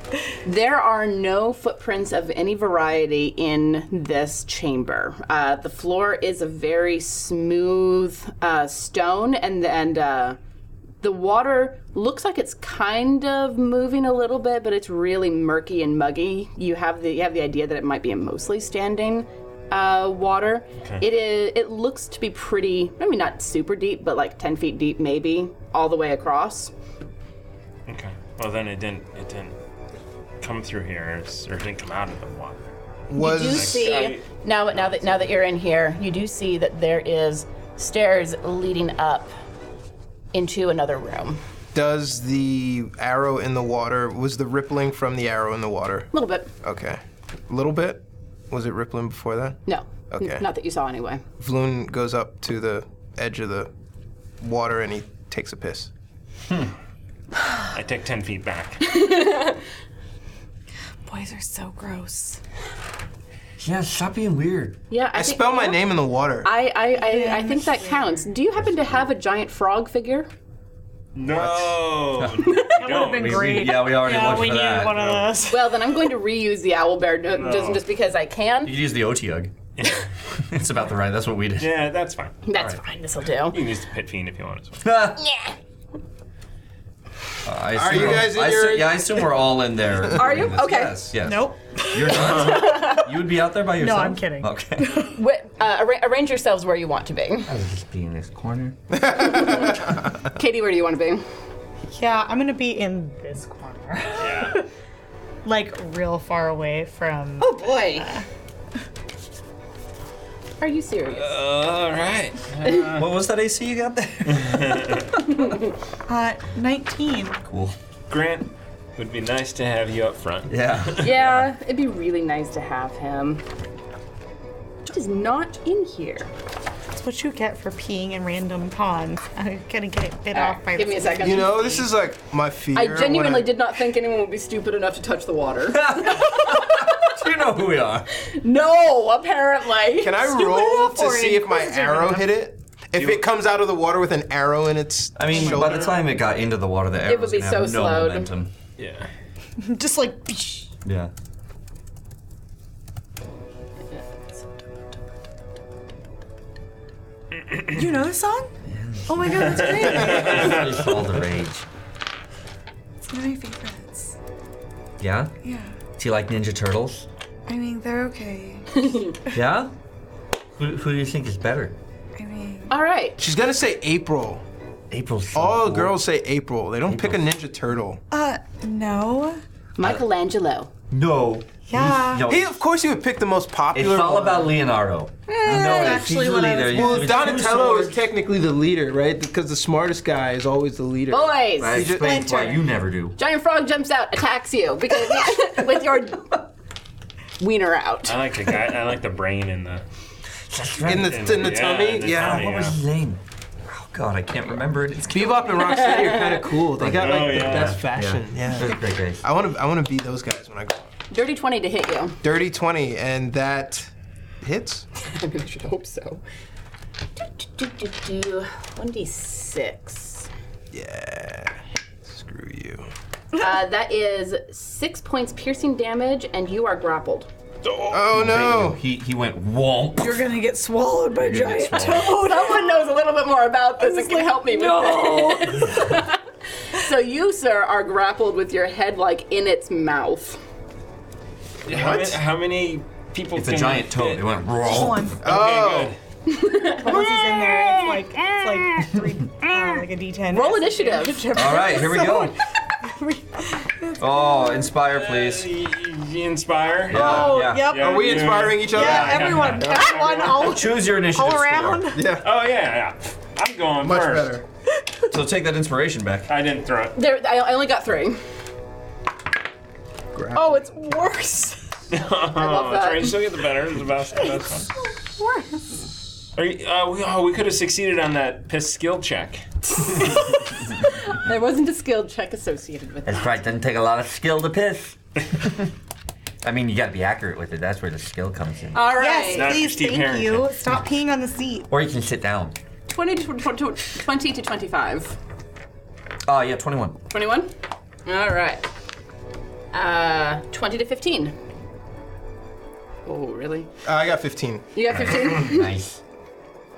B: There are no footprints of any variety in this chamber. Uh, the floor is a very smooth uh, stone, and and uh, the water looks like it's kind of moving a little bit, but it's really murky and muggy. You have the you have the idea that it might be a mostly standing. Uh, water.
P: Okay.
B: It is. It looks to be pretty. I mean, not super deep, but like ten feet deep, maybe, all the way across.
C: Okay. Well, then it didn't. It didn't come through here, it's- or it didn't come out of the water.
B: you do see now now that now that you're in here, you do see that there is stairs leading up into another room.
E: Does the arrow in the water was the rippling from the arrow in the water?
B: A little bit.
E: Okay, a little bit. Was it rippling before that?
B: No.
E: Okay.
B: N- not that you saw anyway.
E: Vloon goes up to the edge of the water and he takes a piss.
C: I take 10 feet back.
F: Boys are so gross.
J: Yeah, stop being weird.
B: Yeah, I,
E: I
B: think-
E: spell my name in the water.
B: I I, I, I think that counts. Do you happen to have a giant frog figure?
C: No.
B: that
C: would've been We- we- great. yeah, we already Yeah, looked we for need that. one of
B: those. Well, then I'm going to reuse the owl bear no-
J: No.
B: just, just because I
J: You
B: can.
J: could use the Otiug. it's about the right. That's what we did.
C: Yeah, that's fine.
B: That's fine. This'll do. You
C: can use the pit fiend if you want as well.
J: yeah.
C: Are
J: I
C: you
J: we're-
C: guys in
J: I
C: your-
J: assume- yeah, I assume we're all in there.
B: Are you?
J: doing this.
B: Okay.
J: Yes. Yes. Nope. You're not. you would be out there by
B: No,
J: yourself.
B: I'm kidding.
J: Okay.
B: Wh- uh, arra- arrange yourselves where you want to be.
D: I was just be in this corner.
B: Katie, where do you want to be?
F: Yeah, I'm gonna be in this corner. like real far away from.
B: Oh boy. Are you serious?
C: all right.
J: what was that AC you got there?
F: Uh, 19.
J: cool.
C: Grant, would be nice to have you up front.
J: Yeah.
B: yeah, it'd be really nice to have him. It is not in here.
F: That's what you get for peeing in random ponds. I'm gonna get it bit
B: All
F: off
B: right,
F: by.
B: give me a second.
E: You know, this is like my fear.
B: I
E: when
B: genuinely did not think anyone would be stupid enough to touch the water.
J: Do you know who we are?
B: no, apparently.
E: Can I
B: Stupid
E: roll
B: enough
E: to
B: or
E: see if my
B: inquisitive
E: arrow
B: enough.
E: hit it? If it comes out of the water with an arrow in its
J: I mean, by the time it got into the water, the air
B: It would be so
J: have no
B: slowed.
J: momentum.
C: Yeah.
F: Just like.
J: Yeah.
F: You know the song? Oh my god, that's great.
J: It's all the rage.
F: it's one of my favorites.
J: Yeah.
F: Yeah.
J: Do you like Ninja Turtles?
F: I mean, they're okay.
J: Yeah. Who, who do you think is better?
B: All right.
E: She's gonna say April.
J: April.
D: Oh,
E: All girls say April. They don't pick a Ninja Turtle.
F: Uh, no.
B: Michelangelo.
J: No.
F: Yeah.
E: He, of course, he would pick the most popular.
J: It's all
E: one.
J: about Leonardo.
E: No,
J: actually he's the what I was leader.
E: Well,
J: With two
E: Donatello is
J: swords.
E: technically the leader, right? Because the smartest guy is always the leader.
B: Boys!
J: That
E: He ju-
J: explains why you never do.
B: Giant frog jumps out, attacks you because with your wiener out.
C: I like the guy. I like the brain in the.
E: In the- in the tummy? Yeah.
J: What was his name? Oh God, I can't remember it. It's
E: Bebop and Rocksteady are kind of cool. They got like
J: Oh,
E: the
J: yeah.
E: best fashion.
J: Yeah.
E: Yeah.
J: Those are great guys.
E: I want to. I want to be those guys when I grow up.
B: Dirty twenty to hit you.
E: Dirty twenty, and that hits.
B: I mean, I should hope so. Do, do, do, do. 1d6.
E: Yeah. Screw you.
B: Uh, that is six points piercing damage, and you are grappled.
E: Oh no.
J: He he went womp.
F: You're gonna get swallowed by
J: You're gonna
F: giant
J: get
F: toad.
B: Someone knows a little bit more about this and can help me with
F: no.
B: this. so you, sir, are grappled with your head like in its mouth.
C: How many, how many people?
J: It's a
C: can
J: giant toad. It went wrong.
C: Okay, oh.
F: Once he's in there, it's like it's like three, uh, like a D10.
B: Roll initiative.
J: All right, here we go. Oh, inspire, please.
C: inspire.
F: Oh, yep.
E: Are we inspiring each other?
F: Yeah, everyone, everyone, all
J: Choose your initiative.
F: all
J: score.
F: around.
E: Yeah.
C: Oh yeah, yeah. I'm going
J: Much
C: first.
E: Oh.
J: So take that inspiration back.
C: I didn't throw it.
B: There, I I only got three.
F: Oh, it's worse.
C: I
B: love that.
C: Trying to still get the better. It's the best. best one.
F: Worse.
C: Are you, uh, we, oh, we could have succeeded on that piss skill check.
B: There wasn't a skill check associated with
D: That's
B: that.
D: right. Doesn't take a lot of skill to piss. I mean, you got to be accurate with it. That's where the skill comes in.
B: All right.
F: Yes,
D: Not
F: please,
D: Christine
F: thank
D: Harrington.
F: you. Stop peeing on the seat.
D: Or you can sit down.
B: 20 to, tw- tw- 20 to 25.
D: Oh yeah, twenty-one.
B: 21? All right. Uh, 20 to 15. Oh, really?
E: Uh, I got 15.
B: You got 15?
D: nice.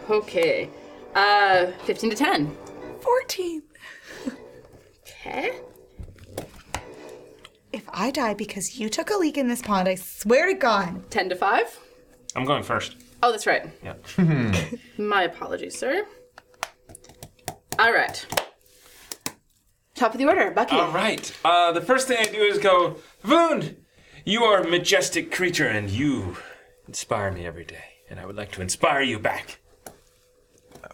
B: Okay. Uh, 15 to 10.
F: 14.
B: Okay.
F: If I die because you took a leak in this pond, I swear to God.
B: 10 to 5.
C: I'm going first.
B: Oh, that's right.
C: Yeah.
B: My apologies, sir. All right. Top of the order, Bucky.
C: All right. Uh, the first thing I do is go, Voon, you are a majestic creature and you inspire me every day. And I would like to inspire you back.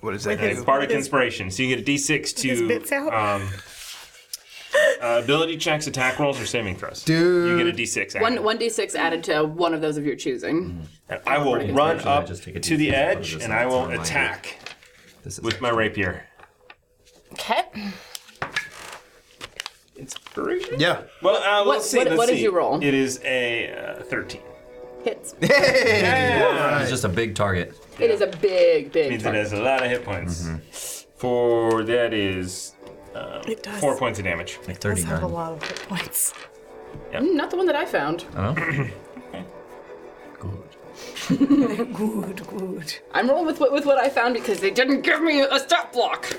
E: What is
C: that?
E: With his-
C: Bardic
E: with his-
C: Inspiration. So you get a d6
E: his
C: to.
E: bits out?
C: Um, uh, ability checks, attack rolls, or saving throws. Dude. You get a d6. added.
B: One, 1d6 added to one of those of your choosing.
C: And I will run up to the edge and I will attack with my rapier.
B: Okay.
C: Inspiration?
E: Yeah.
C: Well, uh,
B: What-
C: let's see.
B: what-
C: let's
B: what did
C: see.
B: you roll?
C: It is a uh, 13.
B: Hits.
C: Yeah.
J: It's just a big target.
B: It is a big, big.
C: means it
B: target.
C: has a lot of hit points. For that is um,
B: It does.
C: four points of damage. Like
F: Oh,
B: lot of hit points.
C: Yep.
B: Mm, not the one that I found.
F: good, good.
B: I'm rolling with what, with what I found because they didn't give me a stat block.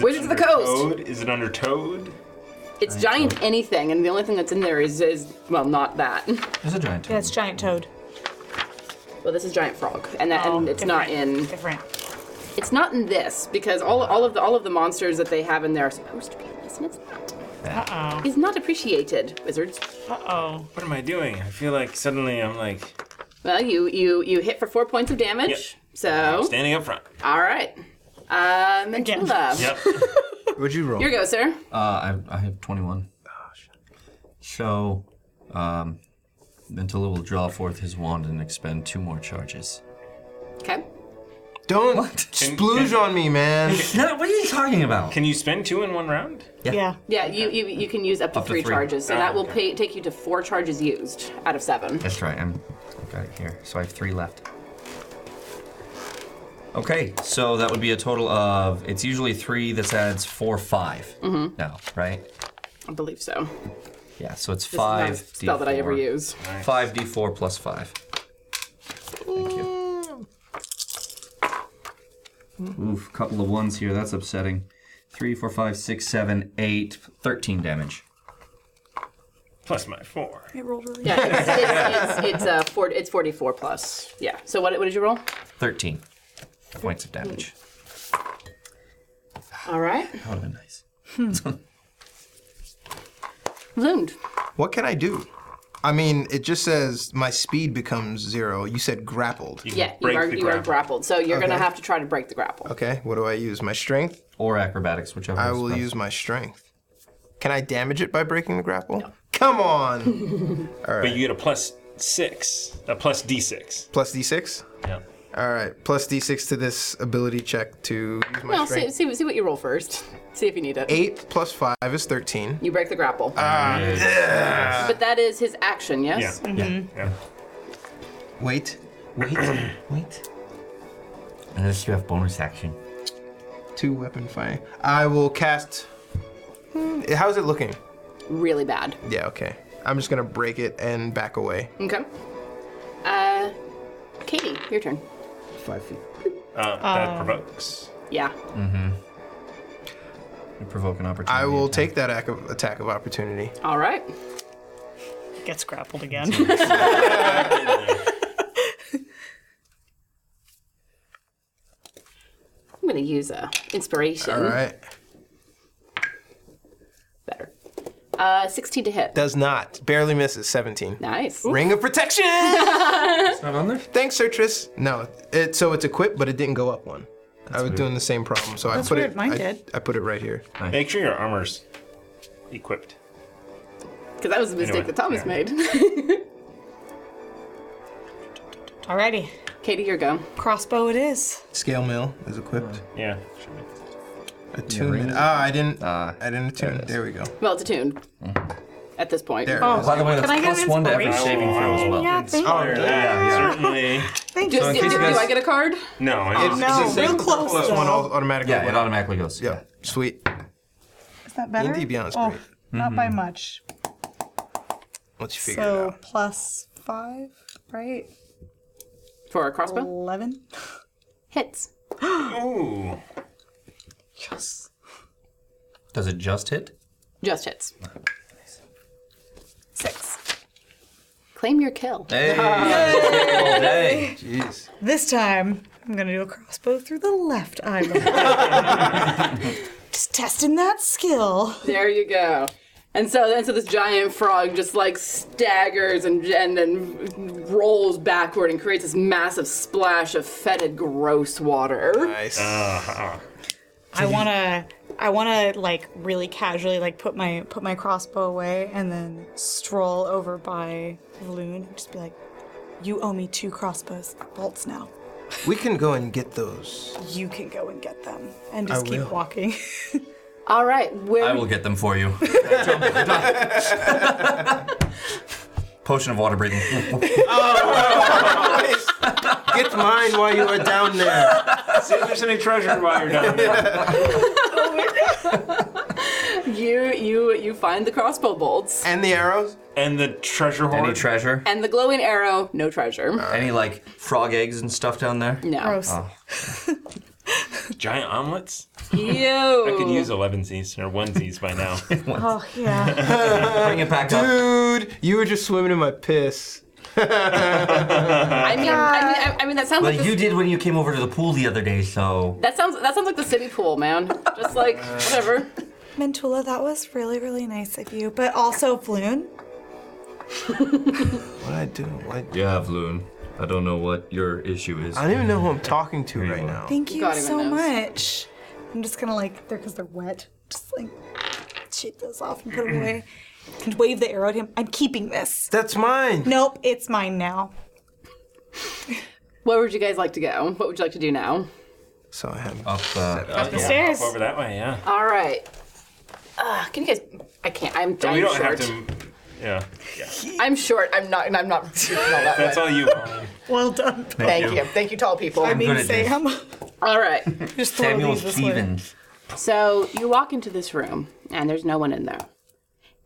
B: Wizards of the Coast.
C: Is it under Toad?
B: It's giant anything, and the only thing that's in there is is well, not that.
J: There's a giant.
F: Yeah, it's giant toad.
B: Well, this is giant frog, and that and it's not in
F: different.
B: It's not in this because all all of the all of the monsters that they have in there are supposed to be in this, and it's not.
C: Uh
B: Is not appreciated, wizards.
C: Uh oh. What am I doing? I feel like suddenly I'm like
B: Well, you you you hit for four points of damage.
C: Yep.
B: So
C: standing up front.
B: all right, uh, Mantula,
J: Yep.
E: Would you roll?
B: your go, sir.
J: Uh, I, I have 21. So, um, Ventula will draw forth his wand and expend two more charges.
B: Okay.
E: Don't splooge on me, man.
J: what are you talking about?
C: Can you spend two in one round?
J: Yeah.
B: Yeah, you, you you can use up to,
J: Up to
B: three,
J: three.
B: charges, so
J: Ah,
B: that will pay,
J: okay.
B: take you to four charges used out of seven.
J: That's right. I'm, I've got it here. So I have three left. Okay, so that would be a total of, it's usually three, this adds four, five
B: Mm-hmm.
J: now, right?
B: I believe so.
J: Yeah, so it's
B: This is not a
J: five.
B: spell that I ever
J: D4.
B: use.
J: Five d4 plus five.
B: Mm.
J: Oof, couple of ones here. That's upsetting. Three, four, five, six, seven, eight, thirteen damage.
C: Plus my four.
F: It rolled really
B: Yeah, it's, it's, it's, it's, uh, four, it's 44 plus. Yeah. So what, what did you roll?
J: Thirteen points of damage.
B: All right.
J: That would have been nice.
B: Loomed.
E: What can I do? I mean, it just says my speed becomes zero. You said grappled.
B: yeah, you are, you are grappled. So you're going to
E: Okay.
B: have to try to break the grapple.
E: Okay, what do I use? My strength?
J: Or acrobatics, whichever.
E: I
J: is
E: will
J: best.
E: use my strength. Can I damage it by breaking the grapple? Come on!
C: But you get a plus six, a plus d6.
E: Plus d6?
C: Yeah.
E: All right, plus d6 to this ability check to use my
B: Well, see,
E: strength.
B: see, see what you roll first. See if you need it.
E: 8 plus 5 is 13.
B: You break the grapple.
E: Ah, yeah.
B: But that is his action, yes?
E: Yeah.
B: Mm-hmm.
E: Wait.
D: Wait. Wait. Unless you have bonus action.
E: Two weapon fire. I will cast. Hmm, How's it looking?
B: Really bad.
E: Yeah, okay. I'm just gonna break it and back away.
C: Mm.
B: Okay. Uh, Katie, your turn.
E: Five feet.
C: Uh,
B: that Um,
C: provokes.
B: Yeah.
E: Mm-hmm.
J: You provoke an opportunity.
E: I will take that ac- attack of opportunity.
B: All right.
Q: Gets grappled again.
B: I'm going to use a inspiration.
E: All right.
B: Uh, 16 to hit.
E: Does not. Barely misses. 17.
B: Nice.
E: Ring of protection. it's
J: not on there.
E: Thanks, Sertris. No, it so it's equipped, but it didn't go up one. I was
C: weird.
E: doing the same problem, so I
C: That's
E: put
C: weird,
E: it.
C: mine
E: I,
C: did.
E: I put it right here.
C: Make sure your armor's equipped.
B: Because that was a mistake
C: Anyway,
B: that Thomas
C: yeah.
B: made.
F: Alrighty.
B: Katie, your go.
F: Crossbow it is.
E: Scale mill is equipped.
C: Yeah.
E: Attunement.
B: Yeah.
E: Ah, I didn't. I didn't attune. There we go.
B: Well, it's attuned at this point.
E: There it Oh, is. by the way, that's Can I get plus one to every inspiration? saving throw as well.
B: Yeah, thank
E: Oh,
B: you.
E: yeah, yeah.
C: Certainly.
B: Thank
E: So
B: you. Do,
E: in case you guys-
B: do I get a card?
C: No,
E: It's- it's the same Plus one au- automatically.
D: Yeah, it automatically goes.
E: Yeah. Sweet.
F: Is that better?
E: D&D Beyond is
F: oh,
E: great.
F: Not by
E: Mhm.
F: much.
E: Once you figure it out.
F: So plus five, right?
B: For a crossbow?
F: Eleven.
B: Hits.
C: Ooh.
F: Yes.
D: Does it just hit?
B: Just hits. Six. Claim your kill.
E: Oh,
B: Yay.
E: Jeez.
F: This time, I'm gonna do a crossbow through the left eyeball. Just testing that skill.
B: There you go. And so then, so this giant frog just like staggers and and then rolls backward and creates this massive splash of fetid, gross water.
E: Nice.
C: Uh-huh.
F: I wanna, I wanna like really casually like put my put my crossbow away and then stroll over by Loon and just be like, "You owe me two crossbows bolts now.
E: We can go and get those.
F: You can go and get them." And
E: I
F: just keep
E: will.
F: walking.
B: All right, where?
D: I will get them for you. Potion of water breathing.
E: Get mine while you are down there.
C: See if there's any treasure while you're down there.
B: you you you find the crossbow bolts
E: and the arrows
C: and the treasure
D: hoard. Any treasure?
B: and the glowing arrow. No treasure.
D: Any like frog eggs and stuff down there?
B: No. Gross.
C: Giant omelets?
B: Ew.
C: I could use 11sies or onesies by now.
F: oh yeah.
D: Bring it back up.
E: Dude, you were just swimming in my piss.
B: I mean, I mean, I, I mean that sounds
D: Well,
B: like this,
D: you did when you came over to the pool the other day, so.
B: that sounds that sounds like the city pool, man. Just like whatever.
F: Mentula, that was really, really nice of you. But also, Floon,
E: What I do? What?
J: Yeah, Vloon. I don't know what your issue is.
E: I don't even know who I'm talking to right now.
F: thank you
E: God, even
F: so
E: knows.
F: much. I'm just gonna like, they're because they're wet, just like shake those off and put them away. And wave the arrow at him. I'm keeping this.
E: That's mine.
F: Nope, it's mine now.
B: Where would you guys like to go? What would you like to do now?
E: So I have
D: up, uh,
C: Up
B: the stairs.
C: Over that way, yeah.
B: All right. Uh, can you guys? I can't. I'm.
C: So
B: I'm
C: we don't
B: short.
C: have to. Yeah.
B: I'm short. I'm not. And I'm not. reaching all that
C: That's
B: way.
C: all you. Colin.
F: Well done.
B: Thank,
C: you.
B: you. Thank you, tall people.
C: I I'm mean, good at this. Sam.
B: All right.
F: Just
B: So you walk into this room, and there's no one in there.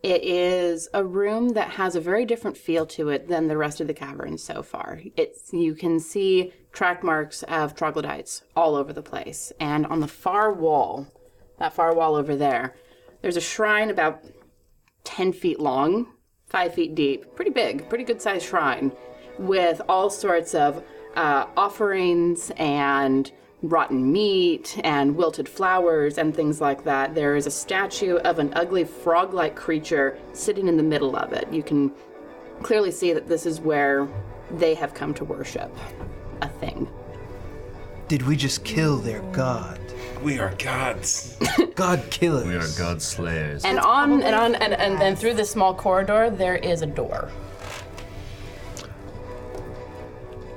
B: It is a room that has a very different feel to it than the rest of the cavern so far. It's you can see track marks of troglodytes all over the place, and on the far wall, that far wall over there, there's a shrine about ten feet long, five feet deep, pretty big, pretty good sized shrine, with all sorts of uh, offerings and rotten meat and wilted flowers and things like that. There is a statue of an ugly frog like creature sitting in the middle of it. You can clearly see that this is where they have come to worship a thing.
E: Did we just kill their god?
C: We are gods.
E: God killers. We
J: are god slayers.
B: And on and on and, and then through this small corridor there is a door.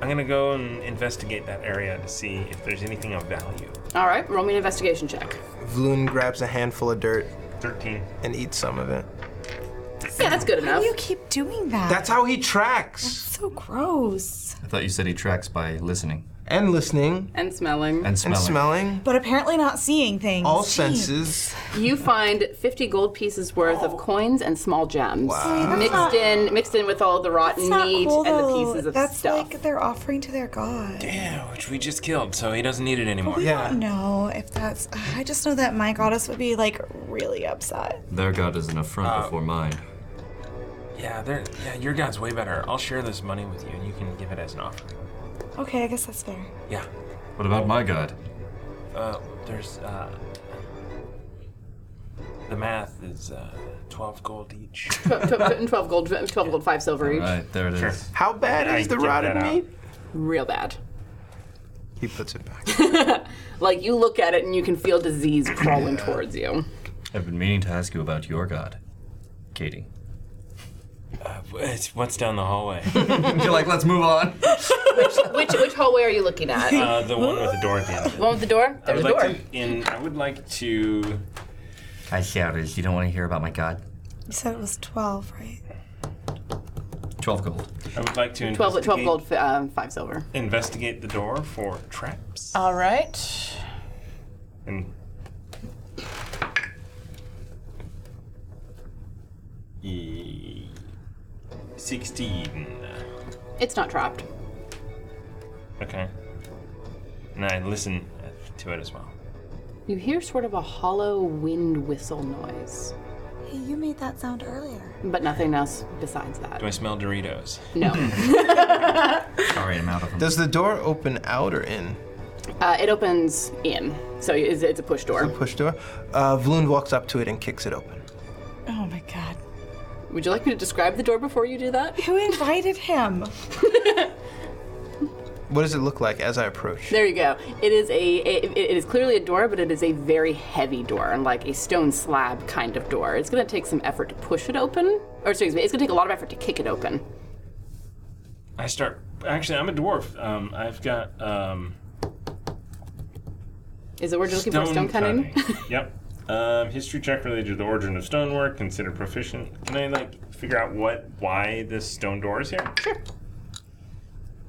C: I'm gonna go and investigate that area to see if there's anything of value.
B: All right, roll me an investigation check.
E: Vloon grabs a handful of dirt.
C: 13.
E: And eats some of it.
B: Yeah, that's good enough.
F: You keep doing that.
E: That's how he tracks.
F: so gross.
D: I thought you said he tracks by listening.
E: And listening.
B: And smelling.
D: And smelling.
F: But apparently not seeing things.
E: All
F: Jeez.
E: senses.
B: You find 50 gold pieces worth of coins and small gems
E: Wow.
B: mixed in mixed in with all the rotten
F: That's not
B: meat
F: cool,
B: and the
F: though.
B: pieces of
F: That's
B: stuff.
F: like their offering to their god.
C: Yeah, which we just killed, so he doesn't need it
B: Oh,
C: anymore.
F: We don't know if that's. I just know that my goddess would be like really upset.
J: Their god is an affront
D: Uh,
J: before mine.
C: Yeah, they're, yeah, your god's way better. I'll share this money with you, and you can give it as an offering.
F: Okay, I guess that's fair.
C: Yeah.
J: What about my god?
C: Uh, there's uh, the math is uh, 12 gold each.
B: Tw- tw- 12 gold 12 gold 5 silver each.
J: there it is.
E: How bad
C: I
E: is the
C: dig
E: rotted
C: that out.
E: meat?
B: Real bad.
E: He puts it back.
B: Like you look at it and you can feel disease crawling towards you.
D: I've been meaning to ask you about your god, Katie.
C: Uh, it's what's down the hallway?
D: You're like, let's move on.
B: Which, which which hallway are you looking at?
C: Uh, the one with the door at the end.
B: the one with the door.
C: I
B: There's
C: would
B: a
C: like
B: door.
C: to in. I would like to.
D: I shouted, you don't want to hear about my god.
F: You said it was 12, right?
D: 12 gold.
C: I would like to
B: Twelve,
C: investigate,
B: twelve gold, f- um, five silver.
C: investigate the door for traps.
B: All right.
C: And E- sixteen.
B: It's not trapped.
C: Okay. And I listen to it as well.
B: You hear sort of a hollow wind whistle noise,
F: Hey, you made that sound earlier.
B: but nothing else besides that.
C: Do I smell Doritos?
B: No.
D: Sorry, I'm out of
E: Does the door open out or in?
B: Uh, it opens in, so it's, it's a push door.
E: Push door. Uh, Vloon walks up to it and kicks it open.
B: Oh my god. Would you like me to describe the door before you do that?
F: Who invited him?
E: What does it look like as I approach?
B: There you go. It is a. It, it is clearly a door, but it is a very heavy door, and like a stone slab kind of door. It's going to take some effort to push it open, or excuse me, it's going to take a lot of effort to kick it open.
C: I start. Actually, I'm a dwarf. Um, I've got. Um,
B: Is it word you're looking for? Stone cutting.
C: yep. Um, history check related to the origin of stonework. Consider proficient. Can I like figure out what why this stone door is here? Sure.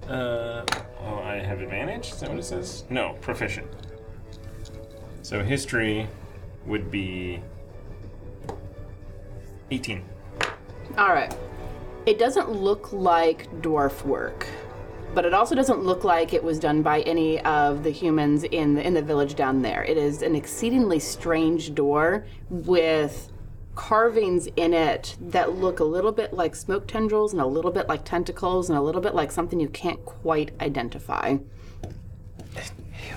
C: Uh, oh, I have advantage. Is that what it says? No, proficient. So history would be eighteen.
B: All right. It doesn't look like dwarf work, but it also doesn't look like it was done by any of the humans in the, in the village down there. It is an exceedingly strange door with carvings in it that look a little bit like smoke tendrils and a little bit like tentacles and a little bit like something you can't quite identify.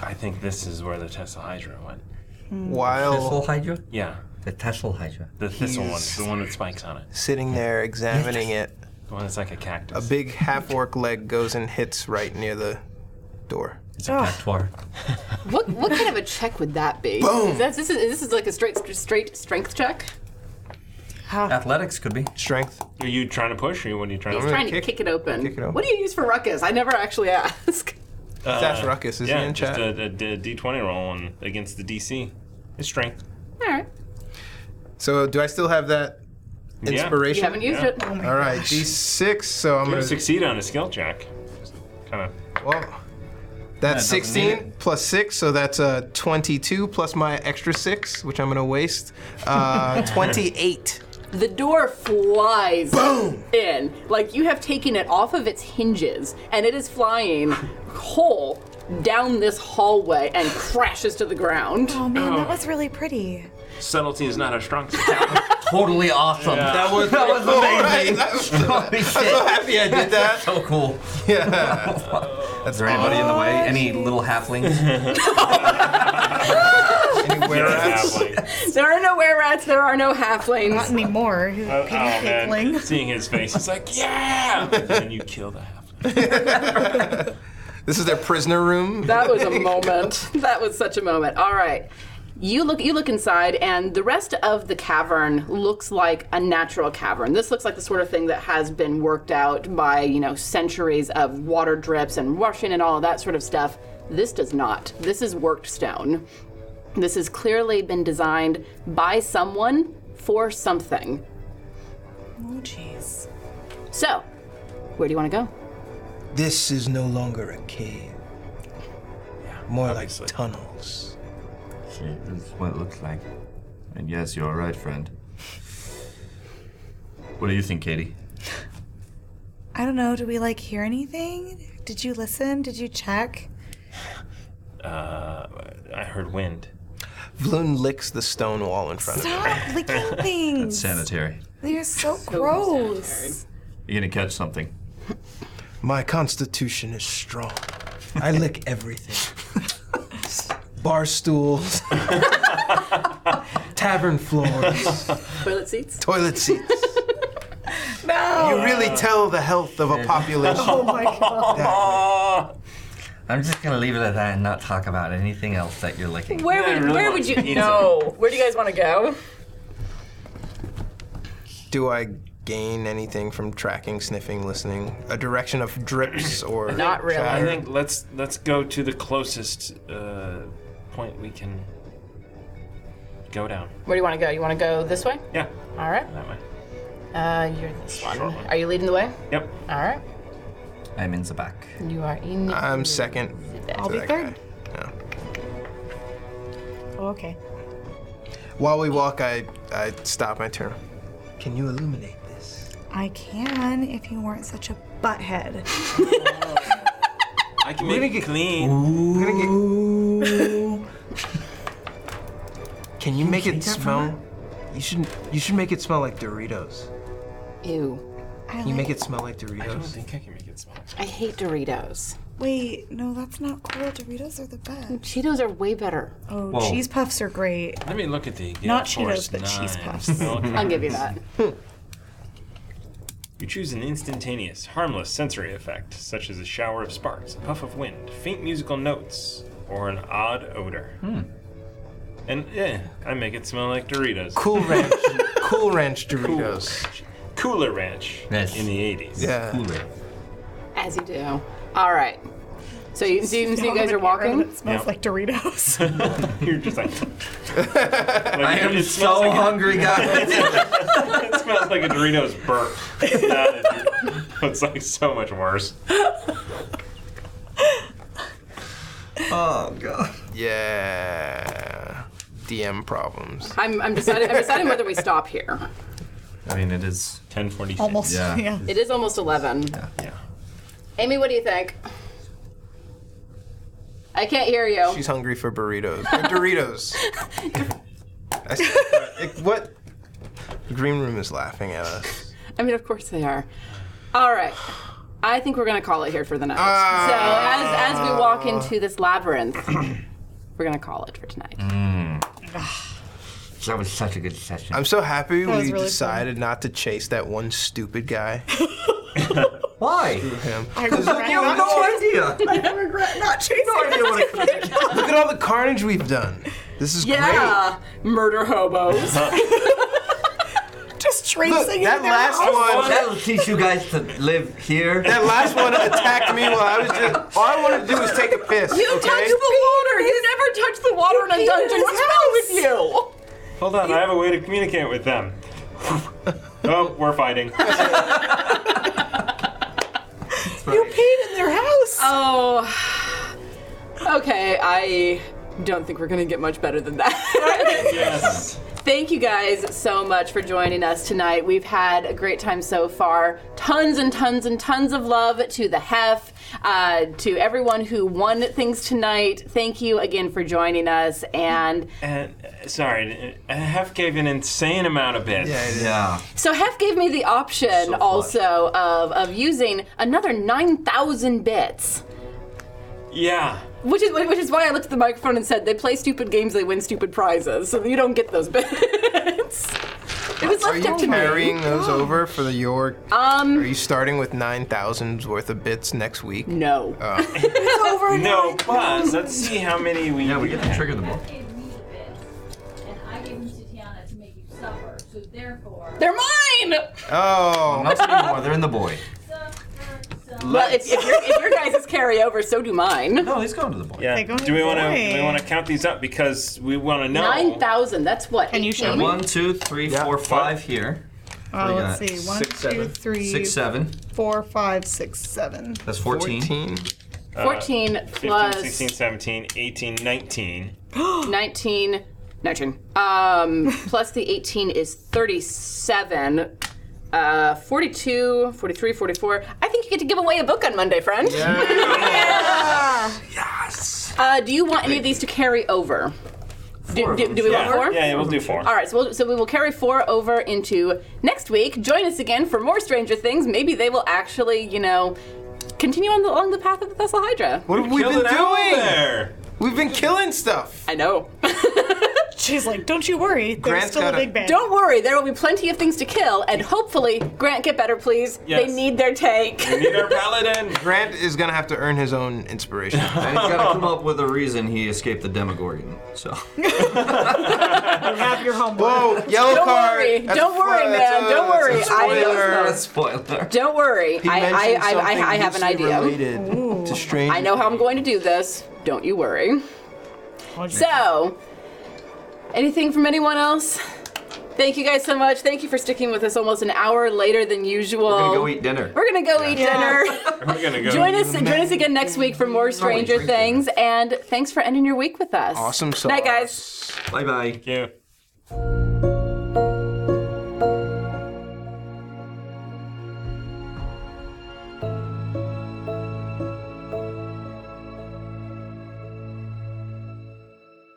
C: I think this is where the Tesla Hydra went.
E: While
D: Thistle Hydra?
C: Yeah.
D: The Tesla Hydra.
C: The thistle one,
E: He's-
C: the one with spikes on it.
E: Sitting there examining it.
C: The one that's like a
E: A
C: cactus.
E: big half orc leg goes and hits right near the door.
D: It's a
J: Ah.
D: patois.
B: What what kind of a check would that be?
E: Boom.
B: Is that- this is this is like a straight straight strength check.
J: Ah.
D: Athletics could be.
E: Strength.
C: Are you trying to push or what are you trying
B: He's
C: to
B: trying to kick, it open.
C: kick it open.
B: What do you use for ruckus? I never actually ask.
E: That's Ruckus, isn't
C: Uh, yeah,
E: he in
C: just
E: chat?
C: a- a d- d20 roll on, against the DC. It's strength.
B: All right.
E: So do I still have that
C: Yeah.
E: inspiration?
C: You haven't used Yeah. it. Oh my
E: All right,
C: gosh.
E: D6. So I'm
C: I'm
E: gonna
C: going to succeed on a skill check. Kind of.
E: Well, That's
C: Yeah, it doesn't need
E: 16 plus 6, so that's uh, 22 plus my extra 6, which I'm going to waste. Uh, 28.
B: The door flies in. Like you have taken it off of its hinges and it is flying whole down this hallway and crashes to the ground.
F: Oh man, that was really pretty.
C: Subtlety is not a strong suit.
D: totally awesome.
C: Yeah.
D: That was, that was amazing. I'm so
E: happy I did that.
D: so Oh, cool.
E: Yeah.
D: Is there anybody in the way? Any little halflings?
E: Anywhere
B: There are no were rats, there are no halflings.
R: Not anymore.
C: Oh, oh, man. Seeing his face, it's like, yeah! and then you kill the half.
E: This is their prisoner room.
B: That was a moment. That was such a moment. All right. You look you look inside and the rest of the cavern looks like a natural cavern. This looks like the sort of thing that has been worked out by, you know, centuries of water drips and washing and all of that sort of stuff. This does not. This is worked stone. This has clearly been designed by someone for something.
F: Oh jeez.
B: So, where do you want to go?
E: This is no longer a cave. More like tunnels.
J: That's what it looks like. And yes, you're right, friend. What do you think, Katie?
F: I don't know, do we like hear anything? Did you listen? Did you check?
C: Uh, I heard wind.
E: Vloon licks the stone wall in front of
F: Stop licking
J: It's
F: things.
J: sanitary.
F: They're so, gross.
J: You're gonna catch something.
E: it. My constitution is strong. I lick everything. Bar stools, tavern floors,
B: Toilet seats?
E: toilet seats.
F: No.
E: You really tell the health of a population.
F: Oh my
C: god.
D: I'm just gonna leave it at that and not talk about anything else that you're licking.
B: Where would where would you No. Where do you guys want to go?
E: Do I gain anything from tracking, sniffing, listening? A direction of drips or
C: I
E: chatter?
C: think let's let's go to the closest uh, point we can go down.
B: Where do you want to go? You want to go this way?
C: Yeah.
B: All right.
C: That way.
B: Uh, you're this one.
E: Short one.
B: Are you leading the way?
C: Yep.
B: All right.
E: I'm in the back.
B: You are in.
E: I'm second.
F: I'll
E: to
F: be
E: that
F: third.
E: guy. Yeah.
F: Oh, okay.
E: While we walk, I I stop my turn. Can you illuminate?
F: I can if you weren't such a butthead.
C: I can make it clean.
E: Can you make it
F: that from
E: smell? You should you should make it smell like Doritos.
B: Ew.
F: I
E: Can you make it smell like Doritos?
C: I don't think I can make it smell.
B: I hate Doritos.
F: Wait, no, that's not cool. Doritos are the best.
B: Cheetos are way better.
F: Oh,
C: Whoa.
F: cheese puffs are great.
C: Let me look at the
F: Not
C: Gale Force
F: Cheetos, but cheese
C: 9
F: puffs.
C: milk.
B: I'll give you that.
C: You choose an instantaneous, harmless sensory effect, such as a shower of sparks, a puff of wind, faint musical notes, or an odd odor.
F: Hmm.
C: And yeah, I make it smell like Doritos.
E: Cool Ranch, Cool Ranch Doritos.
C: Cooler Ranch in the 80s.
E: Yeah. Cooler.
B: As you do. All right. So you, so you can see you guys are walking. It
C: smells Yeah. like
F: Doritos.
C: You're just like.
I: I am so hungry, guys.
C: it smells like a Doritos burp. It's, not a- it's like so much worse.
E: Oh god. Yeah. DM problems.
B: I'm, I'm deciding. I'm deciding whether we stop here.
D: I mean, it is
C: 10:46.
B: Almost, yeah. It is almost eleven. Yeah. Amy, what do you think? I can't hear you.
E: She's hungry for burritos. Or Doritos. I s- what? The green room is laughing at us.
B: I mean, of course they are. All right. I think we're gonna call it here for the night. so as as we walk into this labyrinth, we're gonna call it for tonight.
I: That was such a good session.
E: I'm so happy
B: That was
E: we
B: really
E: decided not to chase that one stupid guy.
I: Why?
E: Screw him.
I: I
E: Because
I: regret
E: you
I: not
E: have no
I: chasing-
E: idea.
F: I regret not chasing.
E: No idea what it could be. Look at all the carnage we've done. This is
B: Yeah, murder hobos.
F: Just tracing
E: Look,
F: it.
E: that
F: in their
E: last
F: house.
E: one-
I: That'll teach you guys to live here.
E: That last one attacked me while I was just. All I wanted to do was take a piss.
B: You
E: okay?
B: touched the water. You never touched the water in a dungeon. What's wrong with you?
C: Hold on, I have a way to communicate with them. oh, we're fighting.
F: You peed in their house.
B: Oh. Okay, I don't think we're gonna get much better than that.
C: yes.
B: Thank you guys so much for joining us tonight. We've had a great time so far. Tons and tons and tons of love to the Hef, uh, to everyone who won things tonight. Thank you again for joining us. And
C: And uh, sorry, uh, Hef gave an insane amount of bits. Yeah,
I: yeah.
B: so Hef gave me the option also of, of using another 9,000 bits.
C: Yeah.
B: Which is which is why I looked at the microphone and said they play stupid games, they win stupid prizes, so you don't get those bits. it was
E: Are
B: left
E: you
B: up to
E: carrying
B: me. Oh.
E: those over for the York?
B: Um,
E: Are you starting with 9,000 worth of bits next week?
B: No.
E: Oh.
C: No, but let's see how many we. Yeah, we get to trigger them all.
H: And I gave them to Tiana to make you suffer. So therefore.
B: They're mine.
E: Oh.
D: Not anymore. They're in the boy.
B: Well, if, if, your, if your guys' carry over, so do mine.
D: No, he's going to the boy.
C: Yeah.
B: They go
C: do we want to?
B: away.
C: We want to count these up because we want to know.
B: Nine thousand. That's what. Can you
D: And one, two, three, four, five here.
F: Oh,
D: We
F: let's
D: got
F: see. One,
D: six,
F: two,
D: seven.
F: three.
D: Six, seven.
F: Four, five, six, seven.
D: That's 14.
C: 14
B: 14
C: 15,
B: plus-
C: 16, 17, 18, 19.
B: 19, 19. Um, plus the 18 is 37. Uh, 42, 43, 44. I think you get to give away a book on Monday, friend. yes. Uh, do you want any of these to carry over? Do, do, do we
C: yeah.
B: want four?
C: Yeah, yeah, we'll do four.
B: All right, so, we'll, so we will carry four over into next week. Join us again for more Stranger Things. Maybe they will actually, you know, continue on the, along the path of the Thessal Hydra.
E: What have we been
B: Killed it out
E: doing?
B: there.
E: We've been killing stuff.
B: I know.
F: She's like, don't you worry, there's still a big band.
B: Don't worry, there will be plenty of things to kill, and hopefully, Grant, get better, please.
E: Yes.
B: They need their tank.
C: paladin.
E: Grant is gonna have to earn his own inspiration.
J: And he's got to come up with a reason he escaped the Demogorgon. So
F: have your homework.
E: Whoa, Oh, yellow
B: Don't
E: card.
B: worry,
E: That's
B: don't
E: a
B: worry,
E: fl-
B: man.
E: that's a-
B: don't
E: that's
B: worry.
E: a
B: I
E: spoiler.
J: spoiler.
B: Don't worry.
E: He
B: I, I,
E: mentioned
B: I, I, I
E: something
B: have an
E: loosely
B: idea.
E: related to strange.
B: I know how I'm going to do this. Don't you worry. So, anything from anyone else? Thank you guys so much. Thank you for sticking with us almost an hour later than usual.
J: we're gonna go eat dinner.
B: We're gonna go eat dinner.
C: I'm gonna go.
B: Join us, join us again next week for more Stranger Things, and thanks for ending your week with us.
J: Awesome sauce.
B: Night, guys.
J: Bye bye.
C: Yeah.